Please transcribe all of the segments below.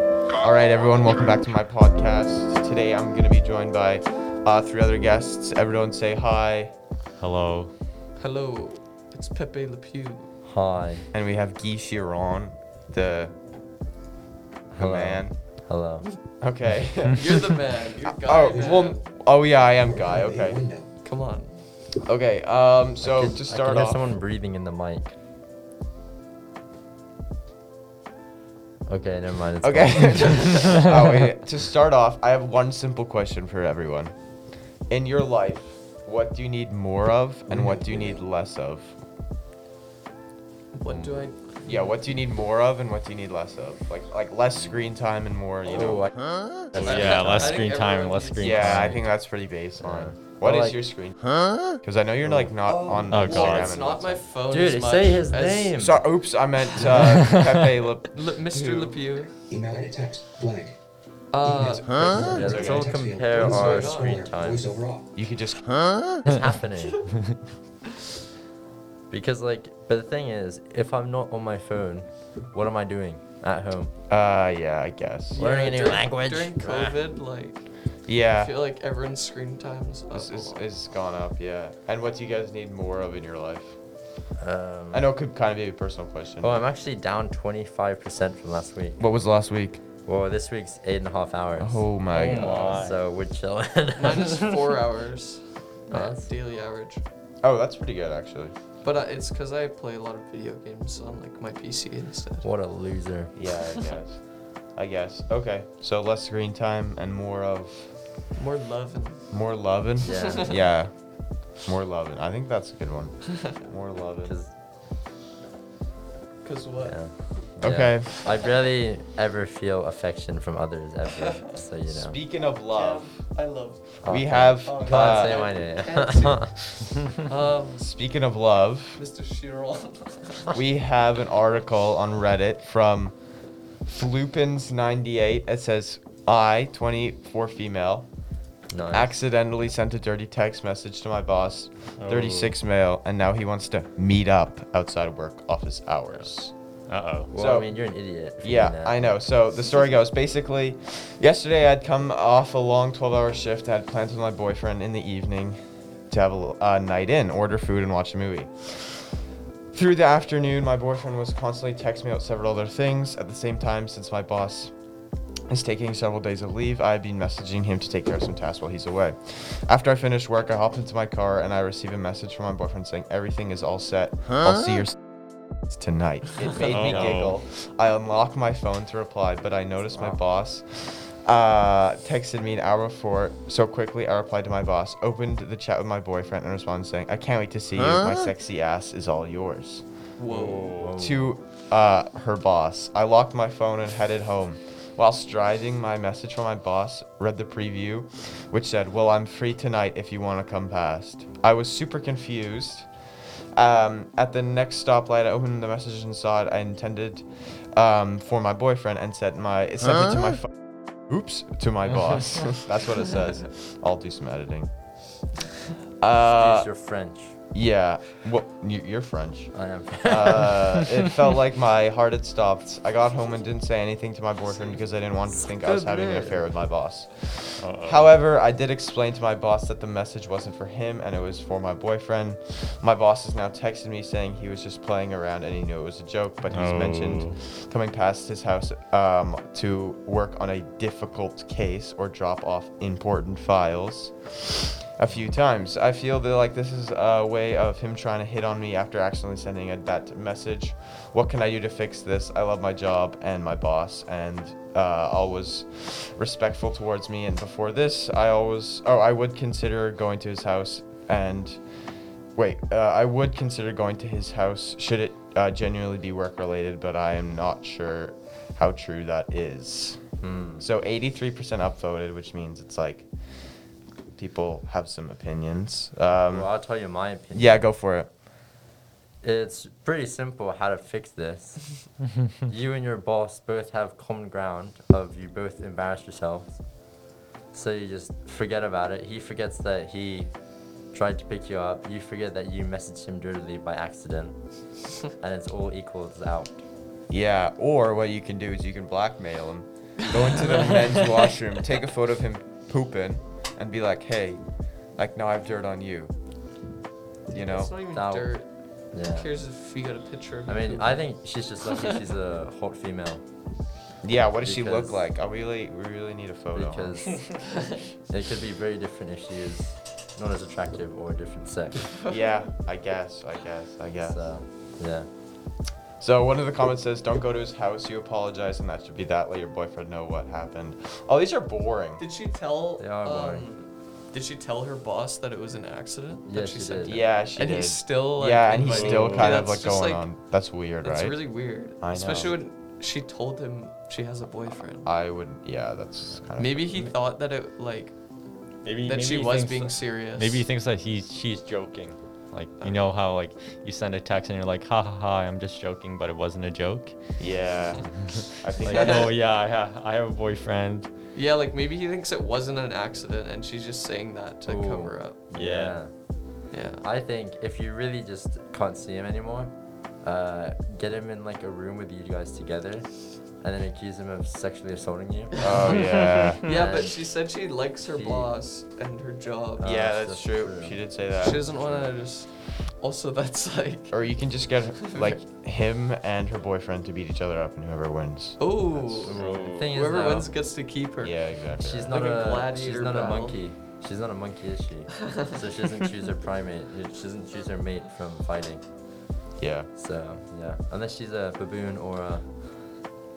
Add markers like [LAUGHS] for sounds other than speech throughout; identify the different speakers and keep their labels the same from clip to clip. Speaker 1: right, everyone, welcome back to my podcast. Today I'm going to be joined by uh, three other guests. Everyone say hi.
Speaker 2: Hello.
Speaker 3: Hello, it's Pepe Le Pew.
Speaker 4: Hi.
Speaker 1: And we have Guy Chiron, the, the
Speaker 4: Hello.
Speaker 1: man.
Speaker 4: Hello. [LAUGHS]
Speaker 1: Okay.
Speaker 3: [LAUGHS]
Speaker 1: [LAUGHS]
Speaker 3: You're the man. You're God.
Speaker 1: oh, well, oh, yeah, I am Guy. Okay.
Speaker 3: come on.
Speaker 1: Okay, um,
Speaker 4: I
Speaker 1: so
Speaker 4: could-
Speaker 1: to
Speaker 4: I
Speaker 1: start
Speaker 4: could hear
Speaker 1: off.
Speaker 4: someone breathing in the mic. Okay, never mind.
Speaker 1: [LAUGHS]
Speaker 4: It's
Speaker 1: Okay. [LAUGHS]
Speaker 4: gone.
Speaker 1: oh, wait. To start off, I have one simple question for everyone. In your life, what do you need more of and what do you need less of?
Speaker 3: What do I?
Speaker 1: Yeah, what do you need more of and what do you need less of? Like like less screen time and more, you know.
Speaker 4: Ooh, I- That's
Speaker 3: I-
Speaker 2: Yeah,
Speaker 3: I
Speaker 2: less
Speaker 3: think
Speaker 2: screen
Speaker 3: everyone
Speaker 2: time, less
Speaker 3: needs-
Speaker 2: screen
Speaker 1: yeah,
Speaker 2: time.
Speaker 1: I think that's pretty baseline.
Speaker 4: Yeah.
Speaker 1: What is
Speaker 4: Well, like-
Speaker 1: your screen? Because I know you're like not on
Speaker 2: Oh,
Speaker 1: Instagram
Speaker 2: God.
Speaker 3: Well, it's
Speaker 1: and
Speaker 3: not my
Speaker 1: WhatsApp.
Speaker 3: phone.
Speaker 4: Dude,
Speaker 3: as
Speaker 4: it say
Speaker 3: much
Speaker 4: his
Speaker 3: as
Speaker 4: name.
Speaker 1: Sorry, oops, I
Speaker 3: [LAUGHS]
Speaker 1: meant uh, Pepe
Speaker 4: [LAUGHS]
Speaker 1: Le.
Speaker 3: Le- Mr. Le Pew.
Speaker 5: Email and text blank.
Speaker 3: Uh,
Speaker 1: Ah,
Speaker 4: Yeah,
Speaker 5: Email
Speaker 4: let's
Speaker 5: and
Speaker 4: all
Speaker 5: text field.
Speaker 4: compare
Speaker 5: Voice
Speaker 4: our
Speaker 5: over
Speaker 4: screen
Speaker 5: or
Speaker 4: time.
Speaker 5: voice over all.
Speaker 1: You could just.
Speaker 4: It's happening. because like, but the thing is, if I'm not on my phone, what am I doing at home?
Speaker 1: Uh, yeah, I guess.
Speaker 4: Learning a new
Speaker 3: during-
Speaker 4: language. [LAUGHS]
Speaker 3: During COVID, like, I
Speaker 1: Yeah,
Speaker 3: feel like everyone's screen time's up.
Speaker 1: it's,
Speaker 3: a
Speaker 1: it's,
Speaker 3: lot.
Speaker 1: it's gone up. Yeah. And what do you guys need more of in your life?
Speaker 4: Um,
Speaker 1: I know it could kind of be a personal question.
Speaker 4: Oh, I'm actually down 25% from last week.
Speaker 1: What was last week?
Speaker 4: Well, this week's eight and a half hours.
Speaker 1: Oh my
Speaker 2: Oh
Speaker 1: god.
Speaker 2: my.
Speaker 4: So we're chilling.
Speaker 3: Mine
Speaker 4: [LAUGHS]
Speaker 3: is four hours, uh,
Speaker 4: Nice.
Speaker 3: daily average.
Speaker 1: Oh, that's pretty good actually.
Speaker 3: But uh, it's because I play a lot of video games on like my PC instead.
Speaker 4: What a loser.
Speaker 1: Yeah, I guess. I guess. Okay. So less screen time and more of
Speaker 3: More love and
Speaker 1: more loving.
Speaker 4: Yeah.
Speaker 1: [LAUGHS] yeah. More loving. I think that's a good one. More loving.
Speaker 4: 'Cause-
Speaker 3: [LAUGHS] cause what?
Speaker 4: yeah.
Speaker 1: Okay.
Speaker 4: Yeah. I barely ever feel affection from others ever. So you know.
Speaker 1: Speaking of love,
Speaker 3: I love.
Speaker 1: we
Speaker 4: Oh,
Speaker 1: have.
Speaker 3: Oh,
Speaker 4: Can't
Speaker 1: uh,
Speaker 4: say my
Speaker 3: Fancy.
Speaker 4: [LAUGHS] name.
Speaker 3: Um,
Speaker 1: Speaking of love,
Speaker 3: Mr. Chiron.
Speaker 1: we have an article on Reddit from Flupins98. It says, "I, 24 female,
Speaker 4: nice.
Speaker 1: accidentally sent a dirty text message to my boss, 36 male, and now he wants to meet up outside of work office hours.
Speaker 2: Uh oh.
Speaker 4: Well,
Speaker 1: so-
Speaker 4: I mean, you're an idiot. if you do
Speaker 1: Yeah,
Speaker 4: that.
Speaker 1: I know. So the story goes basically, yesterday I'd come off a long 12 hour shift. I'd plans with my boyfriend in the evening to have a l- a night in, order food, and watch a movie. Through the afternoon, my boyfriend was constantly texting me out several other things. At the same time, since my boss is taking several days of leave, I've been messaging him to take care of some tasks while he's away. After I finished work, I hopped into my car and I receive a message from my boyfriend saying everything is all set. I'll see you s- tonight. It made me
Speaker 2: Oh.
Speaker 1: giggle. I unlocked my phone to reply, but I noticed my boss uh, texted me an hour before. So quickly, I replied to my boss, opened the chat with my boyfriend, and responded saying, "I can't wait to see you. My sexy ass is all yours."
Speaker 3: Whoa.
Speaker 1: to uh, her boss. I locked my phone and headed home. Whilst driving, my message from my boss read the preview, which said, Well, I'm free tonight if you want to come past. I was super confused. Um, at the next stoplight, I opened the message and saw it. I intended um, for my boyfriend and sent my it sent it to my phone. Oops, to my boss. That's what it says. I'll do some editing. Uh,
Speaker 4: Excuse your French.
Speaker 1: yeah. Well, you, you're French
Speaker 4: I am. [LAUGHS]
Speaker 1: uh, it felt like my heart had stopped. I got home and didn't say anything to my boyfriend because I didn't want him to think I was having an affair with my boss.
Speaker 2: Uh-oh.
Speaker 1: However, I did explain to my boss that the message wasn't for him and it was for my boyfriend. My boss has now texted me saying he was just playing around and he knew it was a joke, but he's mentioned coming past his house um, to work on a difficult case or drop off important files a few times. I feel that like this is a way of him trying to hit on me after accidentally sending a, that message. What can I do to fix this? I love my job and my boss, and uh, always respectful towards me. And before this, I always oh I would consider going to his house and wait uh, I would consider going to his house should it uh, genuinely be work related, but I am not sure how true that is.
Speaker 4: Hmm.
Speaker 1: So 83% upvoted, which means it's like people have some opinions. Um,
Speaker 4: Well, I'll tell you my opinion.
Speaker 1: yeah, go for it.
Speaker 4: It's pretty simple how to fix this. you and your boss both have common ground of you both embarrass yourselves. So you just forget about it. He forgets that he tried to pick you up. You forget that you messaged him dirtily by accident. and it's all equals out.
Speaker 1: Yeah, or what you can do is you can blackmail him go into the men's washroom, take a photo of him pooping, and be like, hey, like now I have dirt on you. [LAUGHS] You know?
Speaker 3: It's not even
Speaker 4: That-
Speaker 3: dirt. Who
Speaker 4: Yeah.
Speaker 3: cares if we got a picture of
Speaker 4: I
Speaker 3: him
Speaker 4: mean,
Speaker 3: pooping?
Speaker 4: I
Speaker 3: [LAUGHS]
Speaker 4: think she's just lucky she's a hot female
Speaker 1: Yeah, what does she look
Speaker 4: Because-
Speaker 1: like? I really, we really need a photo. huh? [LAUGHS]
Speaker 4: because it could be very different if she is not as attractive or a different sex.
Speaker 1: yeah, I guess, I guess, I guess.
Speaker 4: So, yeah.
Speaker 1: So one of the comments says, "Don't go to his house. You apologize, and that should be that. Let your boyfriend know what happened." Oh, these are boring.
Speaker 3: Did she tell?
Speaker 4: They are boring.
Speaker 3: um, Did she tell her boss that it was an accident?
Speaker 4: Yes,
Speaker 3: that
Speaker 4: she
Speaker 3: sent
Speaker 4: did.
Speaker 3: him?
Speaker 1: Yeah, she
Speaker 3: and
Speaker 1: did.
Speaker 3: he's still. Like,
Speaker 1: yeah, and he's
Speaker 3: inviting
Speaker 1: still
Speaker 3: him?
Speaker 1: kind
Speaker 3: Yeah,
Speaker 1: of
Speaker 3: that's
Speaker 1: like
Speaker 3: just,
Speaker 1: going
Speaker 3: like,
Speaker 1: on. That's weird,
Speaker 3: That's
Speaker 1: right?
Speaker 3: really weird.
Speaker 1: I know.
Speaker 3: Especially when she told him she has a boyfriend.
Speaker 1: I would. Yeah, that's kind of.
Speaker 3: Maybe he thought that it like
Speaker 2: Maybe
Speaker 3: that she
Speaker 2: he
Speaker 3: was
Speaker 2: thinks
Speaker 3: being
Speaker 2: that-
Speaker 3: serious.
Speaker 2: Maybe he thinks that he's she's joking. Like you know how like you send a text and you're like, ha ha ha, I'm just joking, but it wasn't a
Speaker 1: [LAUGHS]
Speaker 2: joke.
Speaker 1: [LAUGHS] Yeah. I think
Speaker 2: Like,
Speaker 1: that.
Speaker 2: oh
Speaker 3: [LAUGHS]
Speaker 2: yeah, I, ha- I have a boyfriend.
Speaker 3: Yeah, like maybe he thinks it wasn't an accident, and she's just saying that to
Speaker 4: Ooh.
Speaker 3: cover up.
Speaker 2: Yeah.
Speaker 3: Yeah.
Speaker 4: I think if you really just can't see him anymore, uh, get him in like a room with you guys together, and then accuse him of sexually assaulting you. [LAUGHS]
Speaker 1: Oh yeah.
Speaker 3: Yeah, but
Speaker 4: And
Speaker 3: she said she likes her
Speaker 4: she-
Speaker 3: boss and her job.
Speaker 4: Uh,
Speaker 1: yeah,
Speaker 4: that's
Speaker 1: that's true.
Speaker 4: true.
Speaker 1: She did say that.
Speaker 3: she doesn't want to just. Also, that's like.
Speaker 1: or you can
Speaker 3: [LAUGHS]
Speaker 1: just get like him and her boyfriend to beat each other up, and whoever wins.
Speaker 3: Oh,
Speaker 4: the thing is,
Speaker 3: whoever
Speaker 4: though,
Speaker 3: wins gets to keep her.
Speaker 1: Yeah, exactly.
Speaker 4: She's
Speaker 1: right.
Speaker 4: not
Speaker 3: Like a
Speaker 4: a, she's
Speaker 3: gladiator
Speaker 4: not a
Speaker 3: battle.
Speaker 4: monkey. She's not a monkey,
Speaker 3: [LAUGHS]
Speaker 4: is she? so she doesn't choose her primate. She doesn't choose her mate from fighting.
Speaker 1: Yeah.
Speaker 4: So yeah, unless she's a baboon or a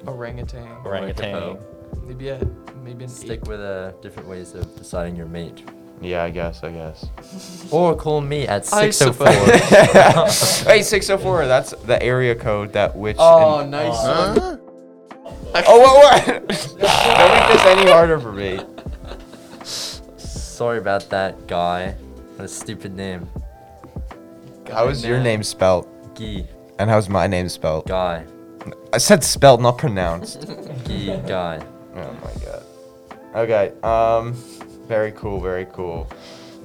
Speaker 3: Orangutan.
Speaker 4: or a
Speaker 2: Orangutan.
Speaker 4: hippo,
Speaker 3: Maybe a maybe an
Speaker 4: stick
Speaker 3: ape.
Speaker 4: with uh, different ways of deciding your
Speaker 3: [LAUGHS]
Speaker 4: mate.
Speaker 1: Yeah, I guess. I guess.
Speaker 4: Or call me at
Speaker 3: I
Speaker 4: 604.
Speaker 1: hey, 604. That's the area code that which.
Speaker 3: Oh,
Speaker 1: and-
Speaker 3: nice.
Speaker 1: Oh, what? what? [LAUGHS] Don't make this any harder for
Speaker 3: [LAUGHS]
Speaker 1: me.
Speaker 4: [LAUGHS] Sorry about that, guy. What a stupid name.
Speaker 1: How is your name spelt?
Speaker 4: Gee,
Speaker 1: And how's my name spelt?
Speaker 4: guy.
Speaker 1: I said spelled, not pronounced.
Speaker 4: Gee,
Speaker 3: [LAUGHS]
Speaker 4: guy.
Speaker 1: Oh my god. Okay. Um, very cool. Very cool.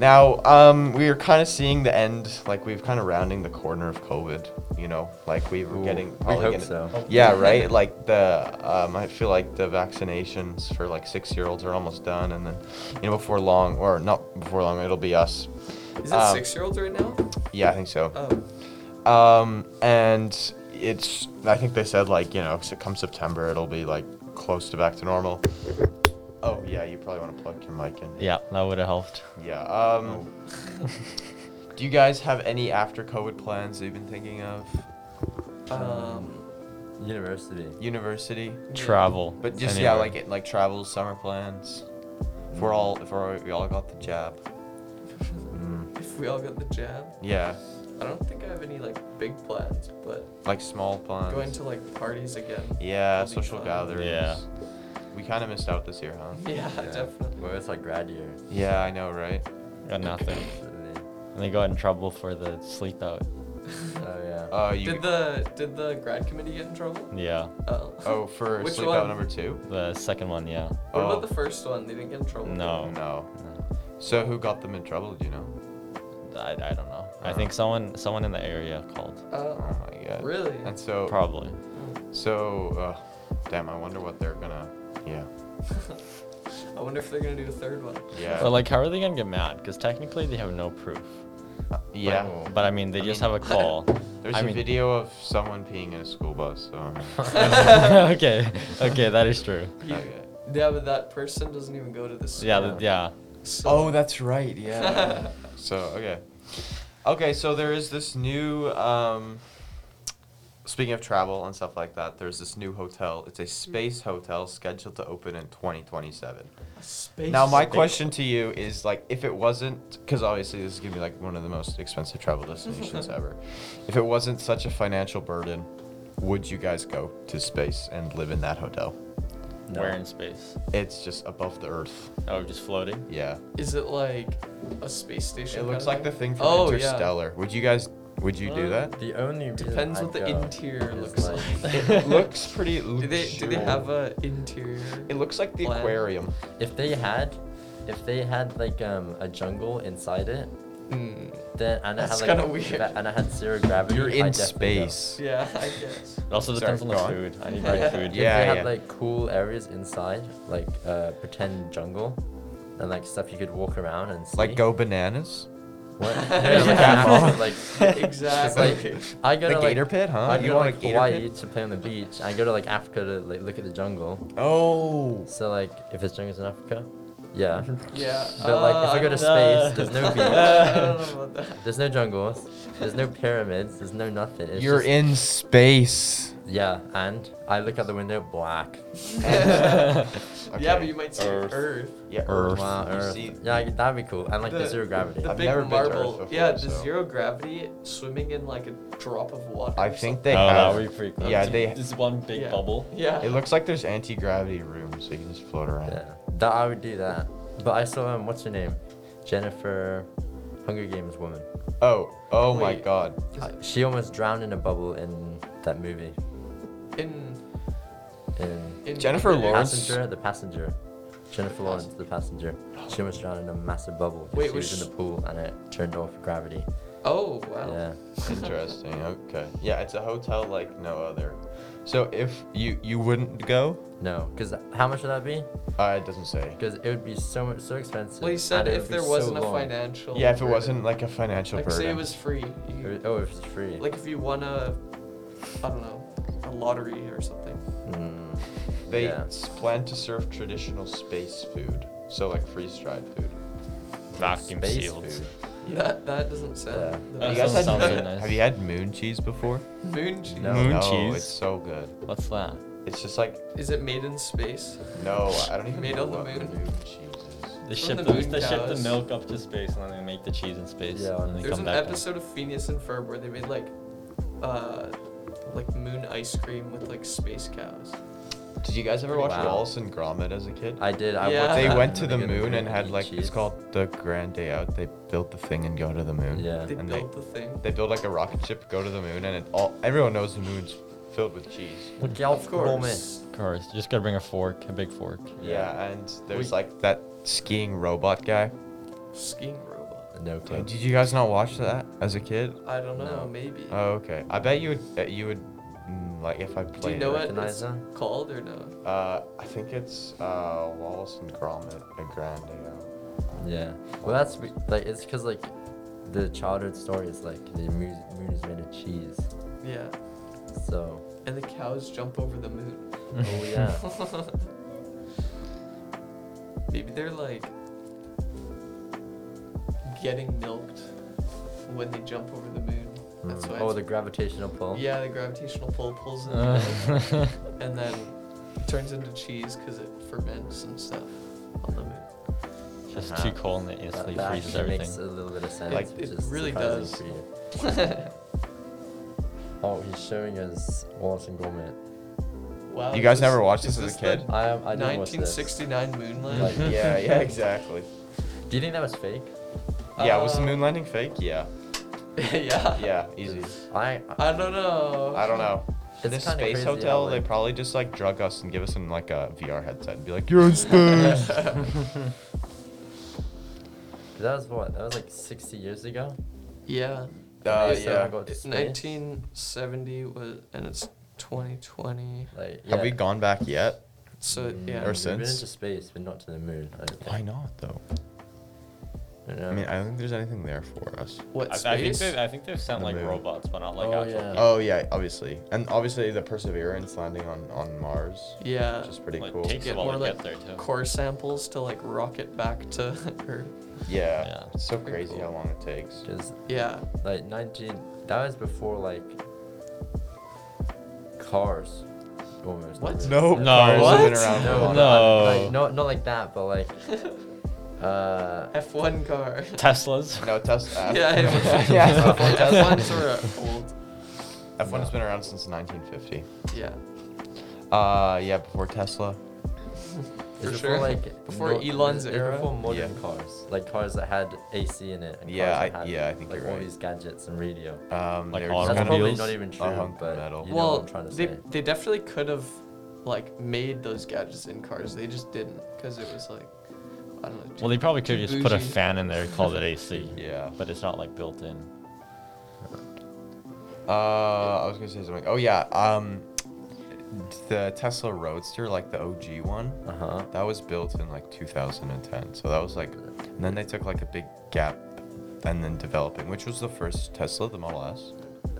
Speaker 1: Now, um, we are kind of seeing the end. Like we've kind of rounding the corner of COVID. You know, like we were
Speaker 4: Ooh,
Speaker 1: getting.
Speaker 4: we
Speaker 1: probably
Speaker 4: hope
Speaker 1: gonna-
Speaker 4: so. [LAUGHS]
Speaker 1: Yeah, right. Like the, um, I feel like the vaccinations for like six-year-olds are almost done, and then, you know, before long, or not before long, it'll be us.
Speaker 3: Is it
Speaker 1: Um,
Speaker 3: six year olds right now?
Speaker 1: Yeah, I think so.
Speaker 3: Oh,
Speaker 1: Um, and it's, I think they said like, you know, s- come September, it'll be like close to back to normal. Oh yeah, you probably want to plug your mic in.
Speaker 2: Yeah, that would have helped.
Speaker 1: Yeah. Um, do you guys have any after COVID plans that you've been thinking of?
Speaker 3: um,
Speaker 4: University.
Speaker 1: University,
Speaker 3: yeah.
Speaker 2: Travel.
Speaker 1: but just yeah, like it, like travels, summer plans. If
Speaker 2: Mm-hmm.
Speaker 1: we're all, if we're, we all got the jab.
Speaker 4: Hmm.
Speaker 1: Mm,
Speaker 3: [LAUGHS] If we all got the jab,
Speaker 1: yeah,
Speaker 3: I don't think I have any like big plans, but
Speaker 1: like small plans.
Speaker 3: going to like parties again.
Speaker 1: yeah,
Speaker 3: will be
Speaker 1: social
Speaker 3: fun.
Speaker 1: gatherings.
Speaker 2: Yeah.
Speaker 1: We kind of missed out this year, huh?
Speaker 3: Yeah, definitely.
Speaker 4: Well, it's like grad year.
Speaker 3: [LAUGHS]
Speaker 1: Yeah, I know, right?
Speaker 2: got nothing.
Speaker 4: actually.
Speaker 2: And they got in trouble for the sleep out.
Speaker 4: Oh yeah.
Speaker 1: Oh, you.
Speaker 3: Did the did the grad committee get in trouble?
Speaker 2: Yeah,
Speaker 3: Oh.
Speaker 1: Oh, for
Speaker 3: Which
Speaker 1: sleep
Speaker 3: one?
Speaker 1: out number two?
Speaker 2: the second one. Yeah.
Speaker 3: What
Speaker 1: oh.
Speaker 3: about the first one? They didn't get in trouble. did
Speaker 2: No.
Speaker 1: Oh no. So who got them in trouble? Do you know?
Speaker 2: I, I don't know. I
Speaker 1: Uh.
Speaker 2: think someone someone in the area called.
Speaker 3: they? Oh.
Speaker 1: Oh my god.
Speaker 3: Really?
Speaker 1: And so,
Speaker 2: Probably.
Speaker 1: so, uh, damn. I wonder what they're gonna. Yeah.
Speaker 3: I wonder if they're gonna do a third one.
Speaker 1: Yeah.
Speaker 2: But like, how are they gonna get mad? Because technically they have no proof.
Speaker 1: yeah.
Speaker 2: But I mean, they
Speaker 1: Oh. I
Speaker 2: just
Speaker 1: mean- [LAUGHS]
Speaker 2: have a call.
Speaker 1: There's
Speaker 2: I
Speaker 1: a
Speaker 2: mean-
Speaker 1: video of someone peeing in a school bus. So. [LAUGHS]
Speaker 2: [LAUGHS] okay, okay, that is true.
Speaker 3: You-
Speaker 1: Okay.
Speaker 3: Yeah, but that person doesn't even go to the school.
Speaker 2: Yeah, th- yeah.
Speaker 3: So-
Speaker 1: Oh, that's right. Yeah. [LAUGHS] so okay. Okay, so there is this new. Um, speaking of travel and stuff like that, there's this new hotel. It's a space hotel scheduled to open in 2027.
Speaker 3: Space
Speaker 1: Oh. Now my
Speaker 3: is a big-
Speaker 1: question to you is like if it wasn't because obviously this is gonna be like one of the most expensive travel
Speaker 3: [LAUGHS]
Speaker 1: destinations ever. If it wasn't such a financial burden, would you guys go to space and live in that hotel?
Speaker 4: No.
Speaker 2: We're in space.
Speaker 1: It's just above the Earth.
Speaker 2: Oh, just floating.
Speaker 1: Yeah.
Speaker 3: Is it like a space station?
Speaker 1: It looks
Speaker 3: kinda
Speaker 1: like the thing from
Speaker 3: Oh, yeah.
Speaker 1: Interstellar. Would you guys? Would you do
Speaker 3: Uh,
Speaker 1: that?
Speaker 4: The only reason
Speaker 3: Depends
Speaker 4: I'd
Speaker 3: what the
Speaker 4: go
Speaker 3: interior
Speaker 4: is,
Speaker 3: looks like. [LAUGHS]
Speaker 1: [LAUGHS] It looks pretty.
Speaker 3: Do they do they
Speaker 1: luxurious.
Speaker 3: have a interior?
Speaker 1: It looks like the
Speaker 3: plan?
Speaker 1: aquarium.
Speaker 4: if they had, if they had like um a jungle inside it,
Speaker 3: Mm.
Speaker 4: Then and I
Speaker 3: That's
Speaker 4: had like
Speaker 3: kinda weird.
Speaker 4: gra- and I had zero gravity.
Speaker 1: You're in
Speaker 4: I'd definitely go.
Speaker 1: space.
Speaker 3: Yeah, I
Speaker 4: [LAUGHS]
Speaker 3: guess.
Speaker 2: It also
Speaker 1: Sorry,
Speaker 2: depends on the
Speaker 1: go on.
Speaker 2: food. I need great
Speaker 3: Yeah.
Speaker 2: food.
Speaker 4: If
Speaker 1: Yeah,
Speaker 4: they had
Speaker 1: yeah.
Speaker 4: like cool areas inside, like uh, pretend jungle, and like stuff you could walk around and see.
Speaker 1: Like go bananas. [LAUGHS]
Speaker 4: What? [LAUGHS]
Speaker 3: Yeah.
Speaker 4: Yeah, like, animals, [LAUGHS] like,
Speaker 3: exactly.
Speaker 4: I go
Speaker 1: The
Speaker 4: to
Speaker 1: gator
Speaker 4: like,
Speaker 1: pit, huh?
Speaker 4: I
Speaker 1: You
Speaker 4: go to
Speaker 1: want a
Speaker 4: like
Speaker 1: gator
Speaker 4: Hawaii
Speaker 1: pit?
Speaker 4: to play on the beach. I go to like Africa to like look at the jungle.
Speaker 1: Oh.
Speaker 4: So like, if there's jungles in Africa,
Speaker 3: [LAUGHS]
Speaker 4: yeah.
Speaker 3: yeah. Uh,
Speaker 4: But like, if I
Speaker 3: Ah,
Speaker 4: go to space, there's
Speaker 3: [LAUGHS]
Speaker 4: no beach,
Speaker 3: I don't know about that.
Speaker 4: there's no jungles, there's no pyramids, there's no nothing. It's
Speaker 1: You're
Speaker 4: just-
Speaker 1: in space.
Speaker 4: Yeah, and I look out the window, black.
Speaker 3: [LAUGHS] Yeah,
Speaker 1: Okay.
Speaker 3: but you might see
Speaker 2: Earth.
Speaker 3: Earth.
Speaker 1: Yeah,
Speaker 2: Earth.
Speaker 4: Wow,
Speaker 1: You
Speaker 4: Earth.
Speaker 1: see-
Speaker 4: Yeah, I- that'd be cool. And like the, zero gravity.
Speaker 3: The
Speaker 1: I've
Speaker 3: big
Speaker 1: never been to Earth
Speaker 3: marble.
Speaker 1: before,
Speaker 3: yeah, the
Speaker 1: so-
Speaker 3: zero gravity swimming in like a drop of water.
Speaker 1: I
Speaker 3: or
Speaker 1: think
Speaker 3: something.
Speaker 1: they
Speaker 2: oh,
Speaker 1: have.
Speaker 2: that would be pretty cool.
Speaker 1: yeah,
Speaker 2: It's-
Speaker 1: they-
Speaker 2: It's one big
Speaker 3: Yeah.
Speaker 2: bubble.
Speaker 3: Yeah.
Speaker 1: It looks like there's anti-gravity room, so you can just float around.
Speaker 4: Yeah, that I would do that. But I saw um, what's her name, Jennifer, Hunger Games woman.
Speaker 1: Oh, oh my
Speaker 3: Wait. [LAUGHS]
Speaker 1: God.
Speaker 4: Uh, she almost drowned in a bubble in that movie.
Speaker 3: in,
Speaker 4: In
Speaker 3: in
Speaker 1: Jennifer
Speaker 3: in-
Speaker 1: Lawrence?
Speaker 4: passenger, the passenger, Jennifer Lawrence, the passenger. She almost drowned in a massive bubble. 'cause
Speaker 3: Wait,
Speaker 4: she was,
Speaker 3: was
Speaker 4: in
Speaker 3: sh-
Speaker 4: the pool and it turned off gravity.
Speaker 3: Oh wow.
Speaker 4: Yeah.
Speaker 1: Interesting. Okay. Yeah, it's a hotel like no other. So if you you wouldn't go,
Speaker 4: No, because how much would that be?
Speaker 1: uh, it doesn't say.
Speaker 4: Because it would be so much, so expensive.
Speaker 3: Well, you said
Speaker 4: and it would
Speaker 3: if
Speaker 4: be
Speaker 3: there
Speaker 4: so
Speaker 3: wasn't a
Speaker 4: long.
Speaker 3: financial.
Speaker 1: Yeah, if it
Speaker 3: burden.
Speaker 1: wasn't like a financial
Speaker 3: Like
Speaker 1: burden.
Speaker 3: say it was free.
Speaker 4: It
Speaker 3: You,
Speaker 4: would- oh, if it's free.
Speaker 3: like if you won a, I don't know, a lottery or something.
Speaker 4: Mm,
Speaker 1: They
Speaker 4: yeah.
Speaker 1: s- plan to serve traditional space food, so like freeze-dried food.
Speaker 2: Vacuum
Speaker 4: Space
Speaker 2: sealed.
Speaker 4: food.
Speaker 3: That that doesn't
Speaker 4: Yeah.
Speaker 3: sound.
Speaker 2: That
Speaker 1: Have
Speaker 3: that
Speaker 1: you guys had
Speaker 2: sounds
Speaker 1: moon,
Speaker 2: really nice.
Speaker 1: Have you had moon cheese before?
Speaker 3: moon cheese.
Speaker 4: No.
Speaker 2: Moon
Speaker 1: no,
Speaker 2: cheese?
Speaker 1: it's so good.
Speaker 2: What's that?
Speaker 1: It's just like
Speaker 3: Is it made in space?
Speaker 1: no, I don't even
Speaker 3: Made
Speaker 1: know
Speaker 3: on the
Speaker 1: what
Speaker 3: moon?
Speaker 1: cheese is.
Speaker 2: They
Speaker 3: From
Speaker 2: ship
Speaker 3: the
Speaker 2: the,
Speaker 3: moon
Speaker 2: they ship the
Speaker 3: cows.
Speaker 2: milk up to space and then they make the cheese in space.
Speaker 4: Yeah,
Speaker 2: and then they
Speaker 3: There's
Speaker 2: come
Speaker 3: an
Speaker 2: back down.
Speaker 3: episode of Phineas and Ferb where they made like, uh, like moon ice cream with like space cows.
Speaker 1: Did you guys ever watch
Speaker 4: Wow.
Speaker 1: Wallace and Gromit as a kid?
Speaker 4: I did. I
Speaker 3: Yeah.
Speaker 4: watched
Speaker 1: they
Speaker 4: that
Speaker 1: went
Speaker 4: and
Speaker 1: to
Speaker 4: then
Speaker 1: the
Speaker 4: they go
Speaker 1: moon
Speaker 4: the
Speaker 1: and had
Speaker 4: eat
Speaker 1: like it's
Speaker 4: cheese.
Speaker 1: called the Grand Day Out. They built the thing and go to the moon.
Speaker 4: Yeah.
Speaker 3: They
Speaker 1: And they-
Speaker 3: built the thing.
Speaker 1: They build like a rocket ship, go to the moon, and it all everyone knows the moon's filled with cheese.
Speaker 4: Look
Speaker 3: Of course.
Speaker 2: Of course, you just gotta bring a fork, a big
Speaker 3: [LAUGHS]
Speaker 2: fork.
Speaker 1: Yeah,
Speaker 4: Yeah.
Speaker 1: and there's
Speaker 2: We-
Speaker 1: like that skiing robot guy.
Speaker 3: Skiing robot.
Speaker 4: No clue.
Speaker 1: Did you guys not watch that as a kid?
Speaker 3: I don't know.
Speaker 4: No.
Speaker 3: Maybe.
Speaker 1: Oh, okay. I bet you would. uh, You would mm, like if I played.
Speaker 3: Do you know
Speaker 1: it.
Speaker 3: what
Speaker 4: recognize
Speaker 3: it's
Speaker 4: them?
Speaker 3: called or no?
Speaker 1: Uh, I think it's uh, Wallace and Gromit, a Grand Day Out.
Speaker 4: Yeah. Well, that's be- like it's because like the childhood story is like the moon, moon is made of cheese.
Speaker 3: Yeah.
Speaker 4: So.
Speaker 3: And the cows jump over the moon.
Speaker 1: [LAUGHS]
Speaker 4: Oh yeah.
Speaker 3: [LAUGHS] Maybe they're like getting milked when they jump over the moon. [LAUGHS] That's
Speaker 4: Mm.
Speaker 3: why.
Speaker 4: oh,
Speaker 3: it's-
Speaker 4: the gravitational pull.
Speaker 3: Yeah, the gravitational pull pulls them
Speaker 2: Uh,
Speaker 1: [LAUGHS]
Speaker 3: together, and then it turns into cheese because it ferments and stuff on the moon.
Speaker 1: [LAUGHS]
Speaker 2: just
Speaker 4: Uh-huh.
Speaker 2: too cold and it
Speaker 4: That-
Speaker 2: instantly
Speaker 4: that
Speaker 2: freezes
Speaker 4: actually
Speaker 2: everything.
Speaker 4: makes a little bit of sense.
Speaker 1: Like-
Speaker 4: which
Speaker 3: It
Speaker 4: is
Speaker 3: really
Speaker 4: surprising
Speaker 3: does.
Speaker 4: for you. Oh, he's showing us Wallace and Gromit.
Speaker 3: Wow.
Speaker 1: You
Speaker 3: is
Speaker 1: guys never watched
Speaker 3: is
Speaker 1: this as a
Speaker 3: the
Speaker 1: kid?
Speaker 4: I am. I didn't watch this.
Speaker 3: 1969 moon landing.
Speaker 1: [LAUGHS]
Speaker 4: Like,
Speaker 1: yeah, yeah, exactly.
Speaker 4: Do you think that was fake?
Speaker 1: Yeah, was the
Speaker 3: Uh,
Speaker 1: moon landing fake? Yeah,
Speaker 3: [LAUGHS] yeah.
Speaker 1: yeah, easy.
Speaker 4: I.
Speaker 3: I don't know.
Speaker 1: I don't know.
Speaker 4: It's
Speaker 1: this
Speaker 4: kinda
Speaker 1: space
Speaker 4: crazy how,
Speaker 1: hotel, they
Speaker 4: like-
Speaker 1: probably just like drug us and give us in like a VR headset and be like, [LAUGHS] "You're in space."
Speaker 4: That was what? That was like 60 years ago.
Speaker 3: Yeah.
Speaker 1: uh,
Speaker 4: Based on how I
Speaker 1: yeah.
Speaker 4: got to space.
Speaker 3: 1970 was, and it's 2020.
Speaker 4: Like, yeah.
Speaker 1: Have we gone back yet?
Speaker 3: So
Speaker 4: Mm,
Speaker 3: yeah.
Speaker 1: Or
Speaker 4: we've been
Speaker 1: since?
Speaker 4: into space, but not to the moon. I don't think.
Speaker 1: Why not though?
Speaker 4: I don't
Speaker 1: I mean,
Speaker 4: know.
Speaker 1: I don't think there's anything there for us.
Speaker 3: What
Speaker 2: I, I think
Speaker 3: space?
Speaker 2: they, I think they've sent
Speaker 1: The
Speaker 2: like
Speaker 1: moon.
Speaker 2: robots, but not like
Speaker 4: Oh,
Speaker 2: actual.
Speaker 4: yeah.
Speaker 2: people.
Speaker 1: Oh yeah, obviously, and obviously the Perseverance landing on on Mars,
Speaker 3: yeah.
Speaker 1: which is pretty
Speaker 2: Like,
Speaker 1: cool.
Speaker 2: takes
Speaker 3: Get
Speaker 2: a while
Speaker 3: more,
Speaker 2: to
Speaker 3: like,
Speaker 2: get there too.
Speaker 3: Core samples to like rocket back to [LAUGHS] Earth.
Speaker 1: Yeah,
Speaker 2: Yeah.
Speaker 1: it's so
Speaker 3: Pretty
Speaker 1: crazy
Speaker 3: cool.
Speaker 1: how long it takes.
Speaker 4: Just [LAUGHS]
Speaker 3: Yeah.
Speaker 4: like 19 that was before like cars almost
Speaker 3: What?
Speaker 4: Like,
Speaker 1: No,
Speaker 2: No,
Speaker 1: Oh, cars have been
Speaker 2: what?
Speaker 1: around for a
Speaker 4: no,
Speaker 1: long
Speaker 4: no,
Speaker 1: time.
Speaker 2: No.
Speaker 4: like, no not like that but like uh
Speaker 3: F1 car.
Speaker 2: Teslas.
Speaker 1: No, Tesla.
Speaker 3: [LAUGHS]
Speaker 1: [LAUGHS]
Speaker 3: yeah.
Speaker 4: [LAUGHS]
Speaker 1: yeah.
Speaker 3: F1, [LAUGHS]
Speaker 1: yeah.
Speaker 3: F1s are old.
Speaker 1: F1's been around since 1950.
Speaker 3: Yeah.
Speaker 1: Uh, yeah, before Tesla.
Speaker 4: it's
Speaker 3: For
Speaker 4: before
Speaker 3: sure.
Speaker 4: like
Speaker 3: Before
Speaker 4: mo-
Speaker 3: Elon's
Speaker 4: it's
Speaker 3: era.
Speaker 4: Before modern
Speaker 1: Yeah.
Speaker 4: cars, like cars that had AC in it. And cars
Speaker 1: Yeah,
Speaker 4: that
Speaker 1: I-
Speaker 4: had,
Speaker 1: yeah, I think
Speaker 4: like
Speaker 1: you're
Speaker 4: all
Speaker 1: right.
Speaker 4: these gadgets and radio.
Speaker 1: Um,
Speaker 2: Like
Speaker 1: they're
Speaker 2: all
Speaker 1: just kinda-
Speaker 4: That's
Speaker 2: Automobiles?
Speaker 4: probably not even true,
Speaker 1: hunk of
Speaker 4: but
Speaker 1: Uh-huh. metal.
Speaker 4: you know
Speaker 3: well,
Speaker 4: what I'm trying to
Speaker 3: they
Speaker 4: say.
Speaker 3: they definitely could have like made those gadgets in cars. They just didn't because it was like, I don't know.
Speaker 2: Well, they probably could
Speaker 3: Too
Speaker 2: just put a
Speaker 3: bougie.
Speaker 2: fan in there called it AC.
Speaker 1: [LAUGHS] Yeah.
Speaker 2: But it's not like built in.
Speaker 1: Uh, I was gonna say something. Oh yeah. Um, the Tesla Roadster, like the OG one,
Speaker 4: Uh huh.
Speaker 1: that was built in like 2010. So that was like, and then they took like a big gap, and then developing, which was the first Tesla, the Model S.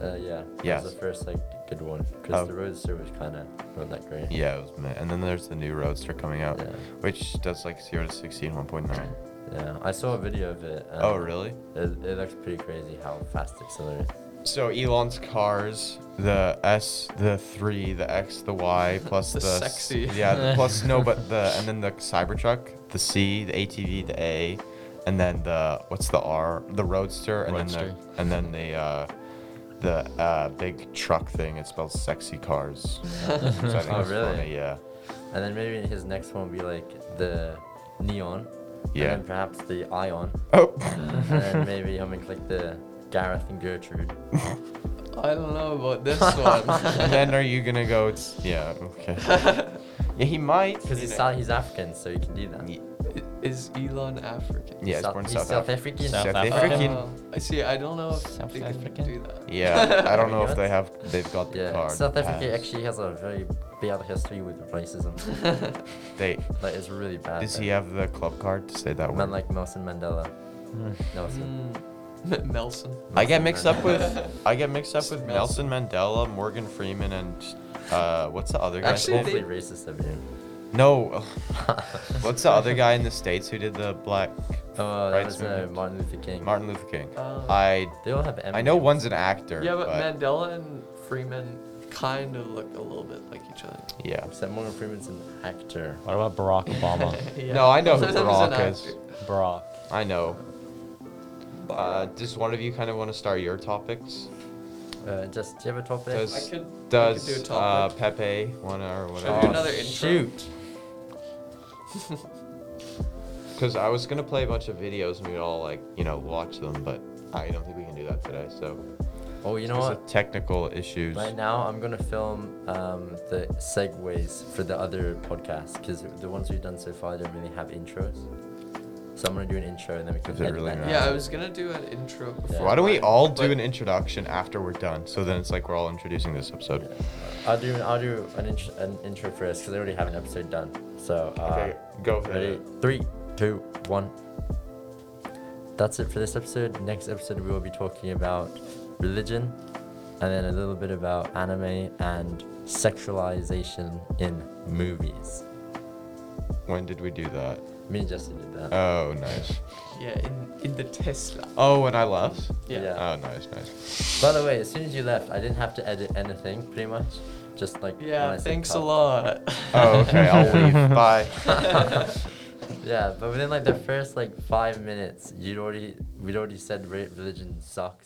Speaker 4: Uh, yeah.
Speaker 1: Yes.
Speaker 4: That was the first like good one because
Speaker 1: Oh.
Speaker 4: the Roadster was kind of not that great.
Speaker 1: Yeah, it was. meh. And then there's the new Roadster coming out,
Speaker 4: Yeah.
Speaker 1: which does like zero to 16, 1.9.
Speaker 4: Yeah, I saw a video of it. and
Speaker 1: Oh really?
Speaker 4: It, it looks pretty crazy how fast it accelerates.
Speaker 1: So Elon's cars, the S, the three, the X, the
Speaker 4: [LAUGHS]
Speaker 1: Y, plus the,
Speaker 3: The
Speaker 1: s-
Speaker 3: sexy.
Speaker 1: yeah, the plus no, but the and then the Cybertruck, the C, the ATV, the A, and then the what's the R, the Roadster, and then
Speaker 2: Roadster.
Speaker 1: the and then the uh, the uh, big truck thing. It spells sexy cars. So I
Speaker 3: [LAUGHS]
Speaker 1: think
Speaker 4: [LAUGHS] Oh,
Speaker 1: it's
Speaker 4: really?
Speaker 1: funny, Yeah.
Speaker 4: And then maybe his next one will be like the Neon.
Speaker 1: Yeah.
Speaker 4: And then perhaps the
Speaker 1: [LAUGHS]
Speaker 4: Ion.
Speaker 1: Oh.
Speaker 4: and Uh, then maybe he'll make like the Gareth and Gertrude.
Speaker 3: I don't know about this [LAUGHS] one.
Speaker 1: and [LAUGHS] then are you gonna go? It's, yeah. Okay.
Speaker 4: [LAUGHS]
Speaker 1: Yeah, he might.
Speaker 4: Because
Speaker 1: you
Speaker 4: he's,
Speaker 1: know.
Speaker 4: South, he's African, so he can do that.
Speaker 1: Ye-
Speaker 3: Is Elon African?
Speaker 1: Yeah, he's
Speaker 4: South-
Speaker 1: born in
Speaker 4: he's
Speaker 1: South
Speaker 4: South
Speaker 1: Africa.
Speaker 4: African.
Speaker 2: South
Speaker 1: South
Speaker 2: Africa.
Speaker 1: African.
Speaker 3: Oh, I see. I don't know if
Speaker 2: South
Speaker 3: they can
Speaker 2: African?
Speaker 3: do that.
Speaker 1: Yeah, I don't
Speaker 3: [LAUGHS]
Speaker 1: know if
Speaker 4: Yes.
Speaker 1: they have they've got the
Speaker 4: Yeah,
Speaker 1: card.
Speaker 4: South Africa
Speaker 1: passed.
Speaker 4: actually has a very bad history with racism. [LAUGHS]
Speaker 1: They
Speaker 4: like it's really bad.
Speaker 1: does he
Speaker 4: there.
Speaker 1: have the club card to say that
Speaker 4: Man
Speaker 1: word?
Speaker 4: like Nelson Mandela. Nelson.
Speaker 3: Mm. Nelson.
Speaker 1: I get
Speaker 4: Nelson
Speaker 1: mixed up with
Speaker 4: Mandela.
Speaker 3: [LAUGHS]
Speaker 1: I get mixed up with Nelson
Speaker 3: Nelson.
Speaker 1: Mandela, Morgan Freeman, and uh, what's the other guy?
Speaker 4: That's
Speaker 3: Actually,
Speaker 4: awfully
Speaker 3: they-
Speaker 4: racist of
Speaker 1: [LAUGHS]
Speaker 4: you.
Speaker 1: no, [LAUGHS] what's the other guy in the states who did the black
Speaker 4: [LAUGHS] Oh, that
Speaker 1: rights
Speaker 4: was uh,
Speaker 1: movement?
Speaker 4: Martin Luther King.
Speaker 1: Martin Luther King.
Speaker 3: Oh.
Speaker 1: I
Speaker 4: They all have M.
Speaker 1: I know one's an actor.
Speaker 3: Yeah, but, Mandela and Freeman kind of look a little bit like each other.
Speaker 1: yeah.
Speaker 4: Except Morgan Freeman's an actor.
Speaker 2: What about Barack Obama?
Speaker 1: [LAUGHS] No, I know who
Speaker 3: Sometimes an
Speaker 1: Barack is.
Speaker 3: actor.
Speaker 2: Barack.
Speaker 1: I know. Uh, does one of you kind of want to start your topics?
Speaker 4: Uh, just do you have a topic?
Speaker 1: Does
Speaker 3: I could- I could do a
Speaker 1: does uh,
Speaker 3: topic.
Speaker 1: Pepe want to or
Speaker 3: Should I
Speaker 1: whatever?
Speaker 3: do another intro?
Speaker 4: shoot.
Speaker 1: Because I was gonna play a bunch of videos and we'd all like, you know, watch them, but I don't think we can do that today. So
Speaker 4: Oh, you know
Speaker 1: because
Speaker 4: what?
Speaker 1: of technical issues.
Speaker 4: Right now, I'm gonna film um, the segues for the other podcast because the ones we've done so far don't really have intros. So I'm gonna do an intro and then we can.
Speaker 1: Is it
Speaker 4: edit
Speaker 1: really
Speaker 4: that
Speaker 1: not?
Speaker 3: Yeah,
Speaker 4: out.
Speaker 3: I was gonna do an intro.
Speaker 4: Yeah.
Speaker 3: Before
Speaker 1: Why don't we all do
Speaker 3: but-
Speaker 1: an introduction after we're done? So then it's like we're all introducing this episode.
Speaker 4: I'll do I'll do an, int- an intro first because I already have an episode done. So uh,
Speaker 1: Okay, go for
Speaker 4: ready?
Speaker 1: it.
Speaker 4: Three, two, one. That's it for this episode. Next episode we will be talking about religion, and then a little bit about anime and sexualization in movies.
Speaker 1: When did we do that?
Speaker 4: Me and Justin did that.
Speaker 1: Oh, nice.
Speaker 3: Yeah, in in the Tesla.
Speaker 1: Oh, when I left.
Speaker 3: Yeah.
Speaker 4: Yeah.
Speaker 1: Oh, nice, nice.
Speaker 4: By the way, as soon as you left, I didn't have to edit anything, pretty much. Just like. when
Speaker 3: Yeah,
Speaker 4: I said
Speaker 3: thanks a
Speaker 4: cut.
Speaker 3: lot.
Speaker 1: Oh, okay.
Speaker 4: [LAUGHS]
Speaker 1: I'll leave. Bye.
Speaker 4: Yeah, but within like the first like five minutes, you'd already we'd already said re- religion sucks.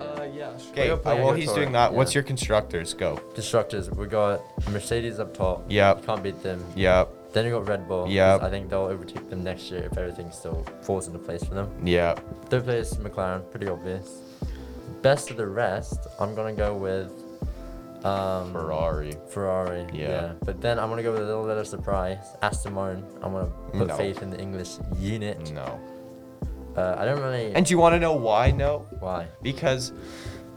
Speaker 3: Uh, yeah, sure.
Speaker 1: Okay.
Speaker 4: We'll play
Speaker 1: while
Speaker 4: a
Speaker 1: he's
Speaker 4: guitar.
Speaker 1: doing that, what's
Speaker 4: Yeah.
Speaker 1: your constructors? Go.
Speaker 4: Destructors, we got Mercedes up top.
Speaker 1: Yep.
Speaker 4: You can't beat them.
Speaker 1: Yep.
Speaker 4: Then you got Red Bull. 'cause
Speaker 1: Yep.
Speaker 4: I think they'll overtake them next year if everything still falls into place for them.
Speaker 1: Yep.
Speaker 4: Third place, McLaren, pretty obvious. Best of the rest, I'm gonna go with um,
Speaker 1: Ferrari.
Speaker 4: Ferrari.
Speaker 1: Yeah.
Speaker 4: Yeah. But then I'm gonna go with a little bit of surprise. Aston Martin. I'm gonna put
Speaker 1: No.
Speaker 4: faith in the English unit.
Speaker 1: No.
Speaker 4: Uh, I don't really.
Speaker 1: And do you want to know why? No.
Speaker 4: why?
Speaker 1: because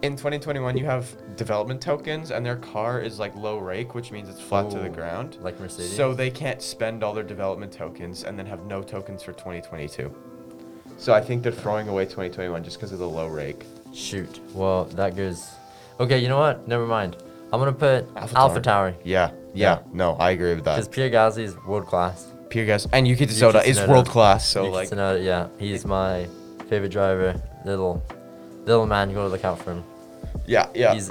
Speaker 1: in 2021 you have development tokens and their car is like low rake which means it's flat to the
Speaker 4: Ooh,
Speaker 1: ground
Speaker 4: Like Mercedes.
Speaker 1: so they can't spend all their development tokens and then have no tokens for 2022 so i think they're throwing away 2021 just because of the low rake
Speaker 4: shoot. Well, that goes. Okay, you know what? Never mind. I'm gonna put Alpha, Tower
Speaker 1: yeah yeah no i agree with
Speaker 4: because
Speaker 1: that
Speaker 4: Pierre Gasly is world class.
Speaker 1: Pierre guys and yuki
Speaker 4: Yuki
Speaker 1: Tsunoda is
Speaker 4: Tsunoda.
Speaker 1: world class so
Speaker 4: Yuki
Speaker 1: like
Speaker 4: Tsunoda, yeah, he's my favorite driver. Little, little man, you gotta look out for him.
Speaker 1: yeah yeah
Speaker 4: He's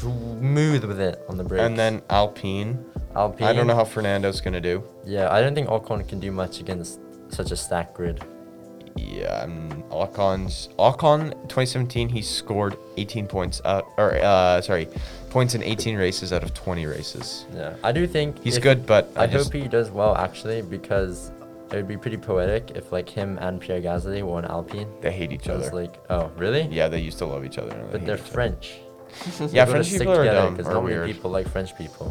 Speaker 4: smooth with it on the brakes.
Speaker 1: and then alpine
Speaker 4: Alpine.
Speaker 1: i don't know how fernando's gonna do
Speaker 4: Yeah, I don't think Ocon can do much against such a stack grid.
Speaker 1: yeah, um, Ocon's Ocon 2017. He scored 18 points, uh, or uh, sorry, points in 18 races out of 20 races.
Speaker 4: Yeah, I do think
Speaker 1: He's
Speaker 4: if-
Speaker 1: good, but I,
Speaker 4: I
Speaker 1: just,
Speaker 4: hope he does well actually because it would be pretty poetic if like him and Pierre Gasly won Alpine.
Speaker 1: they hate each
Speaker 4: So it's
Speaker 1: other.
Speaker 4: like, oh really?
Speaker 1: yeah, they used to love each other. now they
Speaker 4: But
Speaker 1: hate
Speaker 4: they're
Speaker 1: each other.
Speaker 4: French.
Speaker 1: Yeah,
Speaker 4: They go to
Speaker 1: French
Speaker 4: stick
Speaker 1: people are
Speaker 4: together
Speaker 1: dumb or
Speaker 4: not many
Speaker 1: weird.
Speaker 4: people like French people.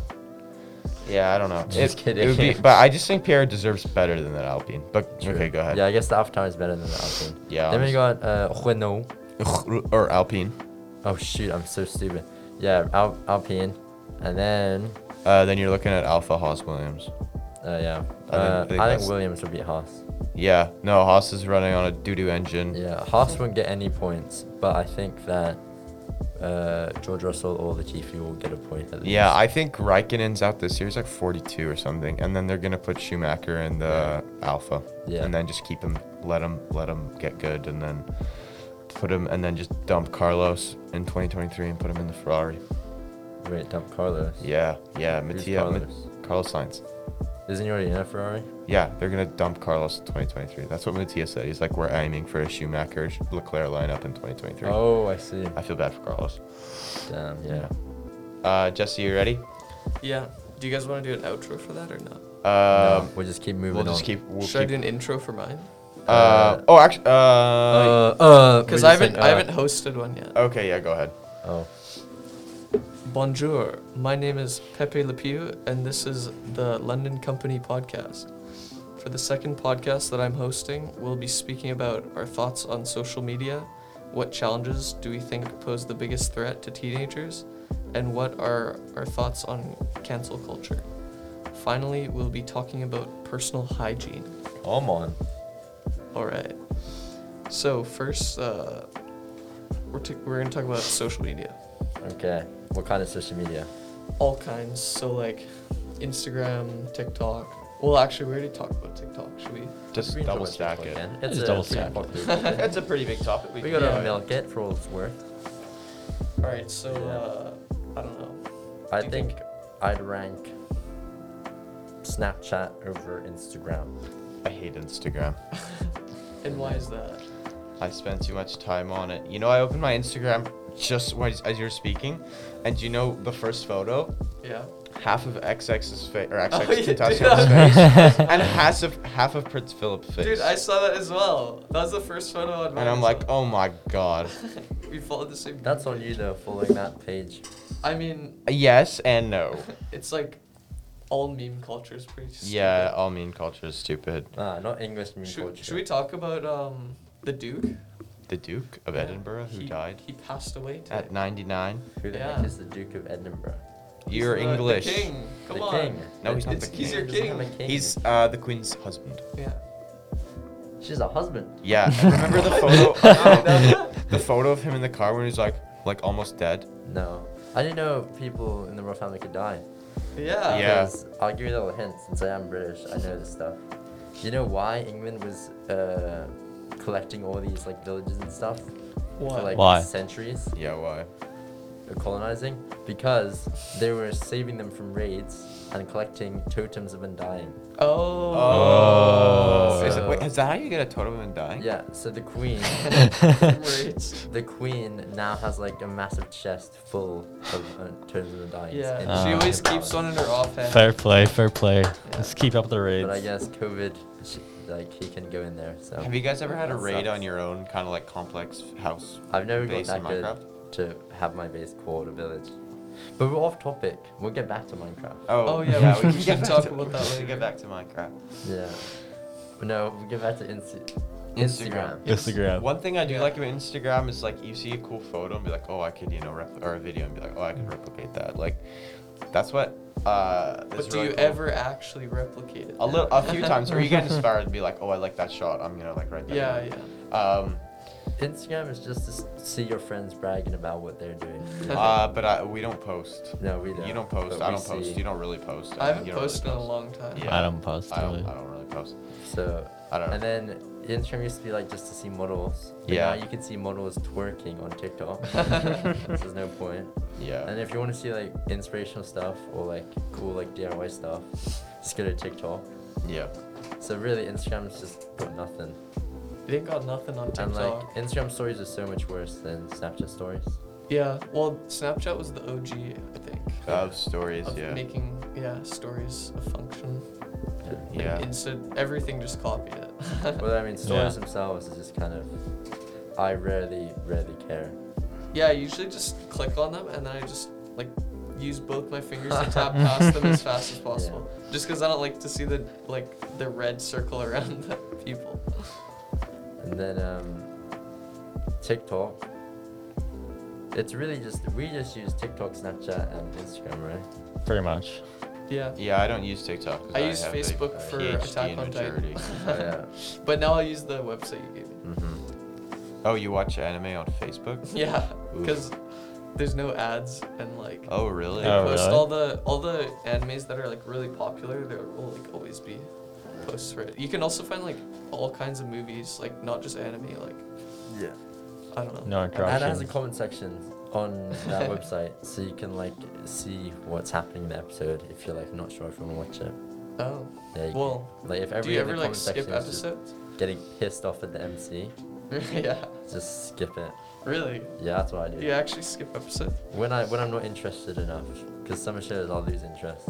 Speaker 1: Yeah, I don't know.
Speaker 4: [LAUGHS] Just
Speaker 1: it, it would be,
Speaker 4: kidding.
Speaker 1: but I just think Pierre deserves better than that Alpine. But
Speaker 4: True.
Speaker 1: okay, go ahead.
Speaker 4: Yeah, I guess the Alpine is better than the Alpine.
Speaker 1: Yeah,
Speaker 4: Then we got uh, Renault.
Speaker 1: or Alpine.
Speaker 4: Oh shoot, I'm so stupid. Yeah, Al- Alpine, and then
Speaker 1: Uh, then you're looking at Alpha Haas Williams.
Speaker 4: uh,
Speaker 1: I think-
Speaker 4: yeah,
Speaker 1: I
Speaker 4: uh, I
Speaker 1: think
Speaker 4: think,
Speaker 1: that's-
Speaker 4: Williams will beat Haas.
Speaker 1: Yeah, no, Haas is running on a doo doo engine.
Speaker 4: Yeah, Haas won't get any points, but I think that uh, George Russell or the Latifi will get a point. At
Speaker 1: Yeah,
Speaker 4: least.
Speaker 1: I think Raikkonen's out this year. He's like 42 or something, and then they're gonna put Schumacher in the Alpha,
Speaker 4: Yeah.
Speaker 1: and then just keep him, let him, let him get good, and then put him, and then just dump Carlos in 2023 and put him in the Ferrari.
Speaker 4: Wait, dump Carlos.
Speaker 1: Yeah, yeah,
Speaker 4: Who's
Speaker 1: Mattia, Carlos? Carlos
Speaker 4: Carlos?
Speaker 1: Sainz.
Speaker 4: Isn't he already in a Ferrari?
Speaker 1: Yeah, they're gonna dump Carlos in 2023. That's what Mattia said. He's like, we're aiming for a Schumacher Leclerc lineup in 2023.
Speaker 4: Oh, I see.
Speaker 1: I feel bad for Carlos.
Speaker 4: Damn, yeah.
Speaker 1: Uh, Jesse, you ready?
Speaker 3: Yeah. Do you guys want to do an outro for that or not?
Speaker 1: Um,
Speaker 4: no, we'll just keep moving
Speaker 1: we'll just
Speaker 4: on.
Speaker 1: keep. We'll
Speaker 3: Should I do
Speaker 1: keep
Speaker 3: an intro for mine?
Speaker 1: uh, oh, actually. Uh,
Speaker 4: Uh, uh, we
Speaker 3: Because
Speaker 4: just
Speaker 3: I haven't
Speaker 4: said,
Speaker 3: I
Speaker 4: uh,
Speaker 3: haven't hosted one yet.
Speaker 1: okay, yeah, go ahead.
Speaker 4: Oh,
Speaker 3: Bonjour, my name is Pepe Le Pew, and this is the London Company podcast. For the second podcast that I'm hosting, we'll be speaking about our thoughts on social media, what challenges do we think pose the biggest threat to teenagers, and what are our thoughts on cancel culture. Finally, we'll be talking about personal hygiene.
Speaker 4: Oh, come on.
Speaker 3: All right. So first, uh, we're t- we're gonna talk about social media,
Speaker 4: Okay. What kind of social media?
Speaker 3: all kinds. So like, Instagram, TikTok. Well, actually, we already talked about TikTok.
Speaker 1: [LAUGHS]
Speaker 3: Should we? [LAUGHS]
Speaker 1: Just
Speaker 4: We can talk
Speaker 1: double
Speaker 4: about
Speaker 1: stack
Speaker 4: TikTok
Speaker 1: it.
Speaker 4: again.
Speaker 2: Just
Speaker 4: It's a
Speaker 2: double
Speaker 4: pretty
Speaker 2: stack it.
Speaker 4: popular
Speaker 1: [LAUGHS]
Speaker 4: thing.
Speaker 1: That's a pretty big topic.
Speaker 4: We gotta
Speaker 3: Yeah.
Speaker 4: milk it for all it's worth.
Speaker 3: All right. So uh, I don't know.
Speaker 4: I
Speaker 3: Do you
Speaker 4: think I'd rank Snapchat over Instagram.
Speaker 1: I hate Instagram.
Speaker 3: And why is that?
Speaker 1: I spend too much time on it. You know, I opened my Instagram just as, as you were speaking, and you know the first photo,
Speaker 3: Yeah.
Speaker 1: half of XX's face or
Speaker 3: [LAUGHS] Oh, you
Speaker 1: XX
Speaker 3: did [LAUGHS]
Speaker 1: Tentacion's face, and half of half of Prince Philip's face.
Speaker 3: Dude, I saw that as well. That was the first photo on. mine
Speaker 1: and I'm
Speaker 3: as
Speaker 1: like,
Speaker 3: well.
Speaker 1: oh my god.
Speaker 3: [LAUGHS] we followed the same.
Speaker 4: That's on you though, following that page.
Speaker 3: I mean,
Speaker 1: Yes and
Speaker 3: [LAUGHS]
Speaker 1: no.
Speaker 3: it's like, all meme culture is pretty. Stupid.
Speaker 1: Yeah, all mean culture is stupid.
Speaker 4: Ah, not English meme
Speaker 3: Should,
Speaker 4: culture.
Speaker 3: should we talk about um the Duke?
Speaker 1: The Duke of
Speaker 3: Yeah,
Speaker 1: Edinburgh, who
Speaker 3: he-
Speaker 1: died
Speaker 3: He passed away today.
Speaker 1: at 99.
Speaker 4: Who the
Speaker 3: Yeah.
Speaker 4: heck is the Duke of Edinburgh?
Speaker 3: He's uh,
Speaker 1: You're
Speaker 3: the- the
Speaker 1: English.
Speaker 3: king. Come
Speaker 4: the
Speaker 3: on.
Speaker 4: king.
Speaker 1: No, he's not
Speaker 3: It's-
Speaker 1: the
Speaker 3: he's your
Speaker 1: king.
Speaker 4: He doesn't have
Speaker 3: king.
Speaker 4: a king.
Speaker 1: He's uh, the Queen's husband.
Speaker 3: Yeah.
Speaker 4: She's a husband. [LAUGHS]
Speaker 1: Yeah, and remember the
Speaker 3: [LAUGHS]
Speaker 1: photo? the photo of him in the car when he's like, like almost dead.
Speaker 4: No, I didn't know people in the royal family could die.
Speaker 3: Yeah.
Speaker 1: Yeah.
Speaker 4: Because- I'll give you a little hint since I am British. I know this stuff. You know why England was uh, collecting all these like villages and stuff
Speaker 3: Why?
Speaker 4: for like
Speaker 2: Why?
Speaker 4: centuries
Speaker 1: Yeah, why?
Speaker 4: of colonizing? Because they were saving them from raids and collecting totems of undying.
Speaker 3: Oh.
Speaker 1: Is it-
Speaker 4: So-
Speaker 1: wait, is that how you get a totem and dying?
Speaker 4: Yeah. So the [LAUGHS]
Speaker 3: [LAUGHS]
Speaker 4: queen,
Speaker 3: Great.
Speaker 4: the queen now has like a massive chest full of uh, totems of undying.
Speaker 3: Yeah.
Speaker 4: in
Speaker 1: Ah.
Speaker 3: she
Speaker 4: her
Speaker 2: Uh,
Speaker 3: always
Speaker 4: palace.
Speaker 3: keeps one in her offhand.
Speaker 2: fair play, fair play. Let's keep up the raids.
Speaker 4: But I guess COVID, she, like he can go in there. So
Speaker 1: Have you guys ever had a
Speaker 4: That
Speaker 1: raid
Speaker 4: sucks.
Speaker 1: on your own kind of like complex house?
Speaker 4: I've never got
Speaker 1: base in
Speaker 4: that good
Speaker 1: Minecraft?
Speaker 4: to have my base called a village. But we're off topic. We'll get back to Minecraft.
Speaker 1: Oh,
Speaker 3: Oh, yeah, we
Speaker 1: we
Speaker 3: should
Speaker 1: [LAUGHS] should get back
Speaker 3: talk
Speaker 1: to-
Speaker 3: about
Speaker 1: we
Speaker 3: that
Speaker 1: should
Speaker 3: later.
Speaker 1: Get back to Minecraft.
Speaker 4: Yeah. No, we'll get back to Insta-
Speaker 1: Instagram.
Speaker 4: Instagram.
Speaker 2: Instagram.
Speaker 1: One thing I do
Speaker 3: Yeah.
Speaker 1: like about Instagram is like you see a cool photo and be like, oh, I could, you know, repl- or a video and be like, oh, I could replicate that. Like, that's what. Uh,
Speaker 3: But
Speaker 1: is
Speaker 3: do
Speaker 1: really
Speaker 3: you
Speaker 1: cool.
Speaker 3: ever actually replicate it?
Speaker 1: A little, a few
Speaker 3: [LAUGHS]
Speaker 1: times, where you get inspired and be like, oh, I like that shot. I'm gonna like write that.
Speaker 3: Yeah,
Speaker 1: down."
Speaker 3: yeah. [LAUGHS]
Speaker 1: Um,
Speaker 4: Instagram is just to s- see your friends bragging about what they're doing.
Speaker 1: uh, but I, we don't post.
Speaker 4: No, we don't.
Speaker 1: You don't post.
Speaker 4: but
Speaker 1: I
Speaker 4: we
Speaker 1: don't post.
Speaker 4: see.
Speaker 1: You don't really post.
Speaker 3: I haven't
Speaker 1: you don't really
Speaker 3: posted in a
Speaker 1: post.
Speaker 3: long time.
Speaker 1: Yeah.
Speaker 2: I don't post.
Speaker 1: I don't.
Speaker 2: really.
Speaker 1: I don't really post.
Speaker 4: So.
Speaker 1: I don't know.
Speaker 4: And then Instagram used to be like just to see models. But
Speaker 1: Yeah.
Speaker 4: Now you can see models twerking
Speaker 1: [LAUGHS]
Speaker 4: on TikTok. so There's no point.
Speaker 1: yeah.
Speaker 4: And if you want to see like inspirational stuff or like cool like DIY stuff, just go to TikTok.
Speaker 1: yeah.
Speaker 4: So really, Instagram's just got nothing.
Speaker 3: They ain't got nothing on
Speaker 4: And like
Speaker 3: TikTok.
Speaker 4: Instagram stories are so much worse than Snapchat stories.
Speaker 3: yeah, well, Snapchat was the OG, I think,
Speaker 1: Of stories,
Speaker 3: of
Speaker 1: yeah.
Speaker 3: making yeah stories a function.
Speaker 4: Yeah.
Speaker 1: Yeah.
Speaker 3: Instead, everything just copy it. [LAUGHS]
Speaker 4: Well, I mean,
Speaker 2: Yeah.
Speaker 4: stories themselves is just kind of. I rarely, rarely care.
Speaker 3: yeah, I usually just click on them and then I just like use both my fingers to
Speaker 1: [LAUGHS]
Speaker 3: tap past them as fast as possible. Just because I don't like to see the like the red circle around [LAUGHS] the people.
Speaker 4: And then um, TikTok. It's really just we just use TikTok, Snapchat, and Instagram, right?
Speaker 2: Pretty much.
Speaker 3: Yeah.
Speaker 1: Yeah, I don't use TikTok. 'cause
Speaker 3: I use
Speaker 1: have a
Speaker 3: Facebook for
Speaker 1: PhD
Speaker 3: Attack
Speaker 1: in
Speaker 3: on Titan. [LAUGHS]
Speaker 1: maturity.
Speaker 4: Oh, yeah.
Speaker 3: But now I'll use the website you gave me. [LAUGHS]
Speaker 4: Mm-hmm.
Speaker 1: oh, you watch anime on Facebook?
Speaker 3: Yeah,
Speaker 1: Oof.
Speaker 3: because there's no ads and like
Speaker 1: Oh, really?
Speaker 3: they
Speaker 2: Oh,
Speaker 3: post
Speaker 2: really?
Speaker 3: all the all the animes that are like really popular. There will like always be posts for it. You can also find like all kinds of movies, like not just anime. Like
Speaker 4: Yeah.
Speaker 3: I don't know.
Speaker 2: No
Speaker 4: And it has
Speaker 2: interruptions.
Speaker 4: a comment section on that website, so you can like see what's happening in the episode if you're like not sure if you want to watch it.
Speaker 3: Oh,
Speaker 4: Yeah, you
Speaker 3: well.
Speaker 4: can, like if every
Speaker 3: Do you
Speaker 4: other
Speaker 3: ever like
Speaker 4: comment section
Speaker 3: skip
Speaker 4: is just
Speaker 3: episodes? [LAUGHS]
Speaker 4: getting pissed off at the MC,
Speaker 3: yeah.
Speaker 4: just skip it.
Speaker 3: Really?
Speaker 4: Yeah, that's what I do.
Speaker 3: Do you actually skip episodes?
Speaker 4: When I when I'm not interested enough, because some shows I'll lose interest.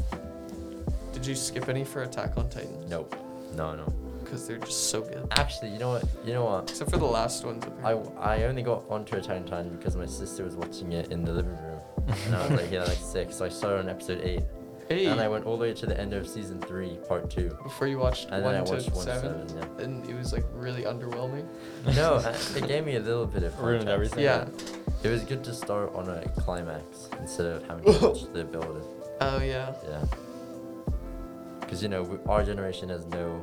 Speaker 3: Did you skip any for Attack on Titan?
Speaker 4: Nope. No, no.
Speaker 3: Because they're just so good.
Speaker 4: Actually, you know what? You know what?
Speaker 3: Except for the last ones.
Speaker 4: I,
Speaker 3: apparently.
Speaker 4: I only got onto Attack on Titan because my sister was watching it in the living room, and I was like, yeah, like six. So I started on episode eight,
Speaker 3: hey.
Speaker 4: and I went all the way to the end of season three, part two,
Speaker 3: before you watched
Speaker 4: and
Speaker 3: one
Speaker 4: then I
Speaker 3: to
Speaker 4: watched one to
Speaker 3: seven,
Speaker 4: seven. yeah.
Speaker 3: and it was like really underwhelming.
Speaker 4: No,
Speaker 2: [LAUGHS]
Speaker 4: uh, it gave me a little bit of
Speaker 2: Ruined
Speaker 4: context.
Speaker 2: everything.
Speaker 3: Yeah.
Speaker 4: It was good to start on a climax instead of having to watch the build.
Speaker 3: Oh yeah. [LAUGHS]
Speaker 4: Yeah. Because you know we, our generation has no.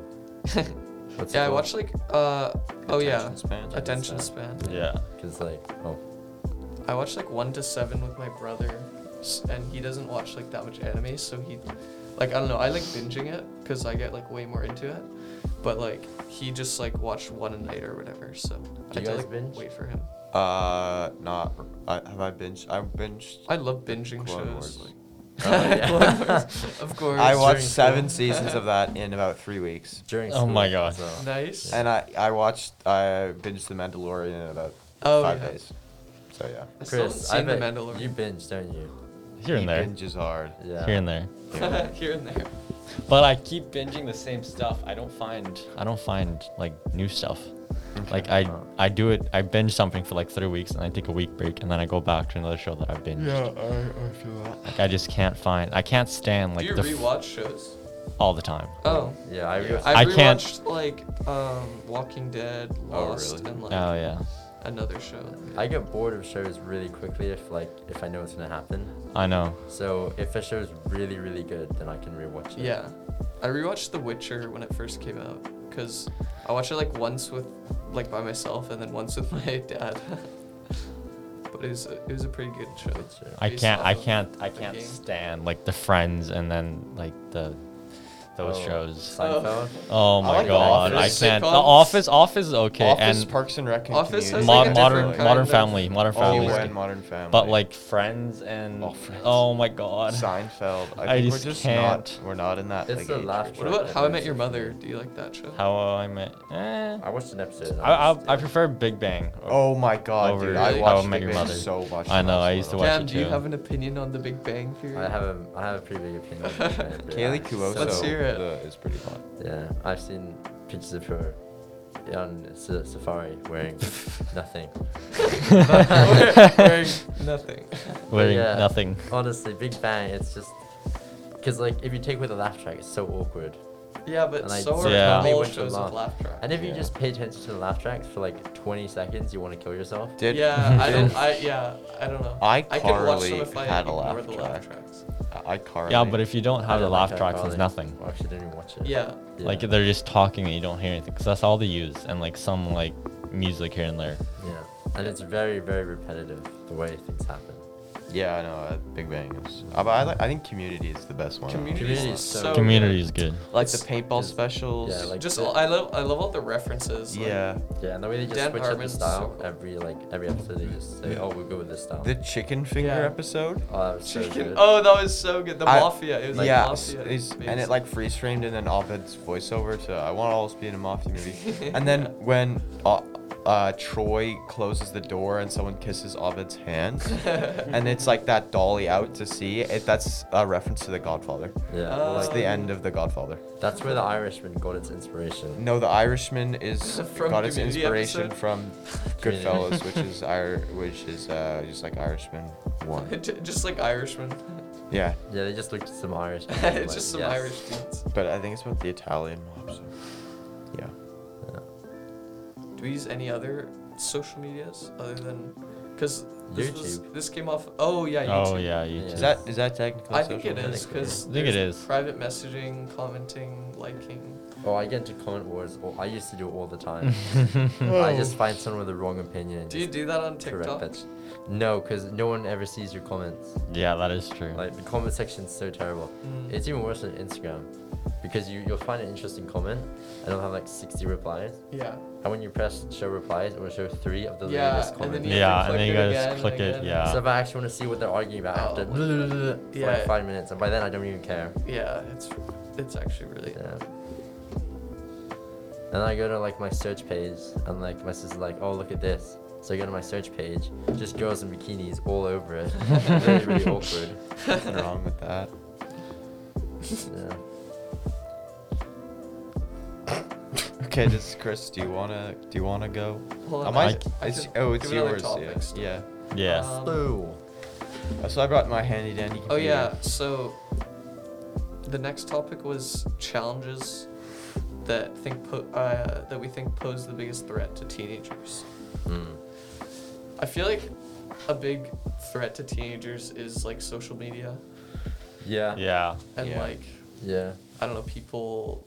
Speaker 4: What's
Speaker 3: yeah, I watched like uh oh yeah,
Speaker 1: Attention span.
Speaker 3: attention span.
Speaker 2: Yeah.
Speaker 4: Because like oh
Speaker 3: I watched like one to seven with my brother, s- and he doesn't watch like that much anime, so he, like I don't know, I like binging it because I get like way more into it, but like he just like watched one a night or whatever, so I
Speaker 4: you
Speaker 3: had to,
Speaker 4: guys
Speaker 3: like,
Speaker 4: binge?
Speaker 3: wait for him.
Speaker 1: Uh, not. I, have I binged? I binged.
Speaker 3: I love binging
Speaker 1: Clone Wars,
Speaker 3: shows. [LAUGHS]
Speaker 1: like- oh,
Speaker 4: yeah.
Speaker 1: [LAUGHS]
Speaker 3: of course.
Speaker 1: I watched
Speaker 4: during
Speaker 1: seven
Speaker 4: school.
Speaker 1: seasons
Speaker 3: [LAUGHS]
Speaker 1: of that in about three weeks,
Speaker 4: during.
Speaker 2: Oh my
Speaker 4: school,
Speaker 2: God.
Speaker 4: so-
Speaker 3: Nice.
Speaker 1: and I I watched I binged The Mandalorian in about
Speaker 3: Oh,
Speaker 1: five
Speaker 3: yeah.
Speaker 1: days. So yeah.
Speaker 3: I still haven't
Speaker 4: Chris, I
Speaker 3: seen The
Speaker 4: bet
Speaker 3: Mandalorian.
Speaker 4: you binge, don't you?
Speaker 2: Here
Speaker 1: He
Speaker 2: and there.
Speaker 1: Binges hard.
Speaker 4: Yeah.
Speaker 2: Here and there.
Speaker 1: Yeah.
Speaker 3: [LAUGHS] Here and there.
Speaker 2: But I keep binging the same stuff. I don't find I don't find like new stuff. Like I
Speaker 4: Oh.
Speaker 2: I do it I binge something for like three weeks and I take a week break and then I go back to another show that I binged.
Speaker 1: I, I feel that.
Speaker 2: Like I just can't find I can't stand like
Speaker 3: Do you
Speaker 2: the f-
Speaker 3: rewatch shows?
Speaker 2: all the time.
Speaker 3: Oh.
Speaker 4: Yeah, I.
Speaker 1: Yeah.
Speaker 4: rewatched-
Speaker 3: I,
Speaker 2: I
Speaker 3: rewatched
Speaker 2: can't-
Speaker 3: like um, Walking Dead,
Speaker 1: Oh,
Speaker 3: Lost,
Speaker 1: really?
Speaker 3: and like
Speaker 2: Oh yeah.
Speaker 3: another show.
Speaker 4: I get bored of shows really quickly if like if I know what's gonna happen.
Speaker 2: I know.
Speaker 4: So if a show's really really good, then I can rewatch it.
Speaker 3: Yeah, I rewatched The Witcher when it first came out because I watched it like once with like by myself and then once with [LAUGHS] my dad. but it was a, it was a pretty good show.
Speaker 4: Good show.
Speaker 2: I
Speaker 3: Based
Speaker 2: can't
Speaker 3: off
Speaker 2: I
Speaker 3: of
Speaker 2: can't I
Speaker 3: the
Speaker 2: can't
Speaker 3: game. [LAUGHS]
Speaker 2: stand like the friends and then like the those
Speaker 4: Oh,
Speaker 2: shows.
Speaker 4: Seinfeld.
Speaker 2: Oh
Speaker 1: I
Speaker 2: my
Speaker 1: like The
Speaker 2: god, I
Speaker 1: Office.
Speaker 2: can't. The
Speaker 3: Sitcoms.
Speaker 2: Office, Office is okay,
Speaker 1: Office,
Speaker 2: and
Speaker 1: Parks and Rec, and
Speaker 3: Office has,
Speaker 1: Community.
Speaker 2: Mo-
Speaker 3: like, a
Speaker 2: modern
Speaker 3: different kind
Speaker 2: Modern
Speaker 3: of-
Speaker 2: Family, Modern Family.
Speaker 1: Oh,
Speaker 2: is
Speaker 1: and
Speaker 2: good.
Speaker 1: Modern Family.
Speaker 2: But like Friends and
Speaker 1: Oh, Friends.
Speaker 2: oh my god,
Speaker 1: Seinfeld. I,
Speaker 2: I
Speaker 1: think
Speaker 2: just
Speaker 1: we're just
Speaker 2: can't.
Speaker 1: not. We're not in that.
Speaker 4: It's
Speaker 1: like,
Speaker 4: the
Speaker 1: age
Speaker 4: laugh
Speaker 1: range.
Speaker 4: track.
Speaker 3: What about
Speaker 4: that
Speaker 3: How I
Speaker 4: moves
Speaker 3: Met Your
Speaker 4: me.
Speaker 3: Mother? Do you like that show?
Speaker 2: How I Met. Eh.
Speaker 4: I watched an episode. and
Speaker 2: I,
Speaker 4: was
Speaker 2: I, I
Speaker 4: dead.
Speaker 2: prefer
Speaker 4: [LAUGHS]
Speaker 2: Big Bang.
Speaker 1: Oh my god,
Speaker 2: Over
Speaker 1: dude! I
Speaker 3: How I
Speaker 1: watched
Speaker 2: Met
Speaker 1: Big
Speaker 2: Your
Speaker 1: Bang
Speaker 2: Mother.
Speaker 1: so much.
Speaker 2: I
Speaker 1: when
Speaker 2: know,
Speaker 1: was
Speaker 2: I used to
Speaker 1: little.
Speaker 2: watch
Speaker 3: Cam,
Speaker 2: it
Speaker 3: do you
Speaker 2: too.
Speaker 3: have an opinion on The Big Bang Theory?
Speaker 4: I have a I have a pretty big opinion.
Speaker 3: [LAUGHS]
Speaker 4: of it, but
Speaker 1: Kaylee
Speaker 4: yeah.
Speaker 1: Cuoso
Speaker 3: Let's hear it.
Speaker 1: uh, is pretty hot.
Speaker 4: Yeah, I've seen pictures of her on s- safari
Speaker 3: [LAUGHS]
Speaker 4: wearing nothing.
Speaker 3: Wearing-
Speaker 2: [LAUGHS]
Speaker 3: wearing nothing.
Speaker 2: Wearing
Speaker 4: Yeah.
Speaker 2: nothing.
Speaker 4: Honestly, Big Bang, it's just because like if you take with a laugh track, it's so awkward.
Speaker 3: Yeah, but
Speaker 4: And I
Speaker 3: so are
Speaker 2: Yeah.
Speaker 3: all
Speaker 2: totally
Speaker 4: went to
Speaker 3: shows with
Speaker 4: laugh.
Speaker 3: laugh track.
Speaker 4: And if you
Speaker 1: Yeah.
Speaker 4: just pay attention to the laugh tracks for like 20 seconds, you want to kill yourself.
Speaker 1: Did
Speaker 3: yeah,
Speaker 1: [LAUGHS]
Speaker 3: I
Speaker 1: did
Speaker 3: don't. I yeah, I don't know.
Speaker 1: I
Speaker 3: could watch them
Speaker 1: Carly
Speaker 3: if I
Speaker 1: had a
Speaker 3: ignore
Speaker 1: laugh
Speaker 3: the laugh
Speaker 1: track.
Speaker 3: tracks.
Speaker 1: I Carly?
Speaker 2: Yeah, but if you don't
Speaker 4: I
Speaker 2: have the
Speaker 4: don't
Speaker 2: laugh
Speaker 4: like
Speaker 2: tracks,
Speaker 4: iCarly.
Speaker 2: it's nothing.
Speaker 4: Well, Oh, actually, didn't even watch it.
Speaker 3: Yeah,
Speaker 2: Like they're just talking and you don't hear anything, 'cause that's all they use, and like some like music here and there.
Speaker 4: Yeah. And it's very, very repetitive the way things happen.
Speaker 1: Yeah, I know. Uh, Big Bang is. Uh, but I, like, I think Community is the best one.
Speaker 3: Community
Speaker 4: Community
Speaker 3: is
Speaker 4: is
Speaker 3: so
Speaker 4: so
Speaker 3: good.
Speaker 2: Community is good.
Speaker 1: Like the
Speaker 3: It's-
Speaker 1: paintball
Speaker 4: is-
Speaker 1: specials.
Speaker 4: yeah, like
Speaker 3: just
Speaker 4: the-
Speaker 3: all- I love I love all the references. like,
Speaker 1: yeah.
Speaker 4: Yeah, and the way they just
Speaker 3: Dan
Speaker 4: switch up the
Speaker 3: Harmon's so
Speaker 4: style
Speaker 3: cool.
Speaker 4: every like every episode, they just say,
Speaker 1: Yeah.
Speaker 4: "Oh, we'll go with this style."
Speaker 1: The chicken finger
Speaker 3: Yeah.
Speaker 1: episode.
Speaker 4: oh, that was [LAUGHS] so
Speaker 3: chicken.
Speaker 4: good.
Speaker 3: oh, that was so good. The
Speaker 1: I-
Speaker 3: mafia. It was like
Speaker 1: yeah,
Speaker 3: mafia.
Speaker 1: it's-
Speaker 3: based.
Speaker 1: and it
Speaker 3: [LAUGHS]
Speaker 1: like freeze framed and then Ovid's voiceover to I want to always be in a mafia movie. and then when uh, uh, Troy closes the door and someone kisses Ovid's hand,
Speaker 3: [LAUGHS]
Speaker 1: and it's like that dolly out to sea. It, that's a reference to The Godfather.
Speaker 4: Yeah,
Speaker 3: Oh.
Speaker 4: well,
Speaker 1: It's
Speaker 4: like,
Speaker 1: the end of The Godfather.
Speaker 4: that's where the Irishman got its inspiration.
Speaker 1: No, The Irishman is
Speaker 3: From
Speaker 1: got its
Speaker 3: Community
Speaker 1: inspiration
Speaker 3: episode?
Speaker 1: from
Speaker 4: Community.
Speaker 1: Goodfellas, which is our which is uh, just like Irishman one.
Speaker 3: [LAUGHS] J- just like Irishman. [LAUGHS]
Speaker 1: Yeah,
Speaker 4: Yeah, they just looked at some Irish. people and
Speaker 3: it's
Speaker 4: like,
Speaker 3: just some
Speaker 4: "Yes."
Speaker 3: Irish dudes.
Speaker 1: but I think it's about the Italian mob. So. Yeah.
Speaker 3: Do we use any other social medias other than because this was-
Speaker 4: YouTube.
Speaker 3: this came off? Oh yeah, YouTube.
Speaker 2: Oh yeah, YouTube.
Speaker 1: Is
Speaker 4: Yeah.
Speaker 1: that is that technically?
Speaker 3: I think
Speaker 1: social
Speaker 3: it
Speaker 1: media?
Speaker 3: is because
Speaker 2: I think it is.
Speaker 3: private messaging, commenting, liking.
Speaker 4: Oh, I get into comment wars. All, I used to do it all
Speaker 3: [LAUGHS]
Speaker 4: the time. I just find someone with the wrong opinion. and
Speaker 3: Do you
Speaker 4: just
Speaker 3: do that on
Speaker 4: correct
Speaker 3: TikTok?
Speaker 4: that sh- No, because no one ever sees your comments.
Speaker 2: Yeah, that is true.
Speaker 4: Like the comment section's so terrible.
Speaker 3: Mm.
Speaker 4: It's even worse than Instagram, because you you'll find an interesting comment and it'll have like 60 replies,
Speaker 3: yeah.
Speaker 4: and when you press show replies, it will show three of the
Speaker 3: Yeah,
Speaker 4: latest
Speaker 3: and then
Speaker 4: comments.
Speaker 3: you
Speaker 2: yeah,
Speaker 3: can
Speaker 2: and then
Speaker 3: click
Speaker 2: you
Speaker 3: it
Speaker 2: guys
Speaker 3: again and
Speaker 2: click it.
Speaker 3: again.
Speaker 2: Yeah.
Speaker 4: So if I actually want to see what they're arguing about
Speaker 3: Oh,
Speaker 4: after
Speaker 3: what- [LAUGHS]
Speaker 4: for
Speaker 3: yeah.
Speaker 4: like five minutes, and by then I don't even care.
Speaker 3: Yeah, it's it's actually really
Speaker 4: Yeah. And I go to like my search page, and like my sister's like, oh look at this. So I go to my search page, just girls in bikinis all over it. really, really awkward.
Speaker 2: [LAUGHS]
Speaker 1: Nothing wrong with that.
Speaker 4: Yeah.
Speaker 1: Okay, just Chris, do you wanna do you wanna go?
Speaker 3: Hold
Speaker 1: Am
Speaker 3: on,
Speaker 1: I?
Speaker 2: I-
Speaker 1: it's,
Speaker 3: can
Speaker 1: oh, it's
Speaker 3: give another
Speaker 1: yours.
Speaker 3: topic still.
Speaker 1: Yeah.
Speaker 2: yeah.
Speaker 3: Um,
Speaker 4: Blue.
Speaker 1: yeah. So I brought my handy dandy.
Speaker 3: Oh
Speaker 1: Computer.
Speaker 3: yeah, so the next topic was challenges that think po- uh, that we think pose the biggest threat to teenagers.
Speaker 4: Mm.
Speaker 3: I feel like a big threat to teenagers is like social media
Speaker 4: Yeah.
Speaker 2: Yeah.
Speaker 3: and
Speaker 1: Yeah.
Speaker 3: like
Speaker 4: Yeah.
Speaker 3: I don't know people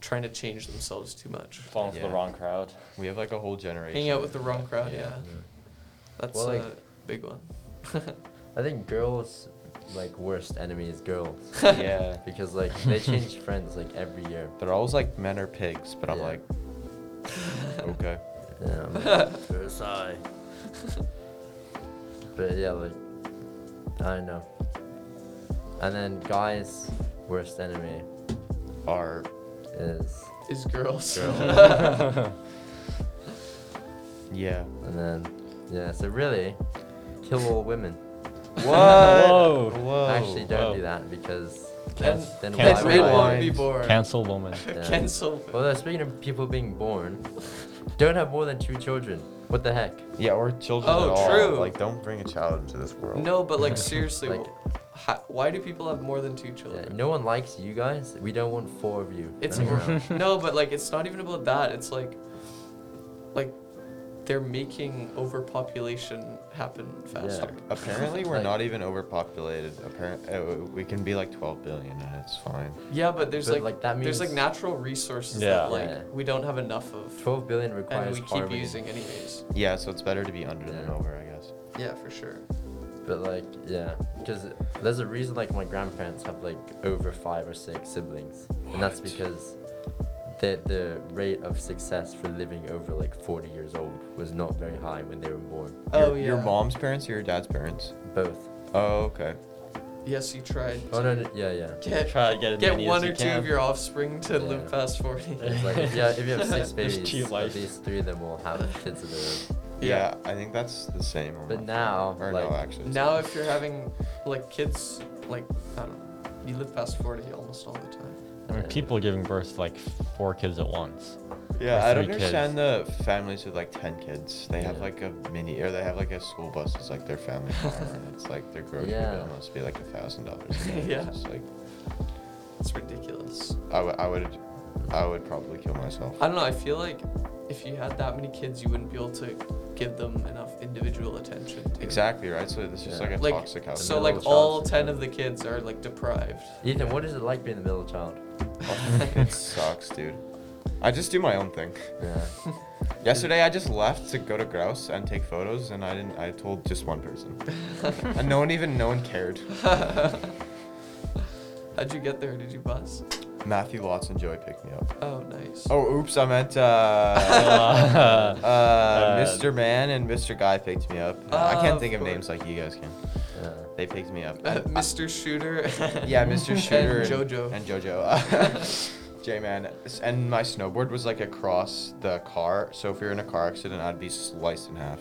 Speaker 3: trying to change themselves too much,
Speaker 2: Falling for
Speaker 1: Yeah.
Speaker 2: the wrong
Speaker 4: [LAUGHS]
Speaker 2: crowd.
Speaker 1: We have like a whole generation.
Speaker 3: hanging out with the wrong crowd. Yeah,
Speaker 1: Yeah.
Speaker 3: that's
Speaker 4: Well, like-
Speaker 3: a big one.
Speaker 4: I think girls' like worst enemy
Speaker 3: [LAUGHS]
Speaker 4: is girls
Speaker 1: yeah.
Speaker 4: because like they change friends like every year.
Speaker 1: They're always like men are pigs, but I'm
Speaker 4: Yeah.
Speaker 1: like,
Speaker 3: [LAUGHS]
Speaker 1: okay.
Speaker 4: Yeah. I'm like, Versailles. but yeah, like I don't know. And then guys' worst enemy
Speaker 1: Are
Speaker 4: is,
Speaker 3: Is girls. [LAUGHS]
Speaker 2: [LAUGHS]
Speaker 1: yeah.
Speaker 4: and then yeah. So really, kill all women.
Speaker 1: What?
Speaker 2: Whoa.
Speaker 3: Oh,
Speaker 1: Whoa.
Speaker 4: Actually, don't
Speaker 2: whoa.
Speaker 4: do that because
Speaker 3: Can-
Speaker 4: then
Speaker 2: can-
Speaker 4: why
Speaker 3: That's
Speaker 4: would
Speaker 3: made
Speaker 4: I-
Speaker 3: one be
Speaker 1: Rewind.
Speaker 3: born.
Speaker 2: Cancel woman.
Speaker 4: [LAUGHS] Yeah.
Speaker 3: [LAUGHS] Cancel.
Speaker 4: Although speaking of people being born, don't have more than two children. What the heck?
Speaker 1: Yeah, or children.
Speaker 3: Oh,
Speaker 1: at all.
Speaker 3: true.
Speaker 1: Like, don't bring a child into this world.
Speaker 3: No, but like seriously,
Speaker 4: Like-
Speaker 3: how, why do people have more than two
Speaker 4: Yeah,
Speaker 3: children?
Speaker 4: no one likes you guys. We don't want four of you.
Speaker 3: It's [LAUGHS]
Speaker 4: running around.
Speaker 3: no, but like it's not even about that. It's like, like, they're making overpopulation happen faster.
Speaker 4: Uh,
Speaker 1: Apparently, we're
Speaker 4: Like-
Speaker 1: not even overpopulated. Apparently, uh, we can be like 12 billion, and it's fine.
Speaker 3: Yeah, but there's
Speaker 4: But,
Speaker 3: like,
Speaker 4: like, that
Speaker 3: there's like
Speaker 4: means-
Speaker 3: natural resources
Speaker 2: Yeah.
Speaker 3: that like
Speaker 4: Yeah.
Speaker 3: we don't have enough of,
Speaker 4: twelve billion
Speaker 3: and
Speaker 4: requires
Speaker 3: we keep
Speaker 4: harmony,
Speaker 3: using anyways.
Speaker 1: Yeah, so it's better to be under than
Speaker 4: Yeah.
Speaker 1: over, I guess.
Speaker 3: Yeah, for sure.
Speaker 4: But like, yeah, because there's a reason like my grandparents have like over five or six siblings, and that's
Speaker 1: What?
Speaker 4: because the the rate of success for living over like forty years old was not very high when they were born.
Speaker 3: Oh
Speaker 1: your,
Speaker 3: yeah.
Speaker 1: Your mom's parents or your dad's parents?
Speaker 4: Both.
Speaker 1: Oh, okay.
Speaker 3: Yes, you tried.
Speaker 4: Oh
Speaker 3: to
Speaker 4: no, no yeah, yeah.
Speaker 3: Get
Speaker 2: Try to get as
Speaker 3: get
Speaker 2: many as
Speaker 3: one
Speaker 2: you
Speaker 3: or two
Speaker 2: can.
Speaker 3: of your offspring to live
Speaker 4: Yeah.
Speaker 3: past forty.
Speaker 4: It's like if you have, if you have six
Speaker 1: [LAUGHS]
Speaker 2: Just cheat
Speaker 4: babies,
Speaker 2: life.
Speaker 4: at least three of them will have kids of their own.
Speaker 1: Yeah,
Speaker 3: Yeah.
Speaker 1: I think that's the same. on
Speaker 4: But
Speaker 1: my
Speaker 4: now,
Speaker 1: phone. or no,
Speaker 4: like,
Speaker 1: actually, it's
Speaker 3: [LAUGHS] Now,
Speaker 1: not.
Speaker 3: if you're having like kids, like I don't know, you live past forty almost all the time.
Speaker 2: I mean, people are giving birth to like four kids
Speaker 4: [LAUGHS]
Speaker 2: at once. [LAUGHS]
Speaker 1: yeah,
Speaker 2: or
Speaker 1: I don't
Speaker 2: three kids.
Speaker 1: understand the families with like ten kids. They have
Speaker 4: Yeah.
Speaker 1: like a mini, or they have like a school bus. It's like their family car, and it's like their grocery
Speaker 4: Yeah.
Speaker 1: bill must be like a thousand dollars.
Speaker 3: Yeah.
Speaker 1: it's like
Speaker 3: It's ridiculous.
Speaker 1: I would, I would, I would probably kill myself.
Speaker 3: I don't know. I feel like if you had that many kids, you wouldn't be able to give them enough individual attention. To.
Speaker 1: Exactly right. So this is
Speaker 4: Yeah.
Speaker 1: like a
Speaker 3: Like
Speaker 1: toxic house.
Speaker 3: so, like
Speaker 4: Middle
Speaker 3: all
Speaker 4: child
Speaker 3: ten
Speaker 4: syndrome.
Speaker 3: of the kids are like deprived. [LAUGHS]
Speaker 4: Ethan, what is it like being the middle
Speaker 1: [LAUGHS]
Speaker 4: child?
Speaker 1: Oh, it sucks, dude. I just do my own thing.
Speaker 4: Yeah.
Speaker 1: Yesterday, I just left to go to Grouse and take photos, and I didn't. I told just one person, and no one even no one cared.
Speaker 3: How'd you get there? Did you bus?
Speaker 1: Matthew Lots and Joey picked me up.
Speaker 3: Oh, nice. [LAUGHS]
Speaker 1: Oh, oops! I meant uh,
Speaker 2: [LAUGHS]
Speaker 1: uh, Mr. Man and Mr. Guy picked me up. I can't
Speaker 3: Uh, Of
Speaker 1: think of
Speaker 3: course.
Speaker 1: names like you guys can.
Speaker 4: Yeah.
Speaker 1: They picked me up.
Speaker 3: Uh,
Speaker 1: And I-
Speaker 3: Mr. Shooter.
Speaker 1: [LAUGHS] yeah, Mr.
Speaker 3: [LAUGHS] and
Speaker 1: Shooter
Speaker 3: JoJo.
Speaker 1: and
Speaker 3: [LAUGHS]
Speaker 1: JoJo. [LAUGHS] J man, and my snowboard was like across the car, so if you're in a car accident, I'd be sliced in half.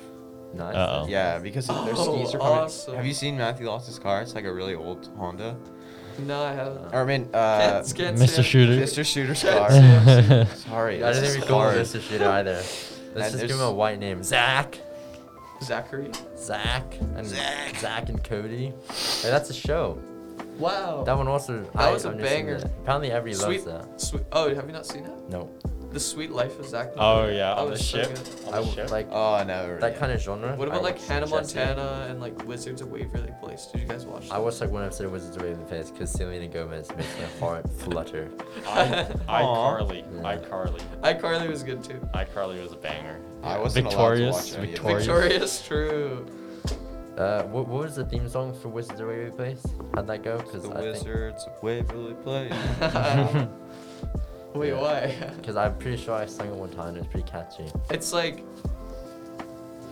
Speaker 4: Nice.
Speaker 2: Uh-oh.
Speaker 4: nice,
Speaker 1: Yeah,
Speaker 4: nice.
Speaker 1: because their skis
Speaker 3: Oh,
Speaker 1: are coming.
Speaker 3: awesome.
Speaker 1: Have you seen Matthew Lawson's car? It's like a really old Honda.
Speaker 3: no, I haven't.
Speaker 1: Or I mean,
Speaker 3: [LAUGHS]
Speaker 1: uh,
Speaker 3: Can't- can't
Speaker 2: Mr.
Speaker 3: say it.
Speaker 2: Shooter.
Speaker 1: Mr. Shooter's
Speaker 3: [LAUGHS] Can't
Speaker 1: car.
Speaker 3: say it.
Speaker 1: Sorry,
Speaker 4: I
Speaker 1: this
Speaker 4: didn't
Speaker 1: is
Speaker 4: even call
Speaker 1: hard.
Speaker 4: him Mr. Shooter
Speaker 1: [LAUGHS]
Speaker 4: either. Let's just
Speaker 1: there's-
Speaker 4: give him a white name. Zach.
Speaker 3: Zachary.
Speaker 4: Zach and Zach, and Cody. Hey, that's a show.
Speaker 3: Wow.
Speaker 4: That one also. That
Speaker 3: was a banger.
Speaker 4: Apparently, every
Speaker 3: Sweet,
Speaker 4: loves that.
Speaker 3: sweet. Oh, have you not seen it?
Speaker 4: No,
Speaker 3: The Sweet Life of Zach.
Speaker 2: [LAUGHS] Oh
Speaker 3: Efron.
Speaker 2: yeah,
Speaker 3: That
Speaker 2: on the
Speaker 3: was so
Speaker 2: ship.
Speaker 3: good.
Speaker 2: On
Speaker 4: I
Speaker 2: the
Speaker 4: w-
Speaker 2: ship.
Speaker 4: like
Speaker 1: Oh, never.
Speaker 4: that kind of genre.
Speaker 3: [LAUGHS] What about
Speaker 4: I
Speaker 3: like
Speaker 4: watched
Speaker 3: Hannah
Speaker 4: Jesse.
Speaker 3: Montana and like Wizards of Waverly Place? Did you guys watch that?
Speaker 4: I watched like one episode of Wizards of Waverly Place because Selena Gomez makes my
Speaker 3: [LAUGHS]
Speaker 4: heart flutter.
Speaker 2: iCarly.
Speaker 4: Yeah.
Speaker 2: iCarly.
Speaker 3: iCarly was good too.
Speaker 2: iCarly was a banger.
Speaker 1: I wasn't
Speaker 2: Victorious,
Speaker 1: allowed to watch any of
Speaker 2: Victorious.
Speaker 1: it.
Speaker 3: Victorious True. [LAUGHS]
Speaker 4: Uh, what, what was the theme song for Wizards of Waverly Place? How'd that go? Because
Speaker 1: The
Speaker 4: I think
Speaker 1: Wizards of Waverly Place.
Speaker 3: Wait,
Speaker 4: Yeah.
Speaker 3: why?
Speaker 4: because I'm pretty sure I sang it one time. It was pretty catchy.
Speaker 3: [LAUGHS] It's like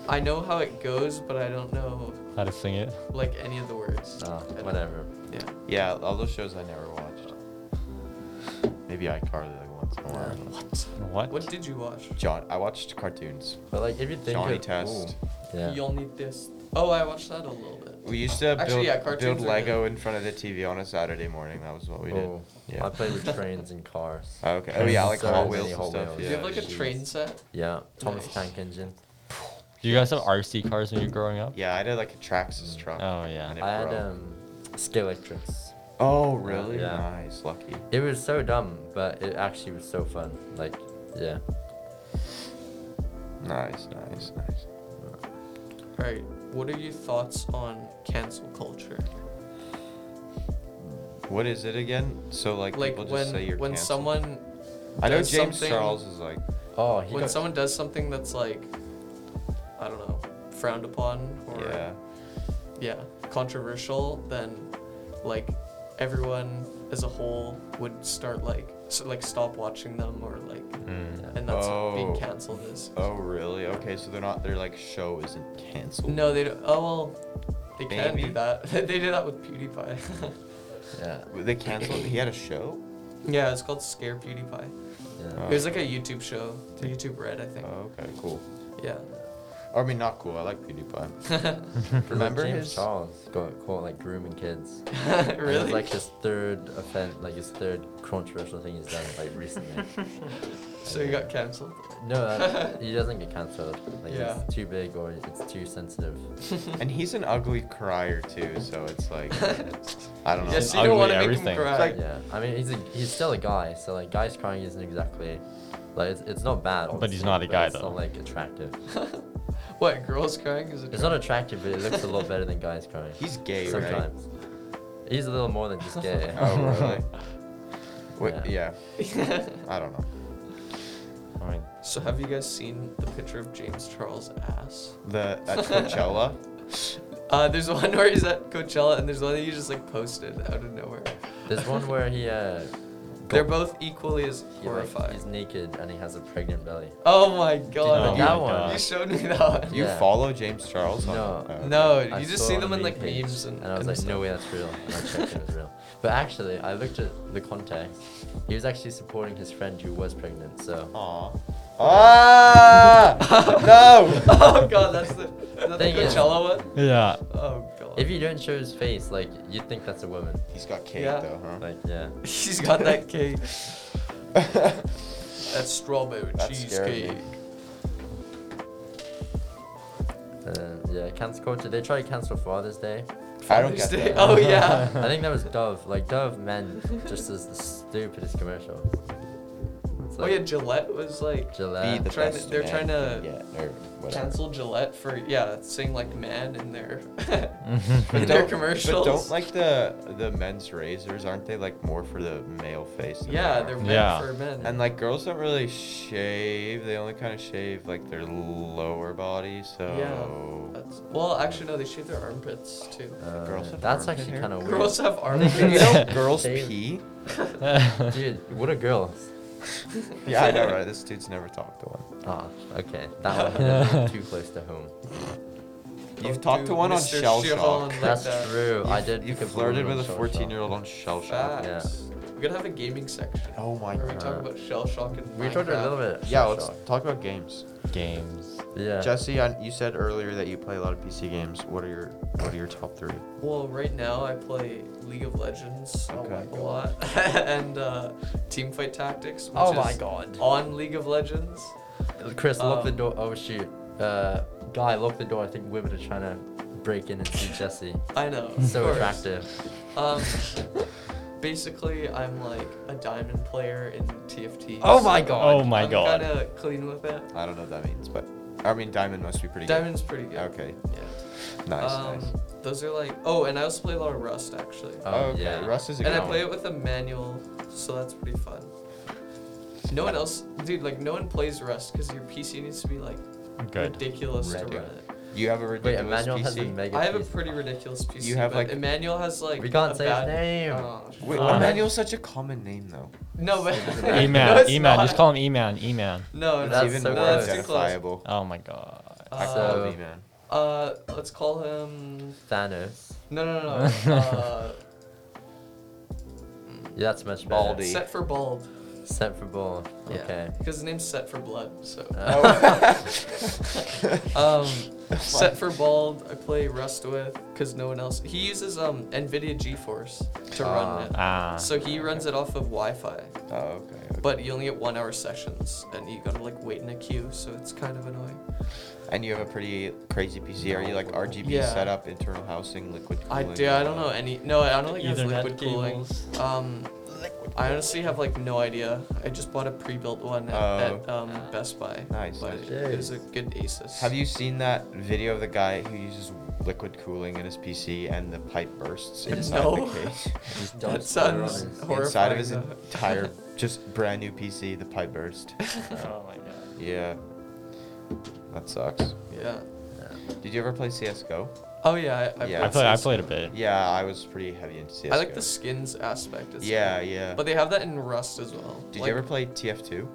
Speaker 3: I know how it goes, but I don't know
Speaker 2: How to sing it?
Speaker 3: like any of the words.
Speaker 4: Uh,
Speaker 3: I don't-
Speaker 4: whatever.
Speaker 3: Yeah.
Speaker 1: yeah, all those shows I never watched. Maybe iCarly like once in a while.
Speaker 3: What?
Speaker 2: What?
Speaker 3: What did you watch?
Speaker 1: John, I watched cartoons.
Speaker 4: But like if you think
Speaker 1: Johnny
Speaker 4: of,
Speaker 1: Test.
Speaker 4: Ooh, yeah.
Speaker 3: You'll need this. Oh, I watched that a little bit.
Speaker 1: We used to build,
Speaker 3: Actually, yeah, cartoons
Speaker 1: build
Speaker 3: are
Speaker 1: Lego in front of the TV on a Saturday morning. That was what we did.
Speaker 4: Oh,
Speaker 1: Yeah.
Speaker 4: I played with trains and cars.
Speaker 1: Oh, [LAUGHS] okay. Oh yeah, like
Speaker 4: So
Speaker 1: Hot
Speaker 4: many
Speaker 1: Wheels and
Speaker 4: Hot
Speaker 1: stuff.
Speaker 4: Wheels.
Speaker 3: Do
Speaker 1: Yeah.
Speaker 3: you have like a
Speaker 4: jeez.
Speaker 3: train set?
Speaker 4: Yeah, Thomas
Speaker 3: Nice.
Speaker 4: Tank Engine.
Speaker 2: Do you guys have RC cars when you were growing up?
Speaker 1: Yeah, I did like a
Speaker 3: Mm.
Speaker 1: Traxxas truck.
Speaker 2: Oh, yeah.
Speaker 1: and it
Speaker 4: I had
Speaker 1: broke.
Speaker 4: um, Skeletrix.
Speaker 1: Oh really?
Speaker 4: yeah.
Speaker 1: Nice, lucky.
Speaker 4: It was so dumb, but it actually was so fun. Like, yeah.
Speaker 1: Nice, nice, nice.
Speaker 3: All right. What are your thoughts on cancel culture?
Speaker 1: What is it again? So like,
Speaker 3: Like
Speaker 1: people just
Speaker 3: when
Speaker 1: say you're
Speaker 3: when
Speaker 1: canceled.
Speaker 3: someone
Speaker 1: I know
Speaker 3: does
Speaker 1: James
Speaker 3: something-
Speaker 1: Charles is like
Speaker 4: Oh, he
Speaker 3: when
Speaker 4: got
Speaker 3: someone does something that's like I don't know frowned upon or
Speaker 1: yeah.
Speaker 3: yeah, controversial, then like everyone as a whole would start like so, like stop watching them or like
Speaker 2: Mm.
Speaker 3: and that's what being
Speaker 1: Hmm. Oh.
Speaker 3: canceled is.
Speaker 1: Oh really? Okay, so they're not. Their like show isn't canceled.
Speaker 3: No, they don't. Oh well, they can
Speaker 1: Maybe.
Speaker 3: do that. [LAUGHS] they did that with PewDiePie. [LAUGHS]
Speaker 4: yeah,
Speaker 1: They canceled. He had a show.
Speaker 3: yeah, it's called Scare PewDiePie.
Speaker 4: yeah.
Speaker 1: Oh.
Speaker 3: It was like a YouTube show, YouTube Red, I think.
Speaker 1: Oh, okay, cool.
Speaker 3: Yeah.
Speaker 1: Or, I mean, not cool. I like PewDiePie.
Speaker 3: [LAUGHS]
Speaker 1: Remember
Speaker 4: James
Speaker 1: his-
Speaker 4: Charles got caught like grooming kids. [LAUGHS] And It
Speaker 3: really?
Speaker 4: was like his third offense, like his third controversial thing he's done like recently. [LAUGHS]
Speaker 3: [LAUGHS] so you got canceled. [LAUGHS]
Speaker 4: no, uh, he doesn't get cancelled. Like
Speaker 3: Yeah.
Speaker 4: it's too big or it's too sensitive.
Speaker 1: and [LAUGHS] he's an ugly crier too, so it's
Speaker 3: [LAUGHS]
Speaker 1: like I don't know.
Speaker 3: Yes,
Speaker 2: Just
Speaker 3: you don't
Speaker 2: ugly
Speaker 3: want to make him
Speaker 2: everything.
Speaker 3: cry.
Speaker 1: It's like-
Speaker 4: Yeah, I mean he's a, he's still a guy, so like guys crying isn't exactly like it's, it's not bad.
Speaker 2: But he's
Speaker 4: obviously,
Speaker 2: not a guy,
Speaker 4: it's
Speaker 2: though.
Speaker 4: Not like attractive.
Speaker 3: what? Girls crying is a
Speaker 4: It's not [LAUGHS] attractive, but it looks a lot better than guys crying.
Speaker 1: He's gay, right?
Speaker 4: sometimes. He's a little more than
Speaker 3: [LAUGHS]
Speaker 4: just gay.
Speaker 1: [LAUGHS] Oh
Speaker 4: [LAUGHS]
Speaker 1: really? Wait, yeah.
Speaker 4: Yeah.
Speaker 1: I don't know.
Speaker 2: [LAUGHS] I mean,
Speaker 3: So have you guys seen the picture of James Charles' ass?
Speaker 1: The at Coachella.
Speaker 3: [LAUGHS] Uh, there's one where he's at Coachella, and there's one that he just like posted out of nowhere.
Speaker 4: There's
Speaker 3: [LAUGHS]
Speaker 4: one where he uh,
Speaker 3: They're both equally as
Speaker 4: he, like,
Speaker 3: horrifying.
Speaker 4: he's naked and he has a pregnant belly.
Speaker 3: oh my
Speaker 4: Oh
Speaker 3: god!
Speaker 4: my
Speaker 3: you,
Speaker 4: God.
Speaker 3: you showed me that one.
Speaker 1: You
Speaker 4: Yeah.
Speaker 1: follow James Charles? on-
Speaker 4: No.
Speaker 1: oh, okay.
Speaker 3: no,
Speaker 4: I
Speaker 3: you just
Speaker 4: saw
Speaker 3: see
Speaker 4: it
Speaker 3: them
Speaker 4: on
Speaker 3: in like
Speaker 4: Mean Page,
Speaker 3: memes and.
Speaker 4: and I was
Speaker 3: and
Speaker 4: like,
Speaker 3: stuff.
Speaker 4: no way, that's real. And I checked it,
Speaker 3: [LAUGHS]
Speaker 4: it was real. But actually, I looked at the context. He was actually supporting his friend who was pregnant. So
Speaker 3: Oh.
Speaker 1: Aw.
Speaker 4: [LAUGHS]
Speaker 1: Ah! [LAUGHS] no!
Speaker 3: [LAUGHS] oh god, that's the is that the
Speaker 4: Thing is-
Speaker 3: Coachella one.
Speaker 2: yeah.
Speaker 3: Oh god. [LAUGHS]
Speaker 4: if you don't show his face, like you'd think that's a woman.
Speaker 1: He's got cake
Speaker 3: Yeah.
Speaker 1: though, huh?
Speaker 4: Like yeah.
Speaker 3: he's got
Speaker 1: [LAUGHS]
Speaker 3: that cake. That strawberry
Speaker 1: That scared me.
Speaker 3: cheesecake.
Speaker 4: Uh, yeah, cancel culture. They try to cancel Father's Day.
Speaker 1: I don't
Speaker 3: Father's
Speaker 1: get
Speaker 3: Day-
Speaker 1: that.
Speaker 3: Oh yeah.
Speaker 1: [LAUGHS]
Speaker 4: I think that was Dove. Like Dove men just as the stupidest commercial. It's It's
Speaker 3: Oh
Speaker 4: like
Speaker 3: yeah, Gillette was like
Speaker 4: Gillette.
Speaker 1: [LAUGHS] Be the
Speaker 3: Trying to-
Speaker 1: best
Speaker 3: they're
Speaker 1: man
Speaker 3: trying
Speaker 1: you
Speaker 3: to
Speaker 1: can get, or whatever.
Speaker 3: cancel Gillette for yeah saying like man
Speaker 1: [LAUGHS]
Speaker 3: in their [LAUGHS]
Speaker 1: But
Speaker 3: in their
Speaker 1: don't-
Speaker 3: commercials.
Speaker 1: But don't like the the men's razors, aren't they like more for the male face? than they
Speaker 3: yeah,
Speaker 1: are?
Speaker 3: they're meant
Speaker 2: Yeah.
Speaker 3: for men.
Speaker 1: And like girls don't really shave; they only kind of shave like their lower body. So
Speaker 3: That's, well, actually no, they shave their armpits too.
Speaker 4: uh,
Speaker 1: Girls have
Speaker 4: that's
Speaker 1: armpit
Speaker 4: actually
Speaker 1: hair?
Speaker 4: kind of weird.
Speaker 3: Girls
Speaker 1: [LAUGHS]
Speaker 3: have
Speaker 1: you
Speaker 3: armpits.
Speaker 1: know, [LAUGHS] girls
Speaker 4: Shave.
Speaker 1: pee.
Speaker 4: Dude, what are girls?
Speaker 1: Yeah, I know, right? This dude's never talked to one.
Speaker 4: Ah, okay. That one
Speaker 1: [LAUGHS]
Speaker 4: hit too close to home.
Speaker 1: You've
Speaker 3: Don't
Speaker 1: talked
Speaker 3: do
Speaker 1: to one on
Speaker 3: Mr.
Speaker 1: Shell
Speaker 3: Shivan
Speaker 1: Shock. [LAUGHS]
Speaker 3: like
Speaker 4: That's
Speaker 3: that.
Speaker 4: true. I did.
Speaker 1: You
Speaker 4: pick up
Speaker 1: flirted
Speaker 4: women
Speaker 1: with
Speaker 4: on
Speaker 1: a
Speaker 4: Shell Shock.
Speaker 1: 14-year-old on Shell Shock.
Speaker 3: Facts. We gotta have a gaming section.
Speaker 1: Oh my
Speaker 3: Where we talk
Speaker 4: God.
Speaker 3: about shell shock and
Speaker 4: We talked a little
Speaker 3: Minecraft.
Speaker 4: bit. of
Speaker 1: Yeah,
Speaker 4: Shell
Speaker 1: let's
Speaker 4: Shock.
Speaker 1: talk about games.
Speaker 2: [LAUGHS] Games.
Speaker 4: Yeah.
Speaker 1: Jesse, I, you said earlier that you play a lot of PC games. What are your What are your top three?
Speaker 3: Well, right now I play League of Legends
Speaker 1: Okay.
Speaker 3: a lot [LAUGHS] and uh, Teamfight Tactics. Which
Speaker 4: oh
Speaker 3: is
Speaker 4: my God.
Speaker 3: On League of Legends.
Speaker 4: Chris, lock the
Speaker 3: Um,
Speaker 4: door. Oh shoot. Uh, guy, lock the door. I think women are trying to break in and see Jesse.
Speaker 3: I know. of
Speaker 4: So
Speaker 3: course.
Speaker 4: attractive.
Speaker 3: Um, [LAUGHS] basically, I'm like a diamond player in TFT.
Speaker 4: Oh my
Speaker 3: so
Speaker 4: God.
Speaker 2: Oh my
Speaker 3: I'm
Speaker 2: God.
Speaker 3: kind of clean with it.
Speaker 1: I don't know what that means, but I mean, Diamond must be pretty.
Speaker 3: Diamond's pretty
Speaker 1: Good.
Speaker 3: good.
Speaker 1: Okay,
Speaker 3: Yeah.
Speaker 1: nice,
Speaker 3: um,
Speaker 1: nice.
Speaker 3: Those are like. Oh, and I also play a lot of Rust actually.
Speaker 4: Oh,
Speaker 1: okay,
Speaker 4: yeah.
Speaker 1: Russ is a
Speaker 3: and I
Speaker 1: good
Speaker 3: play
Speaker 1: one.
Speaker 3: it with a manual, so that's pretty fun. No one else, dude. Like no one plays Rust because your PC needs to be like
Speaker 2: Good.
Speaker 3: ridiculous
Speaker 4: Red.
Speaker 3: to run it.
Speaker 1: You have a
Speaker 4: Wait,
Speaker 1: ridiculous
Speaker 4: Emmanuel
Speaker 1: PC.
Speaker 4: has a mega.
Speaker 3: I have a
Speaker 4: piece.
Speaker 3: pretty ridiculous PC.
Speaker 1: You have,
Speaker 3: but
Speaker 1: like-
Speaker 3: Emmanuel has like.
Speaker 4: We can't
Speaker 3: a
Speaker 4: say his
Speaker 3: bad,
Speaker 4: name.
Speaker 3: Oh,
Speaker 1: Wait,
Speaker 2: Uh,
Speaker 1: Emmanuel's such a common name though.
Speaker 3: no, but [LAUGHS] no,
Speaker 2: E man.
Speaker 3: it's
Speaker 2: E man.
Speaker 3: not.
Speaker 2: Just call him E man. E man.
Speaker 3: No,
Speaker 1: it's
Speaker 3: no,
Speaker 4: that's
Speaker 1: even
Speaker 4: so
Speaker 1: more
Speaker 4: close.
Speaker 1: identifiable.
Speaker 2: Oh my god.
Speaker 1: I
Speaker 3: Uh,
Speaker 1: call him
Speaker 3: [LAUGHS]
Speaker 1: man. [LAUGHS]
Speaker 3: Uh, let's call him.
Speaker 4: Thanos.
Speaker 3: No, no, no.
Speaker 1: [LAUGHS]
Speaker 3: no. uh,
Speaker 4: Yeah, that's much better.
Speaker 1: Baldy.
Speaker 3: set for bald.
Speaker 4: Set for ball.
Speaker 3: Yeah.
Speaker 4: Okay.
Speaker 3: Because his name's set for blood.
Speaker 1: [LAUGHS]
Speaker 3: So.
Speaker 1: Oh.
Speaker 3: Um, set for bald. I play Rust with because no one else. He uses um NVIDIA GeForce to run
Speaker 4: Ah.
Speaker 3: it.
Speaker 2: Ah.
Speaker 3: So he runs it off of Wi-Fi,
Speaker 1: oh, okay. okay.
Speaker 3: but you only get one-hour sessions, and you gotta like wait in a queue, so it's kind of annoying.
Speaker 1: Oh and you have a pretty crazy PC. Are you like RGB
Speaker 3: Yeah.
Speaker 1: setup, internal housing, liquid
Speaker 3: I
Speaker 1: cooling?
Speaker 3: do. I don't know any. No, I don't think it has
Speaker 2: Ethernet
Speaker 3: liquid cooling.
Speaker 2: cables.
Speaker 3: Um, I honestly have like no idea. I just bought a pre-built one at,
Speaker 1: Oh.
Speaker 3: at um, Best Buy.
Speaker 1: Nice,
Speaker 3: But
Speaker 1: nice.
Speaker 3: it was a good Asus.
Speaker 1: Have you seen that video of the guy who uses liquid cooling in his PC and the pipe bursts inside
Speaker 3: [LAUGHS] [LAUGHS] No.
Speaker 1: the cage?
Speaker 4: Just don't
Speaker 3: That
Speaker 4: spoil it on
Speaker 3: sounds
Speaker 4: us.
Speaker 3: horrifying.
Speaker 1: Inside of his
Speaker 3: though. [LAUGHS]
Speaker 1: entire, just brand new PC, the pipe burst.
Speaker 2: Oh my god.
Speaker 1: Yeah. That sucks.
Speaker 3: yeah.
Speaker 1: Did you ever play CSGO?
Speaker 3: Oh yeah. I, I've
Speaker 1: Yeah.
Speaker 2: I
Speaker 3: got
Speaker 2: played. I
Speaker 3: some-
Speaker 2: played a
Speaker 1: [LAUGHS]
Speaker 2: bit.
Speaker 1: Yeah, I was pretty heavy in CSGO.
Speaker 3: I like the skins aspect. It's
Speaker 1: Yeah,
Speaker 3: cool.
Speaker 1: yeah.
Speaker 3: But they have that in Rust as well.
Speaker 1: Did
Speaker 3: Like-
Speaker 1: you ever play TF2?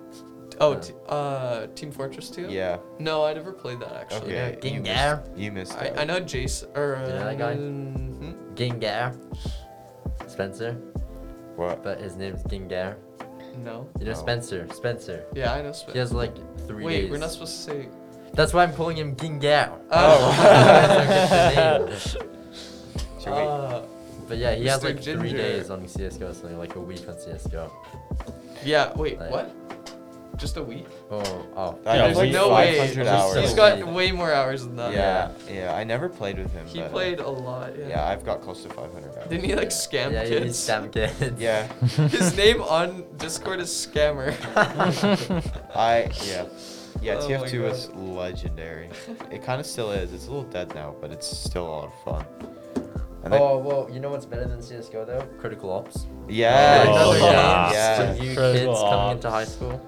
Speaker 3: Oh, t- uh, Team Fortress 2?
Speaker 1: Yeah.
Speaker 3: No, I never played that actually.
Speaker 1: Okay.
Speaker 4: King
Speaker 1: You
Speaker 4: Gare.
Speaker 1: missed, you missed
Speaker 3: I,
Speaker 1: out.
Speaker 3: I know Jason or uh,
Speaker 4: You know that guy?
Speaker 3: mhm.
Speaker 4: Gingar. Spencer.
Speaker 1: What?
Speaker 4: But his name's Gingar.
Speaker 3: No.
Speaker 4: You know
Speaker 1: No.
Speaker 4: Spencer. Spencer.
Speaker 3: Yeah, I know. Sp-
Speaker 4: He has like three
Speaker 3: Wait,
Speaker 4: days.
Speaker 3: we're not supposed to say.
Speaker 4: That's why I'm calling him Gingar. [LAUGHS]
Speaker 3: Oh.
Speaker 2: [LAUGHS]
Speaker 1: Should we-
Speaker 3: Uh,
Speaker 4: But yeah, he has
Speaker 3: Mr.
Speaker 4: like three
Speaker 3: Ginger.
Speaker 4: days on CSGO or something, like a week on CSGO.
Speaker 3: yeah. Wait.
Speaker 4: Like-
Speaker 3: What? Just a week?
Speaker 4: Oh,
Speaker 1: I
Speaker 4: oh.
Speaker 2: Yeah,
Speaker 1: have
Speaker 2: there's
Speaker 1: like
Speaker 3: no way.
Speaker 1: 500
Speaker 2: Just-
Speaker 1: hours.
Speaker 3: He's
Speaker 4: a
Speaker 3: got
Speaker 4: week.
Speaker 3: way more hours than that.
Speaker 1: yeah, yeah. I never played with him.
Speaker 3: uh, He
Speaker 1: but, uh,
Speaker 3: played a lot. Yeah.
Speaker 1: Yeah. I've got close to 500 hours.
Speaker 3: Didn't he like scam
Speaker 4: yeah,
Speaker 3: kids?
Speaker 4: he's scam kids.
Speaker 1: Yeah.
Speaker 3: [LAUGHS] His name on Discord is Scammer.
Speaker 1: [LAUGHS] I yeah. Yeah,
Speaker 3: [LAUGHS] Oh my
Speaker 1: TF2 was
Speaker 3: [LAUGHS]
Speaker 1: legendary. It kind of still is. It's a little dead now, but it's still a lot of fun. And
Speaker 4: [LAUGHS] oh, well, you know what's better than CSGO though? Critical Ops.
Speaker 1: yeah,
Speaker 3: Oh,
Speaker 1: yeah,
Speaker 3: yeah.
Speaker 1: yeah.
Speaker 4: When you
Speaker 2: Critical
Speaker 4: kids coming
Speaker 2: Ops.
Speaker 4: into high school,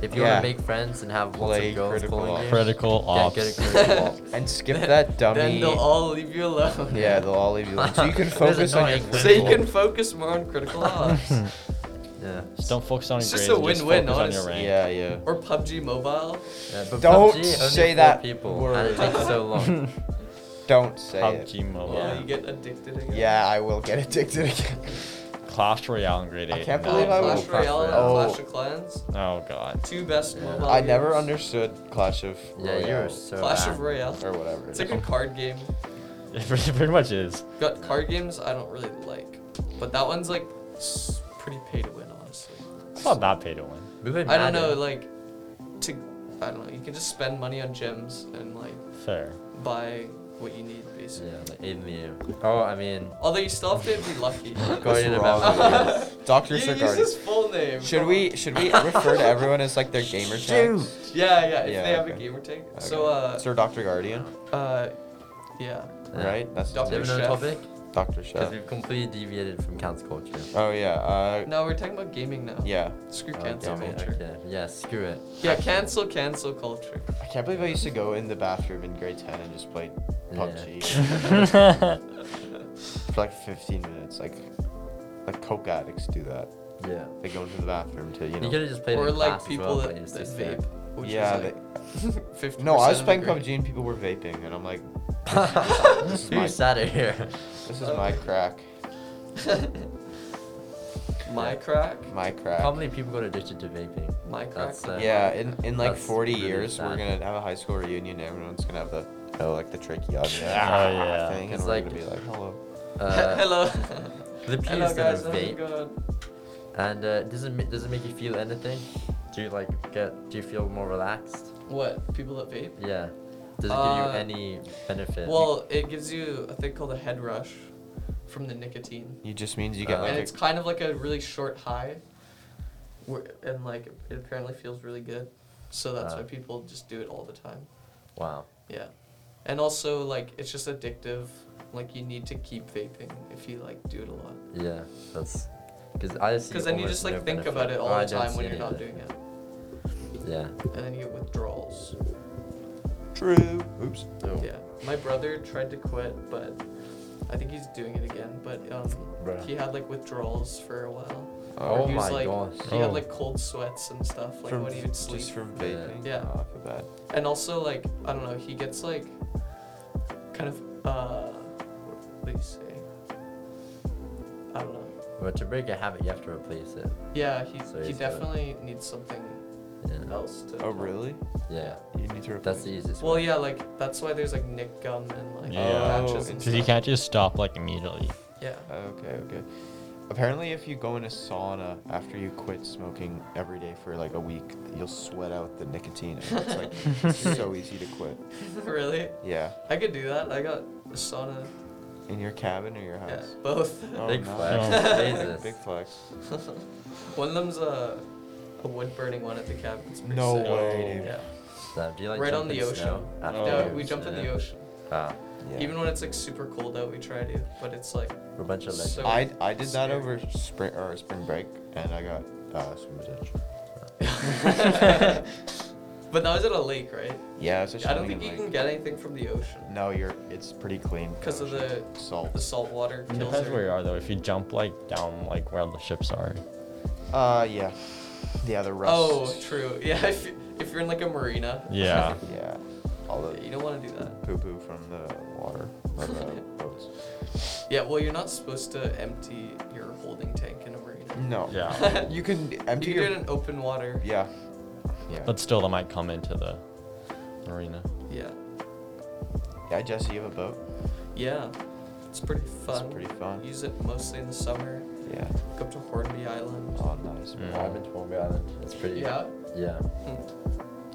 Speaker 4: if you
Speaker 1: Yeah.
Speaker 4: want to make friends and have
Speaker 1: Play
Speaker 4: lots of girls
Speaker 1: Critical
Speaker 4: calling you,
Speaker 2: [LAUGHS] Critical
Speaker 4: get,
Speaker 2: ops.
Speaker 4: get a
Speaker 3: [LAUGHS]
Speaker 4: Critical Ops.
Speaker 1: And skip that dummy.
Speaker 3: Then they'll all leave you
Speaker 1: [LAUGHS]
Speaker 3: alone.
Speaker 1: yeah, they'll all leave you alone. So
Speaker 3: [LAUGHS]
Speaker 1: you can
Speaker 4: There's
Speaker 1: focus on your
Speaker 4: annoying
Speaker 3: So you
Speaker 1: [LAUGHS] critical.
Speaker 3: can focus more
Speaker 1: [LAUGHS]
Speaker 3: on critical ops.
Speaker 2: [LAUGHS]
Speaker 4: Yeah.
Speaker 2: Just don't focus on your
Speaker 3: It's
Speaker 2: grades.
Speaker 3: just a
Speaker 2: just
Speaker 3: win-win,
Speaker 2: focus on your
Speaker 3: honestly.
Speaker 2: rank.
Speaker 1: Yeah, yeah.
Speaker 3: or PUBG Mobile.
Speaker 4: Yeah, but
Speaker 1: Don't
Speaker 4: PUBG, only
Speaker 1: say
Speaker 4: four
Speaker 1: that
Speaker 4: people,
Speaker 1: word.
Speaker 4: and it takes so
Speaker 2: [LAUGHS]
Speaker 4: long.
Speaker 1: Don't say it.
Speaker 2: PUBG Mobile.
Speaker 3: Yeah.
Speaker 4: Yeah.
Speaker 3: you get addicted again.
Speaker 1: Oh, Yeah, I will get addicted again.
Speaker 2: Clash Royale in grade
Speaker 1: I
Speaker 2: 8.
Speaker 1: can't
Speaker 2: no.
Speaker 1: believe I
Speaker 3: Clash
Speaker 1: would-
Speaker 3: Royale and
Speaker 1: Oh.
Speaker 3: Clash of Clans,
Speaker 2: Oh god. [LAUGHS]
Speaker 3: two best
Speaker 4: Yeah.
Speaker 3: mobile.
Speaker 1: I never
Speaker 3: games.
Speaker 1: understood Clash of
Speaker 4: yeah,
Speaker 1: Royale
Speaker 4: you're so
Speaker 3: Clash
Speaker 4: bad.
Speaker 3: of Royale.
Speaker 1: or whatever.
Speaker 3: It's
Speaker 1: it
Speaker 3: like
Speaker 1: is.
Speaker 3: a card game.
Speaker 2: It pretty, pretty much is.
Speaker 3: Got card games I don't really like, but that one's like s- pretty pay to win, honestly.
Speaker 2: It's not that pay to win.
Speaker 4: We played
Speaker 3: I don't know,
Speaker 4: Madden.
Speaker 3: like to I don't know. You can just spend money on gems and like
Speaker 2: Fair.
Speaker 3: buy what you need, basically.
Speaker 4: Yeah, like in the air. Oh, I mean,
Speaker 3: Although you still have to be
Speaker 1: [LAUGHS]
Speaker 3: lucky.
Speaker 4: Guardian of
Speaker 1: wrong with
Speaker 4: Evolution.
Speaker 3: [LAUGHS]
Speaker 1: Doctor
Speaker 3: you use
Speaker 1: Sargardi.
Speaker 3: his full name.
Speaker 1: Should
Speaker 3: come
Speaker 1: we
Speaker 3: on.
Speaker 1: should
Speaker 3: [LAUGHS]
Speaker 1: we refer to everyone as like their gamer tags?
Speaker 3: Yeah, yeah. If
Speaker 1: Yeah,
Speaker 3: they have a
Speaker 1: okay.
Speaker 3: gamer tag.
Speaker 1: Okay.
Speaker 3: So, uh,
Speaker 1: Sir Doctor Guardian,
Speaker 3: uh, yeah.
Speaker 4: Yeah.
Speaker 1: right? That's
Speaker 4: Do you
Speaker 3: Doctor
Speaker 4: have another
Speaker 3: Chef.
Speaker 4: topic?
Speaker 1: Doctor
Speaker 4: Because
Speaker 1: Chef.
Speaker 4: we've completely deviated from cancel culture.
Speaker 1: Oh yeah. Uh,
Speaker 3: No, we're talking about gaming now.
Speaker 1: yeah.
Speaker 3: Screw
Speaker 4: Oh,
Speaker 3: cancel
Speaker 4: damn it,
Speaker 3: culture.
Speaker 4: Okay. Yeah, screw it.
Speaker 3: Yeah, cancel cancel
Speaker 4: [LAUGHS]
Speaker 3: culture.
Speaker 1: I can't believe I used to go in the bathroom in grade ten and just play
Speaker 4: Yeah.
Speaker 1: PUBG for like 15 minutes. Like like coke addicts do that.
Speaker 4: Yeah.
Speaker 1: They go into the bathroom to you
Speaker 4: You,
Speaker 1: know.
Speaker 4: could have just played
Speaker 3: Or
Speaker 4: in
Speaker 3: like
Speaker 4: class as
Speaker 3: people
Speaker 4: well, but
Speaker 3: that,
Speaker 4: you just
Speaker 3: that
Speaker 4: sit there.
Speaker 3: vape. Which
Speaker 1: yeah.
Speaker 3: Is like
Speaker 1: they,
Speaker 3: 50%
Speaker 1: no, I was
Speaker 3: of the
Speaker 1: playing
Speaker 3: grade.
Speaker 1: PUBG and people were vaping, and I'm like,
Speaker 3: [LAUGHS]
Speaker 4: [LAUGHS]
Speaker 1: This is
Speaker 4: Who
Speaker 1: my-
Speaker 4: sat it here?
Speaker 1: this is my crack.
Speaker 3: [LAUGHS] My crack.
Speaker 1: My crack.
Speaker 4: How many people got addicted to vaping?
Speaker 3: My crack.
Speaker 4: That's, uh,
Speaker 1: Yeah, in, in like
Speaker 4: That's
Speaker 1: 40
Speaker 4: really
Speaker 1: years, we're
Speaker 4: sad.
Speaker 1: gonna have a high school reunion. and Everyone's gonna have the oh, like the tracheotomy
Speaker 2: yeah.
Speaker 1: thing, and
Speaker 4: It's
Speaker 1: we're
Speaker 4: like-
Speaker 1: gonna be like, hello.
Speaker 3: [LAUGHS]
Speaker 4: Uh,
Speaker 3: Hello. Hello
Speaker 4: the penis that
Speaker 3: guys.
Speaker 4: are
Speaker 3: How's it
Speaker 4: vape.
Speaker 3: going?
Speaker 4: And uh, does it ma- does it make you feel anything? Do you like get? Do you feel more relaxed?
Speaker 3: What people that vape?
Speaker 4: Yeah. Does it give
Speaker 3: Uh,
Speaker 4: you any benefit?
Speaker 3: Well, it gives you a thing called a head rush from the nicotine,
Speaker 1: You just means you get
Speaker 4: Uh,
Speaker 1: like
Speaker 3: and
Speaker 1: a-
Speaker 3: it's kind of like a really short high, where- and like it apparently feels really good, so that's
Speaker 4: Uh.
Speaker 3: why people just do it all the time.
Speaker 4: wow.
Speaker 3: Yeah, and also like it's just addictive. Like you need to keep vaping if you like do it a lot,
Speaker 4: Yeah, that's because I see.
Speaker 3: because then you
Speaker 4: almost
Speaker 3: just like
Speaker 4: no
Speaker 3: think
Speaker 4: benefit.
Speaker 3: about it all
Speaker 4: Oh, I
Speaker 3: the
Speaker 4: don't
Speaker 3: time when
Speaker 4: see
Speaker 3: you're
Speaker 4: any
Speaker 3: not doing it,
Speaker 4: benefit. Yeah.
Speaker 3: and then you get withdrawals.
Speaker 1: true. Oops.
Speaker 4: Oh.
Speaker 3: Yeah, my brother tried to quit, but I think he's doing it again. But um,
Speaker 4: Bruh.
Speaker 3: he had like withdrawals for a while.
Speaker 4: Oh
Speaker 3: he was,
Speaker 4: my
Speaker 3: like,
Speaker 4: gosh.
Speaker 3: He had
Speaker 2: Oh.
Speaker 3: like cold sweats and stuff, like
Speaker 1: from
Speaker 3: when he would sleep.
Speaker 1: just from
Speaker 4: Yeah.
Speaker 1: vaping.
Speaker 3: Yeah.
Speaker 1: Oh, I feel bad.
Speaker 3: And also like I don't know, he gets like kind of uh, what do you say? I don't know.
Speaker 4: But to break a habit, you have to replace it.
Speaker 3: Yeah, he
Speaker 4: So
Speaker 3: he
Speaker 4: he's got-
Speaker 3: definitely needs something
Speaker 4: Yeah.
Speaker 3: else to.
Speaker 1: Oh really?
Speaker 4: Yeah.
Speaker 1: You need to replace.
Speaker 4: That's the easiest.
Speaker 3: Well,
Speaker 4: way.
Speaker 3: yeah, like that's why there's like Nick gum and like
Speaker 2: Yeah.
Speaker 3: patches
Speaker 1: Oh,
Speaker 3: and
Speaker 2: Because you
Speaker 3: stuff.
Speaker 2: can't just stop like immediately.
Speaker 1: [LAUGHS]
Speaker 3: Yeah.
Speaker 1: Okay, okay. Apparently, if you go in a sauna after you quit smoking every day for like a week, you'll sweat out the nicotine. And it's like
Speaker 3: [LAUGHS]
Speaker 1: it's so easy to quit.
Speaker 3: [LAUGHS] really?
Speaker 1: Yeah,
Speaker 3: I could do that. I got a sauna.
Speaker 1: in your cabin or your
Speaker 3: Yeah,
Speaker 1: house.
Speaker 3: both.
Speaker 1: Oh,
Speaker 4: Big
Speaker 1: nice.
Speaker 4: flex. Jesus.
Speaker 1: Big flex.
Speaker 3: [LAUGHS] one of them's a, a wood burning one at the cabin. It's pretty
Speaker 1: No
Speaker 3: sick.
Speaker 1: way, dude.
Speaker 3: Yeah.
Speaker 4: So, do you like
Speaker 3: right
Speaker 4: jump
Speaker 3: on the
Speaker 4: in
Speaker 3: ocean.
Speaker 4: snow after
Speaker 3: No,
Speaker 4: you-
Speaker 3: we jumped in the
Speaker 4: Yeah.
Speaker 3: ocean.
Speaker 4: Ah,
Speaker 1: Yeah.
Speaker 3: Even when it's like super cold out, we try to, but
Speaker 1: [LAUGHS]
Speaker 3: it's like [LAUGHS]
Speaker 4: we're a bunch of legends.
Speaker 3: So-
Speaker 1: I, I did that
Speaker 3: Scary.
Speaker 1: over spring or spring break, and I got uh, swimmer's edge.
Speaker 3: But that was at a lake, right?
Speaker 1: Yeah, it's a
Speaker 3: I don't think you can get anything from the ocean.
Speaker 1: No, you're. It's pretty clean.
Speaker 3: 'Cause of
Speaker 1: ocean.
Speaker 3: the-
Speaker 1: salt.
Speaker 3: The salt water
Speaker 2: It
Speaker 3: kills
Speaker 2: depends where
Speaker 3: everything.
Speaker 2: you are though. If you jump like down like where the ships are.
Speaker 1: Uh, yeah. Yeah, the rust.
Speaker 3: Oh, true. [LAUGHS] Yeah, if, you, if you're in like a marina.
Speaker 2: Yeah.
Speaker 1: Yeah. All
Speaker 3: Yeah,
Speaker 1: the
Speaker 3: [LAUGHS] You don't want to do that.
Speaker 1: poo poo from the water. or
Speaker 3: [LAUGHS]
Speaker 1: the boats.
Speaker 3: Yeah, well, you're not supposed to empty your holding tank in a marina.
Speaker 1: No.
Speaker 2: Yeah.
Speaker 1: [LAUGHS] You can empty
Speaker 3: you can
Speaker 1: your.
Speaker 3: do it in open water.
Speaker 1: Yeah. Yeah.
Speaker 2: But still, that might come into the marina.
Speaker 3: Yeah.
Speaker 1: yeah, Jesse, you have a boat.
Speaker 3: Yeah. It's pretty fun.
Speaker 1: It's pretty fun.
Speaker 3: Use it mostly in the summer.
Speaker 1: Yeah.
Speaker 3: Go up to Hornby Island.
Speaker 1: Oh, nice.
Speaker 2: Mm.
Speaker 1: Wow.
Speaker 4: I've been to Hornby Island. It's pretty.
Speaker 3: Yeah.
Speaker 4: Yeah.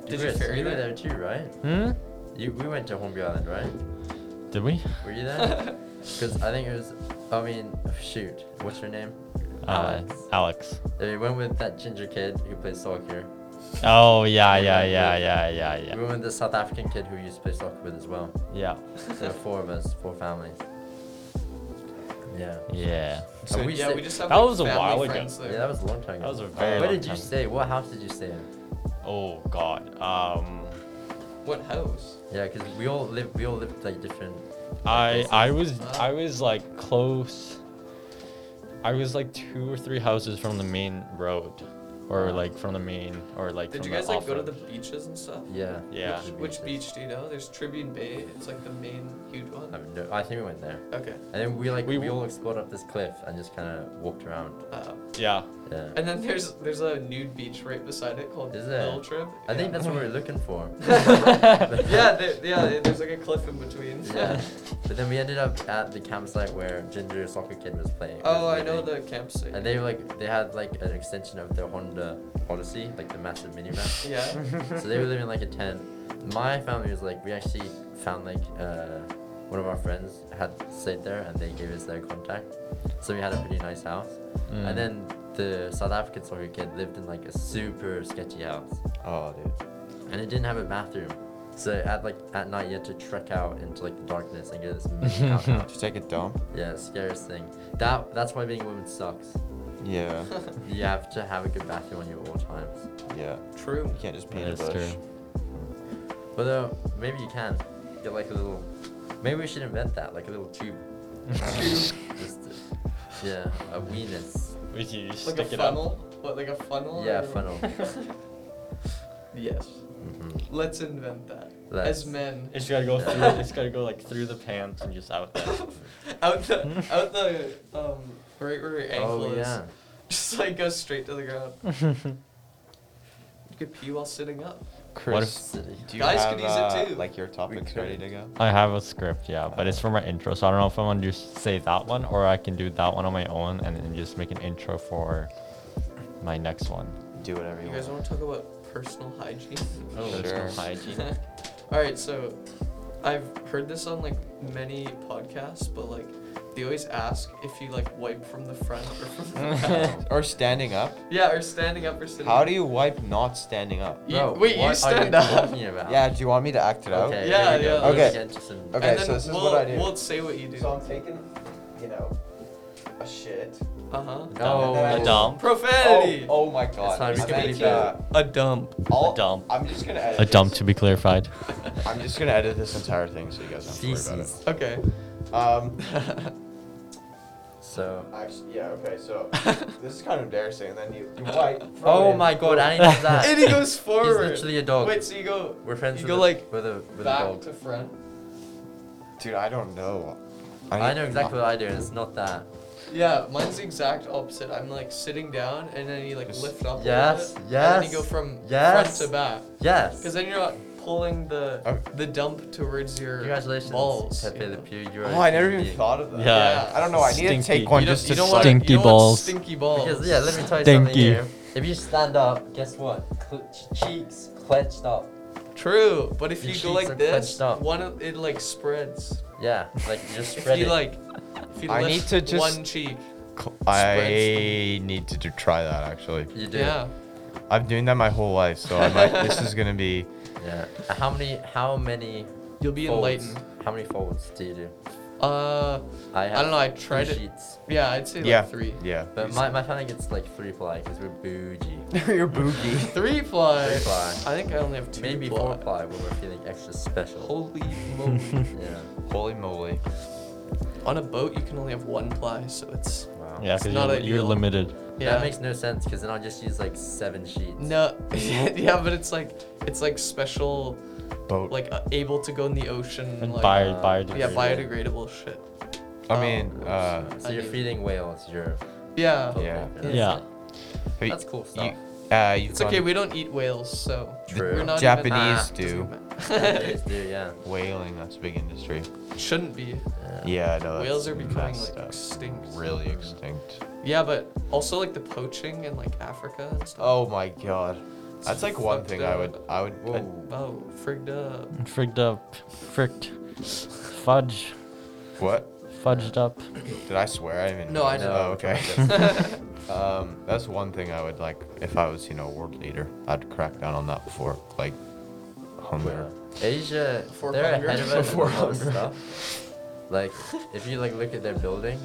Speaker 3: Did you
Speaker 4: Chris,
Speaker 3: ferry
Speaker 4: were
Speaker 3: there?
Speaker 4: Hmm. there too, right?
Speaker 2: Hmm?
Speaker 4: You, we went to Hornby Island, right?
Speaker 2: Did we?
Speaker 4: Were
Speaker 3: [LAUGHS]
Speaker 4: you there? Because I think it was. I mean, shoot. What's her name?
Speaker 2: Uh, Alex.
Speaker 4: We went with that ginger kid who plays soccer.
Speaker 2: Oh yeah, yeah, yeah, yeah, yeah,
Speaker 4: We
Speaker 2: Uh, yeah.
Speaker 4: went with the South African kid who used to play soccer with as well.
Speaker 2: Yeah.
Speaker 4: So four of us, four families. Yeah.
Speaker 2: Yeah.
Speaker 4: So we
Speaker 3: yeah,
Speaker 4: stay-
Speaker 3: we just have
Speaker 2: That
Speaker 3: like,
Speaker 2: was a
Speaker 3: family
Speaker 2: while ago.
Speaker 3: friends
Speaker 4: Yeah,
Speaker 3: there.
Speaker 4: that was a long time ago.
Speaker 2: That was a very
Speaker 4: Where
Speaker 2: long
Speaker 4: did you
Speaker 2: time.
Speaker 4: stay? What house did you stay in?
Speaker 2: Oh god. Um,
Speaker 3: What house?
Speaker 4: Yeah, because we all live. We all lived like different.
Speaker 2: I I was
Speaker 3: Wow.
Speaker 2: I was like close. I was like two or three houses from the main road, or
Speaker 4: Wow.
Speaker 2: like from the main, or like.
Speaker 3: Did
Speaker 2: from
Speaker 3: you guys
Speaker 2: the
Speaker 3: like go to
Speaker 2: off-road.
Speaker 3: the beaches and stuff?
Speaker 4: Yeah.
Speaker 2: Yeah.
Speaker 4: different
Speaker 3: Which
Speaker 4: beaches.
Speaker 3: beach do you know? There's Tribune Bay. It's like the main huge
Speaker 4: I,
Speaker 3: one.
Speaker 4: have no, I think we went there,
Speaker 3: Okay.
Speaker 4: and then we like
Speaker 2: We
Speaker 4: we,
Speaker 2: w-
Speaker 4: all explored up this cliff and just kind of walked around.
Speaker 3: Uh,
Speaker 2: Yeah.
Speaker 4: Yeah.
Speaker 3: and then there's there's a nude beach right beside it called
Speaker 4: Is there?
Speaker 3: Little Trib.
Speaker 4: I
Speaker 3: Yeah.
Speaker 4: think that's what we were looking for.
Speaker 3: [LAUGHS]
Speaker 4: [LAUGHS]
Speaker 3: yeah, there, yeah. There's like a cliff in between.
Speaker 4: Yeah. But then we ended up at the campsite where Ginger Soccer Kid was playing.
Speaker 3: [LAUGHS] oh,
Speaker 4: was
Speaker 3: I know
Speaker 4: living.
Speaker 3: the campsite.
Speaker 4: And they like they had like an extension of their Honda Odyssey, like the massive minivan.
Speaker 3: yeah. [LAUGHS]
Speaker 4: [LAUGHS] so they were living in like a tent. My family was like we actually found like uh, one of our friends had stayed there and they gave us their contact. So we had a pretty nice house.
Speaker 2: Mm.
Speaker 4: And then the South African soccer kid lived in like a super sketchy house.
Speaker 1: Oh, dude.
Speaker 4: And it didn't have a bathroom. So at like at night you had to trek out into like the darkness and get this massive out.
Speaker 1: Did you take a dump?
Speaker 4: Yeah, scariest thing. That that's why being a woman sucks.
Speaker 3: [LAUGHS]
Speaker 1: Yeah.
Speaker 4: You have to have a good bathroom on you at all times.
Speaker 1: [LAUGHS] yeah.
Speaker 3: True.
Speaker 1: You can't just pee in a
Speaker 2: That's
Speaker 1: bush.
Speaker 2: true.
Speaker 4: But uh, maybe you can get like a little. Maybe we should invent that, like a little tube.
Speaker 2: [LAUGHS]
Speaker 4: Just, uh, yeah, a weenus.
Speaker 2: Would you just
Speaker 3: Like
Speaker 2: stick
Speaker 3: a
Speaker 2: it up?
Speaker 3: funnel? What, like a funnel?
Speaker 4: Yeah,
Speaker 3: or-
Speaker 4: funnel.
Speaker 3: [LAUGHS] yes.
Speaker 4: Mhm.
Speaker 3: Let's invent that.
Speaker 4: Let's-
Speaker 3: As men.
Speaker 2: It's gotta go through. It's gotta go like through the pants and just out there.
Speaker 3: [LAUGHS] out the out the um right where your ankle
Speaker 4: Oh
Speaker 3: is.
Speaker 4: yeah.
Speaker 3: Just like go straight to the ground. You could pee while sitting up.
Speaker 1: Chris,
Speaker 4: City.
Speaker 1: do you
Speaker 3: Guys
Speaker 1: have
Speaker 3: could use it
Speaker 1: uh,
Speaker 3: too.
Speaker 1: like your topics ready to go?
Speaker 2: [LAUGHS] I have a script, yeah, but it's from my intro, so I don't know if I want to just say that one or I can do that one on my own and then just make an intro for my next one.
Speaker 1: Do whatever you,
Speaker 3: You guys
Speaker 1: want.
Speaker 3: want to talk about personal hygiene?
Speaker 1: Oh, sure.
Speaker 2: Personal hygiene.
Speaker 3: [LAUGHS] All right, so I've heard this on like many podcasts, but like they always ask if you like wipe from the front or from
Speaker 1: [LAUGHS]
Speaker 3: the back.
Speaker 1: or standing up?
Speaker 3: yeah, or standing up or sitting.
Speaker 1: How
Speaker 3: up.
Speaker 1: do you wipe not standing up?
Speaker 3: You-
Speaker 4: Bro,
Speaker 3: wait,
Speaker 4: what
Speaker 3: you
Speaker 4: are
Speaker 1: [LAUGHS]
Speaker 3: stand up.
Speaker 4: talking about?
Speaker 1: Yeah, do you want me to act it out?
Speaker 4: Okay.
Speaker 3: Yeah,
Speaker 4: here we go.
Speaker 3: yeah,
Speaker 4: Let's
Speaker 1: let's-
Speaker 4: get into some-
Speaker 1: Okay,
Speaker 3: and then
Speaker 1: so this is
Speaker 3: we'll,
Speaker 1: what I do.
Speaker 3: We'll say what you do.
Speaker 1: So I'm taking, you know, a shit.
Speaker 3: Uh huh.
Speaker 4: Oh,
Speaker 1: And then I
Speaker 2: a
Speaker 1: will-
Speaker 2: dump.
Speaker 3: Profanity.
Speaker 1: Oh, oh my god.
Speaker 4: not
Speaker 1: I
Speaker 4: even
Speaker 1: meant,
Speaker 4: gonna
Speaker 1: uh,
Speaker 3: A dump.
Speaker 1: I'll-
Speaker 2: A dump.
Speaker 1: I'm just gonna edit.
Speaker 2: A dump
Speaker 1: this-
Speaker 2: to be clarified.
Speaker 1: I'm just gonna edit this entire thing so you guys don't have to worry
Speaker 3: [LAUGHS]
Speaker 4: Feces.
Speaker 3: Okay.
Speaker 1: about it. Um,
Speaker 4: So.
Speaker 1: actually, yeah, okay,
Speaker 4: [LAUGHS]
Speaker 1: so this is kind of embarrassing. And then you, you wipe. throw it
Speaker 4: Oh
Speaker 1: in,
Speaker 4: my
Speaker 1: throw
Speaker 4: god,
Speaker 1: it-
Speaker 4: I didn't do that.
Speaker 3: [LAUGHS] and he
Speaker 4: [LAUGHS]
Speaker 3: goes forward.
Speaker 4: literally a dog.
Speaker 3: Wait, so you go.
Speaker 4: We're friends
Speaker 3: You
Speaker 4: with
Speaker 3: go
Speaker 4: a,
Speaker 3: like
Speaker 4: with a with a
Speaker 3: back
Speaker 4: dog.
Speaker 3: to front.
Speaker 1: Dude, I don't know.
Speaker 4: I know exactly what I do, and it's not that.
Speaker 3: Yeah, mine's the exact opposite. I'm like sitting down, and then you like
Speaker 1: Just-
Speaker 3: lift up. a little
Speaker 4: Yes,
Speaker 3: bit, And then you
Speaker 4: yes,
Speaker 3: go from
Speaker 4: yes.
Speaker 3: front to back.
Speaker 4: Yes.
Speaker 3: Because then you're not pulling the
Speaker 1: Oh.
Speaker 3: the dump towards your
Speaker 4: Congratulations,
Speaker 3: balls.
Speaker 4: Pepe
Speaker 3: you know?
Speaker 4: Le Pew. You are.
Speaker 1: Oh,
Speaker 4: a
Speaker 1: I never
Speaker 4: human
Speaker 1: even
Speaker 4: being.
Speaker 1: thought of that.
Speaker 2: Yeah.
Speaker 1: I don't know. I need
Speaker 2: Stinky.
Speaker 1: to take one
Speaker 3: You don't-
Speaker 1: just
Speaker 3: you
Speaker 1: to
Speaker 3: don't wanna-
Speaker 1: suck.
Speaker 2: Stinky
Speaker 3: you don't want
Speaker 2: balls.
Speaker 3: Stinky balls.
Speaker 4: Because yeah, let me tell you something
Speaker 2: Stinky.
Speaker 4: here. If you stand up, guess what? Cl- ch- cheeks clenched up.
Speaker 3: True, but if
Speaker 4: Your
Speaker 3: you go
Speaker 4: cheeks
Speaker 3: like
Speaker 4: are
Speaker 3: this,
Speaker 4: clenched up.
Speaker 3: one of- it like spreads.
Speaker 4: Yeah, like just
Speaker 3: If
Speaker 4: spread
Speaker 3: you
Speaker 4: it.
Speaker 3: like, if you
Speaker 1: I
Speaker 3: lift
Speaker 1: need to just-
Speaker 3: one cheek.
Speaker 1: I need to do- try that actually.
Speaker 4: you do.
Speaker 3: Yeah.
Speaker 1: I'm doing that my whole life, so I might. this is gonna be.
Speaker 4: Yeah. How many? How many?
Speaker 3: You'll be
Speaker 4: folds-
Speaker 3: enlightened.
Speaker 4: How many folds do you do?
Speaker 3: Uh, I don't know. I
Speaker 4: three
Speaker 3: tried it.
Speaker 4: sheets,
Speaker 3: Yeah, I'd say
Speaker 1: yeah.
Speaker 3: like three.
Speaker 1: Yeah.
Speaker 4: but my, my family gets like three ply because we're bougie.
Speaker 1: You're boogie.
Speaker 3: Three ply.
Speaker 4: Three ply.
Speaker 3: I think I only have [LAUGHS] two
Speaker 4: Maybe
Speaker 3: ply.
Speaker 4: four ply when we're feeling extra special.
Speaker 3: Holy moly!
Speaker 4: Yeah.
Speaker 1: Holy moly.
Speaker 3: On a boat, you can only have one ply, so it's
Speaker 4: Wow.
Speaker 2: Yeah,
Speaker 3: It's
Speaker 2: because
Speaker 3: not
Speaker 2: you're, you're
Speaker 3: ideal.
Speaker 2: limited.
Speaker 3: yeah.
Speaker 4: That makes no sense because then I'll just use like seven sheets.
Speaker 3: no, [LAUGHS] yeah, but it's like it's like special,
Speaker 1: Boat.
Speaker 3: like uh, able to go in the ocean.
Speaker 2: And
Speaker 3: like,
Speaker 2: bio,
Speaker 4: uh,
Speaker 2: biodegradable.
Speaker 3: yeah,
Speaker 4: biodegradable.
Speaker 3: biodegradable shit.
Speaker 1: I
Speaker 3: oh,
Speaker 1: mean, uh,
Speaker 4: So you're
Speaker 3: I- Uh,
Speaker 4: feeding whales. You're.
Speaker 3: Yeah.
Speaker 1: Yeah.
Speaker 2: Yeah.
Speaker 1: have you-
Speaker 4: That's cool stuff.
Speaker 1: You, uh, you've
Speaker 3: It's
Speaker 1: gone-
Speaker 3: okay. We don't eat whales, so
Speaker 4: True.
Speaker 3: we're not
Speaker 1: Japanese
Speaker 3: Even,
Speaker 4: Ah,
Speaker 1: do
Speaker 4: [LAUGHS] Nowadays, dude, yeah.
Speaker 1: whaling. That's a big industry.
Speaker 3: shouldn't be.
Speaker 1: Yeah, I know. that's
Speaker 3: Whales are becoming
Speaker 1: messed
Speaker 3: like
Speaker 1: up.
Speaker 3: extinct.
Speaker 1: really extinct.
Speaker 3: Yeah, but also like the poaching in like Africa and stuff.
Speaker 1: Oh my god. That's like one
Speaker 3: fucked
Speaker 1: thing I
Speaker 3: up.
Speaker 1: would. I would.
Speaker 4: Whoa.
Speaker 3: Oh, frigged up.
Speaker 2: Frigged up. Fricked. Fudge.
Speaker 1: what?
Speaker 2: Fudged up.
Speaker 1: Did I swear? I didn't. even
Speaker 3: No, I
Speaker 1: notice.
Speaker 3: didn't.
Speaker 1: Oh, okay. um, that's one thing I would like if I was, you know, a world leader. I'd crack down on that before, like, hunger.
Speaker 4: Asia,
Speaker 3: Before
Speaker 4: they're
Speaker 3: hunger.
Speaker 4: ahead of us in a
Speaker 1: Before
Speaker 4: lot of
Speaker 1: hunger.
Speaker 4: stuff. Like, if you like look at their buildings,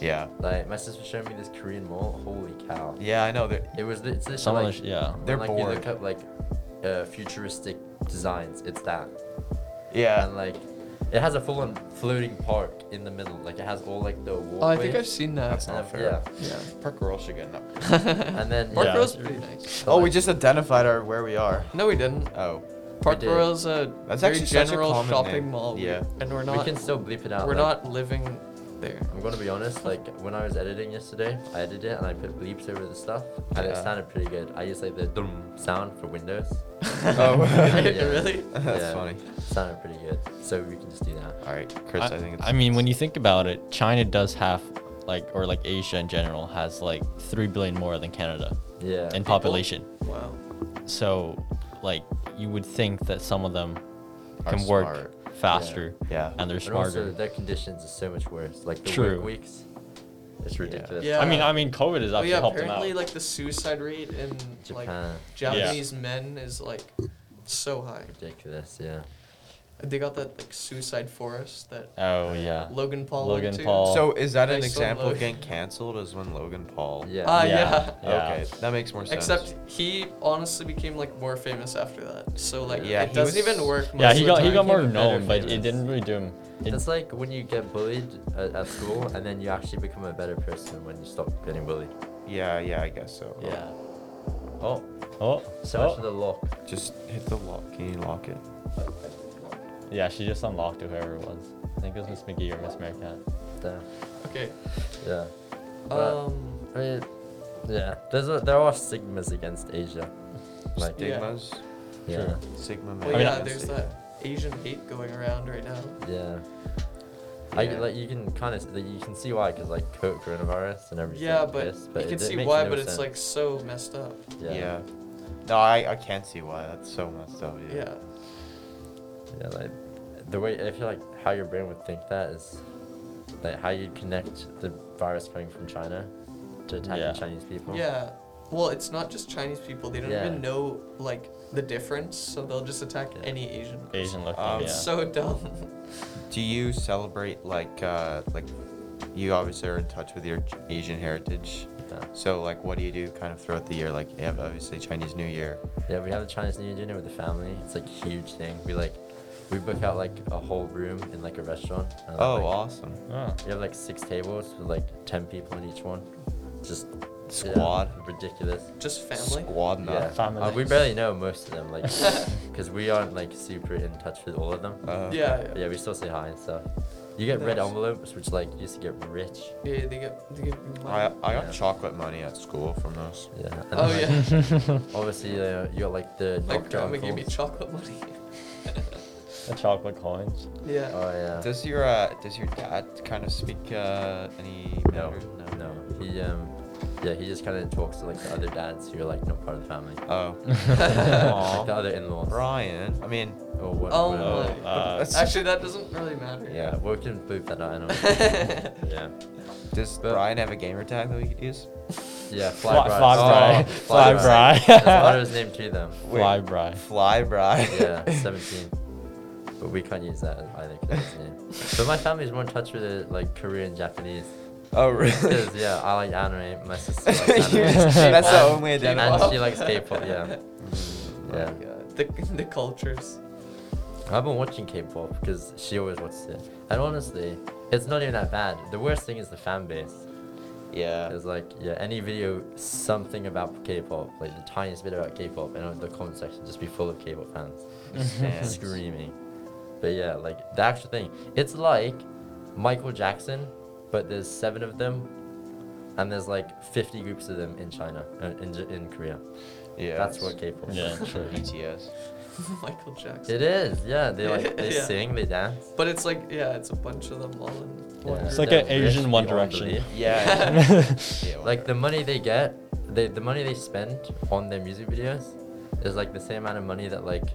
Speaker 1: Yeah.
Speaker 4: like my sister showed me this Korean mall. Holy cow!
Speaker 1: Yeah, I know. They're,
Speaker 4: It was it's this
Speaker 2: Some of
Speaker 4: like,
Speaker 2: the sh- yeah.
Speaker 4: when,
Speaker 1: They're
Speaker 4: like you
Speaker 1: bored.
Speaker 4: look up like uh, futuristic designs. It's that
Speaker 1: yeah.
Speaker 4: and like it has a full-on floating park in the middle. Like it has all like the walkways.
Speaker 3: Oh, I think I've seen that.
Speaker 1: That's not
Speaker 4: and-
Speaker 1: fair.
Speaker 4: yeah.
Speaker 3: Yeah.
Speaker 1: Park Girl should get up.
Speaker 4: And then
Speaker 3: Park
Speaker 2: Yeah.
Speaker 3: Royal's pretty nice.
Speaker 1: Oh, we just identified our where we are.
Speaker 3: No, we didn't.
Speaker 1: Oh.
Speaker 3: Park
Speaker 4: did.
Speaker 3: Royal's a
Speaker 1: That's
Speaker 3: very
Speaker 1: actually such a
Speaker 3: general
Speaker 1: common
Speaker 3: shopping
Speaker 1: name.
Speaker 3: mall. we-
Speaker 1: Yeah.
Speaker 3: And we're
Speaker 4: we
Speaker 3: not.
Speaker 4: can still bleep it out.
Speaker 3: we're
Speaker 4: like,
Speaker 3: not living there.
Speaker 4: I'm gonna be honest, like when I was editing yesterday, I edited it and I put bleeps over the stuff, and it
Speaker 1: Yeah.
Speaker 4: sounded pretty good. I used like the dum sound for Windows.
Speaker 1: Oh.
Speaker 4: Yeah.
Speaker 3: [LAUGHS] really?
Speaker 1: [LAUGHS] That's
Speaker 4: Yeah.
Speaker 1: funny.
Speaker 4: It sounded pretty good, so we can just do that.
Speaker 1: [LAUGHS] All right, Chris. I, think it's.
Speaker 2: I mean, when you think about it, China does have, like, or like Asia in general, has like 3 billion more than Canada
Speaker 4: Yeah.
Speaker 2: in population.
Speaker 3: Wow.
Speaker 2: So, like, you would think that some of them
Speaker 1: Are
Speaker 2: can work
Speaker 1: smart.
Speaker 2: faster
Speaker 1: Yeah.
Speaker 2: and they're
Speaker 4: But also,
Speaker 2: smarter.
Speaker 4: their conditions is so much worse. Like the
Speaker 2: True.
Speaker 4: work weeks, it's
Speaker 1: Yeah.
Speaker 4: ridiculous.
Speaker 3: Yeah.
Speaker 2: I mean, I mean, COVID has
Speaker 3: Oh
Speaker 2: actually
Speaker 3: yeah,
Speaker 2: helped them out.
Speaker 3: apparently like the suicide rate in like
Speaker 4: Japan,
Speaker 3: Japanese men is like so high.
Speaker 4: ridiculous. Yeah.
Speaker 3: They got that like suicide forest that
Speaker 2: oh yeah.
Speaker 3: Logan Paul
Speaker 2: Logan
Speaker 3: went to.
Speaker 2: Paul.
Speaker 1: So is that
Speaker 3: They
Speaker 1: an
Speaker 3: sold
Speaker 1: example of
Speaker 3: Logan.
Speaker 1: getting canceled? Is when Logan Paul?
Speaker 4: Yeah.
Speaker 3: Ah,
Speaker 2: Yeah.
Speaker 3: yeah.
Speaker 1: Okay, that makes more sense.
Speaker 3: Except he honestly became like more famous after that. So like
Speaker 1: Yeah,
Speaker 3: it
Speaker 1: he
Speaker 3: doesn't
Speaker 1: was-
Speaker 3: even work.
Speaker 2: Yeah,
Speaker 3: most
Speaker 2: he
Speaker 3: of the
Speaker 2: got he
Speaker 3: time.
Speaker 2: got more
Speaker 4: had a better
Speaker 2: known, but it
Speaker 4: famous.
Speaker 2: didn't really do him. It,
Speaker 4: It's like when you get bullied at, at school and then you actually become a better person when you stop getting bullied.
Speaker 1: Yeah, yeah, I guess so.
Speaker 4: Yeah. Oh,
Speaker 2: oh,
Speaker 4: so much for the lock.
Speaker 1: Just hit the lock. Can you lock it?
Speaker 2: yeah, she just unlocked whoever it was. I think it was Miss McGee or Miss Meerkat.
Speaker 4: Damn.
Speaker 3: Okay.
Speaker 4: Yeah. But,
Speaker 3: Um.
Speaker 4: I mean, yeah. There's a, there are stigmas against Asia. Like
Speaker 1: Stigmas.
Speaker 4: yeah,
Speaker 1: Sigma.
Speaker 3: Well,
Speaker 2: mean,
Speaker 3: yeah,
Speaker 2: I-
Speaker 3: there's that Asian hate going around right now.
Speaker 4: yeah. I,
Speaker 1: Yeah.
Speaker 4: like you can kind of you can see why because like co- coronavirus and everything.
Speaker 3: Yeah,
Speaker 4: like
Speaker 3: but,
Speaker 4: this,
Speaker 3: you
Speaker 4: it-
Speaker 3: can
Speaker 4: it
Speaker 3: see
Speaker 4: makes
Speaker 3: why,
Speaker 4: no
Speaker 3: but it's
Speaker 4: sense.
Speaker 3: like so messed up.
Speaker 1: Yeah. No, I, I can't see why. That's so messed up.
Speaker 3: Yeah.
Speaker 1: Yeah.
Speaker 4: Yeah, like the way I feel like how your brain would think that is like how you'd connect the virus coming from China to attacking
Speaker 2: Yeah.
Speaker 4: Chinese people.
Speaker 3: Yeah. Well, it's not just Chinese people. They don't
Speaker 4: Yeah.
Speaker 3: even know like the difference, so they'll just attack
Speaker 4: Yeah.
Speaker 3: any Asian. person.
Speaker 2: Asian looking.
Speaker 1: Um,
Speaker 2: yeah.
Speaker 3: It's so [LAUGHS] dumb.
Speaker 1: Do you celebrate like uh like you obviously are in touch with your Asian heritage?
Speaker 4: Yeah.
Speaker 1: So like, what do you do kind of throughout the year? Like, you have obviously Chinese New Year.
Speaker 4: Yeah, we have a Chinese New Year dinner with the family. It's like a huge thing. We like we book out like a whole room in like a restaurant. and,
Speaker 1: Oh,
Speaker 4: like,
Speaker 1: awesome.
Speaker 2: Oh.
Speaker 4: We have like six tables with like ten people in each one. Just yeah,
Speaker 1: Squad.
Speaker 4: ridiculous.
Speaker 3: Just family.
Speaker 1: Squad nut.
Speaker 4: Yeah.
Speaker 2: family.
Speaker 4: Uh, we barely know most
Speaker 3: [LAUGHS]
Speaker 4: of them, like, because we aren't like super in touch with all of them.
Speaker 1: Uh,
Speaker 3: Yeah,
Speaker 4: But
Speaker 3: yeah.
Speaker 4: yeah, we still say hi and stuff. You get red
Speaker 3: Nice.
Speaker 4: envelopes, which like you used to get rich.
Speaker 3: Yeah, they get they get money.
Speaker 1: I I got
Speaker 4: Yeah.
Speaker 1: chocolate money at school from those.
Speaker 4: Yeah. and
Speaker 3: Oh
Speaker 4: then,
Speaker 3: yeah.
Speaker 4: like, Obviously, uh, you got like the
Speaker 3: My
Speaker 4: knocked
Speaker 3: grandma gave me
Speaker 4: envelopes.
Speaker 3: chocolate money. [LAUGHS]
Speaker 2: The chocolate coins.
Speaker 3: yeah.
Speaker 4: Oh yeah.
Speaker 1: Does your uh, does your dad kind of speak uh, any
Speaker 4: no,
Speaker 1: Mandarin?
Speaker 4: no. He um, yeah, he just kind of talks to like the other dads who are like not part of the family. [LAUGHS]
Speaker 1: Oh,
Speaker 4: Like
Speaker 1: [LAUGHS]
Speaker 4: the
Speaker 1: Aw.
Speaker 4: other in-laws.
Speaker 1: Brian. I mean,
Speaker 4: Or what?
Speaker 3: oh
Speaker 4: what-
Speaker 2: Well,
Speaker 3: my.
Speaker 2: uh,
Speaker 1: that's-
Speaker 3: Actually, that doesn't really matter. [LAUGHS]
Speaker 4: Yeah, we can boop that out. I
Speaker 1: [LAUGHS]
Speaker 4: don't know. yeah.
Speaker 1: does
Speaker 4: But-
Speaker 1: Brian have a gamer tag that we could use?
Speaker 4: Yeah,
Speaker 2: Fly-
Speaker 4: Fly Bri.
Speaker 2: Fly
Speaker 1: Bri.
Speaker 4: Oh,
Speaker 1: Fly
Speaker 4: Bri.
Speaker 2: Bri.
Speaker 1: [LAUGHS]
Speaker 4: That's part of his name too, then.
Speaker 1: Wait.
Speaker 2: Fly bri.
Speaker 1: Fly Brian. [LAUGHS]
Speaker 4: Yeah, 17. But we can't use that either 'cause that's his name. But my family's more in touch with the, like Korean
Speaker 1: [LAUGHS]
Speaker 4: Japanese.
Speaker 1: oh really?
Speaker 4: [LAUGHS] 'Cause, yeah, I like anime. My sister
Speaker 1: [LAUGHS]
Speaker 4: likes
Speaker 1: You
Speaker 4: anime.
Speaker 1: just- that's the only
Speaker 3: K-pop.
Speaker 1: identifier.
Speaker 4: And she likes K-pop.
Speaker 3: [LAUGHS]
Speaker 4: Yeah. Yeah.
Speaker 3: Yeah, Oh The the cultures. [LAUGHS]
Speaker 4: I've been watching K-pop because she always watches it. And honestly, it's not even that bad. The worst thing is the fan base.
Speaker 1: Yeah.
Speaker 4: It's like, yeah, any video, something about K-pop, like the tiniest bit about K-pop, and the comment section just be full of K-pop fans
Speaker 1: Fans.
Speaker 4: [LAUGHS] screaming. But yeah, like the actual thing, it's like Michael Jackson, but there's seven of them, and there's like 50 groups of them in China, uh, in J- in Korea.
Speaker 1: Yeah.
Speaker 4: That's what K-pop. is.
Speaker 2: Yeah, true.
Speaker 1: BTS.
Speaker 3: Michael Jackson.
Speaker 4: It is. Yeah, they like they
Speaker 3: Yeah.
Speaker 4: sing, they dance.
Speaker 3: But it's like yeah, it's a bunch of them all in one.
Speaker 4: Yeah.
Speaker 2: It's
Speaker 3: group.
Speaker 2: like an
Speaker 4: They're rich
Speaker 2: Asian One
Speaker 4: beyond
Speaker 2: Direction.
Speaker 4: belief.
Speaker 1: Yeah.
Speaker 4: [LAUGHS]
Speaker 1: yeah
Speaker 4: Like the money they get, they, the money they spend on their music videos is like the same amount of money that like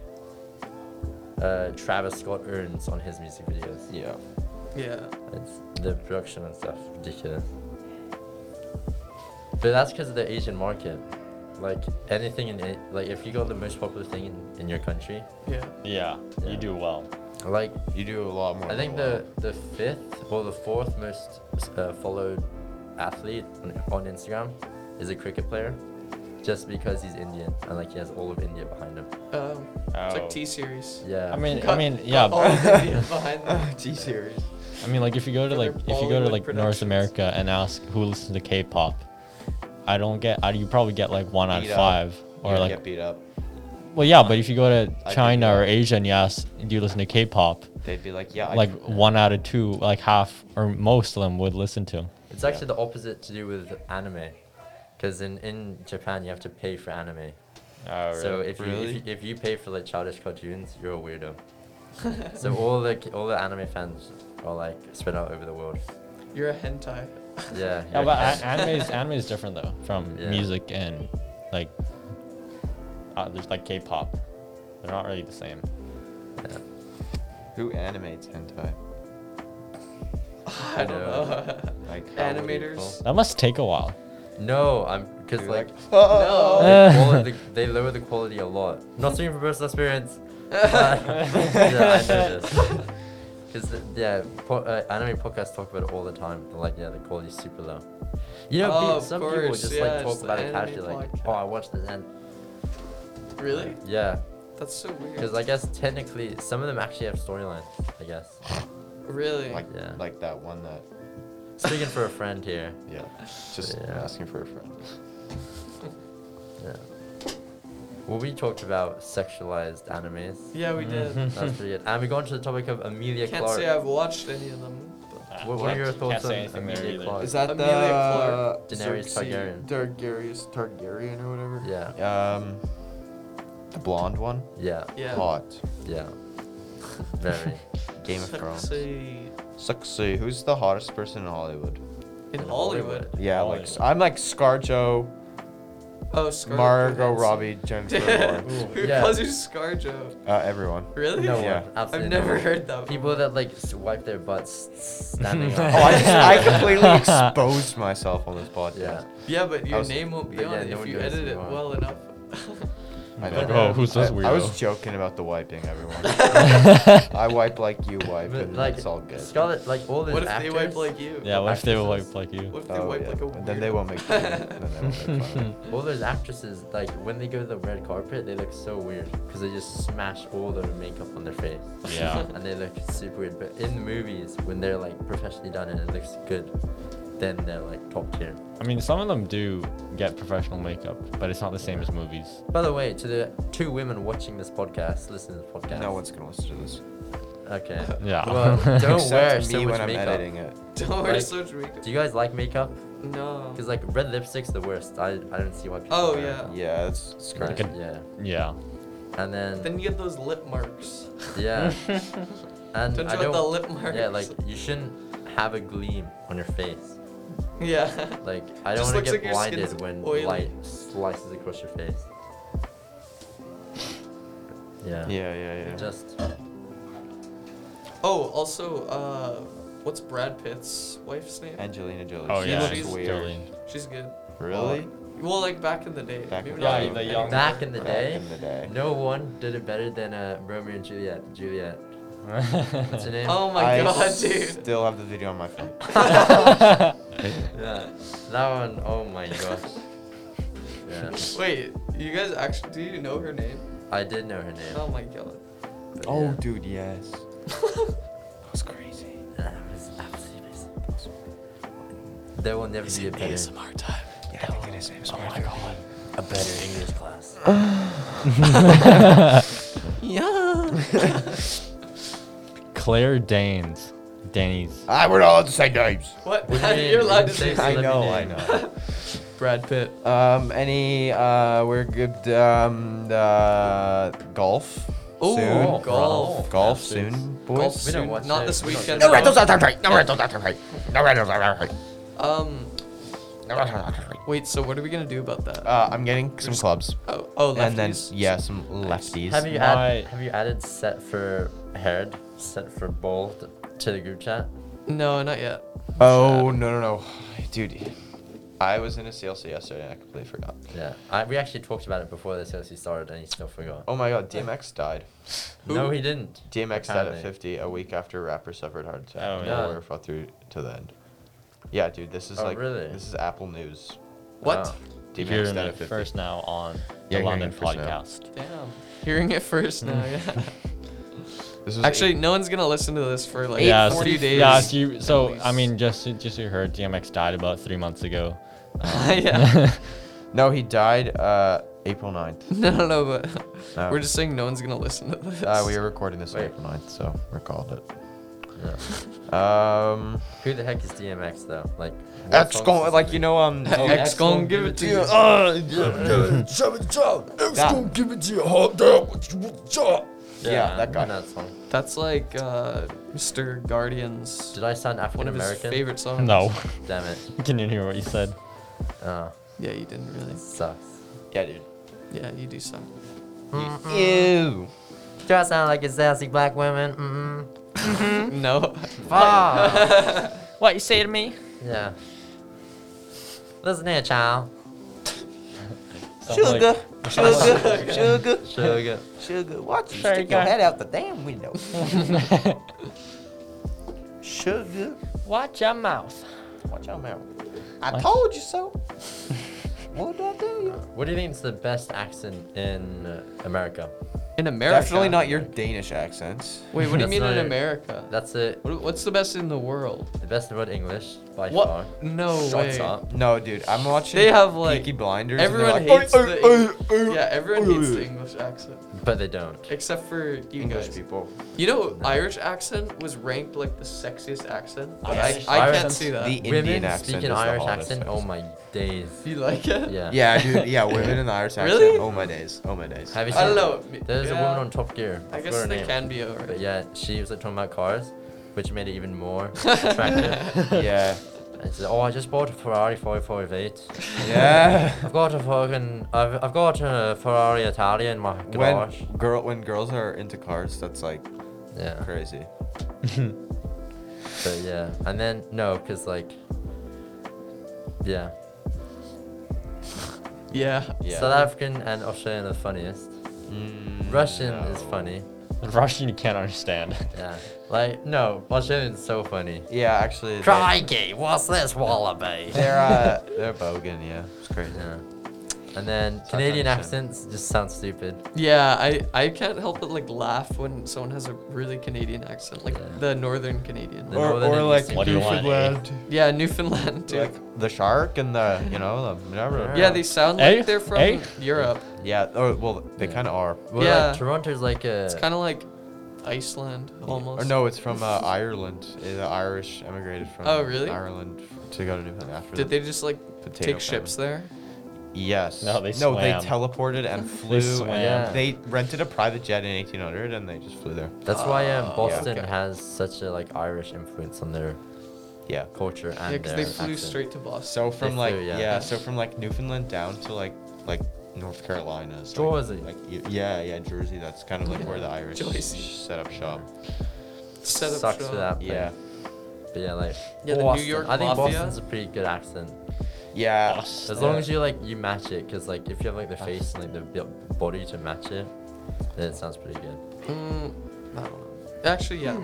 Speaker 4: uh, Travis Scott earns on his music videos.
Speaker 1: Yeah.
Speaker 3: yeah.
Speaker 4: It's the production and stuff ridiculous. But that's because of the Asian market. Like anything in it, like if you got the most popular thing in, in your country,
Speaker 3: Yeah.
Speaker 2: [LAUGHS] Yeah,
Speaker 4: Yeah.
Speaker 2: you do well.
Speaker 4: like
Speaker 1: You do a lot more.
Speaker 4: I think
Speaker 1: than a
Speaker 4: the
Speaker 1: lot.
Speaker 4: the fifth or the fourth most uh, followed athlete on- on Instagram is a cricket player, just because he's Indian and like he has all of India behind him.
Speaker 3: Um, It's
Speaker 2: Oh.
Speaker 3: like T series.
Speaker 4: Yeah.
Speaker 2: I mean, I
Speaker 3: Cut-
Speaker 2: mean,
Speaker 3: cut
Speaker 2: yeah.
Speaker 3: All
Speaker 1: [LAUGHS]
Speaker 3: of India behind them.
Speaker 1: T series.
Speaker 2: I mean, like if you go to
Speaker 3: For
Speaker 2: like
Speaker 3: their
Speaker 2: if you go to
Speaker 3: Bollywood
Speaker 2: like North
Speaker 3: productions.
Speaker 2: America and ask who listens to K-pop, I don't get. I, you probably get like one out of
Speaker 1: Beat up.
Speaker 2: five, or
Speaker 1: you
Speaker 2: like
Speaker 1: get beat up.
Speaker 2: well, yeah. But if you go to
Speaker 1: think
Speaker 2: China
Speaker 1: you're
Speaker 2: or
Speaker 1: right.
Speaker 2: Asia and you ask, do you listen to K-pop?
Speaker 1: They'd be like, yeah. I
Speaker 2: Like
Speaker 1: can-
Speaker 2: one out of two, like half or most of them would listen to. 'em.
Speaker 4: It's actually the opposite to do with anime, because in in Japan you have to pay for anime. So if you,
Speaker 1: Oh, Really?
Speaker 4: if you if you pay for like childish cartoons, you're a weirdo. [LAUGHS] so all the all the anime fans are like spread out over the world.
Speaker 3: You're a hentai.
Speaker 4: Yeah.
Speaker 2: yeah,
Speaker 4: you're
Speaker 2: but
Speaker 4: a-
Speaker 2: a- anime
Speaker 4: [LAUGHS]
Speaker 2: is anime is different though from
Speaker 4: Yeah.
Speaker 2: music and like uh, there's like K-pop. They're not really the same.
Speaker 4: yeah.
Speaker 1: Who animates hentai?
Speaker 3: [LAUGHS] I don't know.
Speaker 1: Like how would you
Speaker 3: Animators.
Speaker 2: That must take a while.
Speaker 4: No, I'm because
Speaker 1: pull-
Speaker 4: like
Speaker 1: Like, [LAUGHS]
Speaker 3: No.
Speaker 4: they,
Speaker 2: Uh.
Speaker 4: lower the, they lower the quality a lot. Not speaking from personal
Speaker 3: [LAUGHS]
Speaker 4: experience. [LAUGHS] but- yeah, I know this. 'Cause the- yeah, po- uh, anime podcasts talk about it all the time. They're like, yeah, the quality's super low. You know,
Speaker 3: Oh,
Speaker 4: peop-
Speaker 3: of
Speaker 4: some people
Speaker 3: course,
Speaker 4: just
Speaker 3: yeah,
Speaker 4: like
Speaker 3: it's
Speaker 4: talk
Speaker 3: the
Speaker 4: about it
Speaker 3: anime
Speaker 4: casually, like,
Speaker 3: podcast.
Speaker 4: oh, I watched this and
Speaker 3: really?
Speaker 4: yeah,
Speaker 3: That's so weird.
Speaker 4: because I guess technically some of them actually have storylines. I guess.
Speaker 3: really?
Speaker 1: like,
Speaker 4: Yeah.
Speaker 1: like that one that
Speaker 4: Speaking for a friend here.
Speaker 1: yeah. Just
Speaker 4: Yeah.
Speaker 1: asking for a friend.
Speaker 4: Yeah. Well, we talked about sexualized animes.
Speaker 3: yeah, we
Speaker 2: [LAUGHS]
Speaker 3: did.
Speaker 4: That's pretty good. And we got into the topic of Amelia
Speaker 3: Can't
Speaker 4: uh, Clark.
Speaker 3: say I've watched any of them. But
Speaker 4: [LAUGHS] What were your thoughts on Amelia Clark?
Speaker 1: Is that
Speaker 3: Amelia
Speaker 1: the
Speaker 3: Clark.
Speaker 4: Daenerys
Speaker 3: Xerxes,
Speaker 4: Targaryen.
Speaker 1: Targaryen, Targaryen or whatever?
Speaker 4: Yeah.
Speaker 1: Um, the blonde one.
Speaker 4: Yeah.
Speaker 3: Yeah.
Speaker 1: Hot.
Speaker 4: Yeah. [LAUGHS] Very.
Speaker 1: Game of Thrones.
Speaker 3: Sexy.
Speaker 1: Sexy. Who's the hottest person in Hollywood?
Speaker 3: In
Speaker 4: In
Speaker 3: Hollywood.
Speaker 1: Yeah, like
Speaker 2: Hollywood.
Speaker 1: I'm like ScarJo,
Speaker 3: Oh, Scarlett
Speaker 1: Margot
Speaker 3: Johansson. [LAUGHS]
Speaker 1: Robbie, [LAUGHS] Jennifer Lawrence.
Speaker 3: Who
Speaker 4: Yeah.
Speaker 3: calls you ScarJo?
Speaker 1: Uh, everyone.
Speaker 3: Really?
Speaker 4: No
Speaker 1: Yeah.
Speaker 4: one.
Speaker 3: I've
Speaker 4: Absolutely no
Speaker 3: never
Speaker 4: one.
Speaker 3: heard that.
Speaker 4: [LAUGHS] People that like s- wipe their butts s-
Speaker 1: [LAUGHS]
Speaker 4: standing up.
Speaker 1: Oh, I, just,
Speaker 4: [LAUGHS]
Speaker 1: I completely exposed myself on this podcast.
Speaker 4: Yeah.
Speaker 3: Yeah, but
Speaker 1: I
Speaker 3: your
Speaker 1: was-
Speaker 3: name won't be
Speaker 4: but
Speaker 3: on
Speaker 4: yeah,
Speaker 3: it
Speaker 4: no
Speaker 3: if
Speaker 4: one
Speaker 3: you
Speaker 4: knows
Speaker 3: edit
Speaker 4: who
Speaker 3: it
Speaker 4: you are.
Speaker 3: well
Speaker 2: [LAUGHS]
Speaker 3: enough. [LAUGHS]
Speaker 1: I
Speaker 4: Like,
Speaker 1: know.
Speaker 4: oh, who's
Speaker 2: this
Speaker 1: I, I was
Speaker 2: weirdo?
Speaker 1: joking about the wiping, everyone.
Speaker 3: [LAUGHS]
Speaker 1: I wipe like you wipe,
Speaker 4: But,
Speaker 1: and
Speaker 4: like
Speaker 1: it's all good.
Speaker 4: Scarlett, like all those
Speaker 3: What if
Speaker 4: actors.
Speaker 3: they wipe like you?
Speaker 2: Yeah, what if they were
Speaker 4: Actresses.
Speaker 2: like like
Speaker 4: [LAUGHS]
Speaker 2: you?
Speaker 3: What if they
Speaker 1: Oh,
Speaker 3: wipe
Speaker 1: yeah.
Speaker 3: like a
Speaker 1: And then they
Speaker 3: weirdo?
Speaker 1: won't make fun.
Speaker 3: [LAUGHS]
Speaker 1: of me. Then they won't make fun. of me.
Speaker 4: All those actresses, like when they go to the red carpet, they look so weird because they just smash all their makeup on their face.
Speaker 2: Yeah.
Speaker 4: [LAUGHS] and they look super weird. But in the movies, when they're like professionally done and it looks good, then they're like top tier.
Speaker 2: [LAUGHS] I mean, some of them do get professional makeup, but it's not the same as movies.
Speaker 4: By the way, to the two women watching this podcast, listening to the [LAUGHS] podcast.
Speaker 1: No one's gonna listen to this.
Speaker 3: [LAUGHS]
Speaker 4: Okay.
Speaker 2: Yeah.
Speaker 4: Well, don't wear
Speaker 1: Except
Speaker 4: so
Speaker 1: me
Speaker 4: much
Speaker 1: when I'm
Speaker 4: makeup.
Speaker 1: editing it.
Speaker 3: [LAUGHS] Don't wear
Speaker 4: Like,
Speaker 3: so much makeup.
Speaker 4: Do you guys like makeup?
Speaker 3: No.
Speaker 4: Because like red lipstick's the worst. I, I don't see why people.
Speaker 3: Oh,
Speaker 4: wear it.
Speaker 3: yeah.
Speaker 1: Yeah, it's, it's great.
Speaker 4: Like,
Speaker 2: Good.
Speaker 4: yeah.
Speaker 2: Yeah.
Speaker 4: And then,
Speaker 3: Then you get those lip
Speaker 4: [LAUGHS]
Speaker 3: marks.
Speaker 4: yeah. and
Speaker 3: Don't
Speaker 4: I
Speaker 3: you have
Speaker 4: don't.
Speaker 3: the lip marks?
Speaker 4: yeah, like you shouldn't have a gleam on your face.
Speaker 3: [LAUGHS] Yeah.
Speaker 4: Like I
Speaker 3: Just
Speaker 4: don't want
Speaker 3: looks
Speaker 4: to
Speaker 3: like
Speaker 4: get
Speaker 3: your skin's
Speaker 4: blinded when
Speaker 3: oily.
Speaker 4: light slices across your face. Yeah.
Speaker 1: Yeah, yeah, yeah.
Speaker 4: Just
Speaker 3: Oh, also, uh, what's Brad Pitt's wife's name?
Speaker 1: Angelina Jolie.
Speaker 2: Oh
Speaker 1: She
Speaker 2: yeah.
Speaker 1: looks
Speaker 3: she's
Speaker 1: weird.
Speaker 2: Jolene.
Speaker 3: She's good. Oh,
Speaker 1: Really?
Speaker 3: Well, like back in the day.
Speaker 1: Back
Speaker 3: Maybe
Speaker 1: in the
Speaker 3: not
Speaker 1: day.
Speaker 3: now.
Speaker 1: The
Speaker 2: young-
Speaker 4: back in the
Speaker 1: Back
Speaker 4: day,
Speaker 1: in the day.
Speaker 4: no one did it better than uh, Romeo and Juliet. Juliet.
Speaker 1: [LAUGHS]
Speaker 4: What's her name?
Speaker 3: Oh my
Speaker 1: I
Speaker 3: god, dude.
Speaker 1: Still have the video on my phone. [LAUGHS]
Speaker 4: Yeah. That one, oh
Speaker 1: [LAUGHS]
Speaker 4: my gosh. Yeah.
Speaker 3: Wait, you guys actually do you know her name?
Speaker 4: I did know her name.
Speaker 3: Oh my god.
Speaker 4: but
Speaker 1: Oh,
Speaker 4: yeah.
Speaker 1: dude, yes. that was crazy.
Speaker 4: Yeah, That was absolutely amazing. There will never be a better,
Speaker 3: time.
Speaker 1: Yeah, I think it is. ASMR. Oh my god.
Speaker 4: a better English
Speaker 3: Yeah.
Speaker 4: class.
Speaker 2: Claire Danes. Danny's.
Speaker 1: Ah, we're all the same names.
Speaker 3: what?
Speaker 4: What do you mean?
Speaker 3: [LAUGHS] You're allowed to
Speaker 4: You
Speaker 3: say
Speaker 4: say-
Speaker 1: I
Speaker 4: Celebrity
Speaker 1: know, I
Speaker 4: name.
Speaker 1: know.
Speaker 3: Brad Pitt.
Speaker 1: um, any, uh, we're good, um, uh, golf.
Speaker 3: Ooh,
Speaker 1: soon.
Speaker 3: golf.
Speaker 1: Golf, golf soon, boys.
Speaker 3: Golf
Speaker 4: We don't
Speaker 3: soon.
Speaker 4: watch
Speaker 3: Not
Speaker 4: it.
Speaker 3: this
Speaker 4: We don't
Speaker 3: weekend.
Speaker 4: do
Speaker 5: No
Speaker 3: though.
Speaker 5: red those out of right. No red those out of right. No red those out of right.
Speaker 3: Um,
Speaker 5: No red those out of right.
Speaker 3: wait. So what are we gonna do about that?
Speaker 1: Uh, I'm getting some clubs.
Speaker 3: oh, oh,
Speaker 1: And then,
Speaker 3: lefties?
Speaker 1: yeah, some lefties.
Speaker 4: Have you
Speaker 2: My-
Speaker 4: add, have you added set for haired, set for bald to the group chat?
Speaker 3: No, not yet.
Speaker 1: Oh no no no, dude! I was in a CLC yesterday and I completely forgot.
Speaker 4: Yeah, I, we actually talked about it before this actually started, and he still forgot.
Speaker 1: Oh my god, DMX died.
Speaker 4: No,
Speaker 3: Who?
Speaker 4: he didn't.
Speaker 1: DMX died at
Speaker 4: Apparently.
Speaker 1: 50 a week after a rapper suffered heart attack.
Speaker 2: Oh,
Speaker 1: and
Speaker 4: yeah.
Speaker 1: Warrior fought through to the end. Yeah, dude, this is
Speaker 4: Oh,
Speaker 1: like
Speaker 4: really?
Speaker 1: this is Apple News.
Speaker 3: What?
Speaker 4: Wow.
Speaker 1: DMX
Speaker 2: You're
Speaker 1: died at 50.
Speaker 2: first now on
Speaker 1: Yeah,
Speaker 2: the
Speaker 1: you're
Speaker 2: London
Speaker 1: hearing it first now.
Speaker 2: podcast.
Speaker 3: Damn. Hearing it first now. Yeah.
Speaker 1: This was
Speaker 3: Actually,
Speaker 1: eight-
Speaker 3: no one's gonna listen to this for like
Speaker 2: yeah, so,
Speaker 3: 40 days.
Speaker 2: yeah, so, you, so
Speaker 3: least.
Speaker 2: I mean, just just so you heard, DMX died about three months ago.
Speaker 3: yeah.
Speaker 1: no, he died uh, April 9th. [LAUGHS]
Speaker 3: No, no, no. But
Speaker 1: No.
Speaker 3: we're just saying no one's gonna listen to this.
Speaker 1: Uh, we were recording this on
Speaker 4: Wait.
Speaker 1: April 9th, so we called it.
Speaker 4: Yeah.
Speaker 1: Um,
Speaker 4: Who the heck is DMX though? Like, what
Speaker 1: that's
Speaker 4: songs
Speaker 1: going
Speaker 4: does
Speaker 1: like
Speaker 4: he
Speaker 1: you
Speaker 4: make?
Speaker 1: know
Speaker 5: [LAUGHS]
Speaker 1: um.
Speaker 4: Oh,
Speaker 3: X
Speaker 4: X
Speaker 3: gon'
Speaker 4: gon'
Speaker 3: give it to you.
Speaker 1: Uh, That-
Speaker 5: give it to you. Hot dog. What you want, job?
Speaker 1: yeah, that
Speaker 4: I
Speaker 1: guy.
Speaker 4: know That song.
Speaker 3: That's like uh, Mr. Guardian's
Speaker 4: Did I sound
Speaker 3: one
Speaker 4: African
Speaker 3: of his
Speaker 4: American?
Speaker 3: favorite songs.
Speaker 2: [LAUGHS] no, [LAUGHS]
Speaker 4: Damn it.
Speaker 2: can you hear what you said?
Speaker 4: Oh,
Speaker 3: Yeah, you didn't really.
Speaker 4: sucks.
Speaker 1: Yeah, dude.
Speaker 3: Yeah, you do suck.
Speaker 1: Ew.
Speaker 4: Do I sound like a sassy black woman? Mm-hmm. Mm-mm. [LAUGHS]
Speaker 3: No.
Speaker 4: Fuck.
Speaker 6: [LAUGHS] What you say to me?
Speaker 4: Ah. yeah. Listen here, child.
Speaker 2: Sounds like-
Speaker 1: sugar, sugar,
Speaker 4: Sugar.
Speaker 1: [LAUGHS] sugar. Watch you
Speaker 6: Sorry,
Speaker 1: stick your
Speaker 6: guy.
Speaker 1: head out the damn [LAUGHS] window. sugar,
Speaker 6: Watch your mouth.
Speaker 1: watch out, man. I
Speaker 2: What?
Speaker 1: told you [LAUGHS] so. what did I tell you?
Speaker 4: What do you think is the best accent in uh, America?
Speaker 3: In America.
Speaker 1: Definitely not your Danish accents.
Speaker 3: [LAUGHS] Wait, what do you
Speaker 4: That's
Speaker 3: mean
Speaker 4: not
Speaker 3: in
Speaker 4: it.
Speaker 3: America?
Speaker 4: That's it.
Speaker 3: What, what's the best in the world?
Speaker 4: The best word English by far.
Speaker 3: What? No way.
Speaker 4: Shut up.
Speaker 1: No, dude, I'm watching.
Speaker 3: They have, like-
Speaker 1: Peaky Blinders.
Speaker 3: Everyone
Speaker 1: and they're like,
Speaker 3: hates
Speaker 1: "Oi,
Speaker 3: the.
Speaker 1: oi, oi, oi,
Speaker 3: yeah, everyone
Speaker 1: oi,
Speaker 3: hates
Speaker 1: oi."
Speaker 3: the English accent,
Speaker 4: But they don't.
Speaker 3: except for you
Speaker 1: English
Speaker 3: guys.
Speaker 1: people.
Speaker 3: You know, Irish accent was ranked like the sexiest accent. but
Speaker 2: Yes.
Speaker 3: I, I
Speaker 4: Irish
Speaker 3: can't see that.
Speaker 1: The Indian
Speaker 4: Women
Speaker 1: accent.
Speaker 4: speak an
Speaker 1: is the
Speaker 4: Irish
Speaker 1: hottest
Speaker 4: accent. Oh my days.
Speaker 3: Do [LAUGHS] you like it?
Speaker 4: Yeah.
Speaker 1: Yeah, dude. Yeah, women in the Irish accent.
Speaker 3: Really?
Speaker 1: Oh my days. Oh my days.
Speaker 4: Have you seen?
Speaker 3: I don't know.
Speaker 4: There's a
Speaker 3: Yeah.
Speaker 4: woman on Top Gear.
Speaker 3: I
Speaker 4: forgot
Speaker 3: guess
Speaker 4: her
Speaker 3: they
Speaker 4: name.
Speaker 3: can be over.
Speaker 4: But yeah, she was like talking about cars, which made it even more attractive.
Speaker 1: [LAUGHS] Yeah.
Speaker 4: And she's like, oh, I just bought a Ferrari 458.
Speaker 1: Yeah. [LAUGHS]
Speaker 4: I've got a fucking, I've, I've got a Ferrari Italia in my
Speaker 1: when
Speaker 4: garage.
Speaker 1: girl when girls are into cars, that's like
Speaker 4: Yeah.
Speaker 1: crazy.
Speaker 4: But yeah, and then no, cause like, yeah.
Speaker 3: Yeah.
Speaker 1: Yeah.
Speaker 4: South African and Australian are the funniest.
Speaker 1: Mm,
Speaker 4: Russian is
Speaker 1: no.
Speaker 4: funny.
Speaker 2: Russian you can't understand. [LAUGHS]
Speaker 4: Yeah. Like no, Australian's so funny.
Speaker 1: Yeah, actually. they-
Speaker 4: Crikey, what's this wallaby?
Speaker 1: They're uh, they're bogan. Yeah, it's crazy.
Speaker 4: Yeah. And then Canadian
Speaker 1: understand.
Speaker 4: accents just sound stupid.
Speaker 3: Yeah, I, I can't help but like laugh when someone has a really Canadian accent, like
Speaker 4: Yeah.
Speaker 3: the Northern Canadian.
Speaker 4: The Northern and Eastern
Speaker 2: What do you want, Newfoundland.
Speaker 3: yeah, Newfoundland too.
Speaker 1: Like the shark and the you know the whatever.
Speaker 3: yeah, they sound like
Speaker 2: Eh?
Speaker 3: they're from
Speaker 2: Eh?
Speaker 3: Europe.
Speaker 1: Yeah. Or well, they
Speaker 4: Yeah.
Speaker 1: kind of are.
Speaker 4: Well,
Speaker 3: Yeah.
Speaker 4: like, Toronto's like a.
Speaker 3: It's kind of like Iceland almost.
Speaker 1: Or no, it's from uh, Ireland. Uh, The Irish emigrated from
Speaker 3: Oh, really?
Speaker 1: Ireland f- to go to Newfoundland after
Speaker 3: Did
Speaker 1: the-
Speaker 3: they just like
Speaker 1: Potato
Speaker 3: take ships there?
Speaker 1: Yes.
Speaker 2: No, they
Speaker 1: No, they
Speaker 2: swam.
Speaker 1: teleported and flew.
Speaker 2: swam.
Speaker 4: Yeah.
Speaker 1: And they rented a private jet in 1800 and they just flew there.
Speaker 4: that's why
Speaker 3: Oh,
Speaker 4: um,
Speaker 3: yeah.
Speaker 4: Boston
Speaker 3: okay.
Speaker 4: has such a like Irish influence on their
Speaker 1: Yeah.
Speaker 4: culture and
Speaker 3: Yeah, 'cause
Speaker 4: their
Speaker 3: they flew
Speaker 4: accent.
Speaker 3: straight to Boston.
Speaker 1: So from
Speaker 4: They
Speaker 1: like
Speaker 4: flew,
Speaker 1: yeah.
Speaker 4: yeah.
Speaker 1: so from like Newfoundland down to like like North Carolina. is, like-
Speaker 4: Jersey.
Speaker 1: Like, y- yeah, yeah, Jersey. That's kind of like where the Irish
Speaker 3: Jersey.
Speaker 1: sh- set up shop.
Speaker 3: Set up
Speaker 4: Sucks for
Speaker 3: shop.
Speaker 4: that.
Speaker 1: Yeah.
Speaker 4: But yeah, like.
Speaker 3: Yeah, the New
Speaker 4: Boston-
Speaker 3: York
Speaker 4: I think
Speaker 3: Mafia.
Speaker 4: Boston's a pretty good accent.
Speaker 1: Yeah.
Speaker 2: Us.
Speaker 4: As long as you like you match it, cause like if you have like
Speaker 3: Ah.
Speaker 4: the face and like the bu- body to match it, then it sounds pretty good.
Speaker 3: Mm, I don't know. Actually, yeah.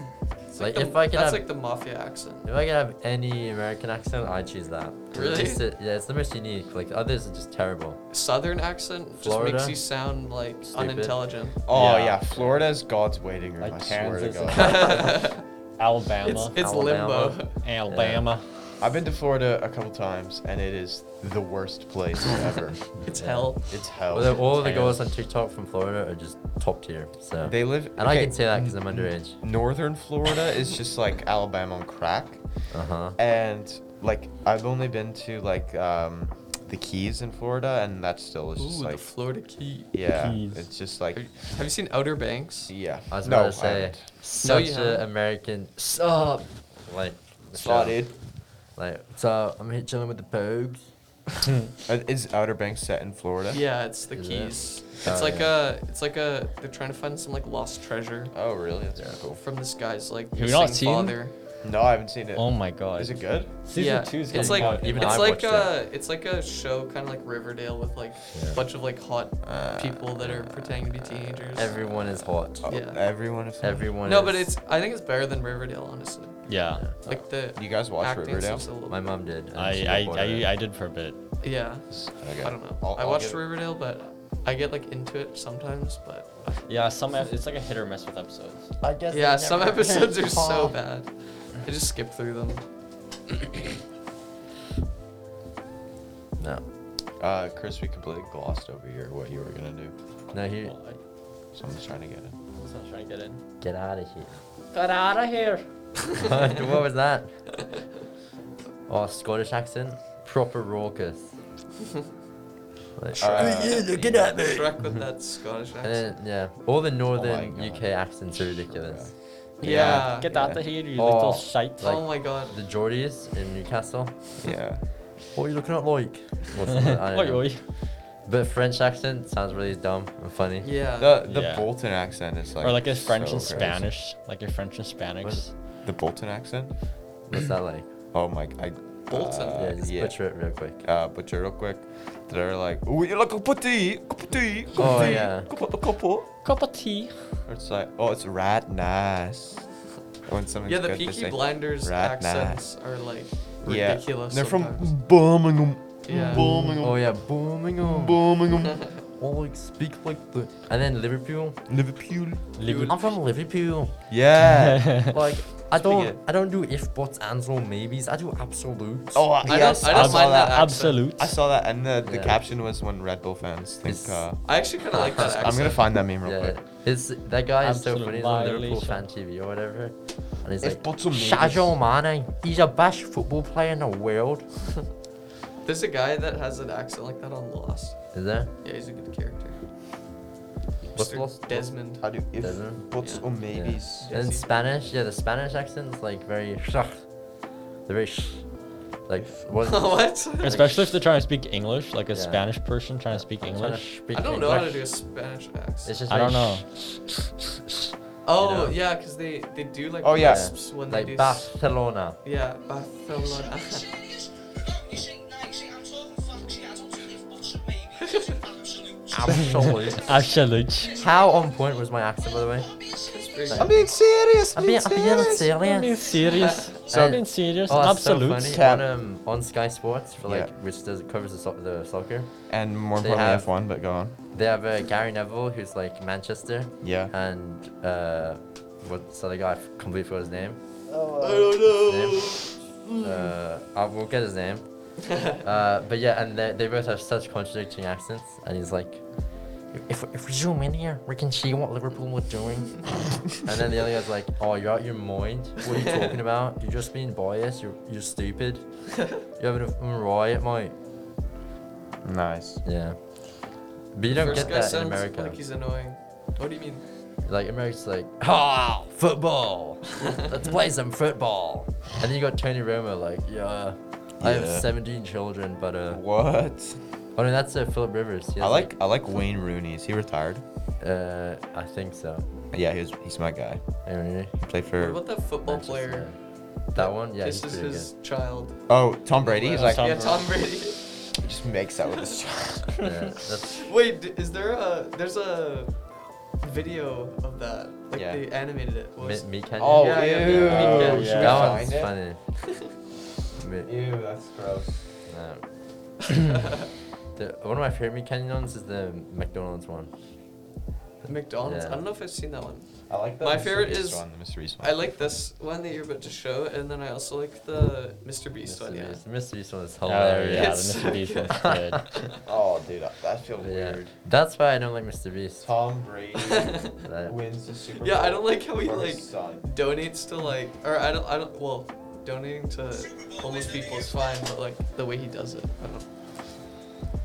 Speaker 3: It's
Speaker 4: Like, if I could
Speaker 3: that's
Speaker 4: have-
Speaker 3: like the mafia accent.
Speaker 4: If I could have any American accent, I'd choose that. 'Cause it's
Speaker 3: Really?
Speaker 4: just a- yeah, it's the most unique. Like the others are just terrible.
Speaker 3: Southern accent just makes
Speaker 4: Florida?
Speaker 3: you sound like
Speaker 4: Stupid. [LAUGHS]
Speaker 3: unintelligent. [LAUGHS]
Speaker 1: Oh yeah.
Speaker 2: Yeah.
Speaker 1: Florida's God's waiting room.
Speaker 2: Like
Speaker 1: I swear to
Speaker 2: Kansas and-
Speaker 1: God.
Speaker 2: Alabama.
Speaker 3: It's it's
Speaker 4: Alabama.
Speaker 3: limbo.
Speaker 2: Alabama.
Speaker 1: I've been to Florida a couple times and it is the worst place ever.
Speaker 3: [LAUGHS] It's
Speaker 4: Yeah.
Speaker 3: hell.
Speaker 1: It's hell.
Speaker 4: Although all of the
Speaker 2: Damn.
Speaker 4: girls on TikTok from Florida are just top tier. So
Speaker 1: They live.
Speaker 4: and I can say that because I'm underage.
Speaker 1: Northern Florida is just like Alabama on crack,
Speaker 4: Uh
Speaker 1: Uh-huh.
Speaker 4: huh.
Speaker 1: and like I've only been to like um, the Keys in Florida, and that still is just
Speaker 3: Ooh, the
Speaker 1: like
Speaker 3: Florida Key.
Speaker 1: yeah,
Speaker 2: Keys.
Speaker 1: it's just
Speaker 3: Have
Speaker 1: like
Speaker 3: you- have you seen Outer Banks?
Speaker 1: yeah.
Speaker 4: I was
Speaker 1: no,
Speaker 4: about to say
Speaker 1: haven't.
Speaker 3: No, you
Speaker 4: such an
Speaker 3: haven't.
Speaker 4: American sup like
Speaker 1: Saw,
Speaker 4: Michelle.
Speaker 1: dude.
Speaker 4: Like so I'm here chilling with the
Speaker 2: [LAUGHS]
Speaker 4: pogues.
Speaker 1: Uh, Is Outer Banks set in Florida?
Speaker 3: Yeah, it's the
Speaker 4: Is it?
Speaker 3: Keys.
Speaker 4: Oh,
Speaker 3: It's like
Speaker 4: yeah.
Speaker 3: a, it's like a. They're trying to find some like lost treasure
Speaker 1: Oh, really? That's kinda cool.
Speaker 3: from this guy's like
Speaker 2: Have you
Speaker 3: missing
Speaker 2: not seen?
Speaker 3: father.
Speaker 1: No, I haven't seen it. Is
Speaker 2: Oh my god.
Speaker 1: it good?
Speaker 2: Season
Speaker 3: yeah,
Speaker 2: two's
Speaker 3: it's like
Speaker 2: coming out in
Speaker 4: even
Speaker 3: it's
Speaker 4: I
Speaker 3: like
Speaker 4: watched it.
Speaker 3: a it's like a show kind of like Riverdale with like a
Speaker 4: Yeah.
Speaker 3: bunch of like hot
Speaker 1: Uh,
Speaker 3: people that are pretending to be teenagers.
Speaker 4: Everyone is hot.
Speaker 1: Oh,
Speaker 3: Yeah.
Speaker 1: Everyone is.
Speaker 4: Everyone.
Speaker 3: no,
Speaker 4: is,
Speaker 3: but it's I think it's better than Riverdale honestly.
Speaker 2: Yeah.
Speaker 3: Like the
Speaker 1: You guys watch
Speaker 3: acting
Speaker 1: Riverdale?
Speaker 3: stuff's a little-
Speaker 4: my mom did. and she
Speaker 2: I, I,
Speaker 4: bought it.
Speaker 2: I, I did for a bit.
Speaker 3: Yeah.
Speaker 1: Okay.
Speaker 3: I don't know.
Speaker 1: I'll-
Speaker 3: i
Speaker 1: I'll
Speaker 3: watched
Speaker 1: get it.
Speaker 3: Riverdale, but I get like into it sometimes. But
Speaker 2: Yeah, some ep- it's like a hit or miss with episodes.
Speaker 4: I guess
Speaker 3: yeah,
Speaker 4: I
Speaker 3: some
Speaker 4: never-
Speaker 3: episodes are so
Speaker 6: [LAUGHS]
Speaker 4: Aw.
Speaker 3: bad. I just skip through them.
Speaker 4: [LAUGHS] No,
Speaker 1: Uh, Chris, we completely glossed over here what you were gonna do.
Speaker 4: no, he
Speaker 2: Well, I-
Speaker 1: So I'm just trying to get it.
Speaker 2: I was not trying to get in.
Speaker 4: get out of here.
Speaker 6: Get out of here.
Speaker 4: [LAUGHS] what was that? Oh, Scottish accent, proper raucous. Like,
Speaker 1: Uh,
Speaker 4: "Yeah, look at that, mate."
Speaker 3: Shrek with that Scottish
Speaker 4: And
Speaker 3: accent.
Speaker 4: then, Uh, yeah, all the northern
Speaker 1: Oh God.
Speaker 4: UK accents are ridiculous.
Speaker 3: Yeah.
Speaker 2: Get
Speaker 1: Yeah.
Speaker 2: out of here, you
Speaker 4: Oh,
Speaker 2: little shite.
Speaker 3: oh
Speaker 2: [LAUGHS]
Speaker 3: my god.
Speaker 4: The Geordies in Newcastle.
Speaker 1: Yeah.
Speaker 4: [LAUGHS] What are you looking at, like? What's the- I don't
Speaker 2: Oi,
Speaker 4: know.
Speaker 2: oi.
Speaker 4: But French accent sounds really dumb and funny.
Speaker 3: Yeah.
Speaker 1: The the
Speaker 2: Yeah.
Speaker 1: Bolton accent is like
Speaker 2: or like a French
Speaker 1: so
Speaker 2: and
Speaker 1: crazy.
Speaker 2: Spanish, like your French and [LAUGHS] Hispanics.
Speaker 1: The Bolton accent?
Speaker 4: What's that like?
Speaker 1: Oh my I
Speaker 3: Bolton?
Speaker 1: uh,
Speaker 4: yeah, just
Speaker 1: yeah.
Speaker 4: butcher it real quick.
Speaker 1: uh, butcher real quick. They're like, oh, you like a putty, putty,
Speaker 4: Oh, yeah.
Speaker 1: couple, couple.
Speaker 6: Cup of tea.
Speaker 1: Or It's like, oh, it's rat nice. When something's
Speaker 3: yeah, the
Speaker 1: good, they
Speaker 3: Peaky
Speaker 1: say,
Speaker 3: Blinders
Speaker 1: "Rat nice."
Speaker 3: accents are like
Speaker 1: Yeah,
Speaker 3: ridiculous.
Speaker 1: they're
Speaker 3: sometimes. [LAUGHS]
Speaker 1: from Birmingham.
Speaker 3: Yeah.
Speaker 1: Birmingham.
Speaker 4: Oh yeah, Birmingham.
Speaker 3: [LAUGHS]
Speaker 1: Birmingham.
Speaker 4: Oh, like speak like the. And then Liverpool.
Speaker 1: Liverpool.
Speaker 2: Liverpool.
Speaker 4: I'm from [LAUGHS] Liverpool.
Speaker 2: [LAUGHS]
Speaker 1: Yeah.
Speaker 4: Like I
Speaker 1: Speak
Speaker 4: don't,
Speaker 1: it.
Speaker 4: I don't do if buts ands or maybes. I do absolutes.
Speaker 1: oh, I,
Speaker 3: I
Speaker 1: yes,
Speaker 3: don't, I
Speaker 1: I,
Speaker 3: don't
Speaker 1: saw
Speaker 3: mind
Speaker 1: that.
Speaker 3: that,
Speaker 2: Absolute.
Speaker 1: I saw that, and the, the
Speaker 4: Yeah.
Speaker 1: caption was when Red Bull fans think.
Speaker 4: It's-
Speaker 1: Uh,
Speaker 3: accent. I actually kind of like that
Speaker 4: [LAUGHS]
Speaker 3: accent.
Speaker 1: I'm gonna find that meme real
Speaker 4: yeah.
Speaker 1: quick.
Speaker 4: It's that guy is so
Speaker 2: Absolute
Speaker 4: funny. He's on Liverpool fan
Speaker 2: violation.
Speaker 4: TV or whatever, and he's
Speaker 1: If
Speaker 4: like,
Speaker 1: buts or maybes.
Speaker 4: Sadio Mane. He's the best football player in the world.
Speaker 3: There's a guy that has an accent like that on Lost.
Speaker 4: Is there?
Speaker 3: Yeah, he's a good character.
Speaker 4: What's
Speaker 3: Mr.
Speaker 4: Lost?
Speaker 3: Desmond.
Speaker 1: How do if
Speaker 4: Doesn't-
Speaker 1: buts
Speaker 3: yeah.
Speaker 1: or
Speaker 4: Yeah.
Speaker 1: maybes?
Speaker 4: And in
Speaker 3: Yes, he-
Speaker 4: Spanish, yeah, the Spanish accent's like
Speaker 3: [LAUGHS]
Speaker 4: very. They're very. sh- Like [LAUGHS]
Speaker 3: [LAUGHS]
Speaker 4: what?
Speaker 3: what?
Speaker 4: [LAUGHS]
Speaker 2: Especially if they're trying to speak English, like a
Speaker 4: Yeah.
Speaker 2: Spanish person trying to speak
Speaker 4: Trying to
Speaker 2: English.
Speaker 4: [LAUGHS] speak
Speaker 3: I don't know how to
Speaker 4: English.
Speaker 3: do a Spanish accent.
Speaker 4: It's just
Speaker 2: I
Speaker 4: very
Speaker 2: don't know.
Speaker 3: oh
Speaker 4: know.
Speaker 3: yeah, because they they do like
Speaker 1: Oh, yeah.
Speaker 3: lisps when they
Speaker 4: Like
Speaker 3: do. s-
Speaker 4: Barcelona.
Speaker 3: yeah, [LAUGHS] Barcelona.
Speaker 4: Absolute. [LAUGHS]
Speaker 2: Absolute.
Speaker 4: How on point was my accent, by the way?
Speaker 3: It's pretty-
Speaker 1: I'm being serious.
Speaker 4: I'm being, I'm being
Speaker 2: I'm being
Speaker 4: serious.
Speaker 2: serious.
Speaker 4: So-
Speaker 2: I'm being serious.
Speaker 4: Oh, that's so
Speaker 2: Absolute.
Speaker 4: funny.
Speaker 1: Tap.
Speaker 4: On, um, on Sky Sports, for like,
Speaker 1: Yeah.
Speaker 4: which does covers the, so- the soccer,
Speaker 1: And more
Speaker 4: They
Speaker 1: importantly, F1.
Speaker 4: have-
Speaker 1: But go on.
Speaker 4: they have uh, Gary Neville, who's like Manchester,
Speaker 1: Yeah.
Speaker 4: and uh, what's the other guy? I completely forgot his name. His name. Uh, I will get his name. [LAUGHS]
Speaker 3: [LAUGHS]
Speaker 4: uh, but yeah, and they, they both have such contradicting accents, and he's like, if, if we zoom in here, we can see what Liverpool were doing.
Speaker 1: [LAUGHS]
Speaker 4: [LAUGHS] and then the other guy's like, oh, you're out your mind. What are you talking about? You're just being biased. You're, you're stupid. You're having a fucking riot, mate.
Speaker 1: Nice.
Speaker 4: Yeah. But you don't
Speaker 3: First
Speaker 4: get
Speaker 3: guy
Speaker 4: that in
Speaker 3: sounds
Speaker 4: America.
Speaker 3: Like he's annoying. What do you mean?
Speaker 4: Like America's like, ah,
Speaker 3: [LAUGHS]
Speaker 4: football. Let's play some football. And then you got Tony Romo like, yeah, I have
Speaker 1: Yeah.
Speaker 4: 17 children, but uh,
Speaker 1: What?
Speaker 4: oh no, that's uh, Philip Rivers. He
Speaker 1: I
Speaker 4: has,
Speaker 1: like I like Wayne Rooney. Is he retired?
Speaker 4: uh, I think so.
Speaker 1: Yeah, he was, he's my guy.
Speaker 4: Anyway,
Speaker 1: He played
Speaker 3: What
Speaker 1: for
Speaker 3: about that football
Speaker 4: Manchester
Speaker 3: player?
Speaker 4: United. That one, yeah, he's
Speaker 3: This is
Speaker 4: pretty
Speaker 3: his child.
Speaker 1: oh Tom Brady. He's like
Speaker 3: yeah, Tom Brady. [LAUGHS]
Speaker 1: he [LAUGHS] just makes out with
Speaker 4: [LAUGHS]
Speaker 1: his [LAUGHS] child.
Speaker 4: good. Yeah, that's,
Speaker 3: Wait, d- is there a there's a video of that? Like
Speaker 1: Yeah.
Speaker 3: they animated it. What was-
Speaker 4: me, me Kenya.
Speaker 1: Oh
Speaker 3: Yeah,
Speaker 1: ew.
Speaker 3: yeah,
Speaker 2: yeah.
Speaker 1: Should we
Speaker 2: Yeah.
Speaker 4: that
Speaker 1: find
Speaker 4: one's
Speaker 1: it?
Speaker 4: funny.
Speaker 3: [LAUGHS]
Speaker 4: Me-
Speaker 1: Ew, that's gross.
Speaker 4: no. The- one of my favorite Kenyans is the McDonald's one.
Speaker 3: [LAUGHS] McDonald's.
Speaker 4: Yeah.
Speaker 3: I don't know if I've seen that one.
Speaker 1: I like that.
Speaker 3: My
Speaker 1: Mr.
Speaker 3: favorite
Speaker 1: Beast
Speaker 3: is-
Speaker 1: one, the Mr. Beast one.
Speaker 3: I like this one that you're about to show, and then I also like the Mr. Beast one.
Speaker 4: Mr.
Speaker 3: Yeah.
Speaker 4: Beast. Mr. Beast one is
Speaker 2: Oh,
Speaker 4: hilarious.
Speaker 2: yeah, the
Speaker 3: It's
Speaker 2: Mr. Beast one's good.
Speaker 4: [LAUGHS]
Speaker 1: Oh, dude, I- that feels
Speaker 4: But Yeah,
Speaker 1: weird.
Speaker 4: that's why I don't like Mr. Beast.
Speaker 1: Tom Brady
Speaker 4: [LAUGHS] That-
Speaker 1: wins the Super Bowl.
Speaker 3: Yeah, I don't like how he
Speaker 1: for
Speaker 3: like
Speaker 1: his son.
Speaker 3: [LAUGHS] donates to like, or I don't, I don't. Well, donating to homeless people is fine, but like the way he does it, I don't.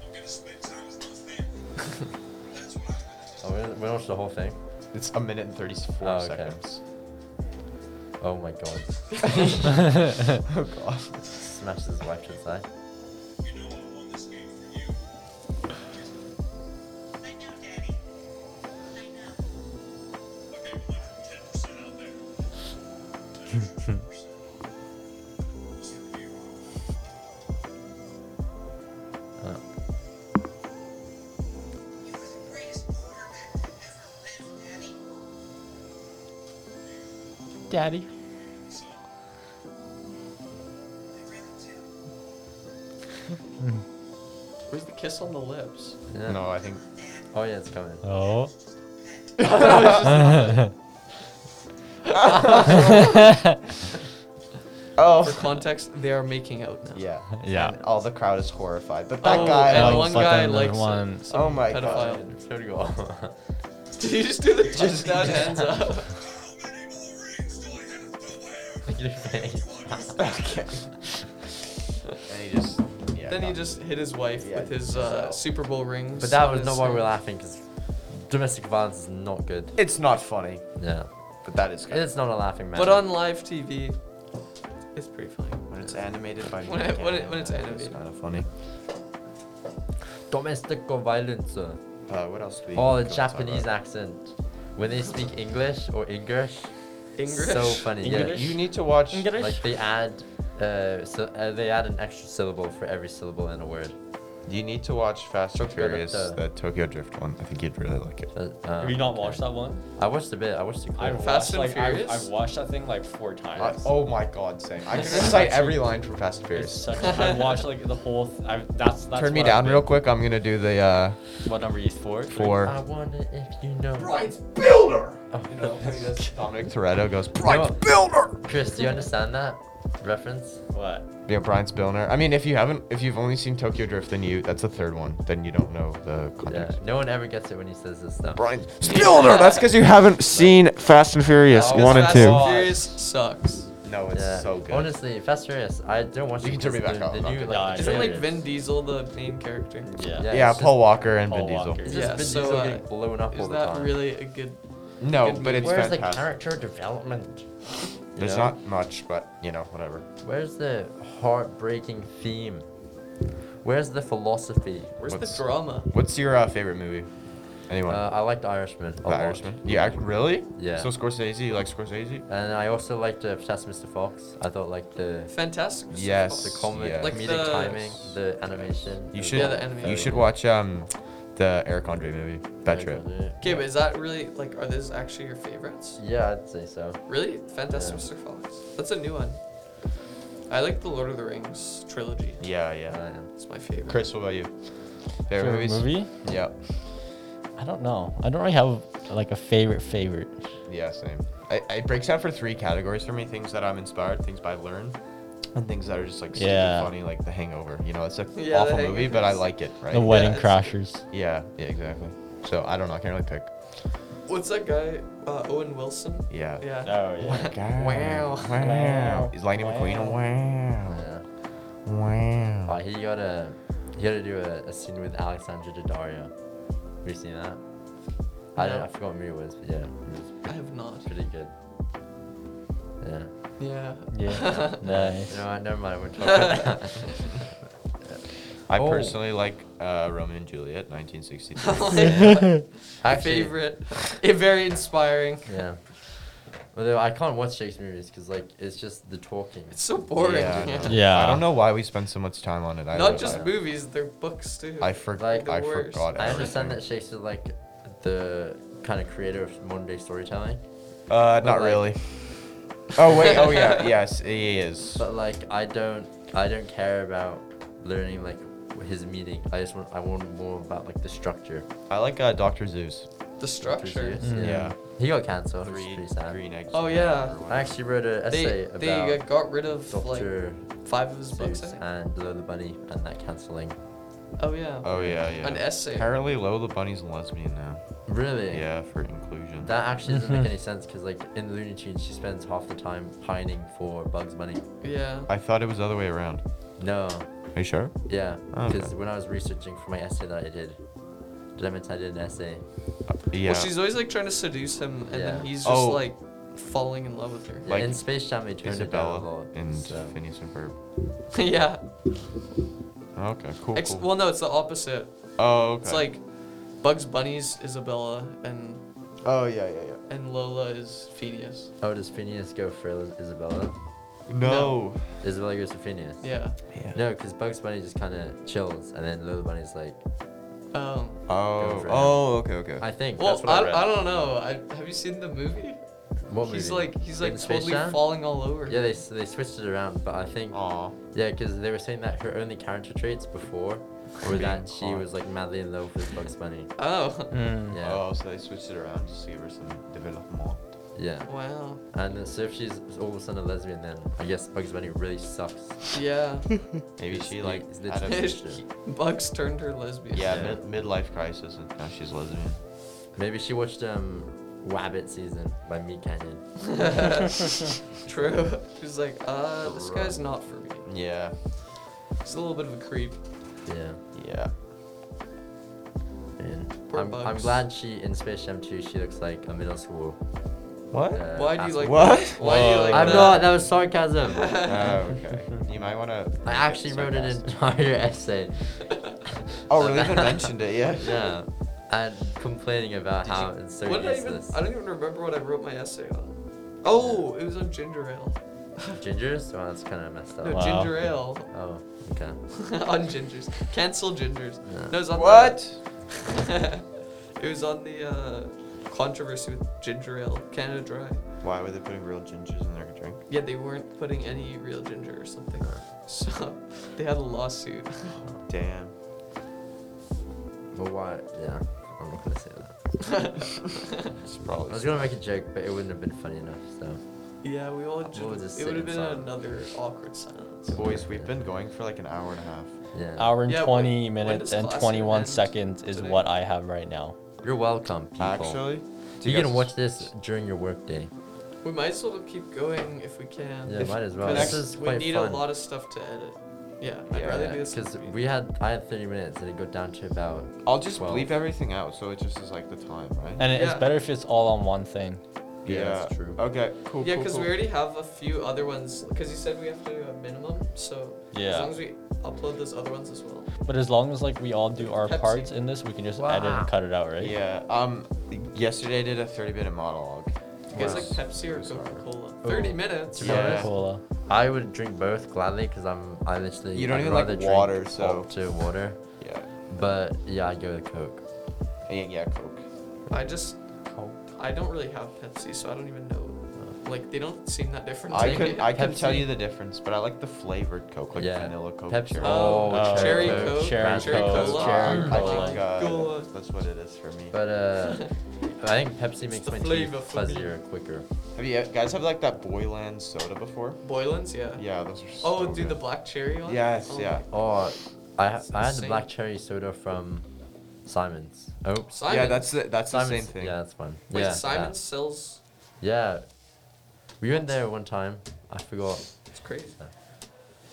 Speaker 4: Oh, we don't, we don't watch the whole thing.
Speaker 1: It's a minute and thirty-four
Speaker 4: Oh, okay.
Speaker 1: seconds.
Speaker 4: Oh my god.
Speaker 1: [LAUGHS] Oh god.
Speaker 4: Smashes his wife to the side.
Speaker 6: Daddy.
Speaker 3: Where's the kiss on the lips?
Speaker 4: Yeah.
Speaker 1: No, I think
Speaker 4: Oh yeah, it's coming.
Speaker 2: oh. [LAUGHS]
Speaker 1: [LAUGHS]
Speaker 3: For
Speaker 1: Oh.
Speaker 3: context, they are making out now.
Speaker 1: Yeah.
Speaker 2: Yeah.
Speaker 1: And all the crowd is horrified, but that
Speaker 3: Oh,
Speaker 1: guy.
Speaker 3: and
Speaker 2: Oh,
Speaker 3: one
Speaker 2: fuck,
Speaker 3: guy
Speaker 2: another
Speaker 3: likes
Speaker 2: one.
Speaker 3: It, some
Speaker 1: Oh my
Speaker 3: pedophile.
Speaker 1: God.
Speaker 4: Third goal.
Speaker 3: [LAUGHS] Did you just do the touchdown hands up?
Speaker 1: [LAUGHS] okay. and he just. Yeah,
Speaker 3: then he
Speaker 1: got-
Speaker 3: just hit his wife
Speaker 1: Yeah,
Speaker 3: with his
Speaker 1: so-
Speaker 3: uh, Super Bowl rings.
Speaker 4: but that
Speaker 3: on
Speaker 4: was not
Speaker 3: his
Speaker 4: why we were
Speaker 3: thing.
Speaker 4: laughing because domestic violence is not good.
Speaker 1: It's not funny,
Speaker 4: Yeah.
Speaker 1: but that is good.
Speaker 4: It's not a laughing matter.
Speaker 3: But on live TV, it's pretty funny.
Speaker 1: when it's animated by
Speaker 3: When it- when it- when it's animated.
Speaker 1: kind of funny.
Speaker 4: domestic violence.
Speaker 1: Uh, what else do we?
Speaker 4: Oh, the
Speaker 1: can we talk
Speaker 4: Japanese
Speaker 1: about?
Speaker 4: accent. When they speak English or English,
Speaker 3: English.
Speaker 4: so funny.
Speaker 6: English?
Speaker 1: You need to watch.
Speaker 4: Yeah,
Speaker 6: English?
Speaker 4: like they add, uh, so uh, they add an extra syllable for every syllable in a word.
Speaker 1: You need to watch Fast and
Speaker 4: Tokyo
Speaker 1: Furious,
Speaker 4: Drift, uh,
Speaker 1: the Tokyo Drift one. I think you'd really like it.
Speaker 4: Uh,
Speaker 2: Have
Speaker 4: um,
Speaker 2: you not
Speaker 4: okay.
Speaker 2: watched that one?
Speaker 4: I watched a bit. I watched a
Speaker 2: I've
Speaker 4: clip.
Speaker 3: Fast
Speaker 2: watched,
Speaker 3: and
Speaker 2: like, I've-
Speaker 3: Furious?
Speaker 2: I've watched that thing like four
Speaker 1: I-
Speaker 2: times.
Speaker 1: oh my God, same. I can
Speaker 2: It's
Speaker 1: recite
Speaker 2: such a-
Speaker 1: every line from Fast and
Speaker 2: It's
Speaker 1: Furious.
Speaker 2: [LAUGHS] such a, I've watched like the whole. Th- I've, that's, that's
Speaker 1: Turn me
Speaker 2: what I've
Speaker 1: down real
Speaker 2: been-
Speaker 1: quick. I'm gonna do the uh,
Speaker 2: What number is four? Three? [LAUGHS]
Speaker 4: I
Speaker 1: four.
Speaker 4: wonder if you know.
Speaker 5: Bride's Builder!
Speaker 1: You know, when he does Dominic Toretto goes.
Speaker 5: Bride's
Speaker 4: No.
Speaker 5: Builder!
Speaker 4: Chris, do you understand that reference?
Speaker 2: What?
Speaker 1: Yeah, Brian Spillner. I mean, if you haven't, if you've only seen Tokyo Drift, then you that's the third one. Then you don't know the
Speaker 4: Yeah.
Speaker 1: context.
Speaker 4: No one ever gets it when he says this stuff.
Speaker 1: Brian Spillner. That's because you haven't seen Fast and Furious
Speaker 4: Oh,
Speaker 1: one and
Speaker 3: Fast
Speaker 1: two.
Speaker 3: and Furious sucks.
Speaker 1: No, it's
Speaker 4: Yeah.
Speaker 1: so good.
Speaker 4: Honestly, Fast Furious, I don't want
Speaker 1: You can turn me back
Speaker 4: the,
Speaker 1: on,
Speaker 4: the
Speaker 1: I'm not
Speaker 4: new
Speaker 2: gonna
Speaker 4: like,
Speaker 2: die.
Speaker 4: the
Speaker 3: Isn't like
Speaker 4: trailers.
Speaker 3: Vin Diesel the main character?
Speaker 2: Yeah.
Speaker 4: Yeah,
Speaker 1: yeah,
Speaker 4: it's
Speaker 1: Paul
Speaker 4: just-
Speaker 1: Walker and
Speaker 2: Paul
Speaker 1: Vin Diesel.
Speaker 2: Walker.
Speaker 4: It's
Speaker 2: Is
Speaker 4: just
Speaker 3: Yeah,
Speaker 4: Vin Diesel
Speaker 3: so, uh,
Speaker 4: getting blown up all
Speaker 3: Is
Speaker 4: the
Speaker 3: that
Speaker 4: time.
Speaker 3: really a good?
Speaker 1: No,
Speaker 3: Good
Speaker 1: but it's
Speaker 4: Where's the
Speaker 1: fantastic.
Speaker 4: character development? You
Speaker 1: There's
Speaker 4: know?
Speaker 1: not much, but you know, whatever.
Speaker 4: Where's the heartbreaking theme? Where's the philosophy?
Speaker 3: Where's
Speaker 1: What's-
Speaker 3: the drama?
Speaker 1: What's your uh, favorite movie? Anyone?
Speaker 4: Uh, I liked Irishman. a
Speaker 1: the
Speaker 4: lot.
Speaker 1: Irishman. Yeah, I- really?
Speaker 4: Yeah.
Speaker 1: So Scorsese, you like Scorsese?
Speaker 4: And I also liked uh, Fantastic Mr. Fox. I thought like the
Speaker 3: Fantastic. Mr.
Speaker 1: Yes.
Speaker 4: the
Speaker 3: Fox.
Speaker 4: comic,
Speaker 1: yeah.
Speaker 3: Like
Speaker 4: comedic
Speaker 3: the-
Speaker 4: timing, the animation.
Speaker 1: You
Speaker 4: was
Speaker 1: should.
Speaker 3: Yeah,
Speaker 4: all
Speaker 3: the anime.
Speaker 1: You
Speaker 4: very
Speaker 1: should
Speaker 4: well.
Speaker 1: watch um, the Eric Andre movie, Bad Trip.
Speaker 3: Okay, but is that really like? Are these actually your favorites?
Speaker 4: Yeah, I'd say so.
Speaker 3: Really, Fantastic
Speaker 4: Yeah.
Speaker 3: Mr. Fox. That's a new one. I like the Lord of the Rings trilogy.
Speaker 1: Yeah, yeah.
Speaker 4: Uh,
Speaker 3: It's my favorite.
Speaker 1: Chris, what about you? Favorite
Speaker 2: Favorite
Speaker 1: movies?
Speaker 2: movie?
Speaker 1: Yeah.
Speaker 2: I don't know. I don't really have like a favorite favorite.
Speaker 1: Yeah, same. I, it breaks down for three categories for me: things that I'm inspired, things I learn, and things that are just like stupid
Speaker 2: Yeah.
Speaker 1: funny, like The Hangover. You know, it's a
Speaker 3: Yeah, The
Speaker 1: awful movie, but I
Speaker 3: Hangover's-
Speaker 1: like it, right?
Speaker 2: The Wedding
Speaker 3: it's-
Speaker 2: Crashers.
Speaker 1: Yeah, yeah, exactly. So I don't know. I can't really pick.
Speaker 3: What's that guy? Uh, Owen Wilson.
Speaker 1: Yeah.
Speaker 3: Yeah.
Speaker 2: Oh yeah.
Speaker 1: Wow.
Speaker 2: Wow.
Speaker 1: Is Lightning McQueen? Wow.
Speaker 4: yeah.
Speaker 1: Wow.
Speaker 4: Oh, he got a he had to do a, a scene with Alexandra Daddario. Have you seen that? I don't.
Speaker 3: No.
Speaker 4: I forgot what movie it was, but yeah, it was
Speaker 3: I have not.
Speaker 4: pretty good.
Speaker 3: [LAUGHS] Yeah.
Speaker 4: Yeah.
Speaker 3: [LAUGHS]
Speaker 2: Yeah.
Speaker 4: You
Speaker 2: nice.
Speaker 4: know what? Never mind. We're talking.
Speaker 1: I
Speaker 4: Oh.
Speaker 1: personally like uh, Romeo and Juliet, [LAUGHS]
Speaker 3: [LAUGHS]
Speaker 1: 1963.
Speaker 3: My
Speaker 4: Actually,
Speaker 3: favorite. It very inspiring.
Speaker 4: Yeah. Although I can't watch Shakespeare movies because like it's just the talking.
Speaker 3: It's so boring.
Speaker 1: Yeah,
Speaker 3: [LAUGHS]
Speaker 1: I know.
Speaker 2: Yeah.
Speaker 1: I don't know why we spend so much time on it. I
Speaker 3: Not
Speaker 1: don't-
Speaker 3: just
Speaker 1: I,
Speaker 3: movies, they're books too.
Speaker 1: I, for,
Speaker 4: Like,
Speaker 1: I
Speaker 3: the worst.
Speaker 1: forgot.
Speaker 4: I understand that
Speaker 1: everything.
Speaker 4: Shakespeare's like the kind of creator of modern day storytelling,
Speaker 1: Uh,
Speaker 4: but,
Speaker 1: not
Speaker 4: like-
Speaker 3: [LAUGHS]
Speaker 1: really. Oh wait. Oh yeah. Yes, he is.
Speaker 4: but like I don't I don't care about learning like his meaning. I just want I want more about like the structure.
Speaker 1: I like uh, Doctor Zeus.
Speaker 3: the structure.
Speaker 4: Zeus,
Speaker 2: Mm.
Speaker 1: Yeah.
Speaker 4: He got cancelled. which is
Speaker 1: Green,
Speaker 4: pretty sad.
Speaker 1: green eggs.
Speaker 3: Oh, yeah.
Speaker 4: I actually wrote an
Speaker 3: They,
Speaker 4: essay
Speaker 3: they uh,
Speaker 4: about
Speaker 3: got rid of
Speaker 4: Doctor
Speaker 3: like five of his books.
Speaker 4: Zeus
Speaker 3: I think.
Speaker 4: and Lola the Bunny and that canceling.
Speaker 3: Oh yeah.
Speaker 1: Oh yeah, yeah.
Speaker 3: An essay.
Speaker 1: Apparently, Lola the Bunny's lesbian now.
Speaker 4: Really?
Speaker 1: Yeah, for inclusion.
Speaker 4: That actually doesn't make any sense because, like, in Looney Tunes, she spends half the time pining for Bugs Bunny.
Speaker 3: Yeah.
Speaker 1: I thought it was the other way around.
Speaker 4: No,
Speaker 1: Are you sure?
Speaker 4: yeah,
Speaker 1: Okay.
Speaker 4: because when I was researching for my essay that I did, did I mention I did an essay?
Speaker 1: Uh, yeah.
Speaker 3: Well, she's always like trying to seduce him, and then
Speaker 4: Yeah.
Speaker 3: he's just
Speaker 1: Oh.
Speaker 3: like falling in love with her.
Speaker 4: Yeah,
Speaker 1: Like
Speaker 4: in Space Jam, they turned it down a
Speaker 1: Isabella
Speaker 4: lot.
Speaker 1: and
Speaker 4: so-
Speaker 1: Phineas and Ferb.
Speaker 3: [LAUGHS] yeah.
Speaker 1: Okay, cool.
Speaker 3: Ex-
Speaker 1: Oh, cool.
Speaker 3: well, no, it's the opposite.
Speaker 1: oh, okay.
Speaker 3: It's like Bugs Bunny's Isabella and
Speaker 1: Oh yeah, yeah, yeah.
Speaker 3: and Lola is Phineas.
Speaker 4: oh, does Phineas go for Is- Isabella?
Speaker 1: No.
Speaker 4: Isabella goes for Phineas.
Speaker 3: Yeah.
Speaker 4: No, because Bugs Bunny just kind of chills, and then Lola Bunny's like,
Speaker 3: Um.
Speaker 4: Go
Speaker 1: Oh.
Speaker 4: for it.
Speaker 1: Oh, okay, okay.
Speaker 4: I think.
Speaker 3: Well,
Speaker 4: that's what
Speaker 3: I,
Speaker 4: read.
Speaker 3: I, don't know. I, have you seen the movie?
Speaker 4: What
Speaker 3: he's
Speaker 4: movie?
Speaker 3: like he's
Speaker 4: In
Speaker 3: like
Speaker 4: Space
Speaker 3: totally
Speaker 4: Jam?
Speaker 3: falling all over.
Speaker 4: Yeah, they, s- they switched it around, but I think.
Speaker 1: Aw.
Speaker 4: Yeah, because they were saying that her only character traits before were
Speaker 1: Being
Speaker 4: that she
Speaker 1: hot.
Speaker 4: was like madly in love with Bugs Bunny.
Speaker 3: Oh. [LAUGHS]
Speaker 4: Hmm. [LAUGHS]
Speaker 2: Hmm.
Speaker 4: Yeah.
Speaker 1: Oh, so they switched it around just to give her some development.
Speaker 4: Yeah.
Speaker 3: Wow.
Speaker 4: And then, so if she's all of a sudden a lesbian, then I guess Bugs Bunny really sucks. [LAUGHS]
Speaker 3: Yeah.
Speaker 1: Maybe
Speaker 4: It's
Speaker 1: she
Speaker 4: the-
Speaker 1: like
Speaker 4: it's the
Speaker 1: had
Speaker 3: [LAUGHS]
Speaker 1: a-
Speaker 4: transition.
Speaker 3: Bugs turned her lesbian.
Speaker 1: yeah,
Speaker 4: Yeah.
Speaker 1: Mid- midlife crisis and now she's lesbian.
Speaker 4: Maybe she watched um, Wabbit season by Meat Canyon.
Speaker 3: [LAUGHS] True. She's like, uh, this guy's not for me.
Speaker 1: Yeah.
Speaker 3: He's a little bit of a creep.
Speaker 4: Yeah.
Speaker 1: Yeah.
Speaker 4: Man.
Speaker 3: Poor
Speaker 4: I'm, I'm
Speaker 3: Bugs.
Speaker 4: glad she in Space Jam 2 she looks like a middle school.
Speaker 1: What?
Speaker 4: uh,
Speaker 3: Why do you
Speaker 4: asshole.
Speaker 3: like
Speaker 1: What?
Speaker 3: that? Why do you like
Speaker 4: I'm
Speaker 3: that? [LAUGHS]
Speaker 4: not. That was sarcasm. [LAUGHS]
Speaker 1: oh, okay. You might want to.
Speaker 4: I actually wrote an entire essay
Speaker 1: Oh, really?
Speaker 4: [LAUGHS]
Speaker 1: Even mentioned it, yeah.
Speaker 4: Yeah. And complaining about how inserting
Speaker 3: What did I even?
Speaker 4: this.
Speaker 3: I don't even remember what I wrote my essay on. Oh, it was on ginger ale.
Speaker 4: Gingers? Well, that's kind of messed
Speaker 3: [LAUGHS]
Speaker 4: up.
Speaker 3: No,
Speaker 2: Wow.
Speaker 3: ginger ale.
Speaker 4: Oh, okay.
Speaker 3: [LAUGHS] on gingers. Cancel gingers.
Speaker 4: Yeah.
Speaker 3: No, it was on
Speaker 1: What?
Speaker 3: The, [LAUGHS] it was on the uh, controversy with ginger ale, Canada Dry.
Speaker 1: Why were they putting real gingers in their drink?
Speaker 3: Yeah, they weren't putting any real ginger or something. [LAUGHS] So they had a lawsuit. [LAUGHS]
Speaker 1: Oh, Damn.
Speaker 4: But why? Yeah, I'm not gonna say that.
Speaker 1: It's
Speaker 4: I
Speaker 1: probably.
Speaker 4: was gonna make a joke, but it wouldn't have been funny enough. So
Speaker 3: Yeah, we all
Speaker 4: What
Speaker 3: just.
Speaker 4: was this
Speaker 3: It would have been
Speaker 4: sitting silence?
Speaker 3: another awkward
Speaker 1: [LAUGHS]
Speaker 3: silence.
Speaker 1: Boys, we've been going for like an hour and a half.
Speaker 4: yeah.
Speaker 2: Hour and
Speaker 3: Yeah, when-
Speaker 2: 20
Speaker 3: when
Speaker 2: minutes
Speaker 3: does
Speaker 2: and
Speaker 3: class
Speaker 2: 21
Speaker 3: end
Speaker 2: seconds is
Speaker 3: today?
Speaker 2: what I have right now.
Speaker 4: You're welcome, people.
Speaker 1: Actually, do
Speaker 4: you
Speaker 1: guys-
Speaker 4: can watch this during your workday.
Speaker 3: We might as well keep going if we can.
Speaker 4: Yeah,
Speaker 1: If-
Speaker 4: might as
Speaker 3: But
Speaker 4: well. This
Speaker 1: next-
Speaker 4: is
Speaker 3: we
Speaker 4: quite
Speaker 3: need
Speaker 4: fun.
Speaker 3: a lot of stuff to edit. Yeah, I'd
Speaker 1: Yeah,
Speaker 3: rather do this.
Speaker 4: because we had I had 30 minutes and it got down to about
Speaker 1: I'll just
Speaker 4: Twelve.
Speaker 1: bleep everything out, so it just is like the time, right?
Speaker 2: And it- it's
Speaker 3: Yeah.
Speaker 2: better if it's all on one thing.
Speaker 4: yeah, that's true.
Speaker 1: Okay, cool.
Speaker 2: [LAUGHS]
Speaker 3: yeah,
Speaker 1: cool,
Speaker 3: because
Speaker 1: cool.
Speaker 3: we already have a few other ones. Because you said we have to do a minimum, so as
Speaker 2: Yeah.
Speaker 3: long as we upload those other ones as well.
Speaker 2: But as long as like we all do our
Speaker 3: Pepsi.
Speaker 2: parts in this, we can just edit
Speaker 4: Wow.
Speaker 2: and cut it out, right?
Speaker 1: Yeah. Um, yesterday I did a 30-minute monologue.
Speaker 3: You guys
Speaker 1: Wow.
Speaker 3: like Pepsi or
Speaker 1: It was hard.
Speaker 3: Coca Cola?
Speaker 2: Oh.
Speaker 3: Thirty
Speaker 4: Ooh.
Speaker 3: minutes.
Speaker 4: To be honest,
Speaker 2: Cola.
Speaker 4: I would drink both gladly because I'm I literally
Speaker 1: You don't
Speaker 4: I'd
Speaker 1: even like
Speaker 4: rather drink
Speaker 1: water,
Speaker 4: pop
Speaker 1: so-
Speaker 4: to water.
Speaker 1: Yeah.
Speaker 4: But yeah, I go with Coke.
Speaker 1: Yeah, yeah, Coke.
Speaker 3: I just,
Speaker 2: Oh.
Speaker 3: I don't really have Pepsi, so I don't even know. Like they don't seem that different.
Speaker 1: I
Speaker 3: to
Speaker 1: could
Speaker 3: me.
Speaker 1: I can tell
Speaker 4: Pepsi.
Speaker 1: you the difference, but I like the flavored Coke, like
Speaker 4: Yeah.
Speaker 1: vanilla Coke.
Speaker 4: Pepsi-
Speaker 1: cherry.
Speaker 3: Oh,
Speaker 2: Oh,
Speaker 3: cherry
Speaker 2: Coke,
Speaker 3: Coke,
Speaker 2: cherry
Speaker 3: cherry
Speaker 2: Coke,
Speaker 3: Cola.
Speaker 2: cherry
Speaker 3: Oh
Speaker 1: I
Speaker 3: my
Speaker 1: think uh,
Speaker 3: God.
Speaker 1: that's what it is for me.
Speaker 4: But uh,
Speaker 1: [LAUGHS]
Speaker 4: I think Pepsi makes
Speaker 3: the
Speaker 4: my
Speaker 3: flavor
Speaker 4: teeth
Speaker 3: for me.
Speaker 4: fuzzier quicker.
Speaker 1: Have you uh, guys have like that Boyland soda before?
Speaker 3: [LAUGHS] Boylan's, yeah.
Speaker 1: Yeah, those are. So
Speaker 3: Oh, dude, the
Speaker 1: good.
Speaker 3: black cherry one.
Speaker 1: Yes,
Speaker 3: Oh my
Speaker 1: yeah.
Speaker 4: Oh, I
Speaker 3: It's
Speaker 4: I had the
Speaker 3: insane.
Speaker 4: black cherry soda from Simon's. Oh,
Speaker 3: Simon.
Speaker 1: Yeah, that's the, that's the same
Speaker 4: Simon's.
Speaker 1: thing.
Speaker 4: Yeah, that's fine.
Speaker 3: Wait,
Speaker 4: yeah,
Speaker 3: Simon sells.
Speaker 4: Yeah. yeah, we went there one time. I forgot.
Speaker 3: It's crazy.
Speaker 4: It's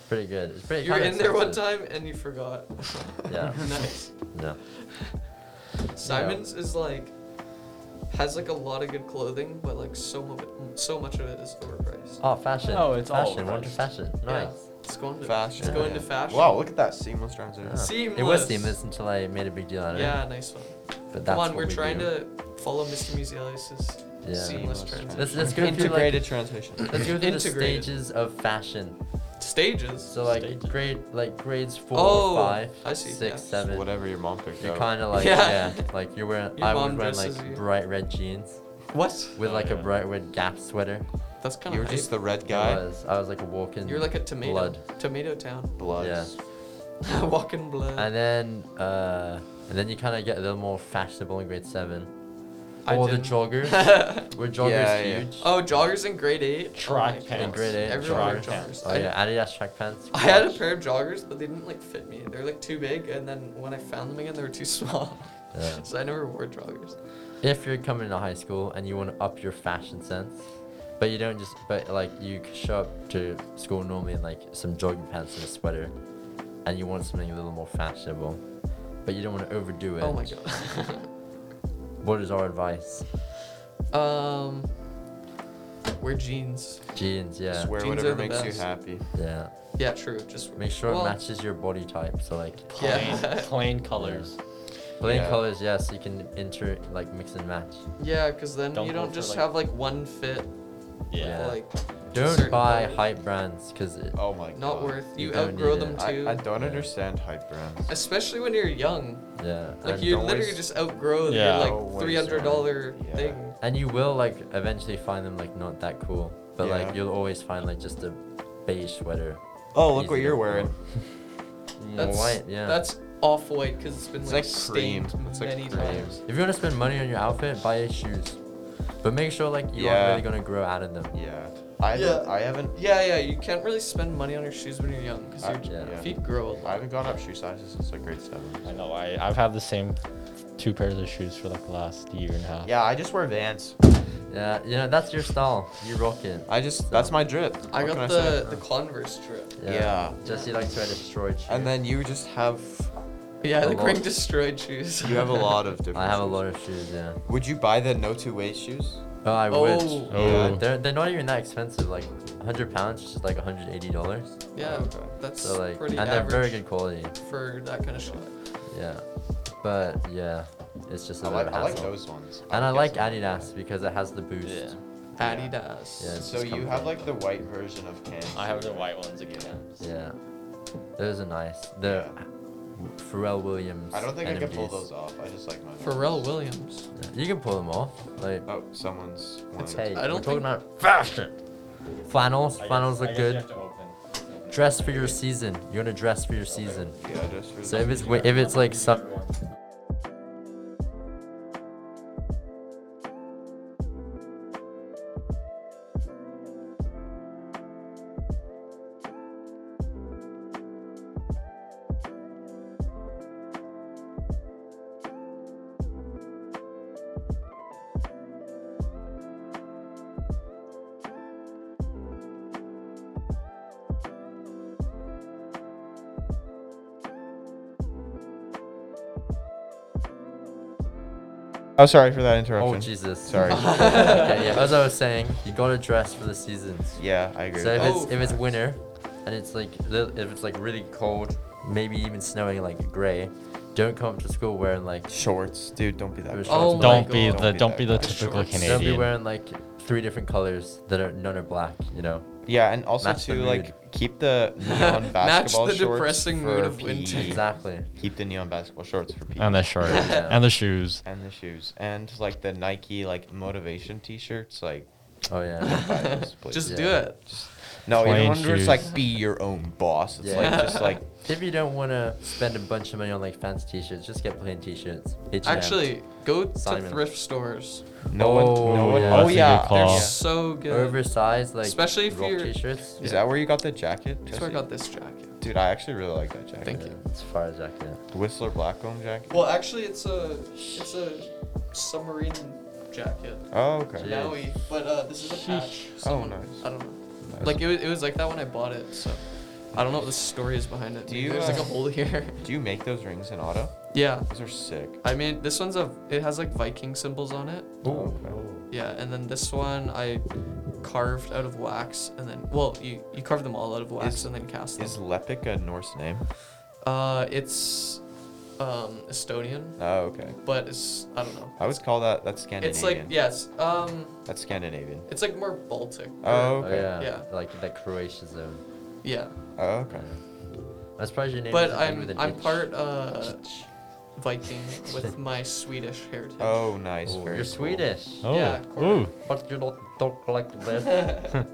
Speaker 4: pretty good. It's pretty.
Speaker 3: You were
Speaker 4: kinda
Speaker 3: in there one
Speaker 4: expensive.
Speaker 3: time and you forgot.
Speaker 4: Yeah.
Speaker 3: [LAUGHS] nice.
Speaker 4: yeah.
Speaker 3: Simon's is like has like a lot of good clothing, but like so much so much of it is overpriced.
Speaker 4: Oh, fashion.
Speaker 2: Oh, it's all
Speaker 4: fashion. Wonder
Speaker 2: priced.
Speaker 4: fashion. Oh, Nice.
Speaker 3: It's going to
Speaker 1: [LAUGHS] Fashion.
Speaker 3: It's going to
Speaker 1: yeah.
Speaker 3: fashion.
Speaker 1: Wow, look at that seamless transition.
Speaker 4: Yeah.
Speaker 3: Seamless.
Speaker 4: Ah. It was seamless until I made a big deal out of
Speaker 3: Yeah,
Speaker 4: it.
Speaker 3: nice one.
Speaker 4: But that's
Speaker 3: Come on,
Speaker 4: what
Speaker 3: we're
Speaker 4: we
Speaker 3: trying
Speaker 4: do.
Speaker 3: to follow Mr. Musealis's
Speaker 4: Yeah.
Speaker 3: seamless
Speaker 1: Seamless
Speaker 3: transition.
Speaker 4: Let's, let's go through like,
Speaker 1: Integrated transition.
Speaker 4: let's go through the
Speaker 3: Integrated.
Speaker 4: stages of fashion.
Speaker 3: Stages.
Speaker 4: So like
Speaker 2: Stages.
Speaker 4: grade like grades four,
Speaker 3: Oh,
Speaker 4: five,
Speaker 3: I see,
Speaker 4: six,
Speaker 3: yeah.
Speaker 4: seven.
Speaker 1: Whatever your mom picked
Speaker 4: You're
Speaker 1: out.
Speaker 4: kind of like
Speaker 3: Yeah. [LAUGHS]
Speaker 4: yeah. like you're wearing.
Speaker 3: Your
Speaker 4: I
Speaker 3: mom
Speaker 4: would wear like
Speaker 3: dresses you.
Speaker 4: bright red jeans
Speaker 3: What?
Speaker 4: with
Speaker 2: Oh,
Speaker 4: like a
Speaker 2: yeah.
Speaker 4: bright red Gap sweater.
Speaker 3: That's kind
Speaker 1: you were
Speaker 3: of
Speaker 1: just the red guy.
Speaker 4: I was I was like a walking.
Speaker 3: You're like a tomato.
Speaker 4: Blood.
Speaker 3: Tomato
Speaker 1: [LAUGHS]
Speaker 3: town.
Speaker 1: Bloods.
Speaker 3: Walking blood.
Speaker 4: And then uh, and then you kind of get a little more fashionable in grade seven.
Speaker 3: I
Speaker 4: or the
Speaker 3: didn't. [LAUGHS]
Speaker 4: joggers. Were joggers
Speaker 1: Yeah, yeah.
Speaker 4: huge?
Speaker 3: Oh, joggers in grade eight.
Speaker 2: Track
Speaker 3: oh my
Speaker 2: pants.
Speaker 4: In
Speaker 3: God.
Speaker 4: grade eight,
Speaker 3: Everyone wore
Speaker 2: track pants.
Speaker 3: joggers.
Speaker 4: Oh
Speaker 3: I-
Speaker 4: yeah, Adidas track pants.
Speaker 3: I had a pair of joggers, but they didn't like fit me. They were like too big, and then when I found them again, they were too small. [LAUGHS]
Speaker 4: Yeah.
Speaker 3: so I never wore joggers.
Speaker 4: If you're coming to high school and you want to up your fashion sense, but you don't just, but like you c- show up to school normally in like some jogging pants and a sweater, and you want something a little more fashionable, but you don't want to overdo it.
Speaker 3: Oh my god.
Speaker 4: What is our advice?
Speaker 3: [LAUGHS] um, wear jeans.
Speaker 4: Jeans, yeah,
Speaker 1: Just wear
Speaker 3: Jeans
Speaker 1: whatever
Speaker 3: are the
Speaker 1: makes you
Speaker 3: best.
Speaker 1: happy.
Speaker 4: yeah.
Speaker 3: Yeah, true. Just
Speaker 4: Make sure
Speaker 3: well,
Speaker 4: it matches your body type. So like
Speaker 2: Plain,
Speaker 3: Yeah,
Speaker 2: [LAUGHS] plain colors.
Speaker 4: plain
Speaker 1: Yeah.
Speaker 4: colors, yeah, so you can enter like mix and match.
Speaker 3: yeah, because then
Speaker 2: Don't
Speaker 3: you
Speaker 2: go
Speaker 3: don't
Speaker 2: for,
Speaker 3: just
Speaker 2: like-
Speaker 3: have like one fit.
Speaker 4: Yeah.
Speaker 3: Like,
Speaker 4: Don't
Speaker 3: certain
Speaker 4: buy
Speaker 3: colors.
Speaker 4: hype brands because it.
Speaker 1: Oh my god.
Speaker 3: Not worth.
Speaker 4: You
Speaker 3: You,
Speaker 4: don't need
Speaker 3: outgrow
Speaker 4: it.
Speaker 3: them
Speaker 1: I,
Speaker 3: too.
Speaker 1: I don't understand hype brands.
Speaker 3: Especially when you're young.
Speaker 4: Yeah.
Speaker 3: Like
Speaker 4: and-
Speaker 3: you
Speaker 1: don't
Speaker 3: literally
Speaker 1: waste-
Speaker 3: just outgrow
Speaker 2: Yeah.
Speaker 3: your
Speaker 1: Don't
Speaker 3: like
Speaker 1: waste
Speaker 3: three hundred dollar
Speaker 1: money. Yeah.
Speaker 3: thing.
Speaker 4: And you will like eventually find them like not that cool, but
Speaker 1: Yeah.
Speaker 4: like you'll always find like just a beige sweater.
Speaker 1: Oh, look
Speaker 4: Easy
Speaker 1: what
Speaker 4: to
Speaker 1: you're
Speaker 4: afford.
Speaker 1: wearing.
Speaker 3: That's
Speaker 4: white, yeah.
Speaker 3: That's off white because it's been
Speaker 1: It's
Speaker 3: like,
Speaker 1: like cream.
Speaker 3: stained
Speaker 1: It's like
Speaker 3: many
Speaker 1: cream.
Speaker 3: times.
Speaker 4: If you want to spend money on your outfit, buy shoes, but make sure like you
Speaker 1: Yeah.
Speaker 4: aren't really gonna grow out of them.
Speaker 1: Yeah. I
Speaker 3: Yeah.
Speaker 1: haven't, I haven't
Speaker 3: Yeah, yeah. You can't really spend money on your shoes when you're young because
Speaker 1: Uh,
Speaker 3: your
Speaker 1: yeah.
Speaker 3: feet grow a
Speaker 1: I
Speaker 3: lot.
Speaker 1: haven't gone up shoe sizes since like grade seven.
Speaker 2: I know. I I've had the same two pairs of shoes for like the last year and a half.
Speaker 1: Yeah, I just wear Vans.
Speaker 4: Yeah, you know that's your style. You rock it.
Speaker 1: I just that's my drip.
Speaker 3: I
Speaker 1: What can
Speaker 3: got the
Speaker 1: say?
Speaker 3: the Converse drip.
Speaker 1: Yeah.
Speaker 4: Jesse likes to wear destroyed shoes.
Speaker 1: And then you just have
Speaker 3: Yeah,
Speaker 4: A
Speaker 3: the Greg
Speaker 4: lot.
Speaker 3: destroyed shoes.
Speaker 1: you have
Speaker 3: [LAUGHS]
Speaker 1: a lot of different.
Speaker 4: [LAUGHS] I have a
Speaker 1: shoes.
Speaker 4: lot of shoes. Yeah.
Speaker 1: Would you buy the no two waist shoes?
Speaker 4: Oh, I
Speaker 3: Oh.
Speaker 4: wish.
Speaker 2: Oh.
Speaker 4: Yeah, they're they're not even that expensive. Like 100 pounds, is just like 180 dollars.
Speaker 3: yeah,
Speaker 1: Okay.
Speaker 3: that's
Speaker 4: So like,
Speaker 3: pretty
Speaker 4: and they're
Speaker 3: average
Speaker 4: very good quality.
Speaker 3: for that kind of shoe.
Speaker 4: Yeah. But yeah, it's just a
Speaker 1: I
Speaker 4: bit of
Speaker 1: like,
Speaker 4: a
Speaker 1: I like
Speaker 4: hassle.
Speaker 1: those ones.
Speaker 4: And I
Speaker 1: guess
Speaker 4: like
Speaker 1: those ones.
Speaker 4: Adidas because it has the boost.
Speaker 2: Yeah.
Speaker 3: Adidas.
Speaker 4: Yeah.
Speaker 1: So you have like the white version of Cam.
Speaker 2: I have the white ones again.
Speaker 4: Yeah. Those are nice. They're Pharrell Williams.
Speaker 1: I don't think I can pull
Speaker 4: NMDs.
Speaker 1: those off. I just like my.
Speaker 3: Pharrell Williams.
Speaker 4: Yeah, You can pull them off. Like,
Speaker 1: Oh, someone's. wanted-
Speaker 4: hey,
Speaker 3: I
Speaker 4: I don't
Speaker 3: don't
Speaker 4: we're talking
Speaker 3: think-
Speaker 4: about fashion. Flannels, flannels look good. Dress for your season. You wanna dress for your season.
Speaker 1: Yeah, just for
Speaker 4: So if it's wi- if it's like some.
Speaker 1: Oh, sorry for that interruption.
Speaker 4: Oh Jesus!
Speaker 1: Sorry.
Speaker 3: [LAUGHS]
Speaker 4: okay, yeah, as I was saying, you gotta dress for the seasons.
Speaker 1: Yeah, I agree. Oh.
Speaker 4: So if
Speaker 1: with
Speaker 4: it's if
Speaker 3: Oh.
Speaker 4: it's winter, and it's like li- if it's like really cold, maybe even snowing like gray, don't come up to school wearing like
Speaker 1: that. shorts, dude, don't be that.
Speaker 4: Those
Speaker 1: guy.
Speaker 3: shorts. Oh my
Speaker 2: don't be
Speaker 3: God.
Speaker 2: the don't
Speaker 1: that
Speaker 2: be the
Speaker 1: guy.
Speaker 2: typical
Speaker 3: Shorts.
Speaker 4: don't be
Speaker 2: Canadian.
Speaker 4: wearing like three different colors that are none are black. You know.
Speaker 1: Yeah, and also
Speaker 4: Match the
Speaker 1: to
Speaker 4: mood.
Speaker 1: like keep
Speaker 3: [LAUGHS]
Speaker 1: the neon
Speaker 3: Match
Speaker 1: basketball
Speaker 3: the
Speaker 1: shorts
Speaker 3: depressing mood
Speaker 1: for
Speaker 3: of winter.
Speaker 1: PE.
Speaker 4: Exactly.
Speaker 1: Keep the neon basketball shorts for people.
Speaker 2: And the [LAUGHS] shirt
Speaker 4: Yeah.
Speaker 2: and the shoes.
Speaker 1: and the shoes and like the Nike like motivation T-shirts. Like,
Speaker 4: Oh yeah.
Speaker 3: [LAUGHS]
Speaker 1: buy those, please.
Speaker 3: Just
Speaker 4: Yeah.
Speaker 3: do it.
Speaker 1: Just- no, even
Speaker 2: Plain
Speaker 1: when it's
Speaker 2: shoes.
Speaker 1: like be your own boss. It's
Speaker 4: Yeah.
Speaker 1: like just like
Speaker 4: if you don't want to spend a bunch of money on like fancy t-shirts, just get plain t-shirts. H&M.
Speaker 3: Actually, go to
Speaker 4: Simon.
Speaker 3: thrift stores.
Speaker 1: no one. No
Speaker 4: Oh,
Speaker 1: one. Oh
Speaker 4: yeah. That's a
Speaker 2: good
Speaker 1: yeah.
Speaker 2: call.
Speaker 3: They're
Speaker 2: Oh.
Speaker 1: yeah.
Speaker 3: so good.
Speaker 4: oversized like
Speaker 3: Especially if
Speaker 4: rock
Speaker 3: you're-
Speaker 4: t-shirts.
Speaker 1: Is that where you got the jacket?
Speaker 3: That's where I
Speaker 1: Jesse?
Speaker 3: got this jacket.
Speaker 1: Dude, I actually really like that jacket.
Speaker 3: Thank you.
Speaker 4: It's far as I can.
Speaker 1: Whistler Blackcomb jacket.
Speaker 3: Well, actually, it's a it's a submarine jacket.
Speaker 1: Oh okay.
Speaker 4: Yeah.
Speaker 3: Maui, but uh, this is a patch.
Speaker 1: Oh
Speaker 3: Someone-
Speaker 1: nice.
Speaker 3: I don't know.
Speaker 1: Nice.
Speaker 3: Like it was, it was like that when I bought it, so I don't know what the story is behind it.
Speaker 1: Do
Speaker 3: Maybe
Speaker 1: you,
Speaker 3: There's like a
Speaker 1: uh,
Speaker 3: hole here. [LAUGHS]
Speaker 1: Do you make those rings in auto?
Speaker 3: yeah,
Speaker 1: Those are sick.
Speaker 3: I mean this one's a it has like Viking symbols on it.
Speaker 1: Oh,
Speaker 3: Yeah, and then this one I carved out of wax, and then well you you carve them all out of wax
Speaker 1: Is-
Speaker 3: and then cast
Speaker 1: Is
Speaker 3: them.
Speaker 1: Lepic a Norse name?
Speaker 3: Uh, it's um Estonian,
Speaker 1: Oh, okay.
Speaker 3: but it's I don't know.
Speaker 1: I would call that that's Scandinavian.
Speaker 3: It's like yes, um,
Speaker 1: That's Scandinavian.
Speaker 3: it's like more Baltic.
Speaker 1: Oh,
Speaker 4: Oh
Speaker 1: okay.
Speaker 4: yeah.
Speaker 3: Yeah.
Speaker 4: Like that Croatia zone.
Speaker 3: yeah.
Speaker 1: Oh, okay.
Speaker 4: I'm surprised your name.
Speaker 3: But
Speaker 4: doesn't end
Speaker 3: I'm
Speaker 4: with an
Speaker 3: I'm
Speaker 4: H.
Speaker 3: part uh, Viking
Speaker 4: [LAUGHS]
Speaker 3: with my Swedish heritage.
Speaker 1: Oh, nice.
Speaker 4: Oh,
Speaker 1: very
Speaker 4: you're
Speaker 1: cool.
Speaker 4: Swedish.
Speaker 2: Oh,
Speaker 3: Yeah,
Speaker 2: ooh.
Speaker 3: correct.
Speaker 4: But you don't
Speaker 3: [LAUGHS]
Speaker 4: talk like that.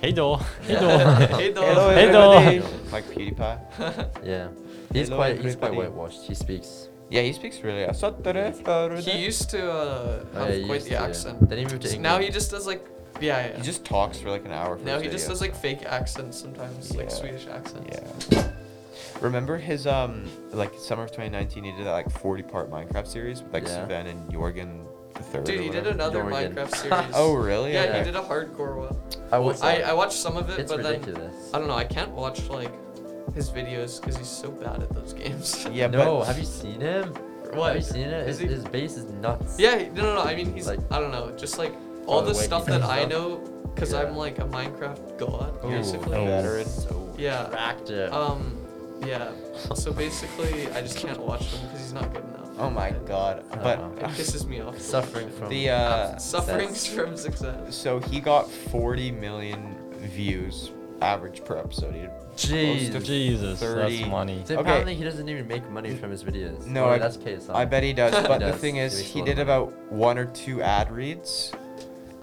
Speaker 2: Hey [LAUGHS] doll. Hey doll.
Speaker 3: [LAUGHS] hey, dog.
Speaker 1: Hello,
Speaker 2: Hey, dog.
Speaker 1: everybody. like PewDiePie.
Speaker 4: yeah. He's
Speaker 1: Hello,
Speaker 4: quite he's quite
Speaker 1: everybody.
Speaker 4: whitewashed. He speaks.
Speaker 1: Yeah, he speaks really. I saw the-
Speaker 3: [LAUGHS] He used to uh,
Speaker 4: Oh,
Speaker 3: have
Speaker 4: yeah, he
Speaker 3: quite
Speaker 4: used
Speaker 3: the
Speaker 4: to, yeah.
Speaker 3: accent.
Speaker 4: Then he moved to
Speaker 3: So
Speaker 4: England.
Speaker 3: now he just does like yeah. yeah.
Speaker 1: He just talks for like an hour. For
Speaker 3: now
Speaker 1: his
Speaker 3: he just
Speaker 1: videos
Speaker 3: does like
Speaker 1: now.
Speaker 3: fake accents sometimes,
Speaker 1: Yeah.
Speaker 3: like Swedish accents.
Speaker 1: Yeah. Remember his um like summer of 2019? He did that like 40 part Minecraft series with like
Speaker 4: Yeah.
Speaker 1: Sven and Jorgen the third.
Speaker 3: Dude, he did another
Speaker 4: Jorgen.
Speaker 3: Minecraft
Speaker 4: [LAUGHS]
Speaker 3: series.
Speaker 1: Oh really?
Speaker 3: Yeah,
Speaker 1: Okay.
Speaker 3: he did a hardcore one.
Speaker 4: I
Speaker 3: Well,
Speaker 4: was.
Speaker 3: I, I watched some of it,
Speaker 4: It's
Speaker 3: but then
Speaker 4: ridiculous.
Speaker 3: I don't know. I can't watch like his videos because he's so bad at those games. [LAUGHS]
Speaker 1: Yeah,
Speaker 4: no,
Speaker 1: but
Speaker 4: have you seen him?
Speaker 3: What?
Speaker 4: Have you seen it?
Speaker 3: Is
Speaker 4: His,
Speaker 3: he-
Speaker 4: his bass is nuts.
Speaker 3: Yeah, he- no, no, no. I mean, he's
Speaker 4: Like-
Speaker 3: I don't know, just like all
Speaker 4: Oh,
Speaker 3: the
Speaker 4: the way
Speaker 3: stuff
Speaker 4: he
Speaker 3: that
Speaker 4: does
Speaker 3: I
Speaker 4: stuff?
Speaker 3: know, because
Speaker 4: Yeah.
Speaker 3: I'm like a Minecraft god,
Speaker 4: Ooh.
Speaker 3: basically.
Speaker 1: Oh. Veteran.
Speaker 4: So
Speaker 3: Yeah.
Speaker 4: attractive.
Speaker 3: Um, yeah. So basically, I just can't watch him because he's not good enough.
Speaker 1: Oh my
Speaker 3: It-
Speaker 1: god.
Speaker 4: I
Speaker 1: But
Speaker 4: don't
Speaker 3: It pisses me off.
Speaker 4: Suffering from
Speaker 1: the
Speaker 3: [LAUGHS]
Speaker 1: uh
Speaker 3: Sufferings
Speaker 4: Success.
Speaker 3: from success.
Speaker 1: so he got 40 million views average per episode. He did close
Speaker 4: Jeez.
Speaker 1: to
Speaker 2: Jesus,
Speaker 1: 30.
Speaker 2: that's money.
Speaker 4: So
Speaker 1: Okay.
Speaker 4: apparently he doesn't even make money from his videos.
Speaker 1: No,
Speaker 4: Well,
Speaker 1: I-
Speaker 4: that's KSI.
Speaker 1: I bet he does.
Speaker 4: He
Speaker 1: But the
Speaker 4: does.
Speaker 1: thing
Speaker 4: He
Speaker 1: is,
Speaker 4: makes a
Speaker 1: he
Speaker 4: lot of
Speaker 1: did
Speaker 4: money.
Speaker 1: about one or two ad reads,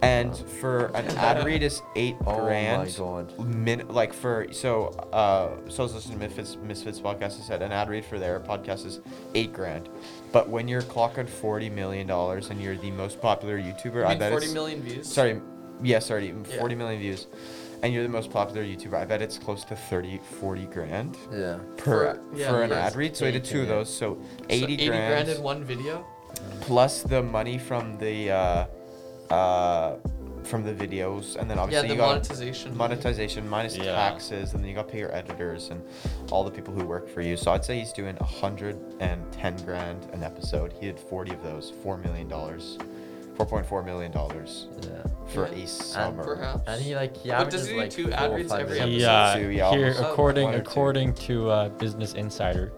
Speaker 1: and for
Speaker 4: [LAUGHS]
Speaker 1: an ad read is eight
Speaker 4: Oh my
Speaker 1: grand.
Speaker 4: God.
Speaker 1: Min, like for so uh so I was listening to Misfits Misfits podcast. I said an ad read for their podcast is eight grand, but when you're clocking forty million dollars and you're the most popular YouTuber,
Speaker 3: You
Speaker 1: I
Speaker 3: mean
Speaker 1: bet
Speaker 3: 40
Speaker 1: it's
Speaker 3: million views.
Speaker 1: sorry, yeah, sorry,
Speaker 3: Yeah.
Speaker 1: forty million views, and you're the most popular YouTuber. I bet it's close to 30, 40 grand.
Speaker 4: Yeah.
Speaker 1: Per,
Speaker 3: For- yeah,
Speaker 1: for an
Speaker 3: yes.
Speaker 1: ad read, so I did two of
Speaker 4: Yeah.
Speaker 1: those, so
Speaker 3: So
Speaker 1: 80,
Speaker 3: 80
Speaker 1: grand,
Speaker 3: grand in one video.
Speaker 1: plus the money from the uh, uh, from the videos, and then
Speaker 3: Yeah,
Speaker 1: obviously
Speaker 3: the
Speaker 1: you got
Speaker 3: monetization.
Speaker 1: monetization minus
Speaker 2: Yeah.
Speaker 1: taxes, and then you got to pay your editors and all the people who work for you. So I'd say he's doing hundred and ten grand an episode. He did forty of those, four million dollars, four point four million dollars
Speaker 4: Yeah.
Speaker 1: for
Speaker 3: Yeah.
Speaker 1: a summer.
Speaker 3: Perhaps.
Speaker 4: And he like he
Speaker 3: But does
Speaker 4: averages
Speaker 3: he do
Speaker 4: like
Speaker 3: two
Speaker 4: four
Speaker 3: ad
Speaker 4: or
Speaker 3: reads
Speaker 4: five
Speaker 3: every
Speaker 4: minutes.
Speaker 1: episode
Speaker 2: Yeah,
Speaker 1: two, yeah,
Speaker 2: uh, here
Speaker 1: almost.
Speaker 3: Oh,
Speaker 2: according
Speaker 1: one or two.
Speaker 2: according to uh, Business Insider,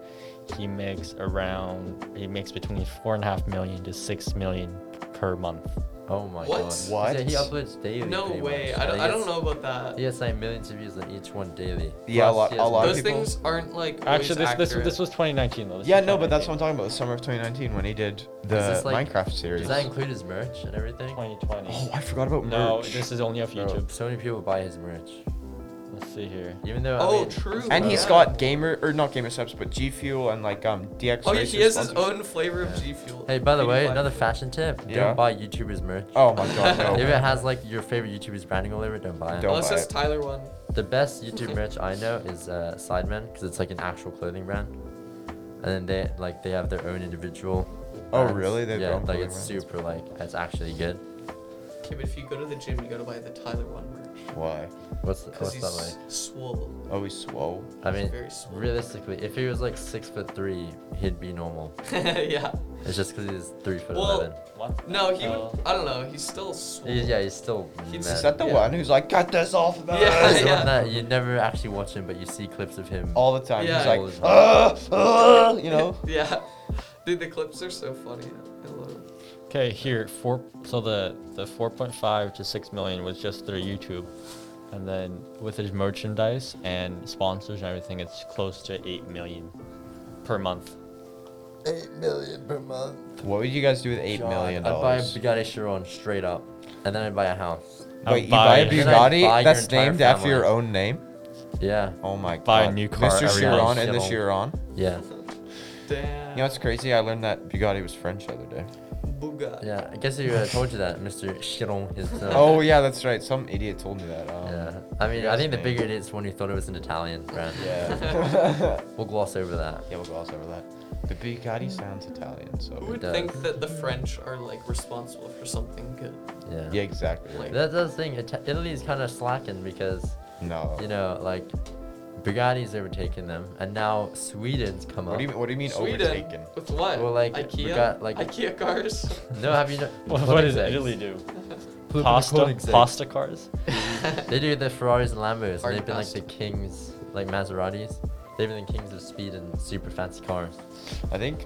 Speaker 2: he makes around he makes between four and a half million to six million per month.
Speaker 4: Oh my
Speaker 3: What?
Speaker 4: god.
Speaker 1: What?
Speaker 4: Yeah, he uploads daily.
Speaker 3: No
Speaker 4: pretty
Speaker 3: way.
Speaker 4: much.
Speaker 3: I don't,
Speaker 4: Like,
Speaker 3: I don't
Speaker 4: it's-
Speaker 3: know about that.
Speaker 4: He has like millions of views on each one daily.
Speaker 1: Yeah, a
Speaker 4: Plus,
Speaker 1: lot-
Speaker 4: he
Speaker 1: a
Speaker 4: has
Speaker 1: lot of
Speaker 3: Those
Speaker 4: millions-
Speaker 1: people-
Speaker 3: things aren't like always
Speaker 2: Actually, this this,
Speaker 3: accurate.
Speaker 2: this was 2019 though. This
Speaker 1: Yeah,
Speaker 2: was
Speaker 1: no, but that's what I'm
Speaker 2: 2019.
Speaker 1: talking about. The summer of 2019 when he did the
Speaker 4: this like-
Speaker 1: uh, Minecraft series.
Speaker 4: Does that include his merch and everything?
Speaker 2: 2020.
Speaker 1: Oh, I forgot about merch.
Speaker 2: no, this is only off
Speaker 4: Bro,
Speaker 2: YouTube.
Speaker 4: so many people buy his merch.
Speaker 2: Let's see here.
Speaker 4: Even though. I
Speaker 3: Oh,
Speaker 4: mean,
Speaker 3: true.
Speaker 1: and
Speaker 3: he
Speaker 1: he's
Speaker 3: yeah.
Speaker 1: got gamer or not gamer subs, but G Fuel and like um DX.
Speaker 3: Oh yeah,
Speaker 1: Racer
Speaker 3: he has his
Speaker 1: sponsors.
Speaker 3: own flavor of
Speaker 4: Yeah.
Speaker 3: G Fuel.
Speaker 4: Hey, by the way,
Speaker 3: 85.
Speaker 4: another fashion tip.
Speaker 1: Yeah.
Speaker 4: Don't buy YouTubers merch.
Speaker 1: Oh
Speaker 4: [LAUGHS]
Speaker 1: my god,
Speaker 4: If
Speaker 1: no.
Speaker 4: it has like your favorite YouTuber's branding all over, it, don't buy it.
Speaker 1: Don't.
Speaker 3: Unless
Speaker 1: buy
Speaker 3: it's
Speaker 1: it.
Speaker 3: Oh, Tyler one.
Speaker 4: The best
Speaker 3: [LAUGHS]
Speaker 4: YouTube merch I know is uh, Sidemen because it's like an actual clothing brand, and then they like they have their own individual.
Speaker 1: Oh,
Speaker 4: brands.
Speaker 1: really? They have their
Speaker 4: yeah,
Speaker 1: own
Speaker 4: like
Speaker 1: clothing
Speaker 4: it's
Speaker 1: brands?
Speaker 4: super like it's actually good.
Speaker 3: Okay, but if you go to the gym, you gotta buy the Tyler one merch
Speaker 1: Why?
Speaker 4: What's
Speaker 3: because
Speaker 4: what's that like?
Speaker 3: he's swole. [LAUGHS]
Speaker 1: Oh, he's swole.
Speaker 4: I mean,
Speaker 3: very small.
Speaker 4: realistically, if he was like six foot three, he'd be normal.
Speaker 3: yeah.
Speaker 4: It's just because he's three foot
Speaker 3: Well-
Speaker 4: eleven.
Speaker 2: What?
Speaker 3: No, he.
Speaker 2: Uh,
Speaker 3: would, I don't know. He's still swole.
Speaker 4: Oh. He's, yeah, he's still.
Speaker 3: He's-
Speaker 4: mad.
Speaker 1: Is that the
Speaker 4: Uh, yeah.
Speaker 1: one who's like, cut this off? man."
Speaker 3: Yeah.
Speaker 4: [LAUGHS] He's the one that you never actually watch him, but you see clips of him.
Speaker 1: All the time.
Speaker 3: Yeah.
Speaker 4: All the
Speaker 1: He's like,
Speaker 4: time.
Speaker 1: "Ah, ah," you
Speaker 4: [LAUGHS]
Speaker 1: know?
Speaker 3: yeah. Dude, the clips are so funny. I love them.
Speaker 2: Okay, here four. So the the 4.5 to 6 million was just through YouTube, and then with his merchandise and sponsors and everything, it's close to 8 million per month.
Speaker 4: Eight million per month.
Speaker 1: What would you guys do with eight
Speaker 4: God,
Speaker 1: million
Speaker 4: I'd buy a
Speaker 1: dollars?
Speaker 4: Bugatti Chiron straight up, and then I'd buy a house.
Speaker 2: I'd
Speaker 1: Wait, you buy a
Speaker 2: buy-
Speaker 4: Then I'd buy
Speaker 1: Bugatti
Speaker 4: your
Speaker 1: that's
Speaker 4: entire
Speaker 1: named after your
Speaker 4: family.
Speaker 1: own name?
Speaker 4: Yeah,
Speaker 1: Oh my god.
Speaker 2: Buy a new car
Speaker 1: Mr.
Speaker 2: every
Speaker 1: Chiron
Speaker 4: month.
Speaker 1: and the Chiron.
Speaker 4: yeah,
Speaker 3: [LAUGHS] Damn.
Speaker 1: You know what's crazy? I learned that Bugatti was French the other day.
Speaker 3: Bugatti.
Speaker 4: yeah. I guess if you had told you that, Mr. Chiron himself.
Speaker 1: Oh yeah, that's right. Some idiot told me that. Um,
Speaker 4: Yeah. I
Speaker 1: forgot
Speaker 4: mean, I think the
Speaker 1: his name.
Speaker 4: bigger it is, one who thought it was an Italian brand. [LAUGHS]
Speaker 1: Yeah.
Speaker 4: We'll gloss over that.
Speaker 1: yeah, we'll gloss over that. The Bugatti sounds Italian, so.
Speaker 3: Who would
Speaker 4: does.
Speaker 3: think that the French are like responsible for something good?
Speaker 4: Yeah.
Speaker 1: Yeah, exactly.
Speaker 3: Like-
Speaker 1: right.
Speaker 4: That's the thing. Ita- Italy's kind of slacking because
Speaker 1: No.
Speaker 4: you know, like, Bugatti's overtaken them, and now Sweden's come
Speaker 1: What
Speaker 4: up.
Speaker 1: do you mean? What do you mean
Speaker 3: Sweden.
Speaker 1: overtaken?
Speaker 3: With what?
Speaker 4: Well, like, we
Speaker 3: IKEA.
Speaker 4: got, like-
Speaker 3: IKEA cars. [LAUGHS]
Speaker 4: No, have you? No-
Speaker 2: What, what does
Speaker 4: Koenigseggs.
Speaker 2: Italy do?
Speaker 4: Blue-
Speaker 2: Pasta,
Speaker 4: Koenigsegg.
Speaker 2: pasta cars.
Speaker 4: [LAUGHS] [LAUGHS] They do the Ferraris and
Speaker 3: Hard
Speaker 4: Lambos, and they've been like
Speaker 3: pasta.
Speaker 4: the kings, like Maseratis. They've been the kings of speed and super fancy cars.
Speaker 1: I think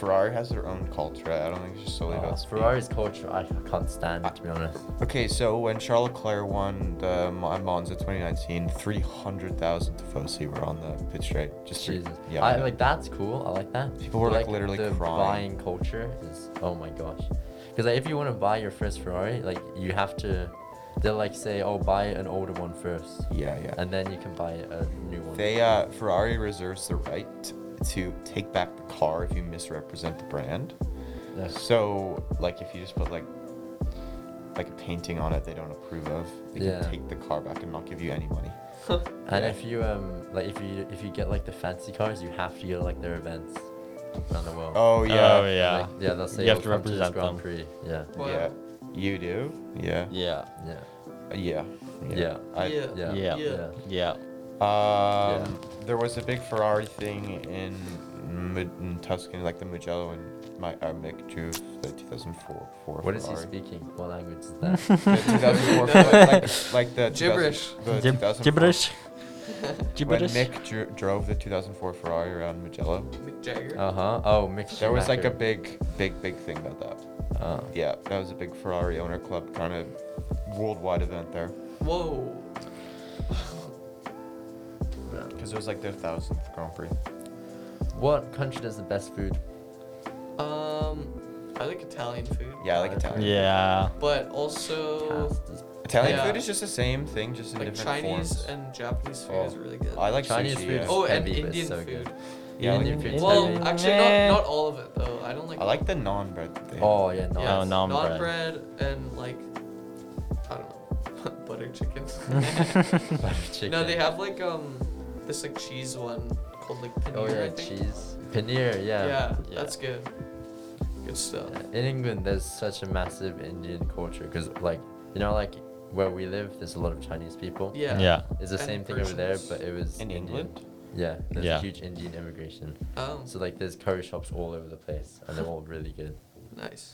Speaker 1: Ferrari has their own culture. I don't think it's just solely
Speaker 4: Uh,
Speaker 1: about speed.
Speaker 4: Ferrari's culture, I can't stand it to be honest.
Speaker 1: Okay, so when Charles Leclerc won the Ma- Monza 2019, 300,000 Tifosi were on the pit straight. Just three-
Speaker 4: Jesus.
Speaker 1: yeah.
Speaker 4: I, like that's cool. I like that.
Speaker 1: People were,
Speaker 4: But,
Speaker 1: like, literally
Speaker 4: the
Speaker 1: crying.
Speaker 4: Buying culture is oh my gosh, because like if you want to buy your first Ferrari, like you have to, they'll like say oh buy an older one first,
Speaker 1: yeah, yeah.
Speaker 4: and then you can buy a new one.
Speaker 1: They uh, Ferrari reserves the right to take back the car if you misrepresent the brand.
Speaker 4: Yeah.
Speaker 1: So, like, if you just put like like a painting on it they don't approve of, they
Speaker 4: Yeah.
Speaker 1: can take the car back and not give you any money.
Speaker 4: And
Speaker 1: Yeah.
Speaker 4: if you um like if you if you get like the fancy cars, you have to go to like their events around the world.
Speaker 1: Oh yeah.
Speaker 2: Oh yeah.
Speaker 4: Like, yeah, they'll say
Speaker 2: You have
Speaker 4: "Oh,
Speaker 2: to
Speaker 4: come this
Speaker 2: represent
Speaker 4: Grand
Speaker 2: them.
Speaker 4: Prix. Yeah.
Speaker 3: Wow.
Speaker 1: Yeah. You do? Yeah.
Speaker 2: Yeah.
Speaker 4: Yeah.
Speaker 1: Yeah.
Speaker 4: Yeah.
Speaker 1: I,
Speaker 3: yeah.
Speaker 4: Yeah.
Speaker 2: Yeah.
Speaker 4: Yeah.
Speaker 2: Yeah.
Speaker 1: Um, there was a big Ferrari thing in, Mu- in Tuscany, like the Mugello and my uh, Mick Juve, the 2004 four
Speaker 4: What is he
Speaker 1: Ferrari.
Speaker 4: speaking? What language is
Speaker 1: [LAUGHS]
Speaker 4: that?
Speaker 1: The
Speaker 2: [LAUGHS]
Speaker 1: 2004 Ferrari, like, like the 2000
Speaker 3: Gibberish.
Speaker 1: the 2004
Speaker 2: Gibberish.
Speaker 1: [LAUGHS] When
Speaker 2: Gibberish.
Speaker 1: Mick dro- drove the 2004 Ferrari around Mugello,
Speaker 3: Mick Jagger.
Speaker 4: uh huh. Oh, mixed.
Speaker 1: there was like a big, big, big thing about that.
Speaker 4: Oh.
Speaker 1: Yeah, that was a big Ferrari owner club kind of worldwide event there.
Speaker 3: Whoa.
Speaker 1: Because it was like their thousandth Grand Prix.
Speaker 4: What country does the best food?
Speaker 3: Um, I like Italian food.
Speaker 1: Yeah, I like Italian.
Speaker 2: Yeah.
Speaker 3: But also,
Speaker 4: Past is-
Speaker 1: Italian
Speaker 3: Yeah.
Speaker 1: food is just the same thing, just in
Speaker 3: like
Speaker 1: different
Speaker 3: Chinese
Speaker 1: forms.
Speaker 3: and Japanese food
Speaker 1: Oh,
Speaker 3: is really good.
Speaker 1: I like
Speaker 4: Chinese
Speaker 1: sushi,
Speaker 4: food
Speaker 1: yeah.
Speaker 4: is
Speaker 3: oh, and
Speaker 4: heavy, but
Speaker 3: Indian
Speaker 4: it's so
Speaker 3: food.
Speaker 4: good.
Speaker 1: Yeah,
Speaker 4: Indian
Speaker 1: like-
Speaker 4: food's
Speaker 3: Well,
Speaker 4: heavy.
Speaker 3: actually, not not all of it though. I don't like.
Speaker 1: I like the non bread that they have.
Speaker 4: Oh yeah, no.
Speaker 3: yes,
Speaker 2: Oh, naan
Speaker 3: naan
Speaker 2: bread.
Speaker 3: bread and like, I don't know, [LAUGHS] butter chicken.
Speaker 4: Butter
Speaker 3: No, they
Speaker 4: chicken.
Speaker 3: have like um this like cheese one called like paneer.
Speaker 4: Oh yeah,
Speaker 3: I think.
Speaker 4: cheese. Paneer, yeah.
Speaker 3: Yeah,
Speaker 2: yeah.
Speaker 3: that's good. Good stuff.
Speaker 4: Yeah. In England, there's such a massive Indian culture because, like, you know, like where we live, there's a lot of Chinese people.
Speaker 3: Yeah.
Speaker 2: Yeah.
Speaker 4: It's the
Speaker 3: And
Speaker 4: same thing over there,
Speaker 3: Persians.
Speaker 4: but it was
Speaker 1: In
Speaker 4: Indian.
Speaker 1: England?
Speaker 4: Yeah, there's
Speaker 2: Yeah.
Speaker 4: a huge Indian immigration.
Speaker 3: Um,
Speaker 4: So like, there's curry shops all over the place, and they're all really good.
Speaker 3: nice.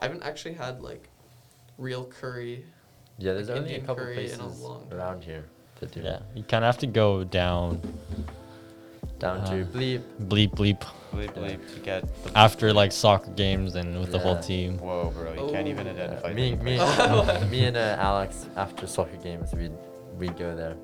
Speaker 3: I haven't actually had like real curry.
Speaker 4: Yeah, there's
Speaker 3: Like
Speaker 4: only
Speaker 3: Indian
Speaker 4: a couple
Speaker 3: curry in a
Speaker 4: places
Speaker 3: long time.
Speaker 4: around here that do.
Speaker 2: Yeah.
Speaker 4: it.
Speaker 2: You kind of have to go down
Speaker 4: down
Speaker 2: Uh,
Speaker 4: tube.
Speaker 3: Bleep.
Speaker 2: bleep bleep
Speaker 1: Bleep bleep to get the
Speaker 2: after like soccer games and with the whole
Speaker 4: Yeah.
Speaker 2: team.
Speaker 1: whoa, bro. You can't even
Speaker 3: Oh.
Speaker 1: identify.
Speaker 4: Uh, me,
Speaker 1: the-
Speaker 4: me,
Speaker 3: [LAUGHS]
Speaker 4: me and uh, Alex after soccer games, we'd we'd go there.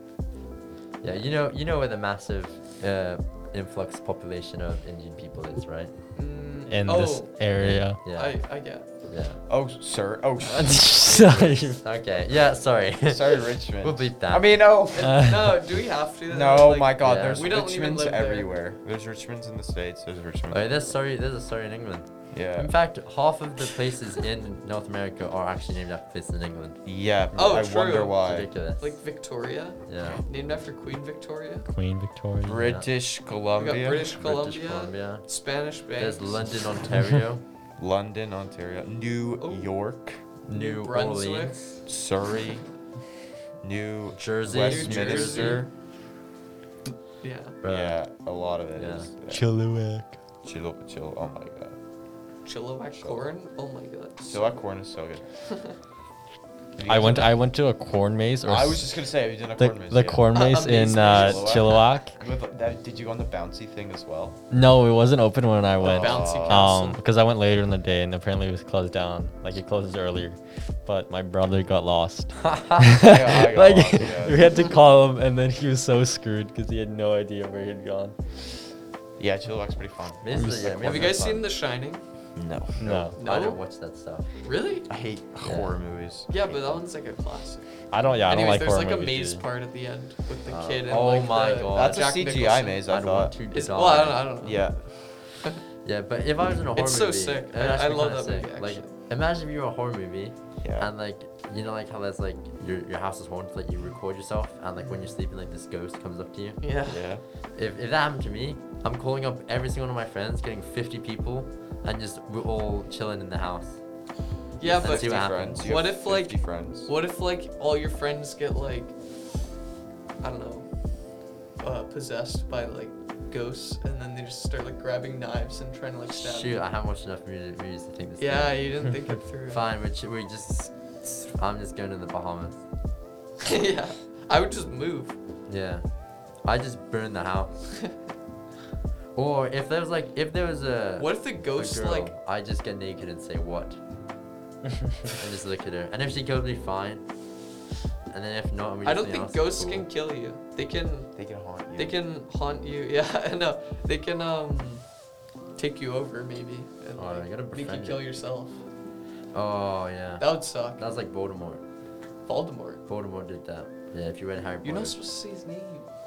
Speaker 4: Yeah, you know, you know where the massive uh, influx population of Indian people is, right?
Speaker 3: Mm,
Speaker 2: In
Speaker 3: oh,
Speaker 2: this area.
Speaker 4: Yeah,
Speaker 3: I, I get. it. [LAUGHS]
Speaker 4: [LAUGHS] yeah.
Speaker 1: Oh, sir. Oh,
Speaker 2: [LAUGHS]
Speaker 1: s-
Speaker 2: Sorry.
Speaker 4: Okay. Yeah. Sorry.
Speaker 1: [LAUGHS] sorry, Richmond.
Speaker 4: [LAUGHS] we'll bleep that.
Speaker 1: I mean, oh.
Speaker 2: Uh,
Speaker 3: no, do we have to?
Speaker 1: No,
Speaker 3: Like,
Speaker 1: my God.
Speaker 4: Yeah.
Speaker 1: There's
Speaker 3: We don't even
Speaker 1: Richmonds
Speaker 3: live there.
Speaker 1: everywhere. There's Richmonds in the states. There's Richmonds.
Speaker 4: Wait, Oh, there's sorry. There's a sorry in England.
Speaker 1: Yeah.
Speaker 4: In fact, half of the places in North America are actually named after places in England.
Speaker 1: Yeah. bro,
Speaker 3: Oh,
Speaker 1: I
Speaker 3: true.
Speaker 1: wonder
Speaker 4: It's
Speaker 1: why.
Speaker 4: ridiculous.
Speaker 3: Like Victoria,
Speaker 4: yeah.
Speaker 3: named after Queen Victoria.
Speaker 2: Queen Victoria.
Speaker 1: British
Speaker 3: We got
Speaker 1: Columbia,
Speaker 3: British Columbia,
Speaker 4: British Columbia.
Speaker 3: Spanish Banks, [LAUGHS]
Speaker 4: There's London, Ontario,
Speaker 1: London, Ontario, New
Speaker 3: Oh.
Speaker 1: York,
Speaker 4: New
Speaker 3: Brunswick.
Speaker 4: Orleans,
Speaker 1: Surrey, New
Speaker 4: Jersey,
Speaker 1: Westminster.
Speaker 3: Yeah.
Speaker 4: Bruh.
Speaker 1: Yeah, a lot of it
Speaker 4: Yeah.
Speaker 1: is-
Speaker 2: Chilliwack.
Speaker 1: Chill, chill. Oh my god.
Speaker 3: Chilliwack
Speaker 1: Sure.
Speaker 3: corn. Oh my god.
Speaker 1: Still, that corn is so good. Did you
Speaker 2: I
Speaker 1: guys
Speaker 2: went.
Speaker 1: have-
Speaker 2: I went to a corn maze or
Speaker 1: I
Speaker 2: s-
Speaker 1: was just gonna say, have you done a
Speaker 2: the,
Speaker 1: corn maze?
Speaker 2: the
Speaker 1: yet?
Speaker 2: corn
Speaker 3: Uh,
Speaker 2: maze in
Speaker 3: amazing.
Speaker 2: uh,
Speaker 1: Chilliwack.
Speaker 2: Chilliwack.
Speaker 1: You went- that- did you go on the bouncy thing as well?
Speaker 2: No, it wasn't open when I went.
Speaker 3: Bouncy
Speaker 2: Um,
Speaker 3: castle.
Speaker 2: because I went later in the day and apparently it was closed down. Like it closes earlier, but my brother got lost.
Speaker 3: [LAUGHS]
Speaker 4: [LAUGHS]
Speaker 1: Yeah, I got
Speaker 2: [LAUGHS] like
Speaker 1: lost,
Speaker 2: [LAUGHS]
Speaker 1: yeah.
Speaker 2: we had to call him, and then he was so screwed because he had no idea where he had gone.
Speaker 1: Yeah, Chilliwack's pretty fun.
Speaker 4: Basically, yeah,
Speaker 3: Have you
Speaker 4: wasn't
Speaker 3: guys
Speaker 4: fun.
Speaker 3: seen The Shining?
Speaker 1: No.
Speaker 2: No,
Speaker 4: I
Speaker 3: No?
Speaker 4: don't watch that stuff.
Speaker 3: Really?
Speaker 1: I hate horror movies.
Speaker 3: Yeah, but that one's like a classic.
Speaker 2: I don't. Yeah, I
Speaker 3: Anyways,
Speaker 2: don't like
Speaker 3: there's
Speaker 2: horror
Speaker 3: like a
Speaker 2: movies
Speaker 3: maze
Speaker 2: either. [LAUGHS]
Speaker 3: part at the end with the
Speaker 4: Uh,
Speaker 3: kid. And
Speaker 4: oh
Speaker 3: like
Speaker 4: my
Speaker 3: the
Speaker 4: God.
Speaker 1: That's a
Speaker 3: Jack
Speaker 1: CGI
Speaker 3: Nicholson.
Speaker 1: maze. I
Speaker 4: I'd want
Speaker 1: thought.
Speaker 4: to
Speaker 3: It's,
Speaker 4: die.
Speaker 3: well, I don't, I don't know.
Speaker 1: Yeah.
Speaker 4: Yeah, but if I was in a horror
Speaker 3: It's so
Speaker 4: movie,
Speaker 3: sick.
Speaker 4: it would
Speaker 3: I-
Speaker 4: actually
Speaker 3: I
Speaker 4: be
Speaker 3: love
Speaker 4: kinda
Speaker 3: that movie,
Speaker 4: sick.
Speaker 3: actually.
Speaker 4: Like, imagine you're a horror movie,
Speaker 1: Yeah.
Speaker 4: and like, you know, like how there's like your, your house is haunted, like you record yourself, and like when you're sleeping, like this ghost comes up to you.
Speaker 3: Yeah.
Speaker 1: Yeah.
Speaker 4: If, if that happened to me, I'm calling up every single one of my friends, getting 50 people, and just we're all chilling in the house.
Speaker 3: Yeah,
Speaker 4: Let's
Speaker 3: but
Speaker 4: see
Speaker 1: Fifty
Speaker 4: what happens.
Speaker 1: friends. You
Speaker 3: What
Speaker 1: have
Speaker 3: if, like-
Speaker 1: 50 friends?
Speaker 3: What if like all your friends get like I don't know uh, possessed by like ghosts and then they just start like grabbing knives and trying to like stab
Speaker 4: Shoot, I haven't watched enough mu- movies to think this.
Speaker 3: you. Yeah, you didn't think it through.
Speaker 4: Through. [LAUGHS] Fine, we ch- we just. I'm just going to the Bahamas.
Speaker 3: [LAUGHS] yeah. I would just move.
Speaker 4: Yeah. I just burned the house. or if there was like if there was a
Speaker 3: What if the
Speaker 4: a
Speaker 3: ghost
Speaker 4: girl,
Speaker 3: like
Speaker 4: I just get naked and say what? and just look at her. And if she kills me, fine. And then if not, we
Speaker 3: I
Speaker 4: do
Speaker 3: don't think ghosts can kill you. They can
Speaker 1: They can haunt you.
Speaker 3: they can haunt you. [LAUGHS] Yeah, I know. They can um take you over maybe and
Speaker 4: Oh,
Speaker 3: like,
Speaker 4: you gotta
Speaker 3: make you
Speaker 4: befriend
Speaker 3: kill
Speaker 4: it.
Speaker 3: yourself.
Speaker 4: Oh yeah. That
Speaker 3: That would suck.
Speaker 4: was like Voldemort.
Speaker 3: Voldemort.
Speaker 4: Voldemort did that. Yeah, if you read Harry Potter.
Speaker 3: You're not supposed to say his name.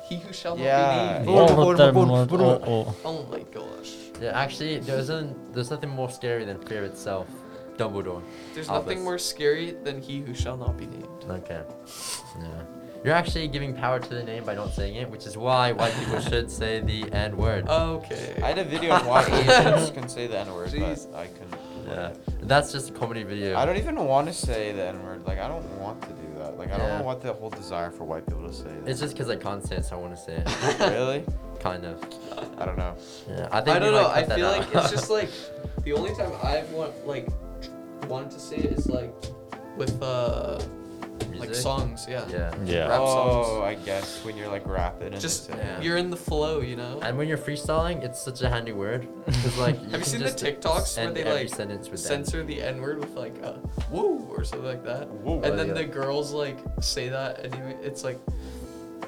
Speaker 3: He who shall
Speaker 1: Yeah.
Speaker 3: not be named.
Speaker 1: Oh,
Speaker 2: All
Speaker 1: oh,
Speaker 2: of them
Speaker 1: oh,
Speaker 2: were-
Speaker 1: oh,
Speaker 2: oh,
Speaker 3: Oh my gosh.
Speaker 4: yeah, actually, there isn't. There's nothing more scary than fear itself. Dumbledore.
Speaker 3: There's
Speaker 4: Albus.
Speaker 3: nothing more scary than he who shall not be named.
Speaker 4: Okay. Yeah. You're actually giving power to the name by not saying it, which is why white
Speaker 3: [LAUGHS]
Speaker 4: people should say the N word.
Speaker 3: Uh, Okay.
Speaker 1: I had a video on why Asians can say the N word, but
Speaker 3: Jeez.
Speaker 1: I couldn't.
Speaker 4: Yeah. That's just a comedy video.
Speaker 1: I don't even want to say the N word. Like, I don't want to do that. Like, I
Speaker 4: Yeah.
Speaker 1: don't want the whole desire for white people to say that.
Speaker 4: It's just because I can't say it, so I want to say
Speaker 3: [LAUGHS]
Speaker 1: [LAUGHS]
Speaker 4: it.
Speaker 1: really?
Speaker 4: kind of.
Speaker 1: I don't know.
Speaker 4: Yeah. I
Speaker 3: I,
Speaker 4: think. we
Speaker 3: don't
Speaker 4: might
Speaker 3: know. I
Speaker 4: cut that
Speaker 3: feel
Speaker 4: out.
Speaker 3: like it's just
Speaker 4: [LAUGHS]
Speaker 3: like the only time I want like wanted to say it is like with uh like
Speaker 4: Music?
Speaker 3: songs. Yeah.
Speaker 4: Yeah.
Speaker 2: oh. Yeah.
Speaker 3: Rap songs.
Speaker 1: Oh, I guess when you're like rapping and
Speaker 3: Just
Speaker 1: they say-
Speaker 4: Yeah.
Speaker 3: you're in the flow, you know.
Speaker 4: And when you're freestyling, it's such a handy word. 'cause, like,
Speaker 3: Have you
Speaker 4: can
Speaker 3: seen the
Speaker 4: just
Speaker 3: TikToks where
Speaker 4: end
Speaker 3: they
Speaker 4: every
Speaker 3: like
Speaker 4: sentence with that.
Speaker 3: censor the N word with like a woo or something like that,
Speaker 1: Woo.
Speaker 3: and then
Speaker 4: yeah.
Speaker 3: the girls like say that anyway. It's like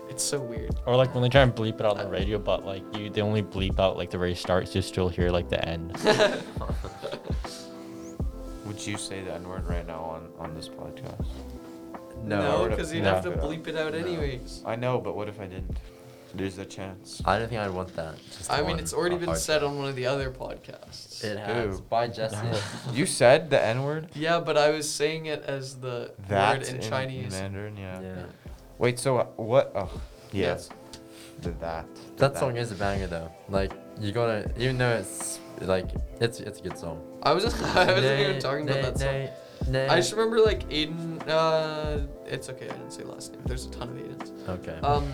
Speaker 3: it's so weird.
Speaker 2: Or like when they try and bleep it out on the radio, but like you, they only bleep out like the very start, so you still hear like the
Speaker 3: [LAUGHS]
Speaker 2: end.
Speaker 1: Would you say the N word right now on, on this podcast?
Speaker 4: No.
Speaker 1: No.
Speaker 3: because you'd
Speaker 2: No.
Speaker 3: have to bleep it out
Speaker 4: No.
Speaker 3: anyways.
Speaker 1: I know, but what if I didn't? There's a chance.
Speaker 4: I don't think I'd want that. Just
Speaker 3: I mean,
Speaker 4: on
Speaker 3: it's already
Speaker 4: a
Speaker 3: been
Speaker 4: hard
Speaker 3: said
Speaker 4: drive.
Speaker 3: on one of the other podcasts.
Speaker 4: It has.
Speaker 1: Dude.
Speaker 4: By Jesse.
Speaker 1: [LAUGHS] You said the N word?
Speaker 3: Yeah, but I was saying it as the
Speaker 1: That
Speaker 3: word in, Chinese.
Speaker 1: Mandarin, yeah.
Speaker 4: yeah.
Speaker 1: Wait, so uh, what? Oh,
Speaker 3: Yeah.
Speaker 1: yes. The that. the
Speaker 4: That song is a banger though. Like you gotta, even though it's like it's it's a good song.
Speaker 3: I was [LAUGHS] I wasn't even talking about that song. I just remember like Aiden. Uh, it's okay. I didn't say last name. There's a ton of Aidens.
Speaker 4: Okay.
Speaker 3: Um,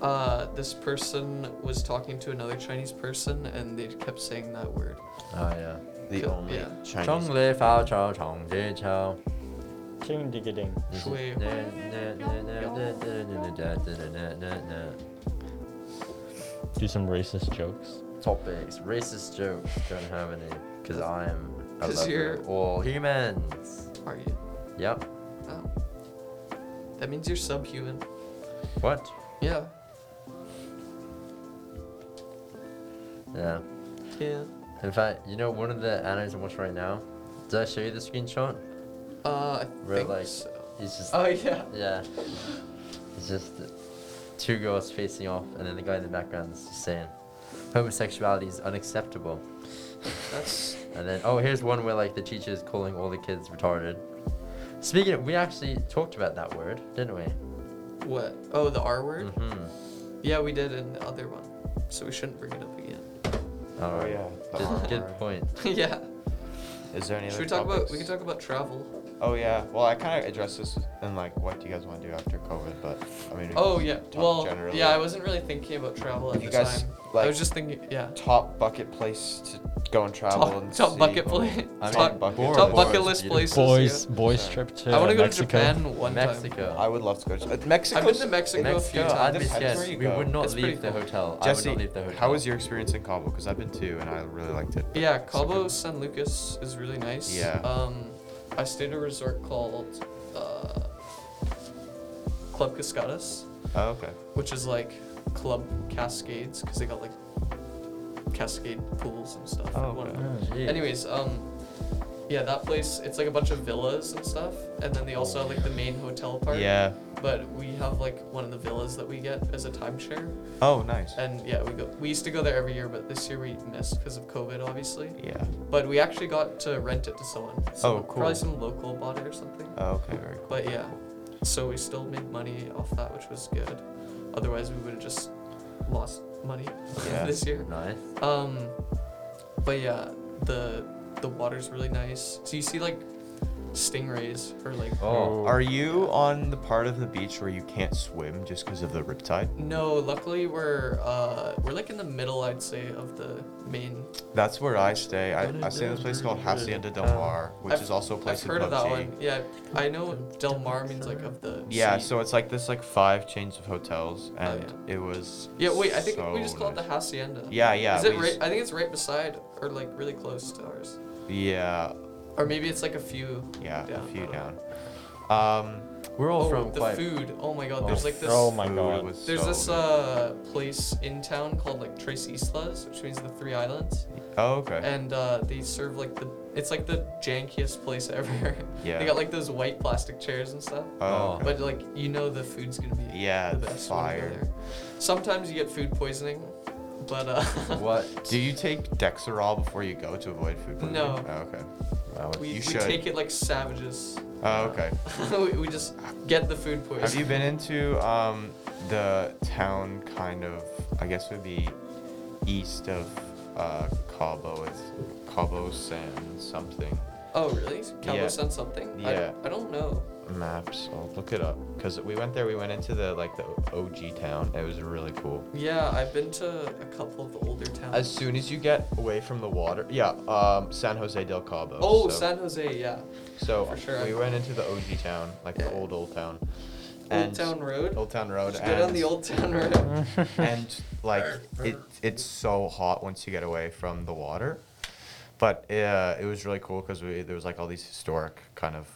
Speaker 3: uh, this person was talking to another Chinese person, and they kept saying that word.
Speaker 4: oh yeah.
Speaker 1: The
Speaker 3: Yeah.
Speaker 1: only
Speaker 3: Yeah.
Speaker 1: Chinese.
Speaker 4: Chong le fao chao chong jie chao.
Speaker 2: Ching digga ding.
Speaker 3: Shui.
Speaker 2: do some racist jokes.
Speaker 4: Topics. Racist jokes. Don't have any. Because I'm a
Speaker 3: 'Cause
Speaker 4: lover
Speaker 3: you're-
Speaker 4: of all humans.
Speaker 3: Are you?
Speaker 4: Yep.
Speaker 3: Oh. That means you're subhuman.
Speaker 4: What?
Speaker 3: Yeah.
Speaker 4: Yeah.
Speaker 3: Yeah.
Speaker 4: In fact, you know one of the animes I'm watching right now? Did I show you the screenshot?
Speaker 3: Uh, I
Speaker 4: Where
Speaker 3: think
Speaker 4: like
Speaker 3: so.
Speaker 4: it's just
Speaker 3: Oh yeah.
Speaker 4: yeah. It's just two girls facing off and then the guy in the background is just saying homosexuality is unacceptable.
Speaker 3: That's
Speaker 4: And then oh here's one where like the teacher is calling all the kids retarded. Speaking of we actually talked about that word, didn't we?
Speaker 3: what? Oh, the R word.
Speaker 4: Mm-hmm.
Speaker 3: Yeah, we did in the other one, so we shouldn't bring it up again. [LAUGHS]
Speaker 1: Oh yeah. the
Speaker 4: Good, good
Speaker 1: R-word.
Speaker 4: point.
Speaker 3: yeah.
Speaker 1: Is there any?
Speaker 3: Should
Speaker 1: other
Speaker 3: we talk about?
Speaker 1: topics?
Speaker 3: We can talk about travel.
Speaker 1: Oh yeah. Well, I kind of addressed this in like, what do you guys want to do after COVID? But I mean. we
Speaker 3: Oh
Speaker 1: can
Speaker 3: yeah.
Speaker 1: talk
Speaker 3: Well,
Speaker 1: generally.
Speaker 3: yeah. I wasn't really thinking about travel at
Speaker 1: You
Speaker 3: the
Speaker 1: guys,
Speaker 3: time. I
Speaker 1: like-
Speaker 3: was just thinking. Yeah.
Speaker 1: Top bucket place to go and travel
Speaker 3: Top,
Speaker 1: and
Speaker 3: top
Speaker 1: see.
Speaker 3: bucket [LAUGHS] plate.
Speaker 4: I
Speaker 3: top,
Speaker 1: mean, Bora
Speaker 3: top
Speaker 1: Bora
Speaker 3: bucket
Speaker 1: is
Speaker 3: list
Speaker 4: beautiful.
Speaker 3: places.
Speaker 2: Boys,
Speaker 3: yeah.
Speaker 2: boys
Speaker 1: Sorry.
Speaker 2: trip to
Speaker 3: I want to go
Speaker 2: Mexico.
Speaker 3: to Japan one time.
Speaker 4: Mexico.
Speaker 1: I would love to go to Mexico.
Speaker 3: to Mexico a few
Speaker 1: Mexico,
Speaker 3: times.
Speaker 1: it
Speaker 4: I'd be
Speaker 1: depends
Speaker 4: scared.
Speaker 1: where you
Speaker 4: We
Speaker 1: go.
Speaker 4: would not
Speaker 3: It's pretty
Speaker 4: leave the
Speaker 3: cool.
Speaker 4: hotel.
Speaker 1: Jesse,
Speaker 4: I would not leave the hotel.
Speaker 1: how was your experience in Cabo? Because I've been too, and I really liked it.
Speaker 3: Yeah, Cabo San Lucas is really nice.
Speaker 1: Yeah.
Speaker 3: Um, I stayed at a resort called uh, Club Cascadas,
Speaker 1: Oh, okay.
Speaker 3: which is like Club Cascades because they got like cascade pools and stuff.
Speaker 1: Oh,
Speaker 3: whatever.
Speaker 1: okay.
Speaker 4: Jeez.
Speaker 3: Anyways, um, yeah, that place it's like a bunch of villas and stuff, and then they also have like the main hotel part.
Speaker 1: Yeah.
Speaker 3: But we have like one of the villas that we get as a timeshare,
Speaker 1: Oh, nice.
Speaker 3: and yeah, we go. We used to go there every year, but this year we missed because of COVID, obviously.
Speaker 1: Yeah.
Speaker 3: But we actually got to rent it to someone. So
Speaker 1: Oh, cool.
Speaker 3: Probably some local bought it or something.
Speaker 1: Oh, okay. Very cool.
Speaker 3: But yeah, so we still made money off that, which was good. Otherwise, we would have just lost money [LAUGHS]
Speaker 1: Yeah.
Speaker 3: this year.
Speaker 4: nice?
Speaker 3: Um, but yeah, the the water's really nice. So you see like stingrays or like
Speaker 4: Oh,
Speaker 1: Are you on the part of the beach where you can't swim just because of the riptide?
Speaker 3: no. Luckily, we're uh we're like in the middle, I'd say, of the main.
Speaker 1: That's where I stay. I, I stay in this place called Hacienda Del Mar, which
Speaker 3: Uh, I've-
Speaker 1: is also a place
Speaker 3: I've heard
Speaker 1: in
Speaker 3: of that
Speaker 1: PUBG.
Speaker 3: one. Yeah, I know Del Mar means like of the.
Speaker 1: Yeah,
Speaker 3: sea.
Speaker 1: so it's like this like five chains of hotels, and it was.
Speaker 3: Oh, Yeah, wait. I think we just
Speaker 1: so
Speaker 3: called it the
Speaker 1: nice.
Speaker 3: hacienda.
Speaker 1: Yeah, yeah.
Speaker 3: Is it
Speaker 1: we
Speaker 3: right?
Speaker 1: s-
Speaker 3: I think it's right beside or like really close to ours.
Speaker 1: Yeah,
Speaker 3: Or maybe it's like a few.
Speaker 1: yeah,
Speaker 3: down,
Speaker 1: a
Speaker 3: I
Speaker 1: few
Speaker 3: don't know.
Speaker 1: down. Um,
Speaker 4: we're all
Speaker 3: Oh,
Speaker 4: from
Speaker 3: the
Speaker 4: quite.
Speaker 3: food. Oh my god.
Speaker 4: Oh,
Speaker 3: There's like this.
Speaker 2: oh my
Speaker 1: food
Speaker 2: god.
Speaker 1: was
Speaker 3: There's
Speaker 1: so
Speaker 3: this
Speaker 1: good.
Speaker 3: uh place in town called like Tres Islas, which means the three islands,
Speaker 1: oh, okay.
Speaker 3: and uh, they serve like the it's like the jankiest place [LAUGHS] ever.
Speaker 1: Yeah.
Speaker 3: they got like those white plastic chairs and stuff.
Speaker 1: Oh, okay.
Speaker 3: But like you know the food's gonna be
Speaker 1: Yeah,
Speaker 3: the best when you go
Speaker 1: fire.
Speaker 3: there. Sometimes you get food poisoning, but
Speaker 1: [LAUGHS]
Speaker 3: uh
Speaker 4: What?
Speaker 1: Do you take Dexerol before you go to avoid food poisoning?
Speaker 3: No.
Speaker 1: Oh, okay.
Speaker 4: Wow.
Speaker 3: [LAUGHS] we,
Speaker 1: You
Speaker 3: we
Speaker 1: should.
Speaker 3: take it like savages. [LAUGHS]
Speaker 1: Oh, okay.
Speaker 3: we, we just get the food poisoning.
Speaker 1: Have you been into um the town kind of? I guess it would be east of uh Cabo. It's Cabo San something.
Speaker 3: Oh really? Cabo
Speaker 1: Yeah.
Speaker 3: sent something? I
Speaker 1: Yeah.
Speaker 3: don't, I don't know.
Speaker 1: maps. I'll look it up because we went there. We went into the like the OG town. It was really cool.
Speaker 3: Yeah, I've been to a couple of the older towns.
Speaker 1: As soon as you get away from the water, yeah, um, San Jose del Cabo.
Speaker 3: Oh,
Speaker 1: so,
Speaker 3: San Jose, yeah.
Speaker 1: So
Speaker 3: for sure.
Speaker 1: we went into the OG town, like the
Speaker 3: Yeah.
Speaker 1: old old town.
Speaker 3: Old Town Road.
Speaker 1: Old Town Road.
Speaker 3: Just go down the
Speaker 1: and-
Speaker 3: Old Town
Speaker 1: Uh,
Speaker 3: Road.
Speaker 1: and like it, it's so hot once you get away from the water. But uh, it was really cool because there was like all these historic kind of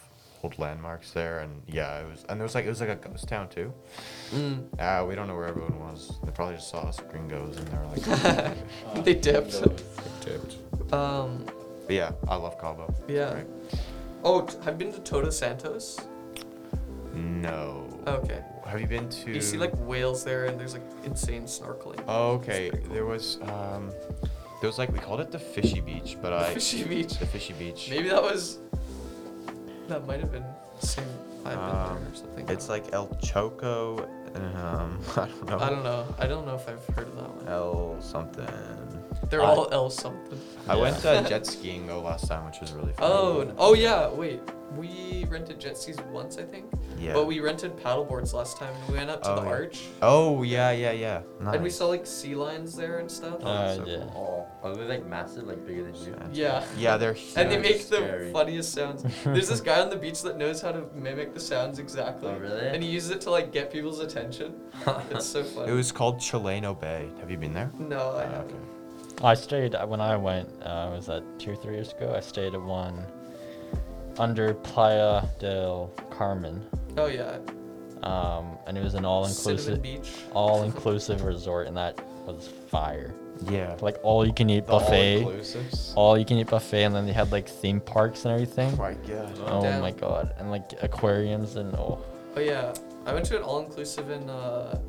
Speaker 1: old landmarks there, and yeah, it was. And there was like it was like a ghost town too.
Speaker 3: Mm.
Speaker 1: Uh, we don't know where everyone was. They probably just saw us gringos, and they were like,
Speaker 3: [LAUGHS] [LAUGHS] they dipped.
Speaker 1: "Tipped."
Speaker 3: Um,
Speaker 1: But yeah, I love Cabo. It's
Speaker 3: Yeah.
Speaker 1: great.
Speaker 3: oh, t- I've been to Toto Santos.
Speaker 1: No.
Speaker 3: Okay.
Speaker 1: Have you been to?
Speaker 3: You see like whales there, and there's like insane snorkeling.
Speaker 1: Oh, okay,
Speaker 3: pretty cool.
Speaker 1: there was um, there was like we called it the fishy beach, but I
Speaker 3: Fishy Beach.
Speaker 1: the fishy beach.
Speaker 3: Maybe that was. That might have been the same. I've been
Speaker 1: Um,
Speaker 3: there or something.
Speaker 1: It's like El Choco, um, [LAUGHS] I don't know.
Speaker 3: I don't know. I don't know if I've heard of that one.
Speaker 1: El something.
Speaker 3: They're
Speaker 1: Uh,
Speaker 3: all L something.
Speaker 1: I went
Speaker 3: [LAUGHS]
Speaker 1: uh, jet skiing though last time, which was really fun.
Speaker 3: Oh, n- oh yeah. Wait, we rented jet skis once, I think.
Speaker 1: Yeah.
Speaker 3: But we rented paddle boards last time. and We went up to
Speaker 1: Oh,
Speaker 3: the
Speaker 1: yeah.
Speaker 3: arch,
Speaker 1: Oh yeah, yeah, yeah. Nice.
Speaker 3: and we saw like sea lions there and stuff.
Speaker 1: Oh, that's
Speaker 2: Uh,
Speaker 1: so
Speaker 2: yeah.
Speaker 1: cool.
Speaker 4: Oh, are they like massive, like bigger than you?
Speaker 3: [LAUGHS] yeah.
Speaker 1: [LAUGHS] Yeah, they're huge.
Speaker 3: [LAUGHS] And they
Speaker 4: Yeah,
Speaker 3: make
Speaker 4: it's
Speaker 3: the
Speaker 4: scary.
Speaker 3: funniest sounds. There's this guy on the beach that knows how to mimic the sounds exactly.
Speaker 4: Oh, really?
Speaker 3: And he uses it to like get people's attention.
Speaker 1: [LAUGHS]
Speaker 3: It's so funny.
Speaker 1: It was called Chileno Bay. Have you been there?
Speaker 3: No, I
Speaker 1: Ah,
Speaker 3: haven't.
Speaker 2: I stayed when I went. Uh, was that two or three years ago? I stayed at one under Playa del Carmen,
Speaker 3: Oh yeah.
Speaker 2: um, and it was an all-inclusive,
Speaker 3: Cinnamon Beach.
Speaker 2: all-inclusive resort, and that was fire.
Speaker 1: Yeah.
Speaker 2: Like all-you-can-eat
Speaker 1: The all
Speaker 2: buffet,
Speaker 1: inclusives.
Speaker 2: all-you-can-eat buffet, and then they had like theme parks and everything.
Speaker 1: Oh my god.
Speaker 2: Oh
Speaker 3: Damn.
Speaker 2: my god, and like aquariums and oh,
Speaker 3: Oh yeah. I went to an all inclusive in uh,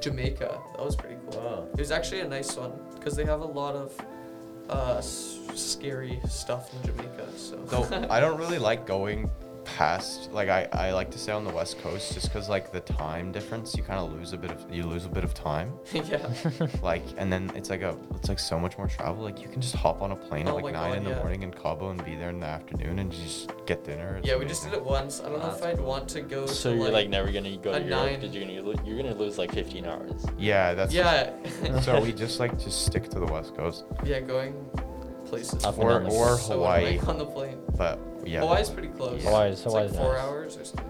Speaker 3: Jamaica. That was pretty cool.
Speaker 4: Wow.
Speaker 3: It was actually a nice one because they have a lot of uh, s- scary stuff in Jamaica. So.
Speaker 1: Though I don't really like going past like I, I like to stay on the west coast just because like the time difference you kind of lose a bit of you lose a bit of time
Speaker 3: [LAUGHS] yeah.
Speaker 1: like and then it's like a it's like so much more travel like you can just hop on a plane
Speaker 3: Oh
Speaker 1: at
Speaker 3: my
Speaker 1: like 9
Speaker 3: God,
Speaker 1: in the
Speaker 3: yeah.
Speaker 1: morning in cabo and be there in the afternoon and just get dinner It's
Speaker 3: Yeah, we just did
Speaker 1: amazing.
Speaker 3: it once. I don't know if I'd want to go.
Speaker 2: so
Speaker 3: to,
Speaker 2: you're like
Speaker 3: like,
Speaker 2: never gonna go
Speaker 3: a
Speaker 2: to Europe
Speaker 3: nine.
Speaker 2: because you're gonna lo- you're gonna lose like 15 hours.
Speaker 1: yeah that's
Speaker 3: Yeah.
Speaker 1: [LAUGHS] so we just like just stick to the west coast
Speaker 3: [LAUGHS] yeah, going places.
Speaker 2: Up and
Speaker 1: or
Speaker 2: down the
Speaker 1: or
Speaker 3: So when,
Speaker 1: hawaii
Speaker 3: like, on the plane.
Speaker 1: but yeah
Speaker 3: Hawaii's pretty close.
Speaker 2: Hawaii-
Speaker 3: It's
Speaker 2: Hawaii's
Speaker 3: like four
Speaker 2: nice.
Speaker 3: hours or something.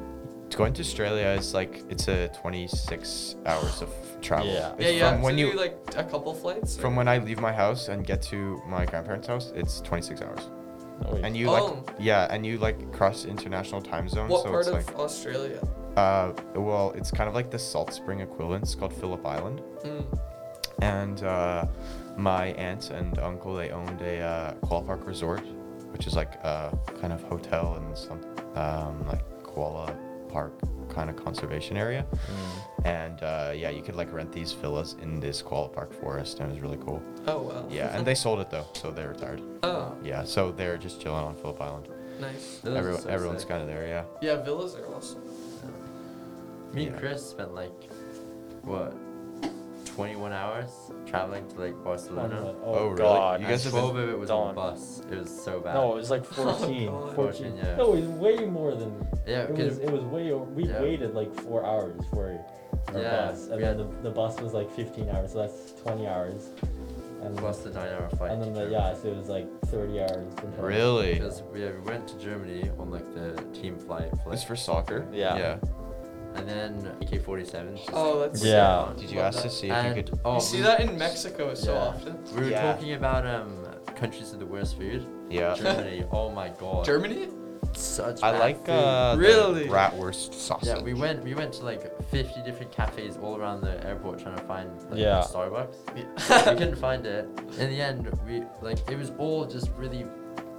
Speaker 1: going to australia is like it's a 26 hours of travel
Speaker 2: Yeah.
Speaker 1: It's
Speaker 3: yeah, yeah.
Speaker 1: from when
Speaker 3: to do,
Speaker 1: you
Speaker 3: like a couple flights.
Speaker 1: from when I leave my house and get to my grandparents' house, it's 26 hours.
Speaker 2: No, wait.
Speaker 1: And you
Speaker 3: Oh.
Speaker 1: like, yeah, and you like cross international time zones,
Speaker 3: What
Speaker 1: so
Speaker 3: part
Speaker 1: it's
Speaker 3: of
Speaker 1: like,
Speaker 3: Australia?
Speaker 1: uh, well, it's kind of like the Salt Spring equivalent. It's called Phillip Island,
Speaker 3: Mm.
Speaker 1: and uh, my aunt and uncle they owned a uh, koala park resort, which is like a kind of hotel and some um, like koala park kind of conservation area.
Speaker 3: Hmm.
Speaker 1: And uh, yeah, you could like rent these villas in this koala park forest, and it was really cool.
Speaker 3: Oh wow.
Speaker 1: Yeah,
Speaker 3: [LAUGHS]
Speaker 1: and they sold it though, so they're retired.
Speaker 3: Oh,
Speaker 1: Yeah, so they're just chilling on Phillip Island.
Speaker 3: nice.
Speaker 4: Those are
Speaker 1: Everyone,
Speaker 4: so
Speaker 1: everyone's
Speaker 4: sick.
Speaker 1: kind of there, yeah.
Speaker 3: Yeah, villas are awesome.
Speaker 4: Me and
Speaker 1: Yeah.
Speaker 4: Chris spent like, what, 21 hours traveling to like Barcelona.
Speaker 2: Oh,
Speaker 1: Oh, really?
Speaker 2: God.
Speaker 1: You
Speaker 4: And
Speaker 1: guys have been-
Speaker 4: 12 of it was on
Speaker 2: Dawn.
Speaker 4: a bus. It was so bad.
Speaker 2: No, it was like
Speaker 3: [LAUGHS] Oh,
Speaker 2: 14.
Speaker 3: God.
Speaker 4: 14, yeah.
Speaker 2: No, it was way more than.
Speaker 4: Yeah,
Speaker 2: it
Speaker 4: 'cause-
Speaker 2: was. It was way over. We
Speaker 4: yeah.
Speaker 2: waited like four hours for our
Speaker 4: Yeah,
Speaker 2: bus, and
Speaker 4: we had-
Speaker 2: then the, the bus was like 15 hours, so that's 20 hours. And
Speaker 4: Plus the nine hour flight.
Speaker 2: and then
Speaker 4: to
Speaker 2: the,
Speaker 4: Germany.
Speaker 2: yeah, so it was like 30 hours. in total.
Speaker 1: Really?
Speaker 4: Because we, yeah, we went to Germany on like the team flight. for,
Speaker 1: It's
Speaker 4: like-
Speaker 1: for soccer.
Speaker 2: Yeah.
Speaker 1: Yeah.
Speaker 4: And then AK 47.
Speaker 3: Oh, that's
Speaker 2: Yeah.
Speaker 1: Did you ask to see if
Speaker 4: And,
Speaker 1: you could?
Speaker 4: oh,
Speaker 3: you see
Speaker 4: we-
Speaker 3: that in Mexico so
Speaker 4: yeah.
Speaker 3: often.
Speaker 4: We were
Speaker 1: Yeah.
Speaker 4: talking about um countries with the worst food.
Speaker 1: Yeah.
Speaker 4: Germany. oh my god.
Speaker 3: Germany?
Speaker 4: Such
Speaker 1: I
Speaker 4: bad
Speaker 1: like
Speaker 4: food.
Speaker 1: uh, the
Speaker 3: Really?
Speaker 1: bratwurst sausage.
Speaker 4: Yeah, we went we went to like 50 different cafes all around the airport trying to find like,
Speaker 2: Yeah.
Speaker 4: Starbucks. [LAUGHS]
Speaker 3: Yeah. [LAUGHS]
Speaker 4: we couldn't find it. In the end, we like it was all just really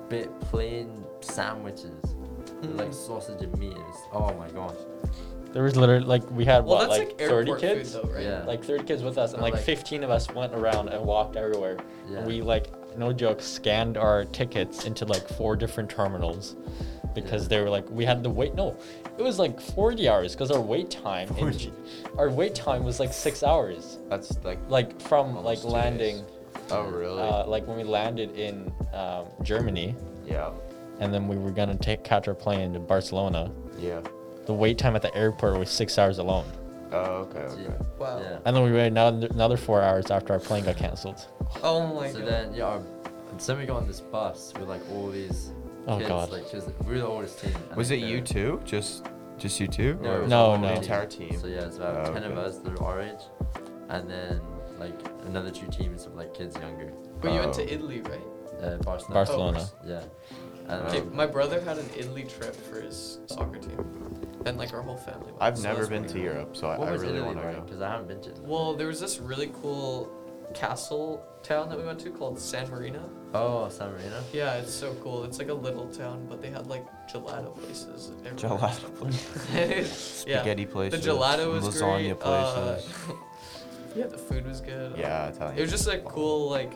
Speaker 4: bit plain sandwiches, with,
Speaker 3: Mm-hmm.
Speaker 4: like sausage and meat. It was- oh my gosh.
Speaker 2: There was literally like we had
Speaker 3: well,
Speaker 2: what
Speaker 3: that's like,
Speaker 2: like, 30
Speaker 3: airport
Speaker 2: kids,
Speaker 3: food though, right?
Speaker 4: Yeah.
Speaker 2: like 30 kids with us, and
Speaker 4: But,
Speaker 2: like,
Speaker 4: like-
Speaker 2: 15 of us went around and walked everywhere.
Speaker 4: Yeah.
Speaker 2: We like no joke scanned our tickets into like four different terminals because
Speaker 4: Yeah.
Speaker 2: they were like we had to wait no it was like 40 hours because our wait time in,
Speaker 4: 40.
Speaker 2: our wait time was like six hours
Speaker 1: That's like.
Speaker 2: like from
Speaker 1: Almost two
Speaker 2: like landing
Speaker 1: days. Oh really?
Speaker 2: uh, like when we landed in um, germany
Speaker 1: yeah.
Speaker 2: and then we were gonna take catch our plane to barcelona
Speaker 1: Yeah.
Speaker 2: the wait time at the airport was six hours alone
Speaker 1: Oh okay.
Speaker 4: Gee,
Speaker 1: Okay.
Speaker 3: Wow.
Speaker 4: Yeah.
Speaker 2: and then we waited another, another four hours after our plane got canceled
Speaker 3: Oh my
Speaker 4: so
Speaker 3: god.
Speaker 4: then yeah, our, and so we got on this bus with like all these
Speaker 2: Oh,
Speaker 4: kids.
Speaker 2: God.
Speaker 4: Like 'cause we were the oldest team. and,
Speaker 1: Was
Speaker 4: like,
Speaker 1: it
Speaker 4: the-
Speaker 1: you two? Just, just you two?
Speaker 4: No, it
Speaker 1: Or
Speaker 4: was
Speaker 2: No,
Speaker 4: like
Speaker 2: no.
Speaker 1: The
Speaker 4: one
Speaker 1: entire team.
Speaker 4: So yeah, it's about
Speaker 1: Oh,
Speaker 4: ten of
Speaker 1: okay.
Speaker 4: us that are our age, and then like another two teams of like kids younger.
Speaker 3: But you went
Speaker 1: Oh.
Speaker 3: to Italy, right?
Speaker 4: Uh, Barcelona.
Speaker 2: Barcelona.
Speaker 4: Yeah.
Speaker 1: Oh,
Speaker 3: Okay,
Speaker 4: And, um,
Speaker 3: my brother had an Italy trip for his soccer team, and like our whole family. Went.
Speaker 1: I've
Speaker 4: So
Speaker 1: never
Speaker 4: that's
Speaker 1: been to
Speaker 4: pretty cool.
Speaker 1: Europe, so I,
Speaker 4: what
Speaker 1: I
Speaker 4: was
Speaker 1: really
Speaker 4: Italy
Speaker 1: want to
Speaker 4: like?
Speaker 1: go.
Speaker 4: Because I haven't been to. Italy.
Speaker 3: Well, there was this really cool castle town that we went to called San Marino.
Speaker 4: Oh, San Marino.
Speaker 3: Yeah, it's so cool. It's like a little town, but they had like gelato places.
Speaker 4: [LAUGHS]
Speaker 3: everywhere.
Speaker 1: Gelato place,
Speaker 3: yeah.
Speaker 1: spaghetti places,
Speaker 3: The gelato was
Speaker 1: lasagna
Speaker 3: great. uh, [LAUGHS]
Speaker 1: places.
Speaker 3: yeah, the food was good. uh,
Speaker 1: yeah, Italian.
Speaker 3: It was just a cool like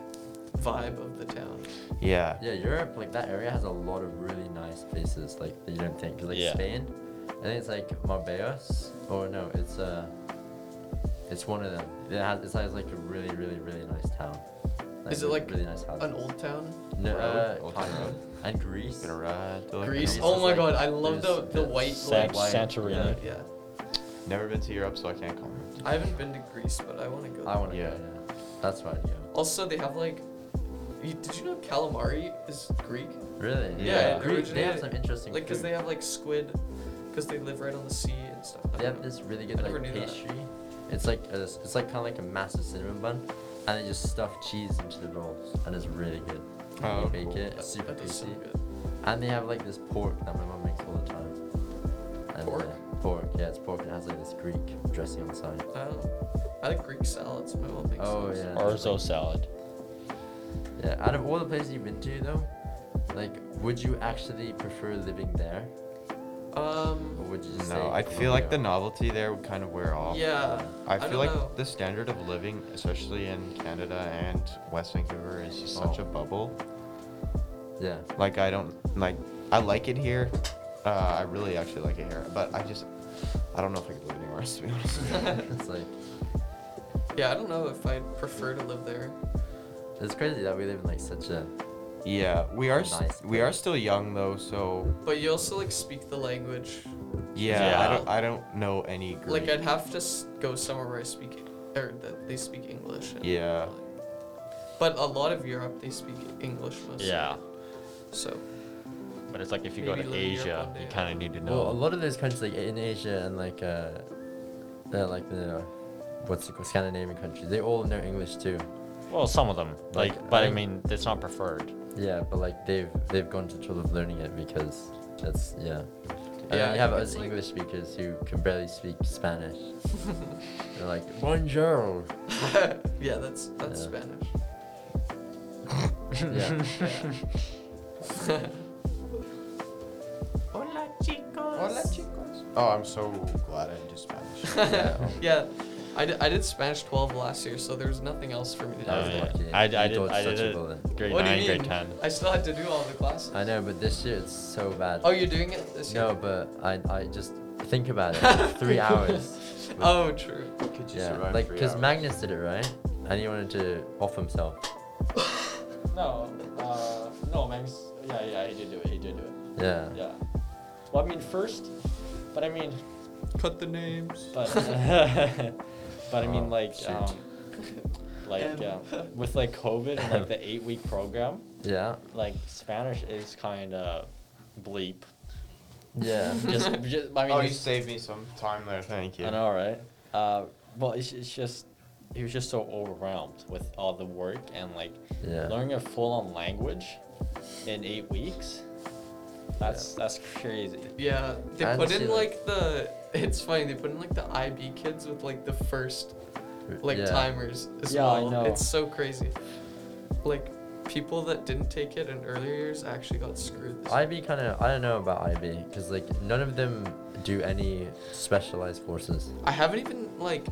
Speaker 3: vibe of the town.
Speaker 1: Yeah.
Speaker 4: Yeah, Europe, like that area has a lot of really nice places, like that you don't think. 'Cause, like
Speaker 2: Yeah.
Speaker 4: Spain, I think it's like Marbellos, or no, it's uh, it's one of them. It has, it has like a really, really, really nice town.
Speaker 3: Is it like
Speaker 4: really nice house?
Speaker 3: An old town?
Speaker 4: no,
Speaker 1: road?
Speaker 4: uh,
Speaker 1: Old
Speaker 4: kind
Speaker 1: town
Speaker 4: of. And Greece.
Speaker 1: Gonna ride. to, like,
Speaker 3: Greece.
Speaker 4: Greece
Speaker 1: Rome.
Speaker 3: Oh
Speaker 4: is
Speaker 3: my
Speaker 4: like-
Speaker 3: god, I love the
Speaker 4: there's
Speaker 3: the
Speaker 4: the
Speaker 3: white
Speaker 2: San-
Speaker 3: like
Speaker 4: white-
Speaker 2: Santorini.
Speaker 3: yeah.
Speaker 1: Never been to Europe, so I can't comment.
Speaker 3: I haven't been to Greece, but I want to go.
Speaker 4: I want to
Speaker 1: Yeah.
Speaker 4: go. Yeah. That's where I'd go.
Speaker 3: Also, they have like. You, did you know calamari is Greek?
Speaker 4: Really?
Speaker 1: Yeah, Yeah.
Speaker 3: it
Speaker 4: Greece. They have
Speaker 3: originated-
Speaker 4: some interesting.
Speaker 3: Like, cause
Speaker 4: food.
Speaker 3: they have like squid, cause they live right on the sea and stuff. I
Speaker 4: They
Speaker 3: don't
Speaker 4: have
Speaker 3: know.
Speaker 4: this really
Speaker 3: I
Speaker 4: good
Speaker 3: never
Speaker 4: like
Speaker 3: knew that.
Speaker 4: pastry. It's like a, it's like kind of like a massive cinnamon bun, and they just stuff cheese into the rolls, and it's really good.
Speaker 1: Oh,
Speaker 4: you bake
Speaker 1: cool.
Speaker 4: it,
Speaker 3: That-
Speaker 4: it's super
Speaker 3: that does
Speaker 4: tasty.
Speaker 3: sound good.
Speaker 4: And they have like this pork that my mom makes all the time. And,
Speaker 3: Pork?
Speaker 4: uh, pork, yeah, it's pork. and It has like this Greek dressing on the side.
Speaker 3: I don't know. I like Greek salads. My mom makes
Speaker 4: Oh,
Speaker 3: those.
Speaker 4: yeah.
Speaker 2: Orzo salad.
Speaker 4: Yeah. Out of all the places you've been to though, like, would you actually prefer living there, or
Speaker 3: Um.
Speaker 4: would you just
Speaker 1: No,
Speaker 4: say
Speaker 1: I feel like the
Speaker 4: Colombia?
Speaker 1: novelty there would kind of wear off.
Speaker 3: Yeah.
Speaker 1: I feel
Speaker 3: don't
Speaker 1: like
Speaker 3: know.
Speaker 1: the standard of living, especially in Canada and West Vancouver, is just such a
Speaker 4: Oh.
Speaker 1: bubble.
Speaker 4: Yeah. [LAUGHS]
Speaker 1: Like I don't like. I like it here. Uh, I really actually like it here, but I just I don't know if I could live anywhere [LAUGHS] else. To be honest.
Speaker 3: [LAUGHS]
Speaker 4: it's like
Speaker 3: Yeah, I don't know if I'd prefer to live there.
Speaker 4: it's crazy that we live in like such a
Speaker 1: yeah, we are s
Speaker 4: Nice
Speaker 1: we are
Speaker 4: place.
Speaker 1: still young though, so
Speaker 3: But you also like speak the language.
Speaker 1: yeah,
Speaker 2: Yeah.
Speaker 1: I don't I don't know any Greek.
Speaker 3: Like I'd have to s- go somewhere where I speak, or that they speak English. and-
Speaker 1: Yeah.
Speaker 3: But a lot of Europe, they speak English mostly.
Speaker 2: Yeah.
Speaker 3: So
Speaker 2: But it's like if you go
Speaker 3: Maybe
Speaker 2: to
Speaker 3: live in Europe
Speaker 2: Asia,
Speaker 3: one day,
Speaker 2: you
Speaker 3: I
Speaker 2: kind
Speaker 3: don't
Speaker 2: of need to
Speaker 4: Well, a
Speaker 2: know.
Speaker 4: lot of those countries, like in Asia and like, uh, uh like the what's it called, Scandinavian countries, they all know English too.
Speaker 2: Well, some of them.
Speaker 4: Like,
Speaker 2: Like, but I
Speaker 4: I-
Speaker 2: mean, it's not preferred.
Speaker 4: Yeah, but like they've they've gone to trouble of learning it because that's yeah. And
Speaker 3: Yeah,
Speaker 4: then
Speaker 3: I
Speaker 4: you have
Speaker 3: think
Speaker 4: us
Speaker 3: it's like-
Speaker 4: English speakers who can barely speak
Speaker 3: [LAUGHS]
Speaker 4: Spanish. They're like bonjour.
Speaker 3: yeah, that's that's
Speaker 4: Yeah.
Speaker 3: Spanish. [LAUGHS]
Speaker 4: Yeah.
Speaker 6: Hola chicos.
Speaker 1: Oh, I'm so glad I did
Speaker 3: [LAUGHS]
Speaker 1: Spanish.
Speaker 4: yeah.
Speaker 3: Yeah, I did, I did Spanish 12 last year, so there was nothing else for me to do.
Speaker 4: That was
Speaker 2: Oh, yeah.
Speaker 4: lucky.
Speaker 2: I, I
Speaker 4: You
Speaker 2: did.
Speaker 4: dodged
Speaker 2: I did
Speaker 4: such a
Speaker 2: it.
Speaker 4: bullet.
Speaker 2: Grade
Speaker 3: what do
Speaker 2: nine,
Speaker 3: you mean?
Speaker 2: grade ten.
Speaker 3: I still had to do all the classes.
Speaker 4: I know, but this year it's so bad.
Speaker 3: Oh, you're doing it this year?
Speaker 4: no, but I I just think about
Speaker 3: [LAUGHS]
Speaker 4: it. Three hours.
Speaker 3: Oh, true.
Speaker 1: Could you
Speaker 4: Yeah,
Speaker 1: survive
Speaker 4: like
Speaker 1: three
Speaker 4: because
Speaker 1: hours?
Speaker 4: Magnus did it right, and he wanted to off himself.
Speaker 2: No, uh, no, Max. Yeah, yeah, he did do it. He did do it.
Speaker 4: Yeah.
Speaker 2: Yeah. Well, I mean, first, but I mean,
Speaker 3: Cut the names. [LAUGHS]
Speaker 2: but, [LAUGHS] uh, but I mean,
Speaker 4: Oh,
Speaker 2: like,
Speaker 4: shoot.
Speaker 2: um, like,
Speaker 3: And-
Speaker 4: [LAUGHS]
Speaker 2: yeah, with like COVID and like [LAUGHS] the eight week program,
Speaker 4: Yeah.
Speaker 2: like Spanish is kind of bleep.
Speaker 4: Yeah.
Speaker 2: Just, just I mean,
Speaker 1: oh, you
Speaker 2: just-
Speaker 1: saved me some time there. Thank you.
Speaker 2: I know, right? Uh, well, it's, it's just he was just so overwhelmed with all the work and like
Speaker 4: Yeah.
Speaker 2: learning a full-on language in eight weeks. That's that's crazy.
Speaker 3: Yeah, they
Speaker 4: I
Speaker 3: put in
Speaker 4: understand, like-
Speaker 3: like the. It's funny they put in like the IB kids with like the first [LAUGHS] like
Speaker 4: yeah.
Speaker 3: timers as
Speaker 2: Yeah, I
Speaker 3: well.
Speaker 2: know.
Speaker 3: It's so crazy. Like people that didn't take it in earlier years actually got screwed. This
Speaker 4: IB kind of I don't know about IB because like none of them do any specialized courses.
Speaker 3: I haven't even like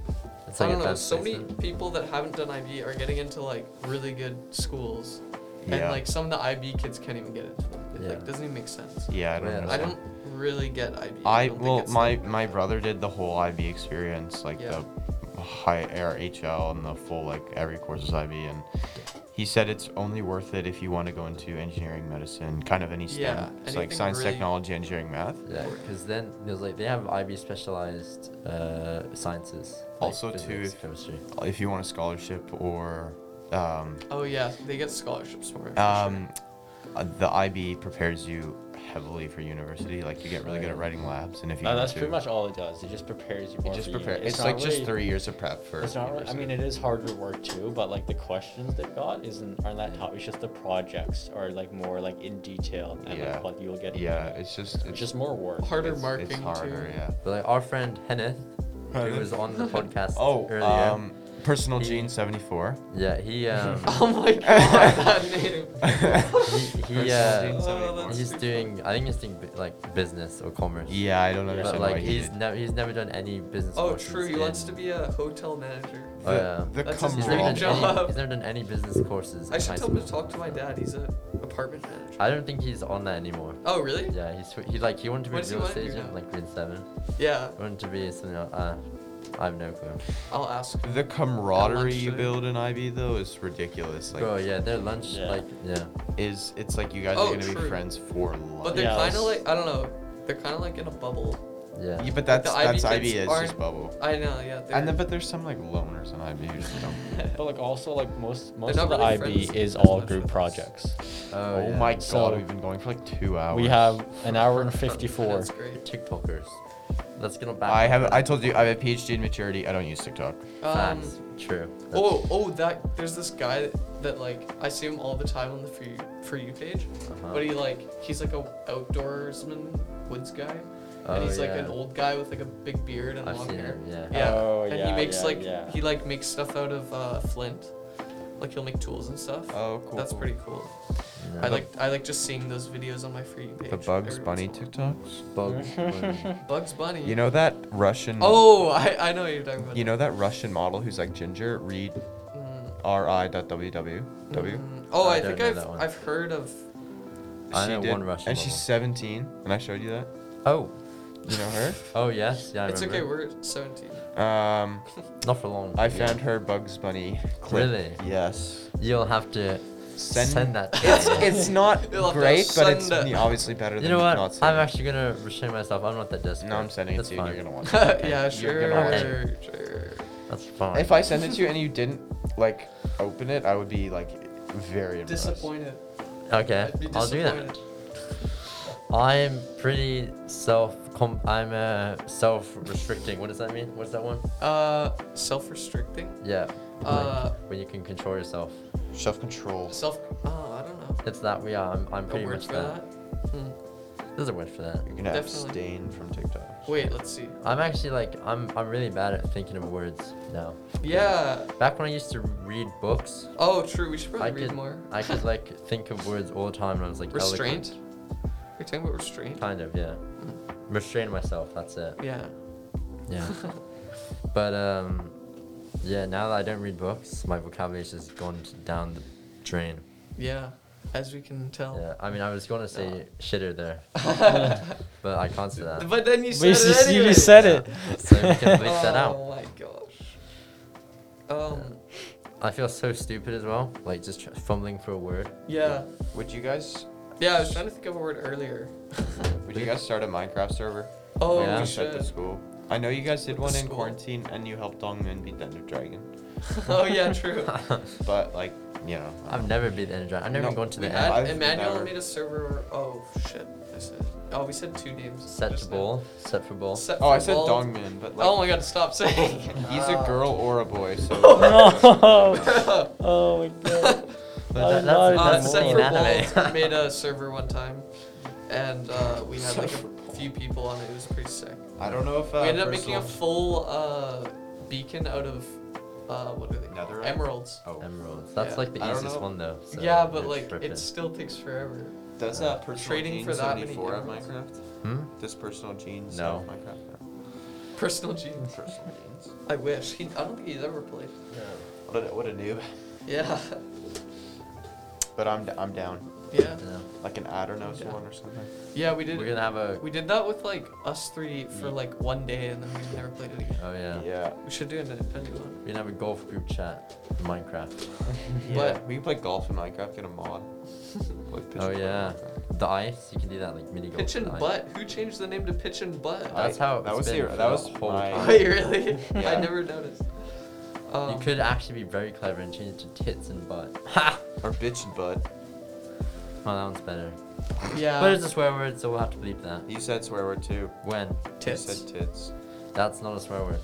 Speaker 4: It's
Speaker 3: I
Speaker 4: like
Speaker 3: don't know.
Speaker 4: advanced
Speaker 3: So many
Speaker 4: placement.
Speaker 3: people that haven't done IB are getting into like really good schools, and
Speaker 1: Yeah.
Speaker 3: like some of the IB kids can't even get into them. It like
Speaker 4: Yeah.
Speaker 3: doesn't even make sense.
Speaker 1: Yeah, I don't.
Speaker 4: Yeah,
Speaker 1: understand.
Speaker 3: I don't really get IB.
Speaker 1: I
Speaker 3: don't think
Speaker 1: well,
Speaker 3: it's
Speaker 1: my
Speaker 3: like-
Speaker 1: my brother did the whole IB experience, like
Speaker 3: Yeah.
Speaker 1: the high air HL and the full like every course is IB, and he said it's only worth it if you want to go into engineering, medicine, kind of any STEM,
Speaker 3: Yeah,
Speaker 1: it's like
Speaker 3: anything
Speaker 1: science,
Speaker 3: really-
Speaker 1: technology, engineering, math.
Speaker 4: Yeah, because then there's like they have IB specialized uh, sciences. like
Speaker 1: Also, too,
Speaker 4: physics,
Speaker 1: if-
Speaker 4: chemistry.
Speaker 1: If you want a scholarship or um,
Speaker 3: Oh yeah, they get scholarships more. for sure.
Speaker 1: um, uh, the IB prepares you heavily for university. Like you get really good at writing labs, and if you
Speaker 2: Uh,
Speaker 1: want
Speaker 2: that's
Speaker 1: to-
Speaker 2: pretty much all it does. It just prepares you.
Speaker 1: it
Speaker 2: more
Speaker 1: just
Speaker 2: for uni.
Speaker 1: prepare. It's,
Speaker 2: not
Speaker 1: like just
Speaker 2: really-
Speaker 1: three years of prep for.
Speaker 2: It's not. Really, I
Speaker 1: university.
Speaker 2: mean, it is harder work too, but like the questions they've got isn't aren't that tough. It's just the projects are like more like in detail and
Speaker 1: Yeah.
Speaker 2: like what you'll get.
Speaker 1: Yeah, it's just
Speaker 2: It's just more work.
Speaker 3: harder
Speaker 1: it's,
Speaker 3: marking
Speaker 1: It's harder,
Speaker 3: too.
Speaker 1: yeah.
Speaker 4: But like our friend Henneth, who
Speaker 1: Henneth.
Speaker 4: was on the
Speaker 3: [LAUGHS]
Speaker 4: podcast
Speaker 1: Oh,
Speaker 4: earlier.
Speaker 1: um, personal
Speaker 4: He-
Speaker 1: gene 74.
Speaker 4: [LAUGHS] yeah, he
Speaker 3: [LAUGHS]
Speaker 4: um,
Speaker 3: [LAUGHS] Oh my
Speaker 1: [LAUGHS]
Speaker 3: god, that name.
Speaker 4: he, he
Speaker 1: Personal
Speaker 4: uh,
Speaker 1: gene
Speaker 3: Oh,
Speaker 1: 74.
Speaker 3: that's-
Speaker 4: he's doing I think he's doing bu- like business or commerce.
Speaker 1: Yeah, I don't
Speaker 2: But,
Speaker 1: understand
Speaker 4: But
Speaker 1: why
Speaker 4: like
Speaker 1: he
Speaker 4: he's
Speaker 1: did.
Speaker 4: never he's never done any business.
Speaker 3: Oh,
Speaker 4: courses
Speaker 3: true. He wants
Speaker 4: in-
Speaker 3: to be a hotel manager.
Speaker 4: Oh, yeah.
Speaker 1: The, the
Speaker 3: That's his
Speaker 1: cum
Speaker 4: He's
Speaker 3: dream
Speaker 4: never,
Speaker 1: roll.
Speaker 4: done any,
Speaker 3: job.
Speaker 4: he's never done any business courses.
Speaker 3: I
Speaker 4: in
Speaker 3: should
Speaker 4: high
Speaker 3: tell him to
Speaker 4: school.
Speaker 3: talk to my dad. He's a apartment manager.
Speaker 4: I don't think he's on that anymore.
Speaker 3: oh really?
Speaker 4: Yeah, he's he like he wanted to be
Speaker 3: What does he
Speaker 4: a real
Speaker 3: wanna
Speaker 4: estate
Speaker 3: do
Speaker 4: agent
Speaker 3: now?
Speaker 4: like grade seven.
Speaker 3: Yeah.
Speaker 4: He wanted to be something else. Uh, I have no clue.
Speaker 3: I'll ask.
Speaker 1: The camaraderie you
Speaker 3: today.
Speaker 1: build in Ivy though is ridiculous. Like,
Speaker 4: Bro, yeah, their lunch,
Speaker 2: Yeah.
Speaker 4: like, yeah.
Speaker 1: is it's like you guys
Speaker 3: Oh,
Speaker 1: are gonna
Speaker 3: true.
Speaker 1: be friends for life.
Speaker 3: But they're
Speaker 2: Yeah,
Speaker 3: kind of
Speaker 2: let's-
Speaker 3: like I don't know. They're kind of like in a bubble.
Speaker 4: Yeah.
Speaker 1: Yeah, but that's
Speaker 3: The Ivy
Speaker 1: that's Ivy
Speaker 3: kids
Speaker 1: is
Speaker 3: aren't-
Speaker 1: just bubble.
Speaker 3: I know, yeah.
Speaker 1: And then
Speaker 3: they're-
Speaker 1: but there's some like loners in Ivy who
Speaker 4: [LAUGHS]
Speaker 1: just don't.
Speaker 2: But like also like most most
Speaker 3: not
Speaker 2: of the
Speaker 3: really
Speaker 2: IB
Speaker 3: friends
Speaker 2: is
Speaker 3: as
Speaker 2: all
Speaker 3: much
Speaker 2: group
Speaker 3: as-
Speaker 2: projects.
Speaker 4: Oh,
Speaker 1: Oh
Speaker 4: yeah.
Speaker 1: my god,
Speaker 2: So-
Speaker 1: we've been going for like two hours.
Speaker 2: We have an hour and fifty four.
Speaker 3: That's great.
Speaker 4: TikTokers. Let's get them back.
Speaker 1: I
Speaker 4: on
Speaker 1: have.
Speaker 4: track.
Speaker 1: I told you I have a PhD in maturity. I don't use TikTok.
Speaker 3: Um,
Speaker 4: Facts. True. That's-
Speaker 3: oh, oh, that there's this guy that, like I see him all the time on the for you, for you page,
Speaker 4: Uh-huh.
Speaker 3: but he like he's like a outdoorsman, woods guy,
Speaker 4: Oh,
Speaker 3: and he's like
Speaker 4: yeah.
Speaker 3: an old guy with like a big beard and
Speaker 4: I've
Speaker 3: long
Speaker 4: seen
Speaker 3: hair.
Speaker 4: him, yeah.
Speaker 2: Oh,
Speaker 3: and he
Speaker 2: yeah,
Speaker 3: makes
Speaker 2: yeah,
Speaker 3: like
Speaker 2: yeah.
Speaker 3: he like makes stuff out of uh, flint, like he'll make tools and stuff.
Speaker 1: Oh, cool,
Speaker 3: That's
Speaker 1: cool.
Speaker 3: pretty cool.
Speaker 4: Yeah.
Speaker 3: I like I like just seeing those videos on my for you page.
Speaker 1: The Bugs
Speaker 3: every
Speaker 1: Bunny
Speaker 3: once in a
Speaker 1: TikToks.
Speaker 4: Bugs Bunny.
Speaker 3: while. Bugs Bunny.
Speaker 1: You know that Russian.
Speaker 3: Oh, I, I know what you're talking about.
Speaker 1: You know that Russian model who's like ginger? Read
Speaker 3: Mm.
Speaker 1: R I dot W W W.
Speaker 3: Mm, Oh,
Speaker 4: I
Speaker 3: I,
Speaker 4: don't
Speaker 3: think
Speaker 4: know
Speaker 3: I've
Speaker 4: that one.
Speaker 3: I've heard of.
Speaker 4: I
Speaker 1: She
Speaker 4: know
Speaker 1: did-
Speaker 4: one Russian
Speaker 1: And she's
Speaker 4: model.
Speaker 1: 17, and I showed you that.
Speaker 4: Oh.
Speaker 1: You know
Speaker 3: [LAUGHS]
Speaker 1: her?
Speaker 4: Oh, yes. Yeah, I
Speaker 3: it's okay.
Speaker 4: remember.
Speaker 3: We're at 17.
Speaker 1: Um,
Speaker 4: Not for long.
Speaker 1: I
Speaker 4: but yeah.
Speaker 1: found her Bugs Bunny clip.
Speaker 4: Really?
Speaker 1: Yes.
Speaker 4: You'll have to
Speaker 1: Send-
Speaker 4: send, that to
Speaker 1: It's,
Speaker 4: me.
Speaker 1: it's not
Speaker 3: You'll have to
Speaker 1: great, but it's
Speaker 3: send it.
Speaker 1: obviously better than
Speaker 4: You know what?
Speaker 1: not
Speaker 4: I'm
Speaker 1: sending.
Speaker 4: actually gonna restrain myself. I'm not that desperate.
Speaker 1: No, I'm sending it
Speaker 4: That's
Speaker 1: to you. and
Speaker 4: fine.
Speaker 1: You're gonna
Speaker 4: [LAUGHS]
Speaker 1: watch it.
Speaker 3: [LAUGHS] yeah,
Speaker 1: You're
Speaker 3: sure,
Speaker 1: gonna
Speaker 4: watch
Speaker 3: sure, sure.
Speaker 4: That's fine.
Speaker 1: If I send it to you and you didn't like open it, I would be like very impressed.
Speaker 3: Disappointed.
Speaker 4: okay,
Speaker 3: I'd be
Speaker 4: I'll do that.
Speaker 3: disappointed.
Speaker 4: I'm pretty self. Com- I'm uh, self-restricting. What does that mean? What's that one?
Speaker 3: Uh, self-restricting.
Speaker 4: Yeah. like
Speaker 3: Uh,
Speaker 4: when you can control yourself.
Speaker 1: Self control.
Speaker 3: Self. Oh, I don't know.
Speaker 4: It's that we are. I'm, I'm
Speaker 3: A
Speaker 4: pretty
Speaker 3: word
Speaker 4: much
Speaker 3: for
Speaker 4: that.
Speaker 3: that? Hmm.
Speaker 4: There's a word for that.
Speaker 1: You're gonna
Speaker 3: Definitely.
Speaker 1: abstain from TikTok.
Speaker 3: Wait, let's see.
Speaker 4: I'm actually like I'm. I'm really bad at thinking of words now.
Speaker 3: Yeah.
Speaker 4: Back when I used to read books,
Speaker 3: Oh, true. We should probably
Speaker 4: I
Speaker 3: read
Speaker 4: could
Speaker 3: more.
Speaker 4: I could like think of words all the time, and I was like
Speaker 3: Restraint. Hmm.
Speaker 4: eloquent.
Speaker 3: You're talking about restraint.
Speaker 4: Kind of, yeah. Restrain myself. That's it.
Speaker 3: Yeah.
Speaker 4: Yeah.
Speaker 3: [LAUGHS]
Speaker 4: but um, yeah. Now that I don't read books, my vocabulary's just gone t- down the drain.
Speaker 3: Yeah. As we can tell.
Speaker 4: Yeah. I mean, I was gonna say shitter
Speaker 3: [LAUGHS]
Speaker 4: there, but I can't say that.
Speaker 3: But then you
Speaker 2: We
Speaker 3: said
Speaker 2: just,
Speaker 3: it
Speaker 2: you
Speaker 3: anyway.
Speaker 2: just said it.
Speaker 4: So we can bleep that out.
Speaker 3: [LAUGHS] Oh my gosh. Um.
Speaker 4: I feel so stupid as well. Like just tr- fumbling for a word.
Speaker 3: Yeah.
Speaker 1: Would you guys?
Speaker 3: Yeah, I was trying to think of a word earlier.
Speaker 1: Would you guys start a Minecraft server?
Speaker 3: Oh,
Speaker 1: Like,
Speaker 4: Yeah.
Speaker 3: we
Speaker 1: just at the
Speaker 3: should.
Speaker 1: school. I know you guys did
Speaker 3: the
Speaker 1: one in
Speaker 3: school.
Speaker 1: quarantine, and you helped Dongmin beat the Ender Dragon.
Speaker 3: [LAUGHS] [LAUGHS] oh yeah, true.
Speaker 1: But like, you know,
Speaker 4: I've never been energized. I've never
Speaker 1: No,
Speaker 4: even gone to
Speaker 1: we
Speaker 4: [LAUGHS] the
Speaker 1: had-
Speaker 4: end.
Speaker 3: Ad-
Speaker 1: I've
Speaker 3: Emmanuel
Speaker 1: never-
Speaker 3: made a server. Oh shit, I said. Oh, we said two names.
Speaker 4: Set to
Speaker 3: just now.
Speaker 4: ball. Set for ball.
Speaker 3: Set
Speaker 1: oh, I
Speaker 3: for
Speaker 1: said
Speaker 3: bald.
Speaker 1: Dongmin, but like,
Speaker 3: oh my god,
Speaker 4: [LAUGHS]
Speaker 3: stop saying.
Speaker 1: he's a girl or a boy,
Speaker 3: [LAUGHS]
Speaker 1: so
Speaker 2: No.
Speaker 3: uh,
Speaker 2: Oh my god.
Speaker 4: That-
Speaker 2: I'm
Speaker 4: that's-
Speaker 2: not
Speaker 4: that's
Speaker 2: even
Speaker 3: set
Speaker 4: in
Speaker 3: for
Speaker 2: bored.
Speaker 4: anime. [LAUGHS]
Speaker 3: bald made a server one time, and uh, we had like a few people on it. It was pretty sick.
Speaker 1: I don't know if uh,
Speaker 3: We ended up making
Speaker 1: personal-
Speaker 3: a full uh, beacon out of uh, what are they? called?
Speaker 1: Netherite?
Speaker 3: Emeralds.
Speaker 1: Oh,
Speaker 4: Emeralds. That's
Speaker 3: Yeah.
Speaker 4: like the
Speaker 1: I don't
Speaker 4: easiest
Speaker 1: know.
Speaker 4: one though. so
Speaker 3: yeah, but
Speaker 4: it's
Speaker 3: like
Speaker 4: ripping.
Speaker 3: it still takes forever.
Speaker 1: does
Speaker 4: uh,
Speaker 1: uh, personal
Speaker 3: trading
Speaker 1: gene
Speaker 3: for that many
Speaker 1: 74 have
Speaker 3: emeralds?
Speaker 1: Minecraft?
Speaker 4: Hmm?
Speaker 1: Does personal genes
Speaker 4: No.
Speaker 1: have Minecraft? No.
Speaker 3: Personal genes.
Speaker 1: Personal genes.
Speaker 3: I wish. He, I don't think he's ever played.
Speaker 1: What a, what a noob. [LAUGHS]
Speaker 3: Yeah.
Speaker 1: But I'm d- I'm down.
Speaker 3: [LAUGHS] Yeah.
Speaker 4: Yeah.
Speaker 1: Like an Adernos
Speaker 3: Yeah.
Speaker 1: one or something.
Speaker 3: Yeah, we
Speaker 4: We're
Speaker 3: did.
Speaker 4: gonna have a.
Speaker 3: We did that with like us three for like one day, and then we never played it again.
Speaker 4: Oh yeah.
Speaker 1: Yeah.
Speaker 3: We should do an independent one.
Speaker 4: We're gonna have a golf group chat. in Minecraft.
Speaker 1: But we can play golf in Minecraft. Get a
Speaker 4: [LAUGHS]
Speaker 1: mod. Play pitch
Speaker 4: Oh
Speaker 1: and putt in
Speaker 4: yeah.
Speaker 1: Minecraft.
Speaker 4: The ice. You can do that like mini golf.
Speaker 3: Pitch and
Speaker 4: with ice.
Speaker 3: butt. Who changed the name to pitch and butt?
Speaker 1: I-
Speaker 4: That's how.
Speaker 1: that
Speaker 4: it's
Speaker 1: was
Speaker 4: been
Speaker 1: the-
Speaker 4: for
Speaker 1: that was
Speaker 4: whole
Speaker 1: my-
Speaker 3: [LAUGHS]
Speaker 4: time.
Speaker 3: Wait,
Speaker 4: [LAUGHS]
Speaker 3: really? I
Speaker 1: Yeah.
Speaker 3: never noticed. Um,
Speaker 4: You could actually be very clever and change it to tits and butt. [LAUGHS]
Speaker 1: Or bitch and bud.
Speaker 4: Oh, that one's better.
Speaker 3: Yeah.
Speaker 4: but it's a swear word, so we'll have to bleep that.
Speaker 1: You said swear word too.
Speaker 4: When?
Speaker 1: You
Speaker 3: tits.
Speaker 1: said tits.
Speaker 4: That's not a swear word.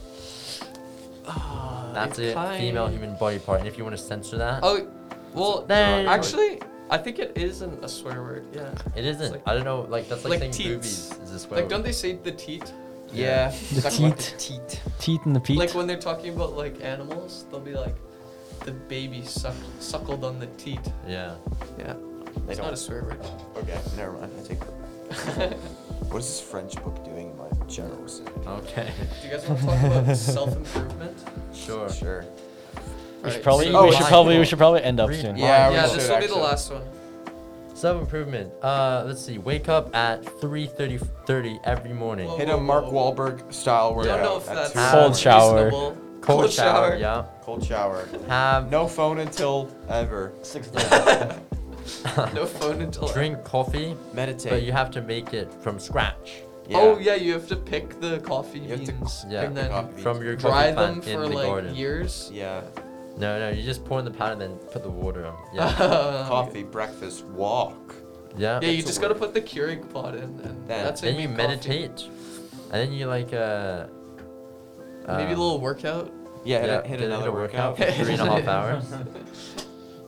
Speaker 3: Ah,
Speaker 4: That's
Speaker 3: it
Speaker 4: a female
Speaker 3: kind-
Speaker 4: human body part. And if you want to censor that,
Speaker 3: Oh, well,
Speaker 4: Then-
Speaker 3: actually, I think it isn't a swear word. Yeah.
Speaker 4: it isn't.
Speaker 3: like-
Speaker 4: I don't know. Like that's
Speaker 3: like
Speaker 4: like, saying
Speaker 3: teats.
Speaker 4: boobies is a swear
Speaker 3: Like, don't
Speaker 4: word.
Speaker 3: they say the teat?
Speaker 1: Yeah.
Speaker 2: The
Speaker 1: Talk about
Speaker 2: teat.
Speaker 1: teat.
Speaker 2: Teeth in the peat.
Speaker 3: Like when they're talking about like animals, they'll be like, the baby suck- suckled on the teat.
Speaker 4: Yeah.
Speaker 3: Yeah.
Speaker 1: They
Speaker 3: it's
Speaker 1: don't.
Speaker 3: not a swear word. [LAUGHS]
Speaker 1: Okay, never mind. I take. that back. What is this French book doing in my general vicinity?
Speaker 4: Okay. [LAUGHS]
Speaker 3: Do you guys want to talk about self improvement?
Speaker 4: sure.
Speaker 1: Sure.
Speaker 2: we should [LAUGHS] probably,
Speaker 1: so-
Speaker 2: we should
Speaker 1: Oh,
Speaker 2: probably, we should probably end up
Speaker 4: Read
Speaker 2: soon.
Speaker 4: my-
Speaker 1: Yeah,
Speaker 3: yeah,
Speaker 1: we
Speaker 3: this
Speaker 1: should
Speaker 3: will be the
Speaker 1: actually.
Speaker 3: last one.
Speaker 4: Self improvement. Uh, let's see. Wake up at 3:30 30 every morning.
Speaker 3: Whoa.
Speaker 1: Hit a Mark Wahlberg style workout.
Speaker 3: Don't know if
Speaker 1: at
Speaker 3: that's
Speaker 1: two.
Speaker 2: Cold
Speaker 3: reasonable.
Speaker 2: shower.
Speaker 4: Cold, shower. Yeah.
Speaker 1: Cold shower.
Speaker 4: Have [LAUGHS]
Speaker 1: No phone until ever.
Speaker 2: Six days.
Speaker 3: No phone until.
Speaker 4: drink coffee,
Speaker 1: Meditate.
Speaker 4: but you have to make it from scratch.
Speaker 1: Yeah.
Speaker 3: Oh yeah, you have to pick the coffee
Speaker 1: You have to
Speaker 3: beans
Speaker 4: Yeah.
Speaker 3: and
Speaker 1: Pick the
Speaker 3: then
Speaker 1: coffee beans.
Speaker 4: From your coffee
Speaker 3: dry them
Speaker 4: plant in
Speaker 3: for
Speaker 4: the
Speaker 3: like
Speaker 4: garden.
Speaker 3: years.
Speaker 1: Yeah.
Speaker 4: No, no. You just pour in the powder and then put the water on.
Speaker 3: [LAUGHS]
Speaker 4: Yeah.
Speaker 3: Oh,
Speaker 1: Coffee, breakfast, walk.
Speaker 4: yeah.
Speaker 3: yeah, you
Speaker 1: It's a
Speaker 3: just
Speaker 1: word.
Speaker 3: gotta put the Keurig pot in, and
Speaker 1: Then-
Speaker 3: that's how
Speaker 4: Then you
Speaker 3: make coffee.
Speaker 4: meditate, and then you like uh.
Speaker 3: Maybe a
Speaker 4: um,
Speaker 3: little workout.
Speaker 1: Yeah, hit,
Speaker 4: yeah,
Speaker 1: a- hit
Speaker 4: then
Speaker 1: another workout.
Speaker 4: for
Speaker 3: [LAUGHS]
Speaker 4: three and a half hours.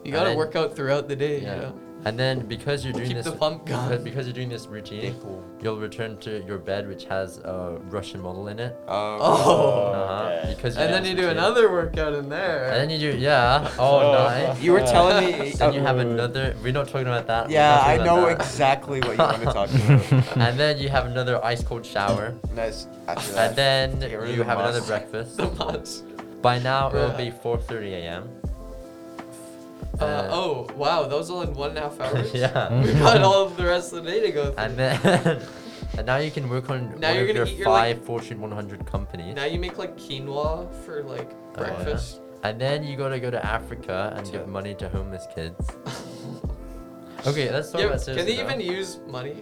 Speaker 3: You gotta
Speaker 4: then-
Speaker 3: work out throughout the day.
Speaker 4: Yeah.
Speaker 3: You know?
Speaker 4: And then because you're doing
Speaker 3: Keep
Speaker 4: this,
Speaker 3: the pump
Speaker 4: [LAUGHS] because-
Speaker 3: going.
Speaker 4: because you're doing this
Speaker 1: [LAUGHS]
Speaker 4: routine,
Speaker 1: Dimple.
Speaker 4: you'll return to your bed, which has a Russian model in it.
Speaker 1: Oh.
Speaker 2: [LAUGHS]
Speaker 3: Oh.
Speaker 4: Uh-huh.
Speaker 2: Okay.
Speaker 4: Because
Speaker 3: And then
Speaker 4: this
Speaker 3: you do
Speaker 4: routine.
Speaker 3: another workout in there. [LAUGHS]
Speaker 4: And then you do yeah. Oh,
Speaker 2: Oh,
Speaker 4: nice.
Speaker 1: You were telling me.
Speaker 4: [LAUGHS] Then you
Speaker 1: [LAUGHS]
Speaker 4: have
Speaker 2: Oh.
Speaker 4: another. We're not talking about that. we're
Speaker 1: yeah,
Speaker 4: not
Speaker 1: I
Speaker 4: talking about
Speaker 1: know
Speaker 4: that.
Speaker 1: exactly what you want to talk about.
Speaker 4: [LAUGHS] And then you have another ice cold shower.
Speaker 1: nice. After that.
Speaker 4: And then
Speaker 1: Get rid of the
Speaker 4: you have another
Speaker 1: musk.
Speaker 4: breakfast.
Speaker 3: the months.
Speaker 4: By now it'll
Speaker 3: Bruh.
Speaker 4: be 4:30 a.m.
Speaker 3: Uh,
Speaker 4: Uh,
Speaker 3: oh wow, that was all in one and a
Speaker 4: [LAUGHS]
Speaker 3: half hours.
Speaker 4: yeah.
Speaker 3: We got all of the rest of the day to go through.
Speaker 4: And then [LAUGHS] and now you can work on
Speaker 3: Now
Speaker 4: one
Speaker 3: you're
Speaker 4: of
Speaker 3: gonna
Speaker 4: your
Speaker 3: eat your, like-
Speaker 4: five Fortune 100 companies.
Speaker 3: now you make like quinoa for like
Speaker 4: Oh, yeah. [LAUGHS]
Speaker 3: breakfast.
Speaker 4: And then you gotta go to Africa and
Speaker 1: To-
Speaker 4: give money to homeless kids. okay, let's talk
Speaker 3: Yeah,
Speaker 4: about
Speaker 3: can
Speaker 4: seriously.
Speaker 3: they even use money?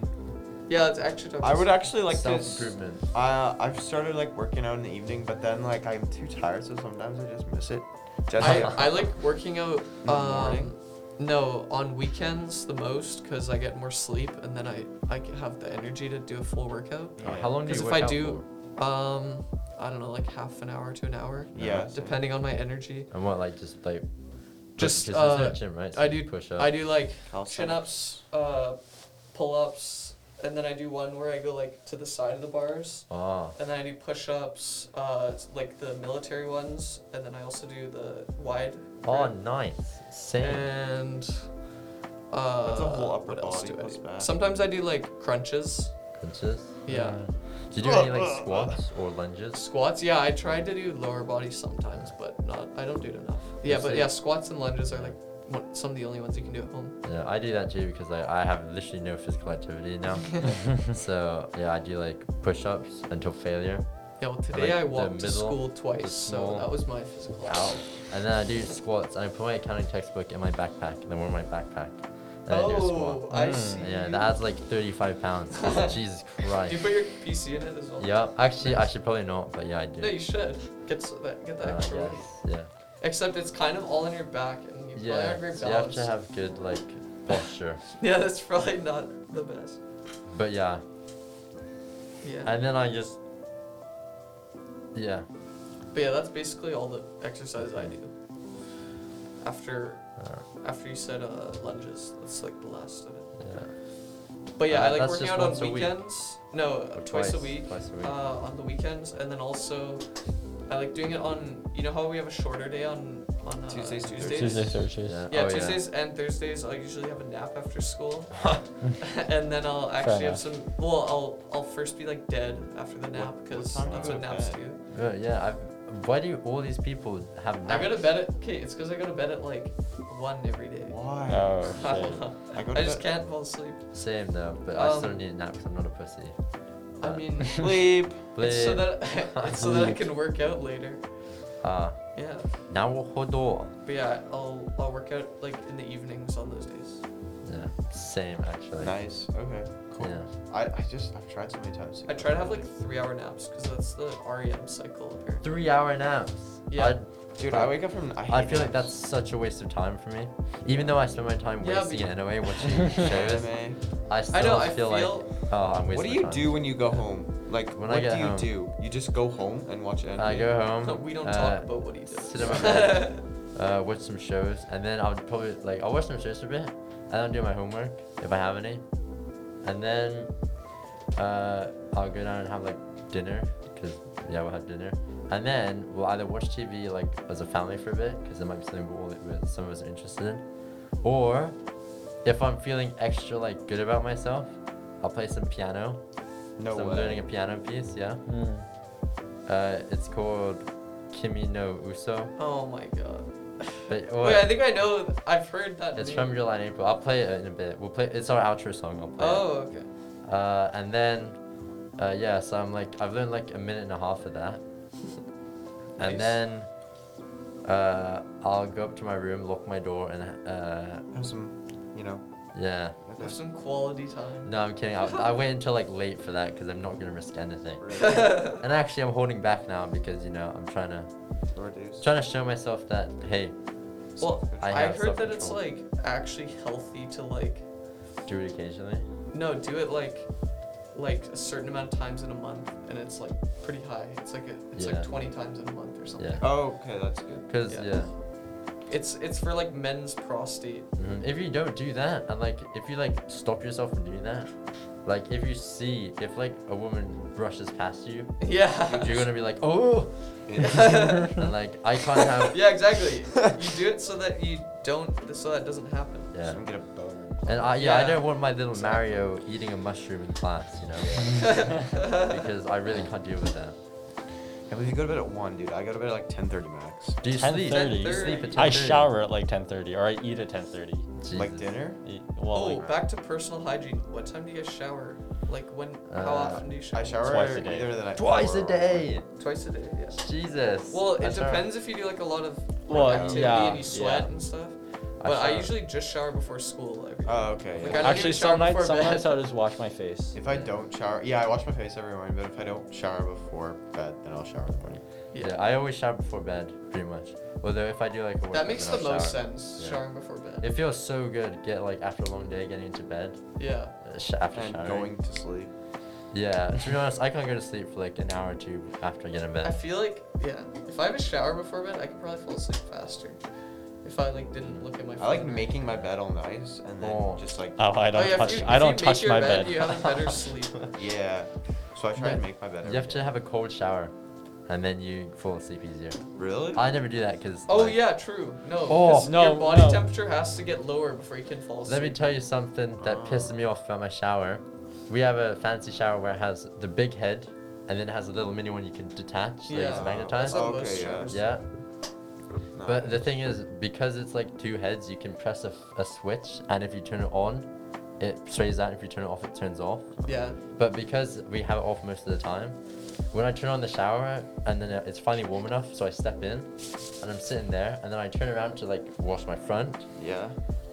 Speaker 3: Yeah, that's actually tough.
Speaker 1: I would actually like to.
Speaker 4: self
Speaker 1: s-
Speaker 4: improvement.
Speaker 1: Uh, I've started like working out in the evening, but then like I'm too tired, so sometimes I just miss it. Just
Speaker 3: I, I like working
Speaker 4: [LAUGHS]
Speaker 3: out.
Speaker 1: the
Speaker 3: Um,
Speaker 1: morning?
Speaker 3: no, on weekends the most because I get more sleep and then I I can have the energy to do a full workout.
Speaker 1: Yeah.
Speaker 4: Uh, How long do you
Speaker 3: Because if
Speaker 4: work
Speaker 3: I
Speaker 4: out
Speaker 3: do, um, I don't know, like half an hour to an hour.
Speaker 1: Yeah, same.
Speaker 3: Depending on my energy.
Speaker 4: for? And what like just like
Speaker 3: Just,
Speaker 4: because there's no
Speaker 3: uh,
Speaker 4: gym, right?
Speaker 3: I
Speaker 4: you
Speaker 3: do
Speaker 4: push up.
Speaker 3: I do like chin
Speaker 1: Calisthenics.
Speaker 3: ups, uh, pull ups, and then I do one where I go like to the side of the bars.
Speaker 4: Oh.
Speaker 3: And then I do push ups, uh, like the military ones, and then I also do the wide.
Speaker 4: Oh,
Speaker 3: grip.
Speaker 4: nice. Same.
Speaker 3: And. Uh,
Speaker 1: That's a whole upper
Speaker 3: what else
Speaker 1: body
Speaker 3: do I
Speaker 1: plus
Speaker 3: do?
Speaker 1: back.
Speaker 3: Sometimes I do like crunches.
Speaker 4: Crunches.
Speaker 3: Yeah.
Speaker 4: Do you do any like squats or lunges?
Speaker 3: Squats, yeah, I try to do lower body sometimes, but not. I don't do it enough. Yeah,
Speaker 4: Yes,
Speaker 3: but
Speaker 4: it-
Speaker 3: yeah, squats and lunges are like one, some of the only ones you can do at home.
Speaker 4: Yeah, I do that too because like, I have literally no physical activity
Speaker 3: [LAUGHS]
Speaker 4: now. so yeah, I do like push-ups until failure.
Speaker 3: Yeah, well, today
Speaker 4: like
Speaker 3: I
Speaker 4: the
Speaker 3: walked to
Speaker 4: middle,
Speaker 3: school
Speaker 4: the
Speaker 3: twice, so
Speaker 4: small-
Speaker 3: that was my physical.
Speaker 4: Ow. And then I do squats. And I put my accounting textbook in my backpack and then wear my backpack. And I do a
Speaker 3: Oh,
Speaker 4: squat.
Speaker 3: I
Speaker 2: Mm,
Speaker 3: see.
Speaker 4: Yeah, that adds like 35
Speaker 3: [LAUGHS]
Speaker 4: pounds. Jesus
Speaker 3: Do you
Speaker 4: Christ.
Speaker 3: put your PC in it as well?
Speaker 4: Yeah, actually, I should probably not, but yeah, I do.
Speaker 3: No, you should. Get s that, get that
Speaker 4: Uh,
Speaker 3: extra
Speaker 4: yes,
Speaker 3: weight.
Speaker 4: yeah.
Speaker 3: Except it's kind of all in your back, and you probably aren't
Speaker 4: Yeah,
Speaker 3: very
Speaker 4: so you have
Speaker 3: balanced.
Speaker 4: to have good like posture.
Speaker 3: [LAUGHS] yeah, that's probably not the best.
Speaker 4: But yeah,
Speaker 3: Yeah.
Speaker 4: and then I just yeah.
Speaker 3: but yeah, that's basically all the exercise I do. After,
Speaker 4: Alright.
Speaker 3: after you said uh, lunges, that's like the last of it.
Speaker 4: yeah.
Speaker 3: But yeah,
Speaker 4: Uh,
Speaker 3: I like
Speaker 4: that's
Speaker 3: working
Speaker 4: just
Speaker 3: out on
Speaker 4: once a week.
Speaker 3: weekends. No, uh,
Speaker 4: Or
Speaker 3: twice, a
Speaker 4: twice-
Speaker 3: week.
Speaker 4: twice a week.
Speaker 3: Uh, on the weekends, and then also, I like doing it on. You know how we have a shorter day on on uh,
Speaker 1: Tuesdays and
Speaker 3: Tuesdays.
Speaker 2: Tuesday, Thursdays.
Speaker 4: Yeah.
Speaker 3: Yeah,
Speaker 4: Oh,
Speaker 3: Tuesdays and Thursdays I'll usually have a nap after
Speaker 4: [LAUGHS]
Speaker 3: school, [LAUGHS] and then I'll actually have
Speaker 2: enough.
Speaker 3: some. Well, I'll I'll first be like dead after the nap
Speaker 1: what
Speaker 3: because
Speaker 1: time do
Speaker 3: that's
Speaker 1: you
Speaker 3: what
Speaker 1: go to
Speaker 3: naps
Speaker 1: bed?
Speaker 3: do.
Speaker 4: Yeah, yeah. I've, why do all these people have?
Speaker 3: I go to
Speaker 4: naps?
Speaker 3: bed at okay. It's because I go to bed at like one every day. [LAUGHS]
Speaker 1: Why?
Speaker 2: Oh
Speaker 3: I
Speaker 2: shit.
Speaker 3: don't know.
Speaker 1: I go
Speaker 3: I
Speaker 1: to
Speaker 3: just
Speaker 1: bed-
Speaker 3: can't fall asleep.
Speaker 4: Same though, but I still
Speaker 3: Um,
Speaker 4: need naps. I'm not a pussy.
Speaker 3: I
Speaker 4: Uh,
Speaker 1: [LAUGHS]
Speaker 3: mean,
Speaker 1: Sleep.
Speaker 3: it's so
Speaker 4: Bleh.
Speaker 3: that it's so
Speaker 4: [LAUGHS]
Speaker 3: that I can work out later.
Speaker 4: Ah,
Speaker 3: Yeah,
Speaker 4: now we'll hold on.
Speaker 3: but yeah, I'll I'll work out like in the evenings on those days.
Speaker 4: Yeah, same actually.
Speaker 1: Nice. Okay. Cool.
Speaker 4: Yeah.
Speaker 1: I, I just I've tried so many times.
Speaker 3: I try to have like three hour naps because that's the REM cycle apparently.
Speaker 4: Three hour naps.
Speaker 3: Yeah.
Speaker 4: I'd-
Speaker 1: Dude, I wake up from. I, hate
Speaker 4: I feel like that's
Speaker 1: naps.
Speaker 4: such a waste of time for me. Even though I spend my time
Speaker 3: Yeah,
Speaker 4: wasting
Speaker 3: but-
Speaker 4: it anyway, watching [LAUGHS] shows,
Speaker 1: Anime.
Speaker 4: I still
Speaker 3: know, I
Speaker 4: feel,
Speaker 3: feel-
Speaker 4: like, oh, I'm wasting
Speaker 1: What do
Speaker 4: my
Speaker 1: you
Speaker 4: time.
Speaker 1: do when you go home? Like,
Speaker 4: When I
Speaker 1: what
Speaker 4: get
Speaker 1: do you
Speaker 4: home-
Speaker 1: do? You just go home and watch anime.
Speaker 4: I go home.
Speaker 3: No, we don't
Speaker 4: uh,
Speaker 3: talk about what he does.
Speaker 4: sit
Speaker 3: [LAUGHS]
Speaker 4: in my bed. uh, watch some shows, and then I'll probably like I'll watch some shows for a bit, and then do my homework if I have any, and then uh, I'll go down and have like dinner because yeah we'll have dinner, and then we'll either watch TV like as a family for a bit because there might be something we're all, that some of us are interested in, or if I'm feeling extra like good about myself, I'll play some piano.
Speaker 1: No
Speaker 4: so
Speaker 1: way.
Speaker 4: I'm learning a piano piece, yeah. Uh, it's called Kimi no Uso.
Speaker 3: Oh my god.
Speaker 4: But,
Speaker 3: Wait, I think I know. I've heard that.
Speaker 4: It's
Speaker 3: name.
Speaker 4: from July and April. I'll play it in a bit. We'll play. It's our outro song. I'll play
Speaker 3: Oh, okay.
Speaker 4: it. Uh, and then, uh, yeah. So I'm like, I've learned like a minute and a half of that.
Speaker 3: Nice.
Speaker 4: And then, uh, I'll go up to my room, lock my door, and uh,
Speaker 1: Have some, you know.
Speaker 4: yeah.
Speaker 1: [LAUGHS]
Speaker 3: Have some quality time.
Speaker 4: No, I'm kidding. I, I wait until like late for that because I'm not gonna risk anything. And actually, I'm holding back now because you know I'm trying to
Speaker 1: Reduce.
Speaker 4: trying to show myself that hey,
Speaker 3: well,
Speaker 4: I
Speaker 3: I,
Speaker 4: have
Speaker 3: heard that it's like
Speaker 4: self-control.
Speaker 3: actually healthy to like
Speaker 4: do it occasionally.
Speaker 3: no do it like like a certain amount of times in a month, and it's like pretty high. It's like a, it's
Speaker 4: Yeah.
Speaker 3: like twenty times in a month or something.
Speaker 4: Yeah.
Speaker 1: Oh, okay, that's [LAUGHS] good.
Speaker 4: Cause
Speaker 3: Yeah.
Speaker 4: yeah.
Speaker 3: It's it's for like men's
Speaker 4: [LAUGHS]
Speaker 3: prostate.
Speaker 4: Mhm. If you don't do that, and like if you like stop yourself from doing that, like if you see if like a woman brushes past you,
Speaker 3: Yeah.
Speaker 4: you're gonna be like, oh,
Speaker 1: Yeah.
Speaker 4: [LAUGHS] and like I can't have,
Speaker 3: [LAUGHS] yeah,
Speaker 4: [LAUGHS]
Speaker 3: exactly. You do it so that you don't, so that doesn't happen.
Speaker 4: yeah.
Speaker 1: So we get a boner.
Speaker 4: And I yeah,
Speaker 3: Yeah.
Speaker 4: I don't want my little Mario eating a mushroom in class, you know,
Speaker 3: [LAUGHS]
Speaker 4: because I really can't deal with that.
Speaker 1: I believe you go to bed at one, dude. I go to bed at like ten thirty max.
Speaker 4: Do you sleep?
Speaker 2: 10:30.
Speaker 4: You sleep at 10:30.
Speaker 2: I shower at like 10:30 or I eat at 10:30.
Speaker 1: Like
Speaker 4: Jesus.
Speaker 1: dinner?
Speaker 2: E- Well,
Speaker 3: Oh,
Speaker 2: like,
Speaker 3: back to personal hygiene. What time do you guys shower? Like when? how
Speaker 4: Uh,
Speaker 3: often do you shower?
Speaker 1: I shower
Speaker 2: Twice a
Speaker 1: either
Speaker 2: day.
Speaker 1: the night
Speaker 4: Twice a
Speaker 1: before or-
Speaker 4: day.
Speaker 3: twice a day. Yeah.
Speaker 4: Jesus.
Speaker 3: Well,
Speaker 4: I
Speaker 3: it
Speaker 4: shower-
Speaker 3: depends if you do like a lot of
Speaker 2: Well,
Speaker 3: activity
Speaker 2: yeah,
Speaker 3: and you sweat
Speaker 2: yeah.
Speaker 3: and stuff.
Speaker 4: I
Speaker 3: But I,
Speaker 4: shower.
Speaker 3: usually just shower before school every day.
Speaker 1: Oh, okay.
Speaker 3: Like,
Speaker 1: yeah.
Speaker 3: I don't
Speaker 2: actually
Speaker 3: even shower
Speaker 2: some nights
Speaker 3: before
Speaker 2: some
Speaker 3: bed.
Speaker 2: nights I'll just wash my face.
Speaker 1: If I don't shower, yeah, I wash my face every morning. But if I don't shower before bed, then I'll shower in the morning.
Speaker 4: Yeah. I always shower before bed, pretty much. Although if I do like a workout,
Speaker 3: That makes the
Speaker 4: then I'll
Speaker 3: most
Speaker 4: shower.
Speaker 3: sense.
Speaker 4: Yeah.
Speaker 3: Showering before bed.
Speaker 4: It feels so good. Get like after a long day, getting into bed
Speaker 3: yeah.
Speaker 4: uh, sh- after
Speaker 1: And
Speaker 4: showering.
Speaker 1: going to sleep.
Speaker 4: Yeah. To be honest, I can't go to sleep for like an hour or two after I get in
Speaker 3: I
Speaker 4: bed.
Speaker 3: feel like yeah. If I have a shower before bed, I could probably fall asleep faster. If I like didn't look at my phone.
Speaker 1: I like making my bed all nice and then
Speaker 4: Oh.
Speaker 1: just like
Speaker 2: Oh, I
Speaker 3: Oh,
Speaker 2: don't
Speaker 3: yeah, if
Speaker 2: touch.
Speaker 3: you- if
Speaker 2: I
Speaker 3: you
Speaker 2: don't
Speaker 3: make
Speaker 2: touch
Speaker 3: your
Speaker 2: my bed. [LAUGHS]
Speaker 3: You have a
Speaker 4: [LAUGHS]
Speaker 3: better sleep.
Speaker 1: yeah. So I try and
Speaker 4: Yeah.
Speaker 1: make my bed.
Speaker 4: You
Speaker 1: every
Speaker 4: have to
Speaker 1: day.
Speaker 4: have a cold shower, and then you fall asleep easier.
Speaker 1: Really?
Speaker 4: I never do that because.
Speaker 3: Oh yeah, true. No.
Speaker 4: Oh.
Speaker 3: 'cause
Speaker 2: No,
Speaker 3: Your body
Speaker 2: no.
Speaker 3: temperature has to get lower before you can fall asleep.
Speaker 4: Let me tell you something that pissed me off about my shower. We have a fancy shower where it has the big head, and then it has a little mini one you can detach, so
Speaker 3: Yeah.
Speaker 4: it's
Speaker 1: Oh,
Speaker 4: magnetized.
Speaker 1: that's
Speaker 3: how most
Speaker 1: Okay, yeah.
Speaker 3: showers-
Speaker 4: Yeah.
Speaker 1: No.
Speaker 4: But the thing is, because it's like two heads, you can press a, a switch, and if you turn it on, it strays out. If you turn it off, it turns off.
Speaker 3: Yeah.
Speaker 4: But because we have it off most of the time, when I turn on the shower and then it's finally warm enough, so I step in, and I'm sitting there, and then I turn around to like wash my front.
Speaker 1: yeah.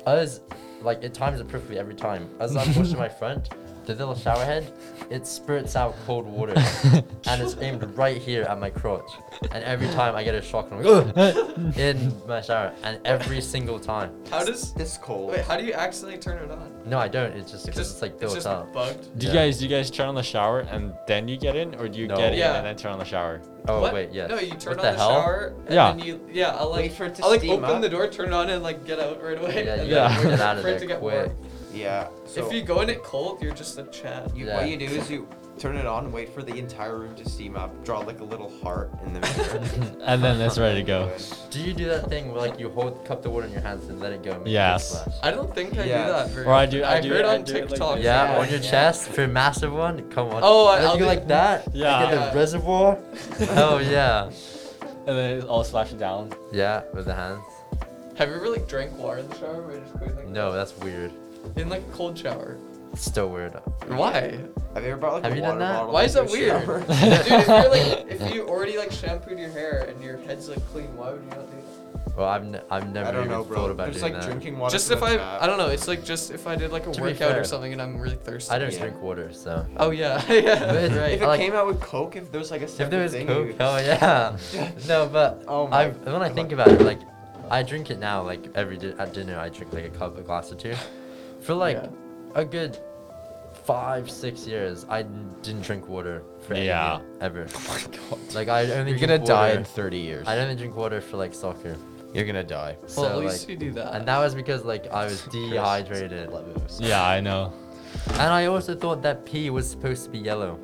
Speaker 4: As like it times it perfectly every time. As I'm washing my front, the little shower head, it spurts out cold water, and it's aimed right here at my crotch. And every time I get a shock, and I'm like, "Ugh!" in my shower, and every single time.
Speaker 3: How does?
Speaker 1: This cold.
Speaker 3: Wait, how do you accidentally turn it on?
Speaker 4: No, I don't. It's just
Speaker 3: It's
Speaker 4: because
Speaker 3: just
Speaker 4: it's like built
Speaker 3: it's just
Speaker 4: up.
Speaker 3: bugged.
Speaker 2: Do you
Speaker 4: Yeah.
Speaker 2: guys do you guys turn on the shower and then you get in, or do you
Speaker 4: No.
Speaker 2: get in
Speaker 3: Yeah.
Speaker 2: and then turn on the shower?
Speaker 4: Oh
Speaker 3: What?
Speaker 4: wait, yes.
Speaker 3: No, you turn
Speaker 4: what
Speaker 3: on
Speaker 4: the,
Speaker 3: the,
Speaker 4: hell?
Speaker 3: shower. And
Speaker 2: Yeah.
Speaker 3: Then you, yeah. I'll like.
Speaker 1: Wait for it to
Speaker 3: I'll like
Speaker 1: steam
Speaker 3: open
Speaker 1: up.
Speaker 3: the door, turn it on, and like get out right away.
Speaker 4: Yeah,
Speaker 3: and
Speaker 4: you
Speaker 2: Yeah.
Speaker 3: then wait
Speaker 4: gotta [LAUGHS] get out of
Speaker 3: for it
Speaker 4: there
Speaker 3: to get
Speaker 4: quick.
Speaker 3: warm.
Speaker 1: Yeah. So
Speaker 3: if you go in it cold, you're just a Chad.
Speaker 1: you-
Speaker 4: Yeah.
Speaker 1: what you do is you turn it on, wait for the entire room to steam up, draw like a little heart in the [LAUGHS] mirror.
Speaker 2: [LAUGHS] And then it's ready to go.
Speaker 4: Do you do that thing where like you hold cup the water in your hands and let it go? And make a big
Speaker 2: Yes.
Speaker 4: splash?
Speaker 3: I don't think I
Speaker 1: Yes.
Speaker 3: do that. Very
Speaker 2: Or I
Speaker 3: often.
Speaker 2: do- I do
Speaker 3: heard
Speaker 2: it- I
Speaker 3: on
Speaker 2: do it like
Speaker 3: TikTok.
Speaker 2: this.
Speaker 4: Yeah,
Speaker 1: Yeah,
Speaker 4: on your
Speaker 1: yeah.
Speaker 4: chest for a massive one. Come on.
Speaker 3: Oh, I-
Speaker 4: And then
Speaker 3: I'll
Speaker 4: you
Speaker 3: do-
Speaker 4: go like that. and
Speaker 2: Yeah.
Speaker 4: Get
Speaker 3: Yeah. [LAUGHS]
Speaker 4: a reservoir. oh yeah.
Speaker 2: And then it all splashes down.
Speaker 4: Yeah, with the hands.
Speaker 3: Have you ever like drank water in the shower? Where you just going like
Speaker 4: No, that's weird.
Speaker 3: In like a cold shower.
Speaker 4: It's still weird.
Speaker 3: Why?
Speaker 1: Have you ever brought like
Speaker 4: Have
Speaker 1: a
Speaker 4: you
Speaker 1: water
Speaker 4: done that?
Speaker 1: bottle?
Speaker 3: Why is that
Speaker 1: into a
Speaker 3: weird?
Speaker 1: shower?
Speaker 4: [LAUGHS]
Speaker 1: [LAUGHS]
Speaker 3: Dude, if you're like, if you already like shampooed your hair and your head's like clean, why would you not do that?
Speaker 4: Well, I've n- I've never
Speaker 1: I don't
Speaker 4: even
Speaker 1: know,
Speaker 4: thought
Speaker 1: bro.
Speaker 4: about
Speaker 1: There's
Speaker 4: doing
Speaker 1: like
Speaker 4: that.
Speaker 1: drinking water.
Speaker 3: just
Speaker 1: from
Speaker 3: if
Speaker 1: the
Speaker 3: I,
Speaker 1: tap.
Speaker 3: I don't know. It's like just if I did like a
Speaker 4: To be
Speaker 3: workout or
Speaker 4: fair,
Speaker 3: something and I'm really thirsty.
Speaker 4: I don't
Speaker 1: Yeah.
Speaker 4: drink water, so.
Speaker 3: Oh yeah, [LAUGHS] yeah,
Speaker 4: But-
Speaker 3: right.
Speaker 1: If it
Speaker 4: Like-
Speaker 1: came out with Coke, if there was like a
Speaker 4: If
Speaker 1: separate
Speaker 4: there was
Speaker 1: thing,
Speaker 4: Coke,
Speaker 1: you'd-
Speaker 4: oh
Speaker 1: [LAUGHS]
Speaker 4: yeah. no, but
Speaker 1: Oh my
Speaker 4: I when I think
Speaker 1: God.
Speaker 4: about it, like I drink it now, like every di- at dinner I drink like a cup, a glass or two. For like
Speaker 3: Yeah.
Speaker 4: a good five, six years, I n- didn't drink water for anything,
Speaker 2: Yeah.
Speaker 1: [LAUGHS]
Speaker 4: ever. Like I only
Speaker 1: Oh You're
Speaker 4: drink
Speaker 1: gonna die
Speaker 4: water-
Speaker 1: in 30 years.
Speaker 4: I only drink water for like soccer,
Speaker 1: You're gonna die.
Speaker 3: well, at
Speaker 4: so,
Speaker 3: least
Speaker 4: like-
Speaker 3: you do that.
Speaker 4: and that was because like
Speaker 1: [LAUGHS]
Speaker 4: I was dehydrated,
Speaker 2: Yeah, I know.
Speaker 4: and I also thought that pee was supposed to be yellow.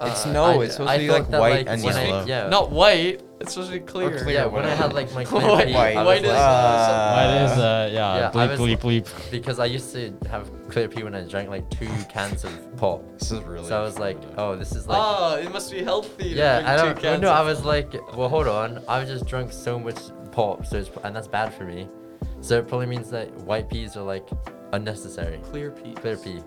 Speaker 1: It's
Speaker 4: Uh,
Speaker 1: no,
Speaker 4: I-
Speaker 1: it's supposed
Speaker 4: I
Speaker 1: to be
Speaker 4: thought
Speaker 1: like
Speaker 4: that,
Speaker 1: white and
Speaker 4: when I-
Speaker 1: yellow.
Speaker 4: yeah,
Speaker 3: Not white. It's supposed to be clear.
Speaker 1: clear.
Speaker 4: Yeah, when I had like my clear
Speaker 3: White-
Speaker 4: pee,
Speaker 1: [LAUGHS] white-
Speaker 4: I was
Speaker 3: white is-
Speaker 4: like-
Speaker 1: Ah.
Speaker 2: Mine is uh yeah,
Speaker 4: Yeah, I
Speaker 2: bleep
Speaker 4: was-
Speaker 2: bleep bleep.
Speaker 4: because I used to have clear pee when I drank like two [LAUGHS] cans of pop.
Speaker 1: This is really.
Speaker 4: So I was like, oh, this is like.
Speaker 3: oh, it must be healthy. to
Speaker 4: yeah,
Speaker 3: drink
Speaker 4: I
Speaker 3: two
Speaker 4: don't. oh,
Speaker 3: cans
Speaker 4: no,
Speaker 3: of-
Speaker 4: I was like, well, hold on. I've just drunk so much pulp, so it's, and that's bad for me. So it probably means that white peas are like unnecessary.
Speaker 3: Clear peas.
Speaker 4: Clear pea.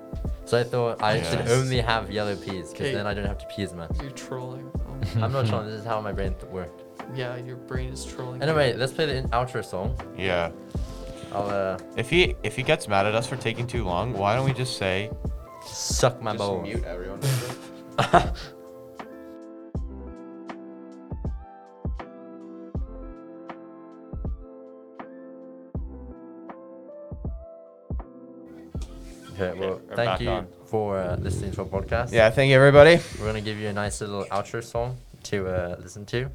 Speaker 4: So I thought I should
Speaker 1: Yes.
Speaker 4: only have yellow peas because
Speaker 3: Okay.
Speaker 4: then I don't have to pee as
Speaker 1: [LAUGHS]
Speaker 4: much.
Speaker 3: You're trolling. Oh my-
Speaker 4: I'm not sure. This is how my brain th- worked.
Speaker 3: yeah, your brain is trolling.
Speaker 4: Anyway, let's play the in- outro song.
Speaker 1: Yeah.
Speaker 4: I'll uh,
Speaker 1: If he if he gets mad at us for taking too long, why don't we just say
Speaker 4: suck my
Speaker 1: just
Speaker 4: balls.
Speaker 1: mute everyone? real quick?
Speaker 4: Okay, well,
Speaker 1: we're back
Speaker 4: thank you
Speaker 1: on.
Speaker 4: for uh, listening to our
Speaker 1: [LAUGHS]
Speaker 4: podcast.
Speaker 1: yeah, thank you everybody.
Speaker 4: We're gonna give you a nice little outro song to uh, listen to.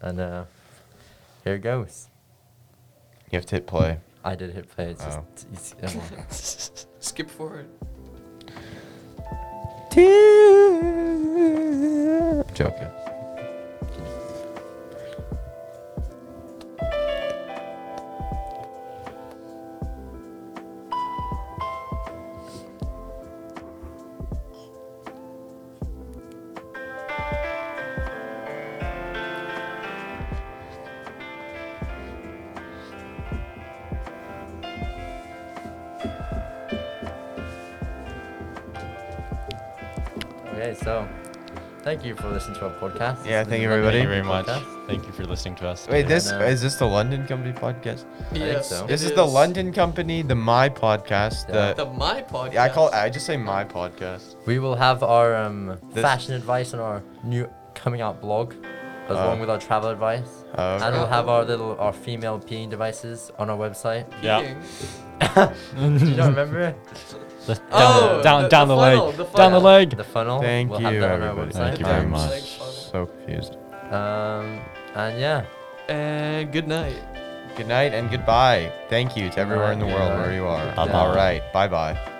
Speaker 4: And uh, here it goes.
Speaker 1: You have to hit play.
Speaker 4: I did hit play. It's
Speaker 1: Oh.
Speaker 4: just it's, never mind.
Speaker 3: Skip forward.
Speaker 1: Joking.
Speaker 4: [LAUGHS] Okay, so thank you for listening to our podcast.
Speaker 1: Yeah,
Speaker 4: It's
Speaker 1: thank
Speaker 4: been
Speaker 1: you,
Speaker 4: the
Speaker 1: everybody.
Speaker 4: Lemonade
Speaker 2: Thank you very much.
Speaker 4: Podcast.
Speaker 2: Thank you for listening to us.
Speaker 1: Wait,
Speaker 2: today.
Speaker 1: this
Speaker 4: And, uh,
Speaker 1: is this the London Company podcast?
Speaker 4: think
Speaker 3: Yes.
Speaker 4: so.
Speaker 3: it
Speaker 1: This is, the
Speaker 3: is.
Speaker 1: London Company, the My podcast.
Speaker 4: Yeah.
Speaker 1: The,
Speaker 3: The my podcast.
Speaker 1: yeah, I call I just say My podcast.
Speaker 4: We will have our um,
Speaker 1: This-
Speaker 4: fashion advice on our new coming out blog, as
Speaker 1: Oh.
Speaker 4: long with our travel advice.
Speaker 1: Oh,
Speaker 4: And
Speaker 1: okay.
Speaker 4: we'll have our little our female peeing devices on our
Speaker 1: [LAUGHS]
Speaker 4: website.
Speaker 2: Yeah.
Speaker 4: Do you not remember
Speaker 2: Let's- Down,
Speaker 3: Oh,
Speaker 2: the, down,
Speaker 3: the-
Speaker 2: down
Speaker 3: the
Speaker 2: the,
Speaker 3: funnel, the
Speaker 2: leg. down the
Speaker 3: funnel.
Speaker 2: leg.
Speaker 4: the funnel?
Speaker 1: Thank
Speaker 4: Oh, we'll
Speaker 1: you,
Speaker 4: have that on our
Speaker 1: everybody.
Speaker 4: website.
Speaker 1: Thank you very
Speaker 3: Thanks.
Speaker 1: much.
Speaker 3: Thanks, Father.
Speaker 1: So confused.
Speaker 4: Um, and yeah,
Speaker 3: And good night.
Speaker 1: Good night and goodbye. Thank you to everywhere in the world where you are.
Speaker 2: Bye-bye.
Speaker 1: All right. Bye bye.